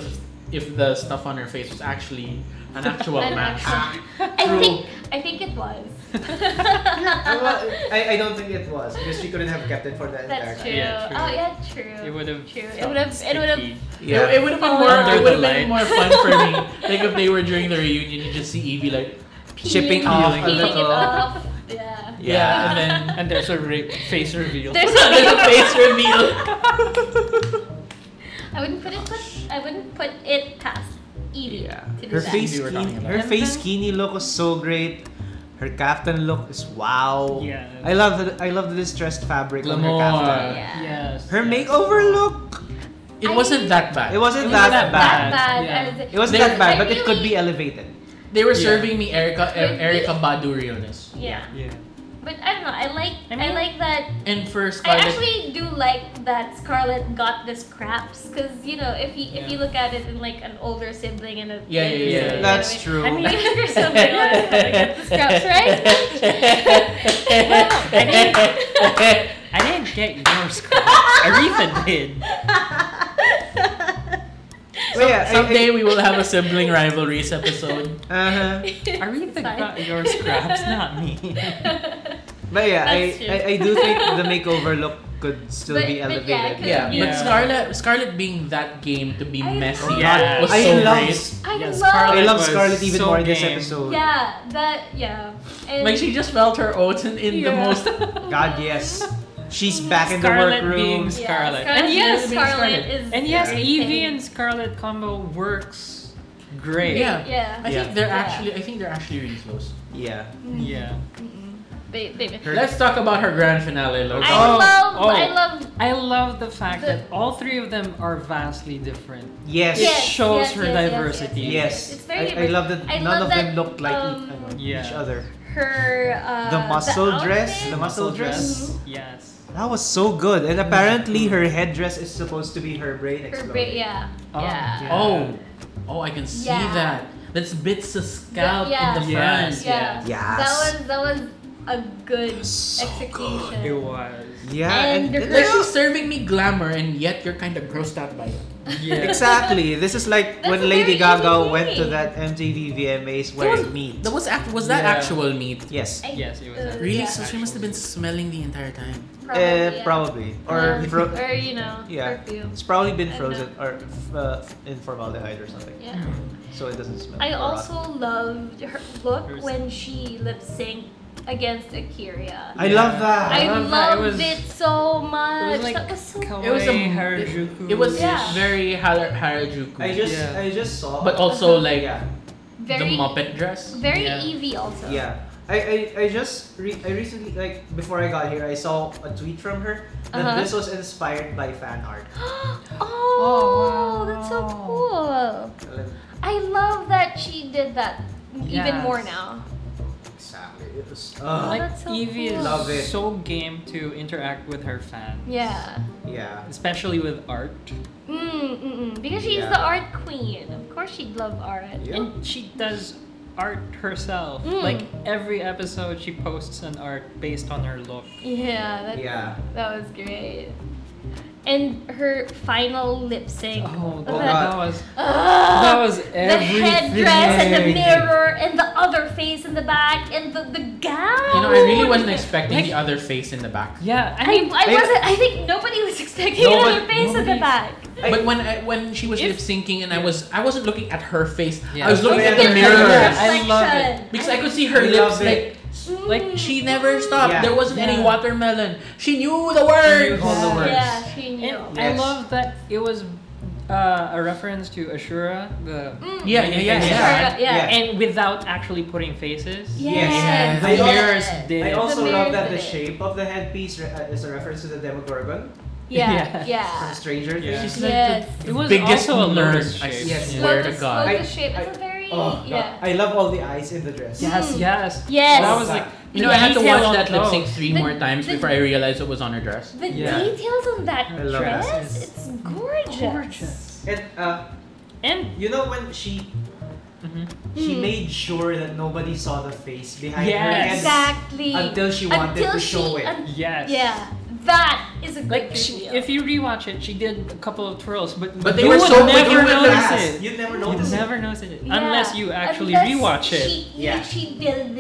S1: if the stuff on her face was actually an actual
S2: An
S1: mask.
S2: actual-
S1: Ah,
S2: I think I think it was.
S3: Uh, well, I, I don't think it was because she couldn't have kept it for the entire
S2: That's true.
S3: time.
S4: Yeah, true.
S2: Oh yeah, true.
S4: It would have.
S2: True. It would have. It would have.
S1: It, it would have been more
S4: Oh, Under
S1: it
S4: the
S1: would have been
S4: light.
S1: more fun for me. like if they were during the reunion you just see Evie like
S2: Chipping
S1: peeling off a
S4: Peeling
S2: Peeling it
S1: little.
S2: off. Yeah.
S1: Yeah, and then
S4: And there's a re- face reveal.
S2: There's
S1: there's a
S2: a
S1: face reveal.
S2: I wouldn't put it. Put, I wouldn't put it past Evie
S1: Yeah.
S2: to do
S3: Her
S2: that.
S3: face,
S1: We were
S3: skinny,
S1: talking about
S3: her
S4: it.
S3: face skinny look was so great. Her kaftan look is wow.
S4: Yeah.
S3: I love the I love the distressed fabric on her kaftan.
S1: Glamour.
S2: Yeah.
S4: Yes.
S3: Her
S4: yes.
S3: makeover look.
S1: It
S2: I
S1: wasn't
S2: mean-
S1: that bad.
S3: It wasn't
S4: It
S3: that,
S4: wasn't that
S2: That
S3: bad.
S2: bad.
S4: Yeah.
S2: I was,
S3: It wasn't
S1: There-
S3: that bad,
S2: I
S3: but it could be
S2: really-
S3: elevated.
S1: They were
S4: Yeah.
S1: serving me Erica uh,
S2: Could be.
S1: Erica Badu realness.
S2: yeah.
S4: Yeah.
S2: But I don't know. I like.
S4: I
S2: I,
S4: mean-
S2: like that.
S1: And for
S2: I
S1: Scarlett,
S2: actually do like that Scarlett got this craps because you know if you if you look at it in like an older sibling and a
S1: Yeah, yeah,
S2: and-
S1: yeah,
S2: and-
S1: yeah.
S3: That's true.
S2: I mean, younger sibling like, got the scraps, right?
S4: I didn't get your scarf. Aretha did.
S3: Well, yeah, I- I-
S1: Someday we will have a sibling rivalries episode.
S3: Uh-huh.
S4: Aretha
S2: Fine.
S4: got your scraps, not me.
S3: But yeah, I,
S2: That's true.
S3: I, I do think the makeover look could still
S2: But-
S3: be
S2: but
S3: elevated.
S2: yeah, it could-
S1: Yeah,
S4: Yeah.
S1: but Scarlet, Scarlet being that game to be
S2: I-
S1: messy
S4: Oh,
S1: at
S4: God.
S1: was
S3: I
S1: so
S3: love
S1: great.
S2: I
S4: Yeah,
S2: love
S4: Scarlet
S3: I love
S4: was
S3: Scarlet even
S4: so
S3: more in this
S4: game.
S3: episode.
S2: Yeah, that yeah. And
S1: Like she just felt her oats in, in the
S5: Yeah.
S1: most.
S3: God yes. She's back in
S4: Scarlet
S3: the workroom.
S4: being
S2: yeah,
S4: Scarlet.
S2: Scarlet
S4: And
S2: is-
S4: yes,
S1: being
S2: Scarlet
S1: Scarlet.
S2: is
S4: and yes,
S2: everything.
S4: Evie and Scarlet combo works great.
S1: Yeah.
S2: yeah.
S1: I
S4: Yeah.
S1: think they're
S2: Yeah.
S1: actually. I think they're actually really close.
S3: Yeah.
S4: Yeah.
S2: They, they,
S3: Her-
S1: Let's talk about her grand finale, Logan.
S2: I
S4: Oh,
S2: love
S4: oh.
S2: I love
S4: I love the fact
S2: The-
S4: that all three of them are vastly different.
S3: yes.
S4: It
S2: Yes,
S4: shows
S2: yes,
S4: her
S2: yes, yes,
S4: diversity.
S3: Yes.
S2: It's very
S3: I, I
S2: diverse.
S3: love that
S2: I
S3: none
S2: love
S3: of them
S2: that,
S3: look like e-
S2: um,
S3: uh,
S4: Yeah.
S3: each other.
S2: her uh,
S3: the muscle dress,
S2: outfit.
S3: the muscle dress. Mm-hmm.
S4: Yes.
S3: That was so good. And apparently her headdress is supposed to be her brain
S2: Her
S3: exploding.
S2: bra- yeah.
S4: Oh,
S2: yeah.
S4: yeah.
S1: Oh, oh, I can see
S2: Yeah.
S1: that. That's bits of scalp
S2: yeah.
S1: in the
S4: Yes.
S1: front.
S2: Yeah.
S4: Yes.
S3: Yes.
S2: That was that was a good
S3: So
S2: execution.
S4: It was.
S3: Yeah,
S2: And
S3: and,
S2: her-
S1: Like she's serving me glamour, and yet you're kind of grossed out by it.
S4: Yeah.
S3: exactly. This is like
S2: That's a
S3: when Lady
S2: very
S3: Gaga
S2: easy
S3: went to
S2: thing.
S3: that MTV VMAs where
S1: was-
S3: it meets.
S1: That was act. Was that
S4: Yeah.
S1: actual meat?
S3: Yes.
S2: I-
S4: Yes, it was.
S2: Uh,
S1: Really?
S2: Yeah.
S1: So she must have been smelling the entire time.
S2: Probably,
S3: uh,
S2: yeah.
S3: probably. Or
S2: Yeah.
S3: fro-
S2: or you know,
S3: Yeah.
S2: perfume.
S3: it's probably been
S2: I
S3: frozen or uh, in formaldehyde or something,
S2: Yeah.
S3: so it doesn't smell.
S2: I
S3: or rot.
S2: also loved her look
S4: Hers.
S2: when she lip synked against Akira.
S3: I love that.
S2: I,
S4: love that.
S2: loved it,
S4: It was-
S2: so much.
S4: like
S2: that was so
S4: Kawaii
S1: It was a-
S4: Harajuku.
S1: It was
S2: Yeah.
S1: very Har- Harajuku.
S3: I just
S4: Yeah.
S3: I just saw.
S1: but also like
S3: yeah,
S2: very
S1: the Muppet dress.
S2: very
S4: Yeah.
S2: Evie also.
S3: yeah. I, I, I just re- I recently like before I got here I saw a tweet from her that
S2: Uh-huh.
S3: this was inspired by fan art.
S2: oh,
S4: Oh,
S2: that's so
S4: wow.
S2: cool. I love that she did that even
S4: Yes.
S2: more now.
S3: Exactly. It was.
S2: Oh,
S3: Uh,
S4: like
S2: that's so
S4: Evie
S2: cool.
S4: is
S3: Love it.
S4: so game to interact with her fans.
S2: Yeah.
S3: yeah.
S4: Especially with art.
S2: Mm, mm, mm. Because she's
S3: Yeah.
S2: the art queen. Of course she'd love art.
S3: Yeah.
S4: And she does art herself.
S2: Mm.
S4: Like every episode she posts an art based on her look.
S2: Yeah, that,
S3: Yeah.
S2: that was great. And her final lip sync.
S4: Oh, that,
S2: That-
S4: that was that
S2: Ugh!
S4: was
S2: Oh, the
S4: everything.
S2: headdress and the mirror and the other face in the back and the, the gown.
S1: You know, I really wasn't expecting
S4: Oh, Like-
S1: the other face in the back.
S4: Yeah, I
S2: I,
S4: mean
S2: I,
S3: I-
S2: wasn't. I think nobody was expecting
S3: No one-
S2: another face in the
S4: nobody's-
S2: back.
S3: I-
S1: But when I, when she was lip
S4: If-
S1: syncing and I was I wasn't looking at her face.
S4: Yeah.
S1: I was looking
S3: Yeah,
S1: at the
S3: yeah,
S1: mirror
S4: yeah. I love it.
S2: Reflection. Mm.
S1: because I could see her
S3: I
S1: lips
S3: love it.
S1: like like she never stopped.
S3: Yeah.
S1: There wasn't any
S4: Yeah.
S1: watermelon. She knew the words.
S4: She knew all the words.
S2: Yeah, she knew.
S4: and I
S3: Yes.
S4: love that it was uh, a reference to Ashura, the
S2: Mm.
S1: Yeah, yeah, yeah,
S4: Minion
S1: yeah.
S2: Sure, yeah.
S4: and without actually putting faces.
S3: Yes.
S2: Yes.
S1: The
S3: mirrors
S4: did
S3: I
S4: it.
S2: The
S3: also love
S2: mirror
S3: that the
S2: did it.
S3: shape of the headpiece re- uh, is a reference to the Demogorgon
S2: Yeah,
S4: Yes.
S2: yeah.
S3: from Stranger
S4: Yeah.
S3: Things.
S1: She's like
S2: Yes.
S1: the
S4: It was
S1: biggest
S4: also a
S1: nerd.
S4: lotus
S1: I
S4: shape.
S3: Yes.
S1: swear to
S2: Lotus-
S1: God.
S2: Lotus shape.
S3: I-
S2: It's a very
S3: Oh, God.
S2: yeah.
S3: I love all the eyes in the dress.
S4: Yes,
S2: Mm.
S4: yes.
S2: Yes.
S4: That was like
S1: You know, I had to
S4: detail
S1: watch
S4: on
S1: that lip sync
S4: those.
S1: three
S2: The-
S1: more times
S2: the-
S1: before I realized it was on her dress.
S2: The
S4: Yeah.
S2: details on that
S3: I love
S2: dress,
S4: dresses.
S2: it's gorgeous.
S3: And uh,
S4: And
S3: you know when she
S4: Mhm.
S3: she
S2: Mm.
S3: made sure that nobody saw the face behind her
S4: Yes.
S3: head
S2: Exactly.
S3: until she wanted
S2: Until
S3: to
S2: she-
S3: show it.
S2: un-
S4: yes.
S2: yeah, that is a good
S4: Like she,
S2: reveal.
S4: if you rewatch it, she did a couple of twirls, but
S1: But they
S4: you
S1: were
S4: would
S1: so- but
S4: never
S1: you would
S4: notice
S3: Yes.
S4: it.
S3: You never
S4: You
S3: notice it.
S4: never notice it
S2: Yeah.
S4: unless you actually
S2: Unless
S4: rewatch it.
S2: She,
S3: Yeah.
S2: She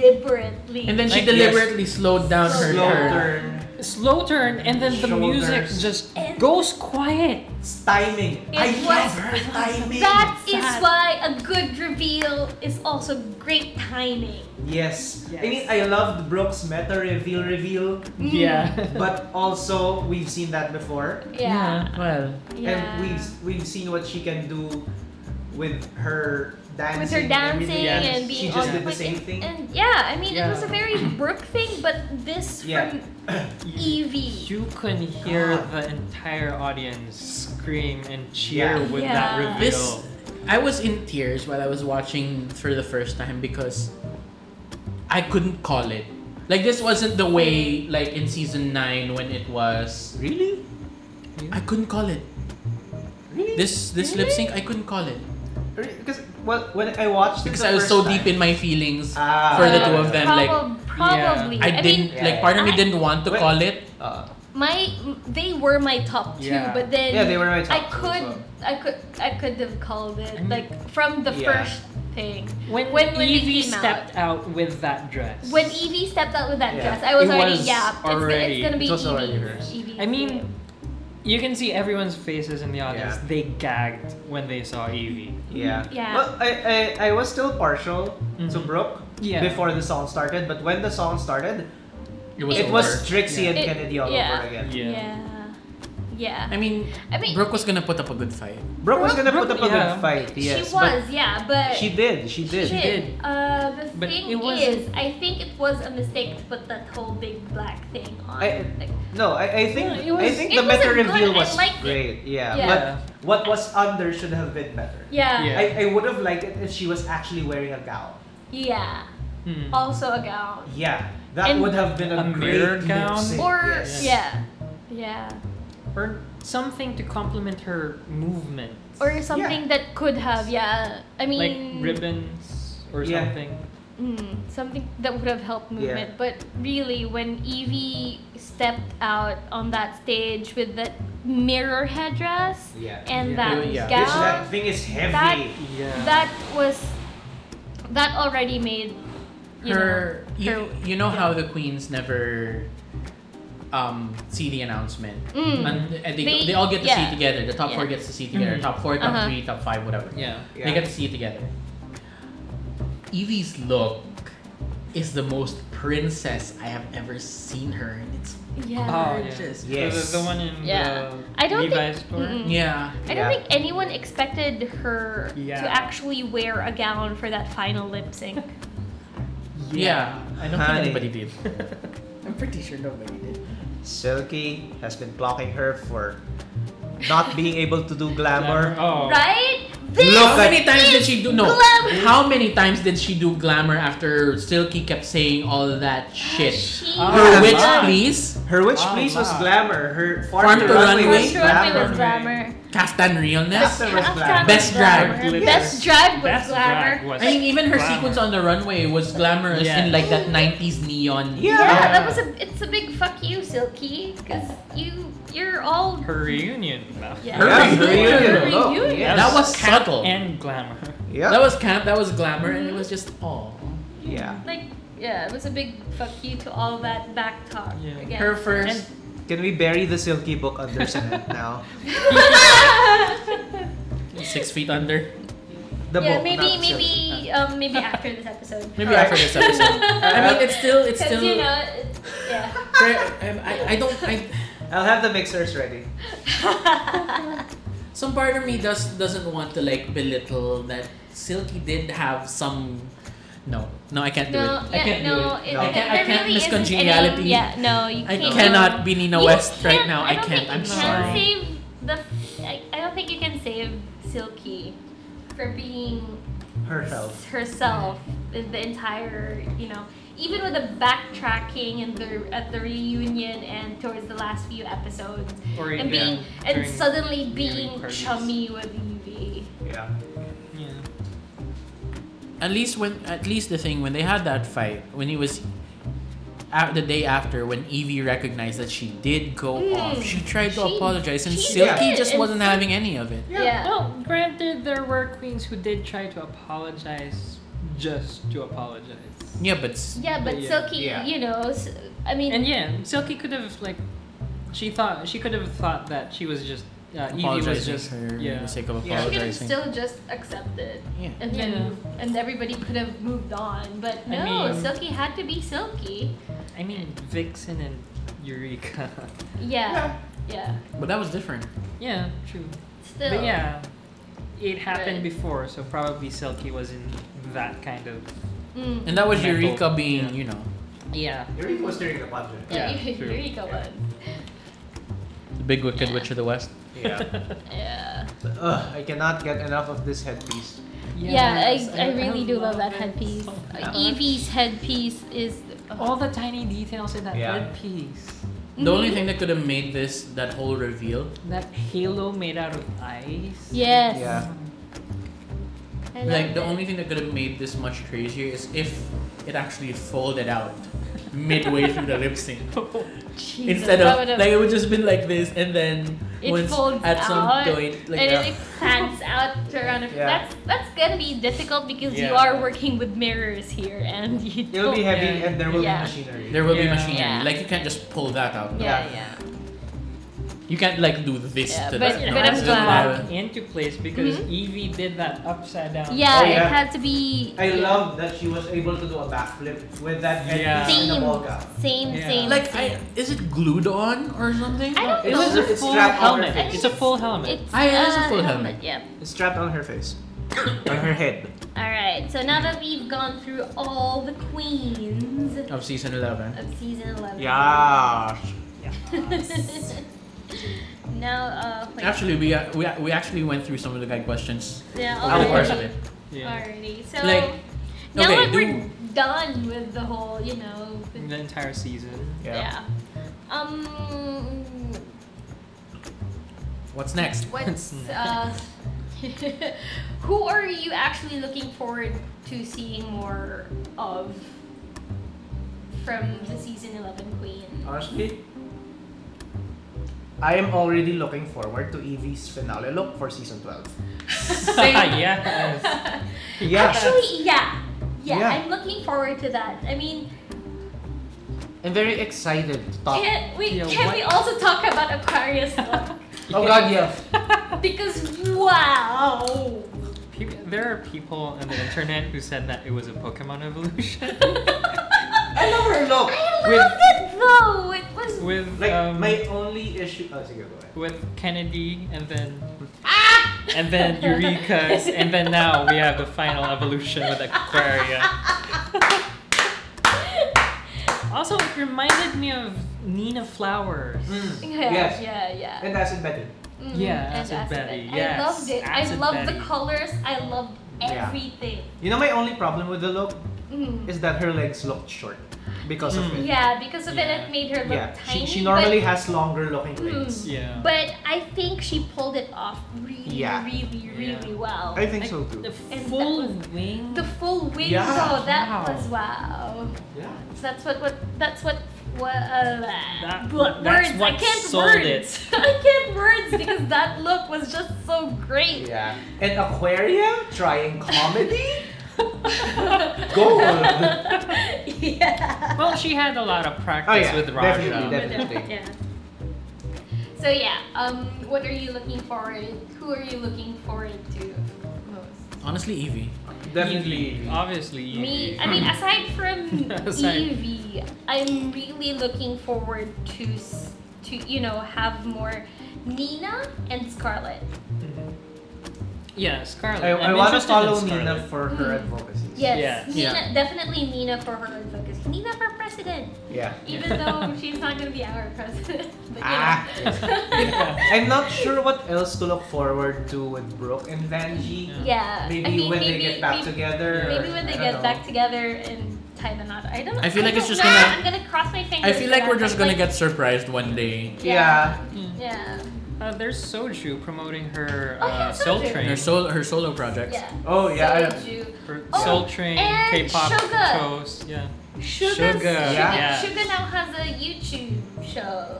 S2: deliberately.
S1: And then she
S4: Like, yes.
S1: deliberately slowed down her
S2: Slow
S3: Slow
S1: her.
S3: turn,
S4: slow turn and then the music
S3: Shoulders.
S4: just
S2: And-
S4: goes quiet.
S3: timing. I
S2: It
S3: love
S2: was-
S3: her timing.
S2: that is
S4: Sad.
S2: why a good reveal is also great timing.
S3: Yes.
S4: Yes.
S3: I mean, I loved Brooke's meta reveal reveal,
S2: Mm.
S3: but also we've seen that before,
S2: Yeah.
S1: Well,
S2: yeah.
S3: and we've we've seen what she can do with her dancing.
S2: with her
S3: and
S2: dancing
S3: everything.
S4: yeah.
S2: and being eh.
S3: she
S2: on
S3: just did the
S2: point.
S3: same thing.
S2: And yeah, I mean it
S4: Yeah.
S2: was a very Brooke thing, but this
S3: Yeah.
S2: from
S4: You,
S2: Evie.
S4: you can hear
S3: God.
S4: the entire audience scream and cheer
S3: Yeah.
S4: with
S2: Yeah.
S4: that reveal.
S1: This- I was in tears while I was watching for the first time because I couldn't call it. Like this wasn't the way like in season nine when it was.
S3: Really?
S1: I couldn't call it.
S3: Really?
S1: This this lip sync I couldn't call it
S3: because well, when I watched it
S1: because I
S3: the
S1: was
S3: first
S1: so
S3: time-
S1: deep in my feelings.
S3: Ah.
S1: for the two of them, like,
S2: Probab- probably.
S1: I,
S2: I,
S1: didn't
S2: mean,
S3: Yeah,
S1: like part of me
S2: I-
S1: didn't want to
S3: Wait.
S1: call it.
S3: Uh,
S2: my they were my top two,
S4: Yeah.
S2: but then
S3: yeah, they were my top
S2: I
S3: two as
S2: could,
S3: well.
S2: I could, I could have called
S4: I
S2: it
S4: mean-
S2: like from the
S3: Yeah.
S2: first
S5: thing.
S4: When,
S2: When- when they
S4: Evie
S2: came out.
S4: stepped out. with that dress.
S2: When Evie stepped out with that
S3: Yeah.
S2: dress, I was
S4: It
S2: already
S4: was
S2: yeah. It's,
S4: already-
S2: it's gonna be
S3: it was already
S2: Evie's.
S3: hers.
S2: Evie's
S4: I mean,
S2: name.
S4: you can see everyone's faces in the audience.
S3: Yeah.
S4: They gagged when they saw Evie.
S3: Yeah.
S2: Mm, Yeah.
S3: Well, I, I, I was still partial to
S4: Mhm.
S3: Brooke
S4: Yeah.
S3: before the song started, but when the song started,
S1: It was
S3: it
S1: over.
S3: was Trixie
S4: Yeah.
S3: and
S2: It-
S3: Kennedy all
S2: yeah.
S3: over again.
S4: Yeah.
S2: yeah, yeah.
S1: I mean,
S2: I mean,
S1: Brooke was gonna put up a good fight.
S3: Brooke was gonna
S4: Brooke-
S3: put up a
S4: yeah.
S3: good fight. Yes,
S2: she
S3: but
S2: was yeah, but
S3: she did. She did.
S2: She did. Uh, the
S4: But
S2: thing
S4: it wasn't-
S2: is, I think it was a mistake to put that whole big black thing on.
S3: I-
S2: like,
S3: No, I, I think
S4: No, it was-
S3: I think
S2: It
S3: the meta
S2: wasn't good,
S3: reveal
S2: I
S3: was
S2: liked it.
S3: great. Yeah,
S2: Yeah.
S3: But what was under should have been better.
S2: yeah,
S4: Yeah.
S3: I, I would have liked it if she was actually wearing a gown.
S2: yeah,
S4: Hmm.
S2: Also a gown.
S3: Yeah. That
S2: And-
S3: would have been a,
S4: A
S3: great
S4: mirrored gown?
S3: lip sync,
S2: Or
S3: yes.
S2: yeah, yeah,
S4: Or something to complement her movements.
S2: or something that could have yeah. I
S4: like
S2: mean,
S4: ribbons or
S3: Yeah.
S4: something.
S2: mm, something that would have helped
S3: Yeah.
S2: movement. But really, when Evie stepped out on that stage with that mirror headdress
S3: Yeah.
S2: and
S4: Yeah.
S2: that
S1: Oh, Yeah.
S3: Bitch,
S2: gown,
S3: that thing is heavy.
S2: That-
S4: Yeah.
S2: that was that already made you
S1: her,
S2: know,
S1: you,
S2: her-
S1: you know
S2: yeah.
S1: how the queens never um, see the announcement,
S2: Mm.
S1: and, and they,
S2: They-
S1: they all get to see it
S2: yeah.
S1: together. The top four
S2: Yeah.
S1: gets to see it together.
S4: Mhm.
S1: Top four, top
S2: Uh-huh.
S1: three, top five, whatever.
S4: yeah.
S3: yeah.
S1: They get to see it together. Evie's look is the most princess I have ever seen her, and it's
S2: yeah.
S4: Oh, yeah.
S1: Gorgeous.
S3: Yes.
S4: The, the one in
S2: Yeah.
S4: the
S2: I don't think-
S4: Levi's store.
S2: Mm-mm.
S1: yeah.
S2: I don't
S3: Yeah.
S2: think anyone expected her
S4: Yeah.
S2: to actually wear a gown for that final lip sync.
S1: Yeah, I don't think
S3: Honey.
S1: anybody did. I'm pretty sure nobody did.
S3: Silky has been blocking her for not being able to do glamour.
S4: Oh.
S2: Right? This
S1: how many
S2: is
S1: times did she do no?
S2: glamour.
S1: How many times did she do glamour after Silky kept saying all that shit?
S2: She
S4: Ah.
S1: Her
S3: Ah,
S1: witch,
S4: wow.
S1: please.
S3: Her witch
S4: Oh,
S3: please was
S4: wow.
S3: glamour. Her
S1: Farm
S3: farm,
S1: to runway.
S2: Runway
S3: was glamour.
S2: was glamour.
S4: Glamour.
S1: Caftan realness.
S3: After was
S2: After
S3: glamour.
S1: Best drag.
S2: glamour.
S4: Glitter.
S2: Best drive was
S4: That's
S2: glamour.
S4: drag was
S1: I mean, even her
S4: glamour.
S1: sequence on the runway was glamorous
S4: Yeah.
S1: in like that 90s neon.
S2: Yeah,
S3: Yeah.
S2: that was a it's a big fuck you, Silky, because you you're all
S4: her reunion. No.
S2: yeah.
S1: Her
S3: Yeah,
S1: reunion.
S3: reunion.
S2: Her
S3: Oh,
S2: reunion.
S3: yes.
S1: That was subtle.
S4: And glamour.
S3: Yeah.
S1: That was camp, that was glamour, and it was just all.
S3: yeah.
S2: Like yeah, it was a big fuck you to all that back talk.
S4: Yeah.
S2: Again.
S1: Her first.
S3: Can we bury the Silky book under cement now?
S1: Six feet under.
S3: The
S2: yeah,
S3: book,
S2: maybe
S3: not Silky.
S2: maybe um, maybe after this episode.
S1: Maybe
S3: Alright.
S1: after this episode. I mean, it's still, it's still.
S2: Because
S1: um,
S2: you know, it- yeah.
S1: I, I don't. I,
S3: I'll have the mixers ready.
S1: some part of me does doesn't want to like belittle that Silky did have some. No, no, I can't do
S2: No,
S1: it. I
S2: yeah,
S1: can't
S2: no,
S1: do it.
S2: it,
S3: No.
S1: I can't. I
S2: there
S1: can't
S2: really
S1: miss
S2: isn't any-
S1: congeniality.
S2: Yeah, no, you
S1: I
S2: can't.
S1: cannot be Nina
S2: You
S1: West right
S2: can't-
S1: now. I
S2: don't
S1: can't.
S2: think
S1: I'm
S2: you
S1: sorry.
S2: Can save the. I, I don't think you can save Silky for being
S3: Herself.
S2: herself in the entire you know even with the backtracking and the at the reunion and towards the last few episodes
S4: Or
S2: and
S4: yeah,
S2: being and
S4: during-
S2: suddenly
S4: viewing
S2: being
S4: parties.
S2: chummy with Evie.
S3: Yeah.
S4: Yeah.
S1: At least when at least the thing when they had that fight when it was. a- the day after, when Evie recognized that she did go
S2: Mm.
S1: off, she tried to
S2: She-
S1: apologize, and
S2: she
S1: Silky
S2: did,
S1: just
S2: and
S1: wasn't having any of it.
S2: Yeah. Yeah.
S4: Well, granted, there were queens who did try to apologize just to apologize.
S1: Yeah, but s-
S2: but
S4: Yeah.
S2: Silky,
S3: Yeah.
S2: you know, s I I mean,
S4: And yeah, Silky could have like, she thought she could have thought that she was just uh, Evie was
S1: apologizing
S4: just
S1: for
S4: yeah.
S1: the sake of
S3: Yeah.
S2: she could have
S1: apologizing.
S2: still just accepted,
S1: yeah.
S2: and then and everybody could have moved on. But
S4: I
S2: no,
S4: mean-
S2: Silky had to be Silky.
S4: I mean, Vixen and Eureka.
S2: Yeah, yeah.
S1: But that was different.
S4: yeah, true.
S2: Still,
S4: But yeah, it happened
S2: Right.
S4: before, so probably Silky was in that kind of
S2: Mm.
S1: And that was
S4: Mental.
S1: Eureka being,
S4: Yeah.
S1: you know,
S4: yeah.
S3: Eureka was during the budget.
S4: Yeah, true.
S2: Here you go, bud.
S1: the big wicked
S2: Yeah.
S1: witch of the West.
S3: Yeah.
S2: Yeah.
S3: Ugh, I cannot get enough of this headpiece.
S2: Yeah,
S4: Yes,
S2: I, I really do love that
S4: it Oh,
S2: headpiece.
S4: so much.
S2: Uh, Evie's headpiece is.
S4: All the tiny details in that
S3: Yeah.
S4: headpiece.
S1: The only
S2: Mm-hmm.
S1: thing that could have made this that whole reveal,
S4: That halo made out of ice.
S2: Yes.
S3: Yeah.
S2: I love
S1: like the
S2: it.
S1: only thing that could have made this much crazier is if it actually folded out midway through the lip sync
S2: Jesus,
S1: instead
S2: that
S1: of
S2: would've-
S1: like it would just been like this and then
S5: It
S1: once
S5: folds
S1: at some
S5: out,
S1: point, like
S2: and
S1: yeah.
S2: it expands out to around. A,
S3: Yeah.
S2: That's that's gonna be difficult because you
S4: Yeah.
S2: are working with mirrors here, and you
S3: It'll
S2: don't.
S3: be heavy
S4: Yeah.
S3: and there will
S2: Yeah.
S3: be machinery.
S1: there will be
S4: Yeah.
S1: machinery.
S2: Yeah.
S1: Like you can't just pull that out. No.
S2: yeah, yeah.
S1: You can't like do this
S2: Yeah,
S1: to
S2: but-
S1: that.
S2: but
S1: No,
S2: I'm
S1: it's just
S2: glad- Mm-hmm.
S1: not-
S4: back into place because Evie did that upside down.
S2: Yeah,
S3: Oh, yeah.
S2: it had to be.
S3: I
S2: yeah.
S3: love that she was able to do a backflip with that head
S4: Yeah.
S3: in the
S2: Same,
S3: ball gown.
S2: same,
S4: Yeah.
S2: same.
S1: Like, I, is it glued on or something?
S2: I don't
S3: It
S2: know.
S3: was a
S4: It's
S3: full
S4: full
S3: helmet.
S4: helmet. It's a full helmet.
S2: It's,
S1: I- it is a
S2: uh,
S1: full helmet.
S2: Yeah.
S3: It's strapped on her face. on her head.
S2: All right. So now that we've gone through all the queens
S1: Of season eleven.
S2: of season eleven.
S3: Yeah.
S2: now, uh, wait.
S1: Actually, we, uh, we we actually went through some of the guide questions
S2: yeah,
S1: over the
S3: Oh,
S1: course
S2: already.
S1: of it.
S4: Yeah.
S2: Alrighty. So
S1: Like,
S2: now
S1: okay,
S2: that we're
S1: do-
S2: done with the whole, you know, the-
S4: The entire season.
S2: yeah. Um,
S1: What's next?
S2: what's uh, who are you actually looking forward to seeing more of from the season eleven queen?
S3: Honestly, I am already looking forward to Evie's finale look for season 12.
S4: yes.
S3: Yeah.
S2: Actually, yeah. Yeah,
S3: Yeah.
S2: I'm looking forward to that. I mean,
S3: I'm very excited to talk.
S2: can we
S4: Yeah,
S2: can
S4: what-
S2: we also talk about Aquarius though?
S3: Oh god, yes.
S2: because wow.
S4: People, there are people on the internet who said that it was a Pokemon evolution
S3: I love her look.
S2: I
S4: With-
S2: loved it though. It was
S4: with
S3: Like
S4: um,
S3: my only issue. Oh, sige, go ahead.
S4: with Kennedy and then
S2: ah.
S4: and then Eureka's and then now we have the final evolution with Aquaria. also, it reminded me of Nina Flowers.
S3: Hmm.
S2: Yeah,
S3: Yes.
S2: yeah, yeah.
S3: And acid Betty.
S2: Mm,
S4: Yeah,
S2: and
S4: Acid Betty,
S2: I
S4: yes,
S2: loved it. I
S4: Acid
S2: loved the
S4: Betty.
S2: colors. I loved
S3: Yeah.
S2: everything.
S3: You know my only problem with the look
S2: Mm.
S3: is that her legs looked short because of
S4: Mm.
S3: it.
S2: Yeah, because of it,
S4: Yeah.
S2: it made her look
S3: Yeah.
S2: Hmm. tiny.
S3: She, she normally
S2: but,
S3: has longer looking
S2: Mm.
S3: legs.
S4: Yeah.
S2: but I think she pulled it off really,
S3: Yeah.
S2: really, really
S4: Yeah.
S2: well.
S3: I think
S4: Like,
S3: so too.
S4: The
S2: And
S4: full wing.
S2: the full wig
S3: Yeah.
S2: though, that
S4: Wow.
S2: was wow.
S3: Yeah.
S2: So that's what what that's what what uh,
S4: That-
S2: what
S4: that's
S2: words
S4: what
S2: I can't
S4: sold
S2: words. I can't words because that look was just so great.
S3: Yeah. And Aquaria trying comedy? Gold.
S2: yeah.
S4: Well, she had a lot of practice
S3: Oh, yeah,
S4: with Raja.
S3: definitely, definitely.
S2: yeah. So yeah, um, what are you looking forward? Who are you looking forward to most?
S1: Honestly, Evie.
S3: Definitely.
S4: Evie, obviously.
S2: Me,
S4: Evie.
S2: I mean,
S3: Hmm.
S2: aside from
S4: Aside.
S2: Evie, I'm really looking forward to s- to you know have more Nina and Scarlett.
S4: Yeah, Scarlet.
S3: I, I
S4: I'm
S3: want to
S4: interested in
S3: follow
S4: Scarlet.
S3: Nina for her
S2: Mm.
S3: advocacy.
S2: Yes,
S1: Yeah.
S2: Nina, definitely Nina for her focus. Nina for president,
S3: Yeah.
S2: even though she's not gonna be our president. But, you
S3: Ah.
S2: know.
S3: I'm not sure what else to look forward to with Brooke and Vanjie.
S2: yeah.
S3: Maybe
S2: I mean,
S3: when they
S2: maybe-
S3: get back
S2: maybe-
S3: together. or-
S2: Maybe when
S3: I
S2: they
S3: don't
S2: get
S3: know.
S2: back together and tie the knot. I don't.
S1: I feel like it's
S2: don't
S1: just
S2: know.
S1: gonna-
S2: I'm gonna cross my fingers.
S1: I feel like
S2: for
S1: we're
S2: that,
S1: just
S2: but,
S1: gonna get surprised one day.
S2: Yeah.
S3: Yeah.
S2: like, Yeah.
S4: Uh, there's Soju promoting her
S2: Oh,
S4: uh,
S2: yeah,
S4: Soul
S2: Soju.
S1: Her
S4: Train.
S1: solo her solo projects.
S2: Yeah.
S3: Oh yeah. I-
S2: Soju.
S4: her
S2: Oh,
S4: Soul Train,
S2: and
S4: K-pop
S2: Suga.
S4: shows. Yeah.
S2: Sugar's,
S4: Sugar, yeah.
S2: Sugar now has a YouTube show.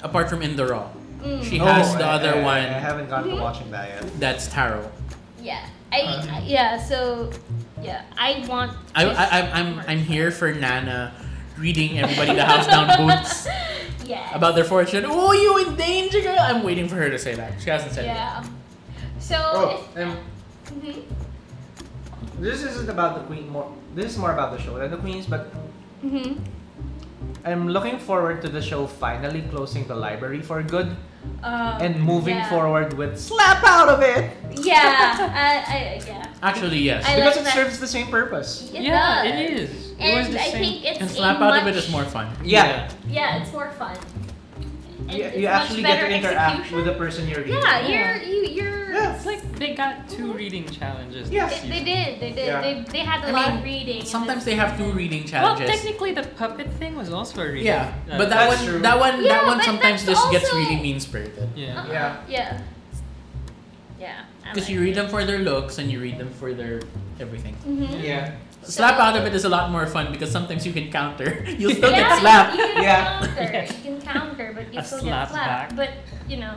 S1: Apart from in the raw,
S2: Mm.
S1: She- He
S3: Oh,
S1: has the
S3: I-
S1: other
S3: I-
S1: one.
S3: I haven't gotten
S2: Mhm.
S3: to watching that yet.
S1: that's Taro.
S2: yeah. I,
S4: Um,
S2: I- yeah. So yeah, I want.
S1: I,
S2: to
S1: I I'm I'm
S2: see
S1: I'm
S2: more.
S1: here for Nana, reading everybody the house down boots
S2: Yeah.
S1: about their fortune. Oh, you in danger, girl! I'm waiting for her to say that. She hasn't said
S2: Yeah. So.
S3: Oh,
S2: if-
S3: and
S2: mhm.
S3: this isn't about the queen. More. This is more about the show than the queens. But
S2: Mhm.
S3: I'm looking forward to the show finally closing the library for good
S2: Um,
S3: and moving
S2: yeah.
S3: forward with slap out of it
S2: Yeah. I, I, yeah.
S1: it. Actually, yes.
S2: I
S3: because
S2: like
S3: it
S2: that.
S3: serves the same purpose.
S2: It
S4: yeah,
S2: does.
S4: it is.
S2: And
S4: it was the
S2: I
S4: same.
S2: think it's
S1: and
S2: a
S1: slap out of
S2: much-
S1: it is more fun.
S3: Yeah.
S2: Yeah, it's more fun. And
S3: You,
S2: it's
S3: you
S2: much
S3: actually get
S2: better
S3: to interact
S2: execution.
S3: with the person you're reading.
S2: Yeah, you're you you're.
S3: Yeah.
S4: It's like they got two reading challenges.
S3: Yes.
S4: this
S2: They, they
S4: season.
S2: did. They did.
S3: Yeah.
S2: They, they had a
S1: I
S2: lot
S1: mean,
S2: of reading. and
S1: Sometimes
S2: this-
S1: they have two reading
S4: Well,
S1: challenges.
S4: technically, the puppet thing was also a reading.
S1: yeah,
S4: uh,
S1: but that one,
S3: That's true.
S1: that one,
S2: Yeah,
S1: that one
S2: but
S1: sometimes
S2: that's
S1: just gets
S2: also-
S1: really mean spirited.
S4: Yeah.
S2: Uh-huh.
S3: Yeah.
S2: Yeah. Yeah. I
S1: Because
S2: like
S1: you read
S2: it.
S1: them for their looks and you read them for their everything.
S2: Mhm.
S3: Yeah.
S1: Slap out of it is a lot more fun because sometimes you can counter. You'll still
S2: yeah,
S1: get slapped.
S2: You can
S3: Yeah.
S2: counter.
S4: Yes.
S2: You can counter, but you
S4: A
S2: still
S4: slap
S2: get slapped. But
S4: back.
S2: you know,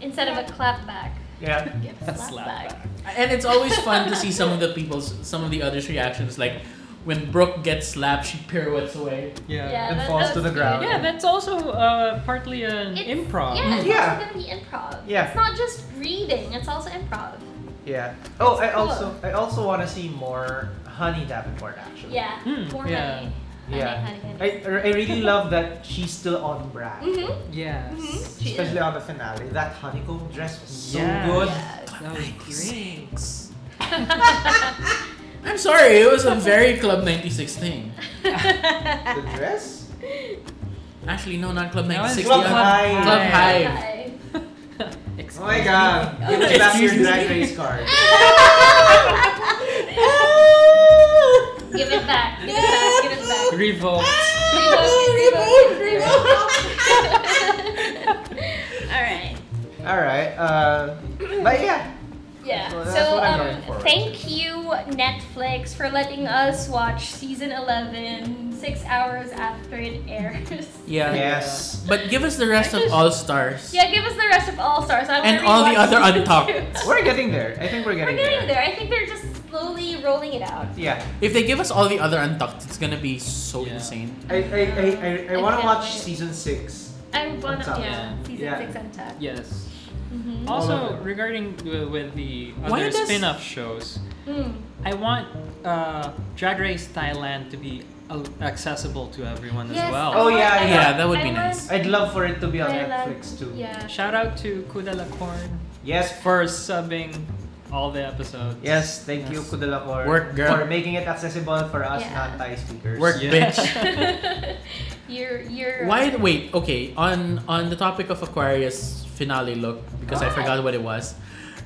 S2: instead of a clapback.
S3: Yeah.
S5: Give slapback.
S1: And it's always fun to see some of the people's, some of the others' reactions. Like when Brooke gets slapped, she pirouettes away.
S2: Yeah,
S3: and
S2: that-
S3: falls
S2: that
S3: to
S2: was
S3: the ground.
S4: Yeah, that's also uh, partly an
S2: It's-
S4: improv.
S2: Yeah, it's
S3: Yeah.
S2: also gonna be improv.
S3: Yeah.
S2: It's not just reading, it's also improv.
S3: Yeah. Oh, I
S2: That's cool.
S3: also I also want to see more Honey Davenport actually.
S2: Yeah.
S4: Hmm,
S2: More
S4: yeah.
S2: honey.
S3: Yeah.
S2: Honey, honey, honey.
S3: I, I really love that she's still on brand.
S2: Mm-hmm.
S4: Yes.
S2: Mhm. She is.
S3: Especially on the finale. That honeycomb dress was so
S4: Yeah.
S3: good.
S2: Yes.
S4: That was great.
S1: I'm sorry, it was a very Club 96 thing.
S3: The dress?
S1: Actually, no, not Club
S4: That was
S1: 96.
S3: Club
S1: the other-
S3: Hive.
S1: Club Hive.
S2: Hi.
S4: Excuse
S3: Oh my god. Give me back your drag race card.
S2: Give it back. Give it back. Give it back.
S4: me. Revolt.
S2: Revoke it, revoke it. All right.
S3: Alright, uh, but yeah.
S2: Yeah.
S3: Well, that's
S2: so
S3: what I'm going
S2: um,
S3: forward
S2: thank you Netflix for letting us watch season 11 six hours after it airs.
S1: Yeah.
S3: Yes.
S1: But give us the rest of All Stars.
S2: Yeah, give us the rest of All Stars. I wanna
S1: And all the
S2: rewatch
S1: other
S2: season
S1: untalked.
S2: two.
S3: We're getting there. I think we're
S2: We're
S3: getting,
S2: getting there. I think they're just slowly rolling it out.
S3: Yeah.
S1: If they give us all the other untucked, it's gonna be so
S4: Yeah.
S1: insane.
S3: I I, I, I, I
S2: I
S3: want to
S2: can't
S3: watch
S2: wait.
S3: season six.
S2: I want to,
S3: Untucked.
S2: yeah, season
S3: Yeah.
S2: six untucked.
S4: Yes.
S2: Mm-hmm.
S3: All
S4: Also,
S3: of it.
S4: regarding uh, with the
S1: Why
S4: other
S1: does-
S4: spin-off shows,
S2: Mm.
S4: I want uh, Drag Race Thailand to be uh, accessible to everyone
S2: Yes,
S4: as well.
S3: Oh,
S2: I
S3: yeah,
S2: want- I
S1: yeah,
S2: want-
S1: that would
S2: I
S1: be
S2: want-
S1: nice.
S3: I'd love for it to be on
S2: I love-
S3: Netflix too.
S2: Yeah.
S4: Shout out to Kuda Lacorn
S3: Yes.
S4: for subbing all the episodes.
S3: Yes, thank you,
S4: Yes.
S3: Kudalakor.
S1: Work, girl.
S3: For making it accessible for us
S2: Yeah.
S3: non-Thai speakers.
S1: Work,
S4: Yeah.
S1: bitch.
S2: you're you're
S1: Why? Wait. Okay. On on the topic of Aquarius finale look, because I
S2: What?
S1: forgot what it was.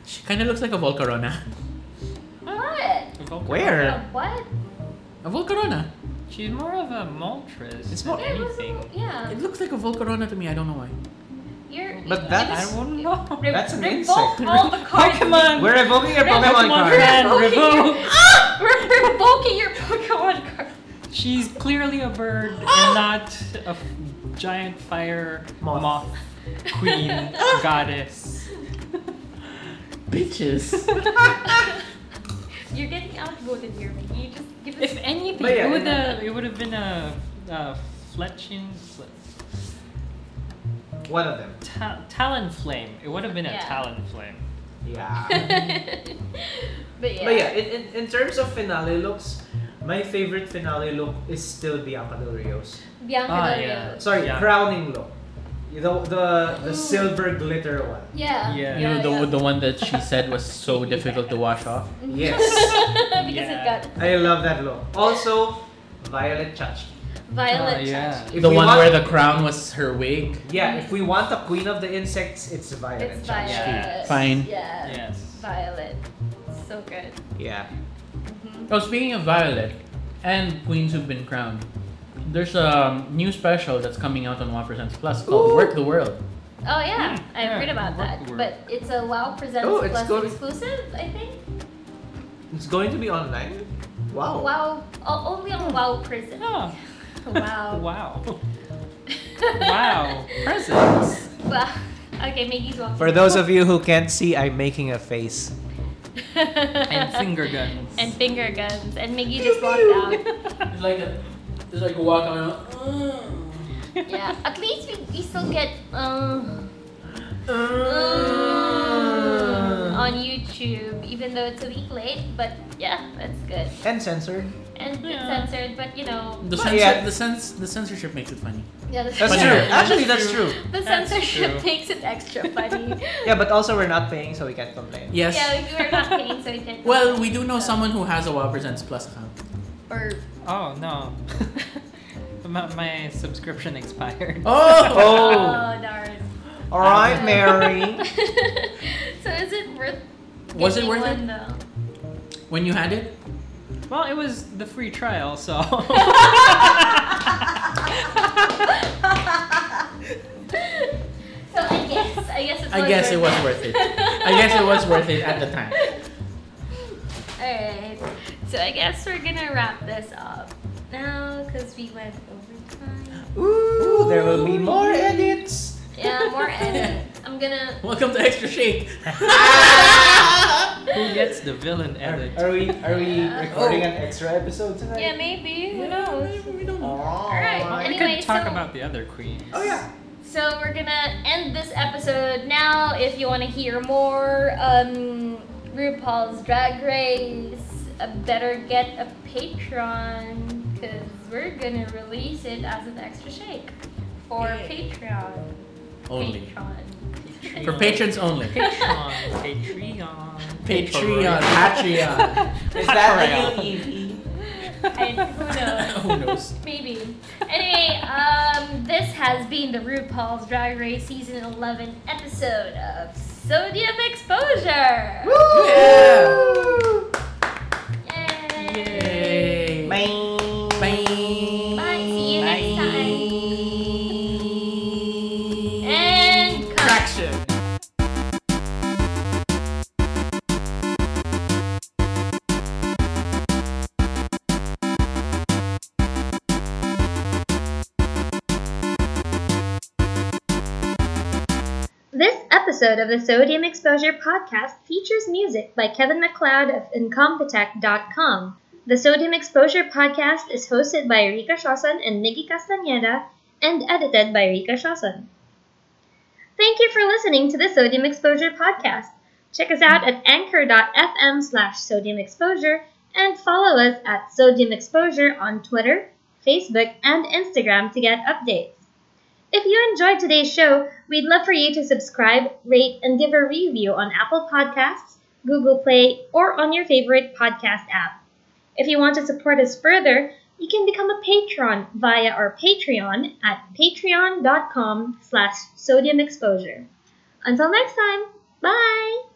S1: She kind of looks like a Volcarona.
S2: what?
S4: Volker.
S2: A
S3: Where?
S2: what?
S1: A Volcarona.
S4: She's more of a Moltres.
S1: It's
S4: than
S1: more-
S2: Yeah, it was a-
S4: anything.
S2: yeah.
S1: It looks like a Volcarona to me. I don't know why.
S2: You're
S3: But
S2: you-
S3: that-
S2: you
S4: I
S2: just-
S4: don't know.
S2: re-
S3: That's an
S2: revoke
S3: insect.
S2: all the cards.
S4: Pokemon.
S3: We're evoking your
S2: Revoke
S3: Pokemon
S4: Pokemon
S3: card.
S4: Red,
S2: Revoke your-
S4: revoke.
S2: Ah! We're revoking your Pokemon card.
S4: She's clearly a bird
S2: Ah!
S4: and not a f- giant fire
S3: Moth.
S4: moth, queen goddess.
S1: Bitches.
S2: You're getting outvoted here, Mickey. You just give us
S4: If anything,
S3: But yeah,
S4: it would
S3: yeah.
S4: have it would have been a, a Fletching Fle-
S3: One of them.
S4: ta- Talon Flame. It would have been a
S2: Yeah.
S4: Talon Flame.
S3: Yeah.
S2: but yeah.
S3: But yeah, in, in, in terms of finale looks, my favorite finale look is still Bianca Del Rio's.
S2: Bianca
S4: Ah,
S2: Del
S4: yeah.
S2: Rio.
S3: Sorry,
S4: Yeah.
S3: crowning look. You know, the the
S2: Ooh.
S3: silver glitter one.
S2: Yeah.
S4: Yeah.
S1: You know the
S2: yeah.
S1: the one that she said was so difficult to wash off.
S3: Yes.
S2: because
S4: Yeah.
S2: it got
S3: I love that look. Also, Violet Chachki.
S2: Violet.
S4: Oh, yeah.
S2: touched.
S3: If
S1: the
S3: we
S1: one
S3: want-
S1: where the crown was her wig.
S3: Yeah, if we want the queen of the insects, it's Violet
S2: It's
S3: Chachki.
S2: Violet.
S4: Yeah.
S1: Fine.
S2: Yeah.
S4: Yes.
S2: Violet. So good.
S3: Yeah.
S2: Mhm.
S1: Oh, speaking of Violet and queens who've been crowned, there's a new special that's coming out on One Percent Plus called
S3: Ooh.
S1: "Work the World."
S2: Oh yeah,
S4: Mm,
S2: I've
S4: yeah,
S2: heard about
S4: work
S2: that.
S4: the word.
S2: But it's a WoW Presents
S3: Oh, it's
S2: Plus
S3: going-
S2: exclusive, I think.
S3: It's going to be online? Wow.
S2: WoW, oh, only on WoW Prison.
S4: Oh,
S2: Wow.
S4: wow. Wow. Presents.
S2: wow. Okay, Maggie's walking.
S3: For those of you who can't see, I'm making a face.
S4: And finger guns.
S2: And finger guns. And Miggy just walked out.
S1: It's like a, it's like a mm. walk on.
S2: Yeah. At least we, we still get uh,
S4: Uh.
S3: Uh.
S2: on YouTube, even though it's a week late. But yeah, that's good.
S3: And censored.
S2: And
S4: Yeah.
S2: it's censored, but you know,
S1: The,
S3: But
S1: censor,
S3: yeah.
S1: the, cens- the censorship makes it funny.
S2: yeah, the
S3: That's
S1: But
S3: true.
S1: yeah.
S3: Actually, that's true.
S2: The
S4: That's
S2: censorship
S4: true.
S2: makes it extra funny.
S3: Yeah, but also we're not paying, so we can't complain.
S1: Yes.
S2: Yeah, we were not paying, so we didn't.
S1: Well, we do know someone who has a WoW Presents Plus account.
S2: Or
S4: Oh no. my, my subscription expired.
S1: Oh,
S2: oh,
S3: Oh.
S2: darn.
S3: All right, Mary.
S2: so is it worth?
S1: was it
S2: getting
S1: worth
S2: one,
S1: it
S2: Though?
S1: when you had it?
S4: Well, it was the free trial, so
S2: So I guess I guess it was.
S1: I guess it was worth it. I guess it was worth it at the time.
S2: Alright, so I guess we're gonna wrap this up now because we went over time.
S3: Ooh, there will be more edits.
S2: Yeah, more edit. I'm
S7: I'm gonna.
S1: Welcome to Extra Shake.
S4: Who gets the villain edit?
S3: Are we are we
S7: Yeah.
S3: recording an extra episode tonight?
S7: Yeah, maybe. Who knows?
S1: we don't know.
S7: Alright,
S3: Alright.
S4: we
S7: Anyway,
S4: could talk
S7: so-
S4: about the other queens.
S3: Oh yeah.
S7: So we're gonna end this episode now. If you want to hear more, um, RuPaul's Drag Race, uh, better get a Patreon because we're gonna release it as an extra shake for
S8: Yay.
S7: Patreon.
S1: Only.
S7: Patreon.
S1: For patrons only.
S4: Patreon. Patreon.
S1: Patreon. Patreon.
S3: Is that the new EP?
S7: I, who knows?
S1: Who knows?
S7: Maybe. Anyway, um, this has been the RuPaul's Drag Race season 11 episode of Sodium Exposure. Yay.
S1: Yay.
S3: Bye.
S1: Bye.
S7: Bye. See you next time. And cut.
S2: This episode of the Sodium Exposure podcast features music by Kevin McLeod of Incompetech.com. The Sodium Exposure podcast is hosted by Rika Shawson and Nikki Castaneda and edited by Rika Shawson. Thank you for listening to the Sodium Exposure podcast. Check us out at anchor.fm slash sodium exposure and follow us at Sodium Exposure on Twitter, Facebook, and Instagram to get updates. If you enjoyed today's show, we'd love for you to subscribe, rate, and give a review on Apple Podcasts, Google Play, or on your favorite podcast app. If you want to support us further, you can become a patron via our Patreon at patreon.com slash sodium exposure. Until next time, bye!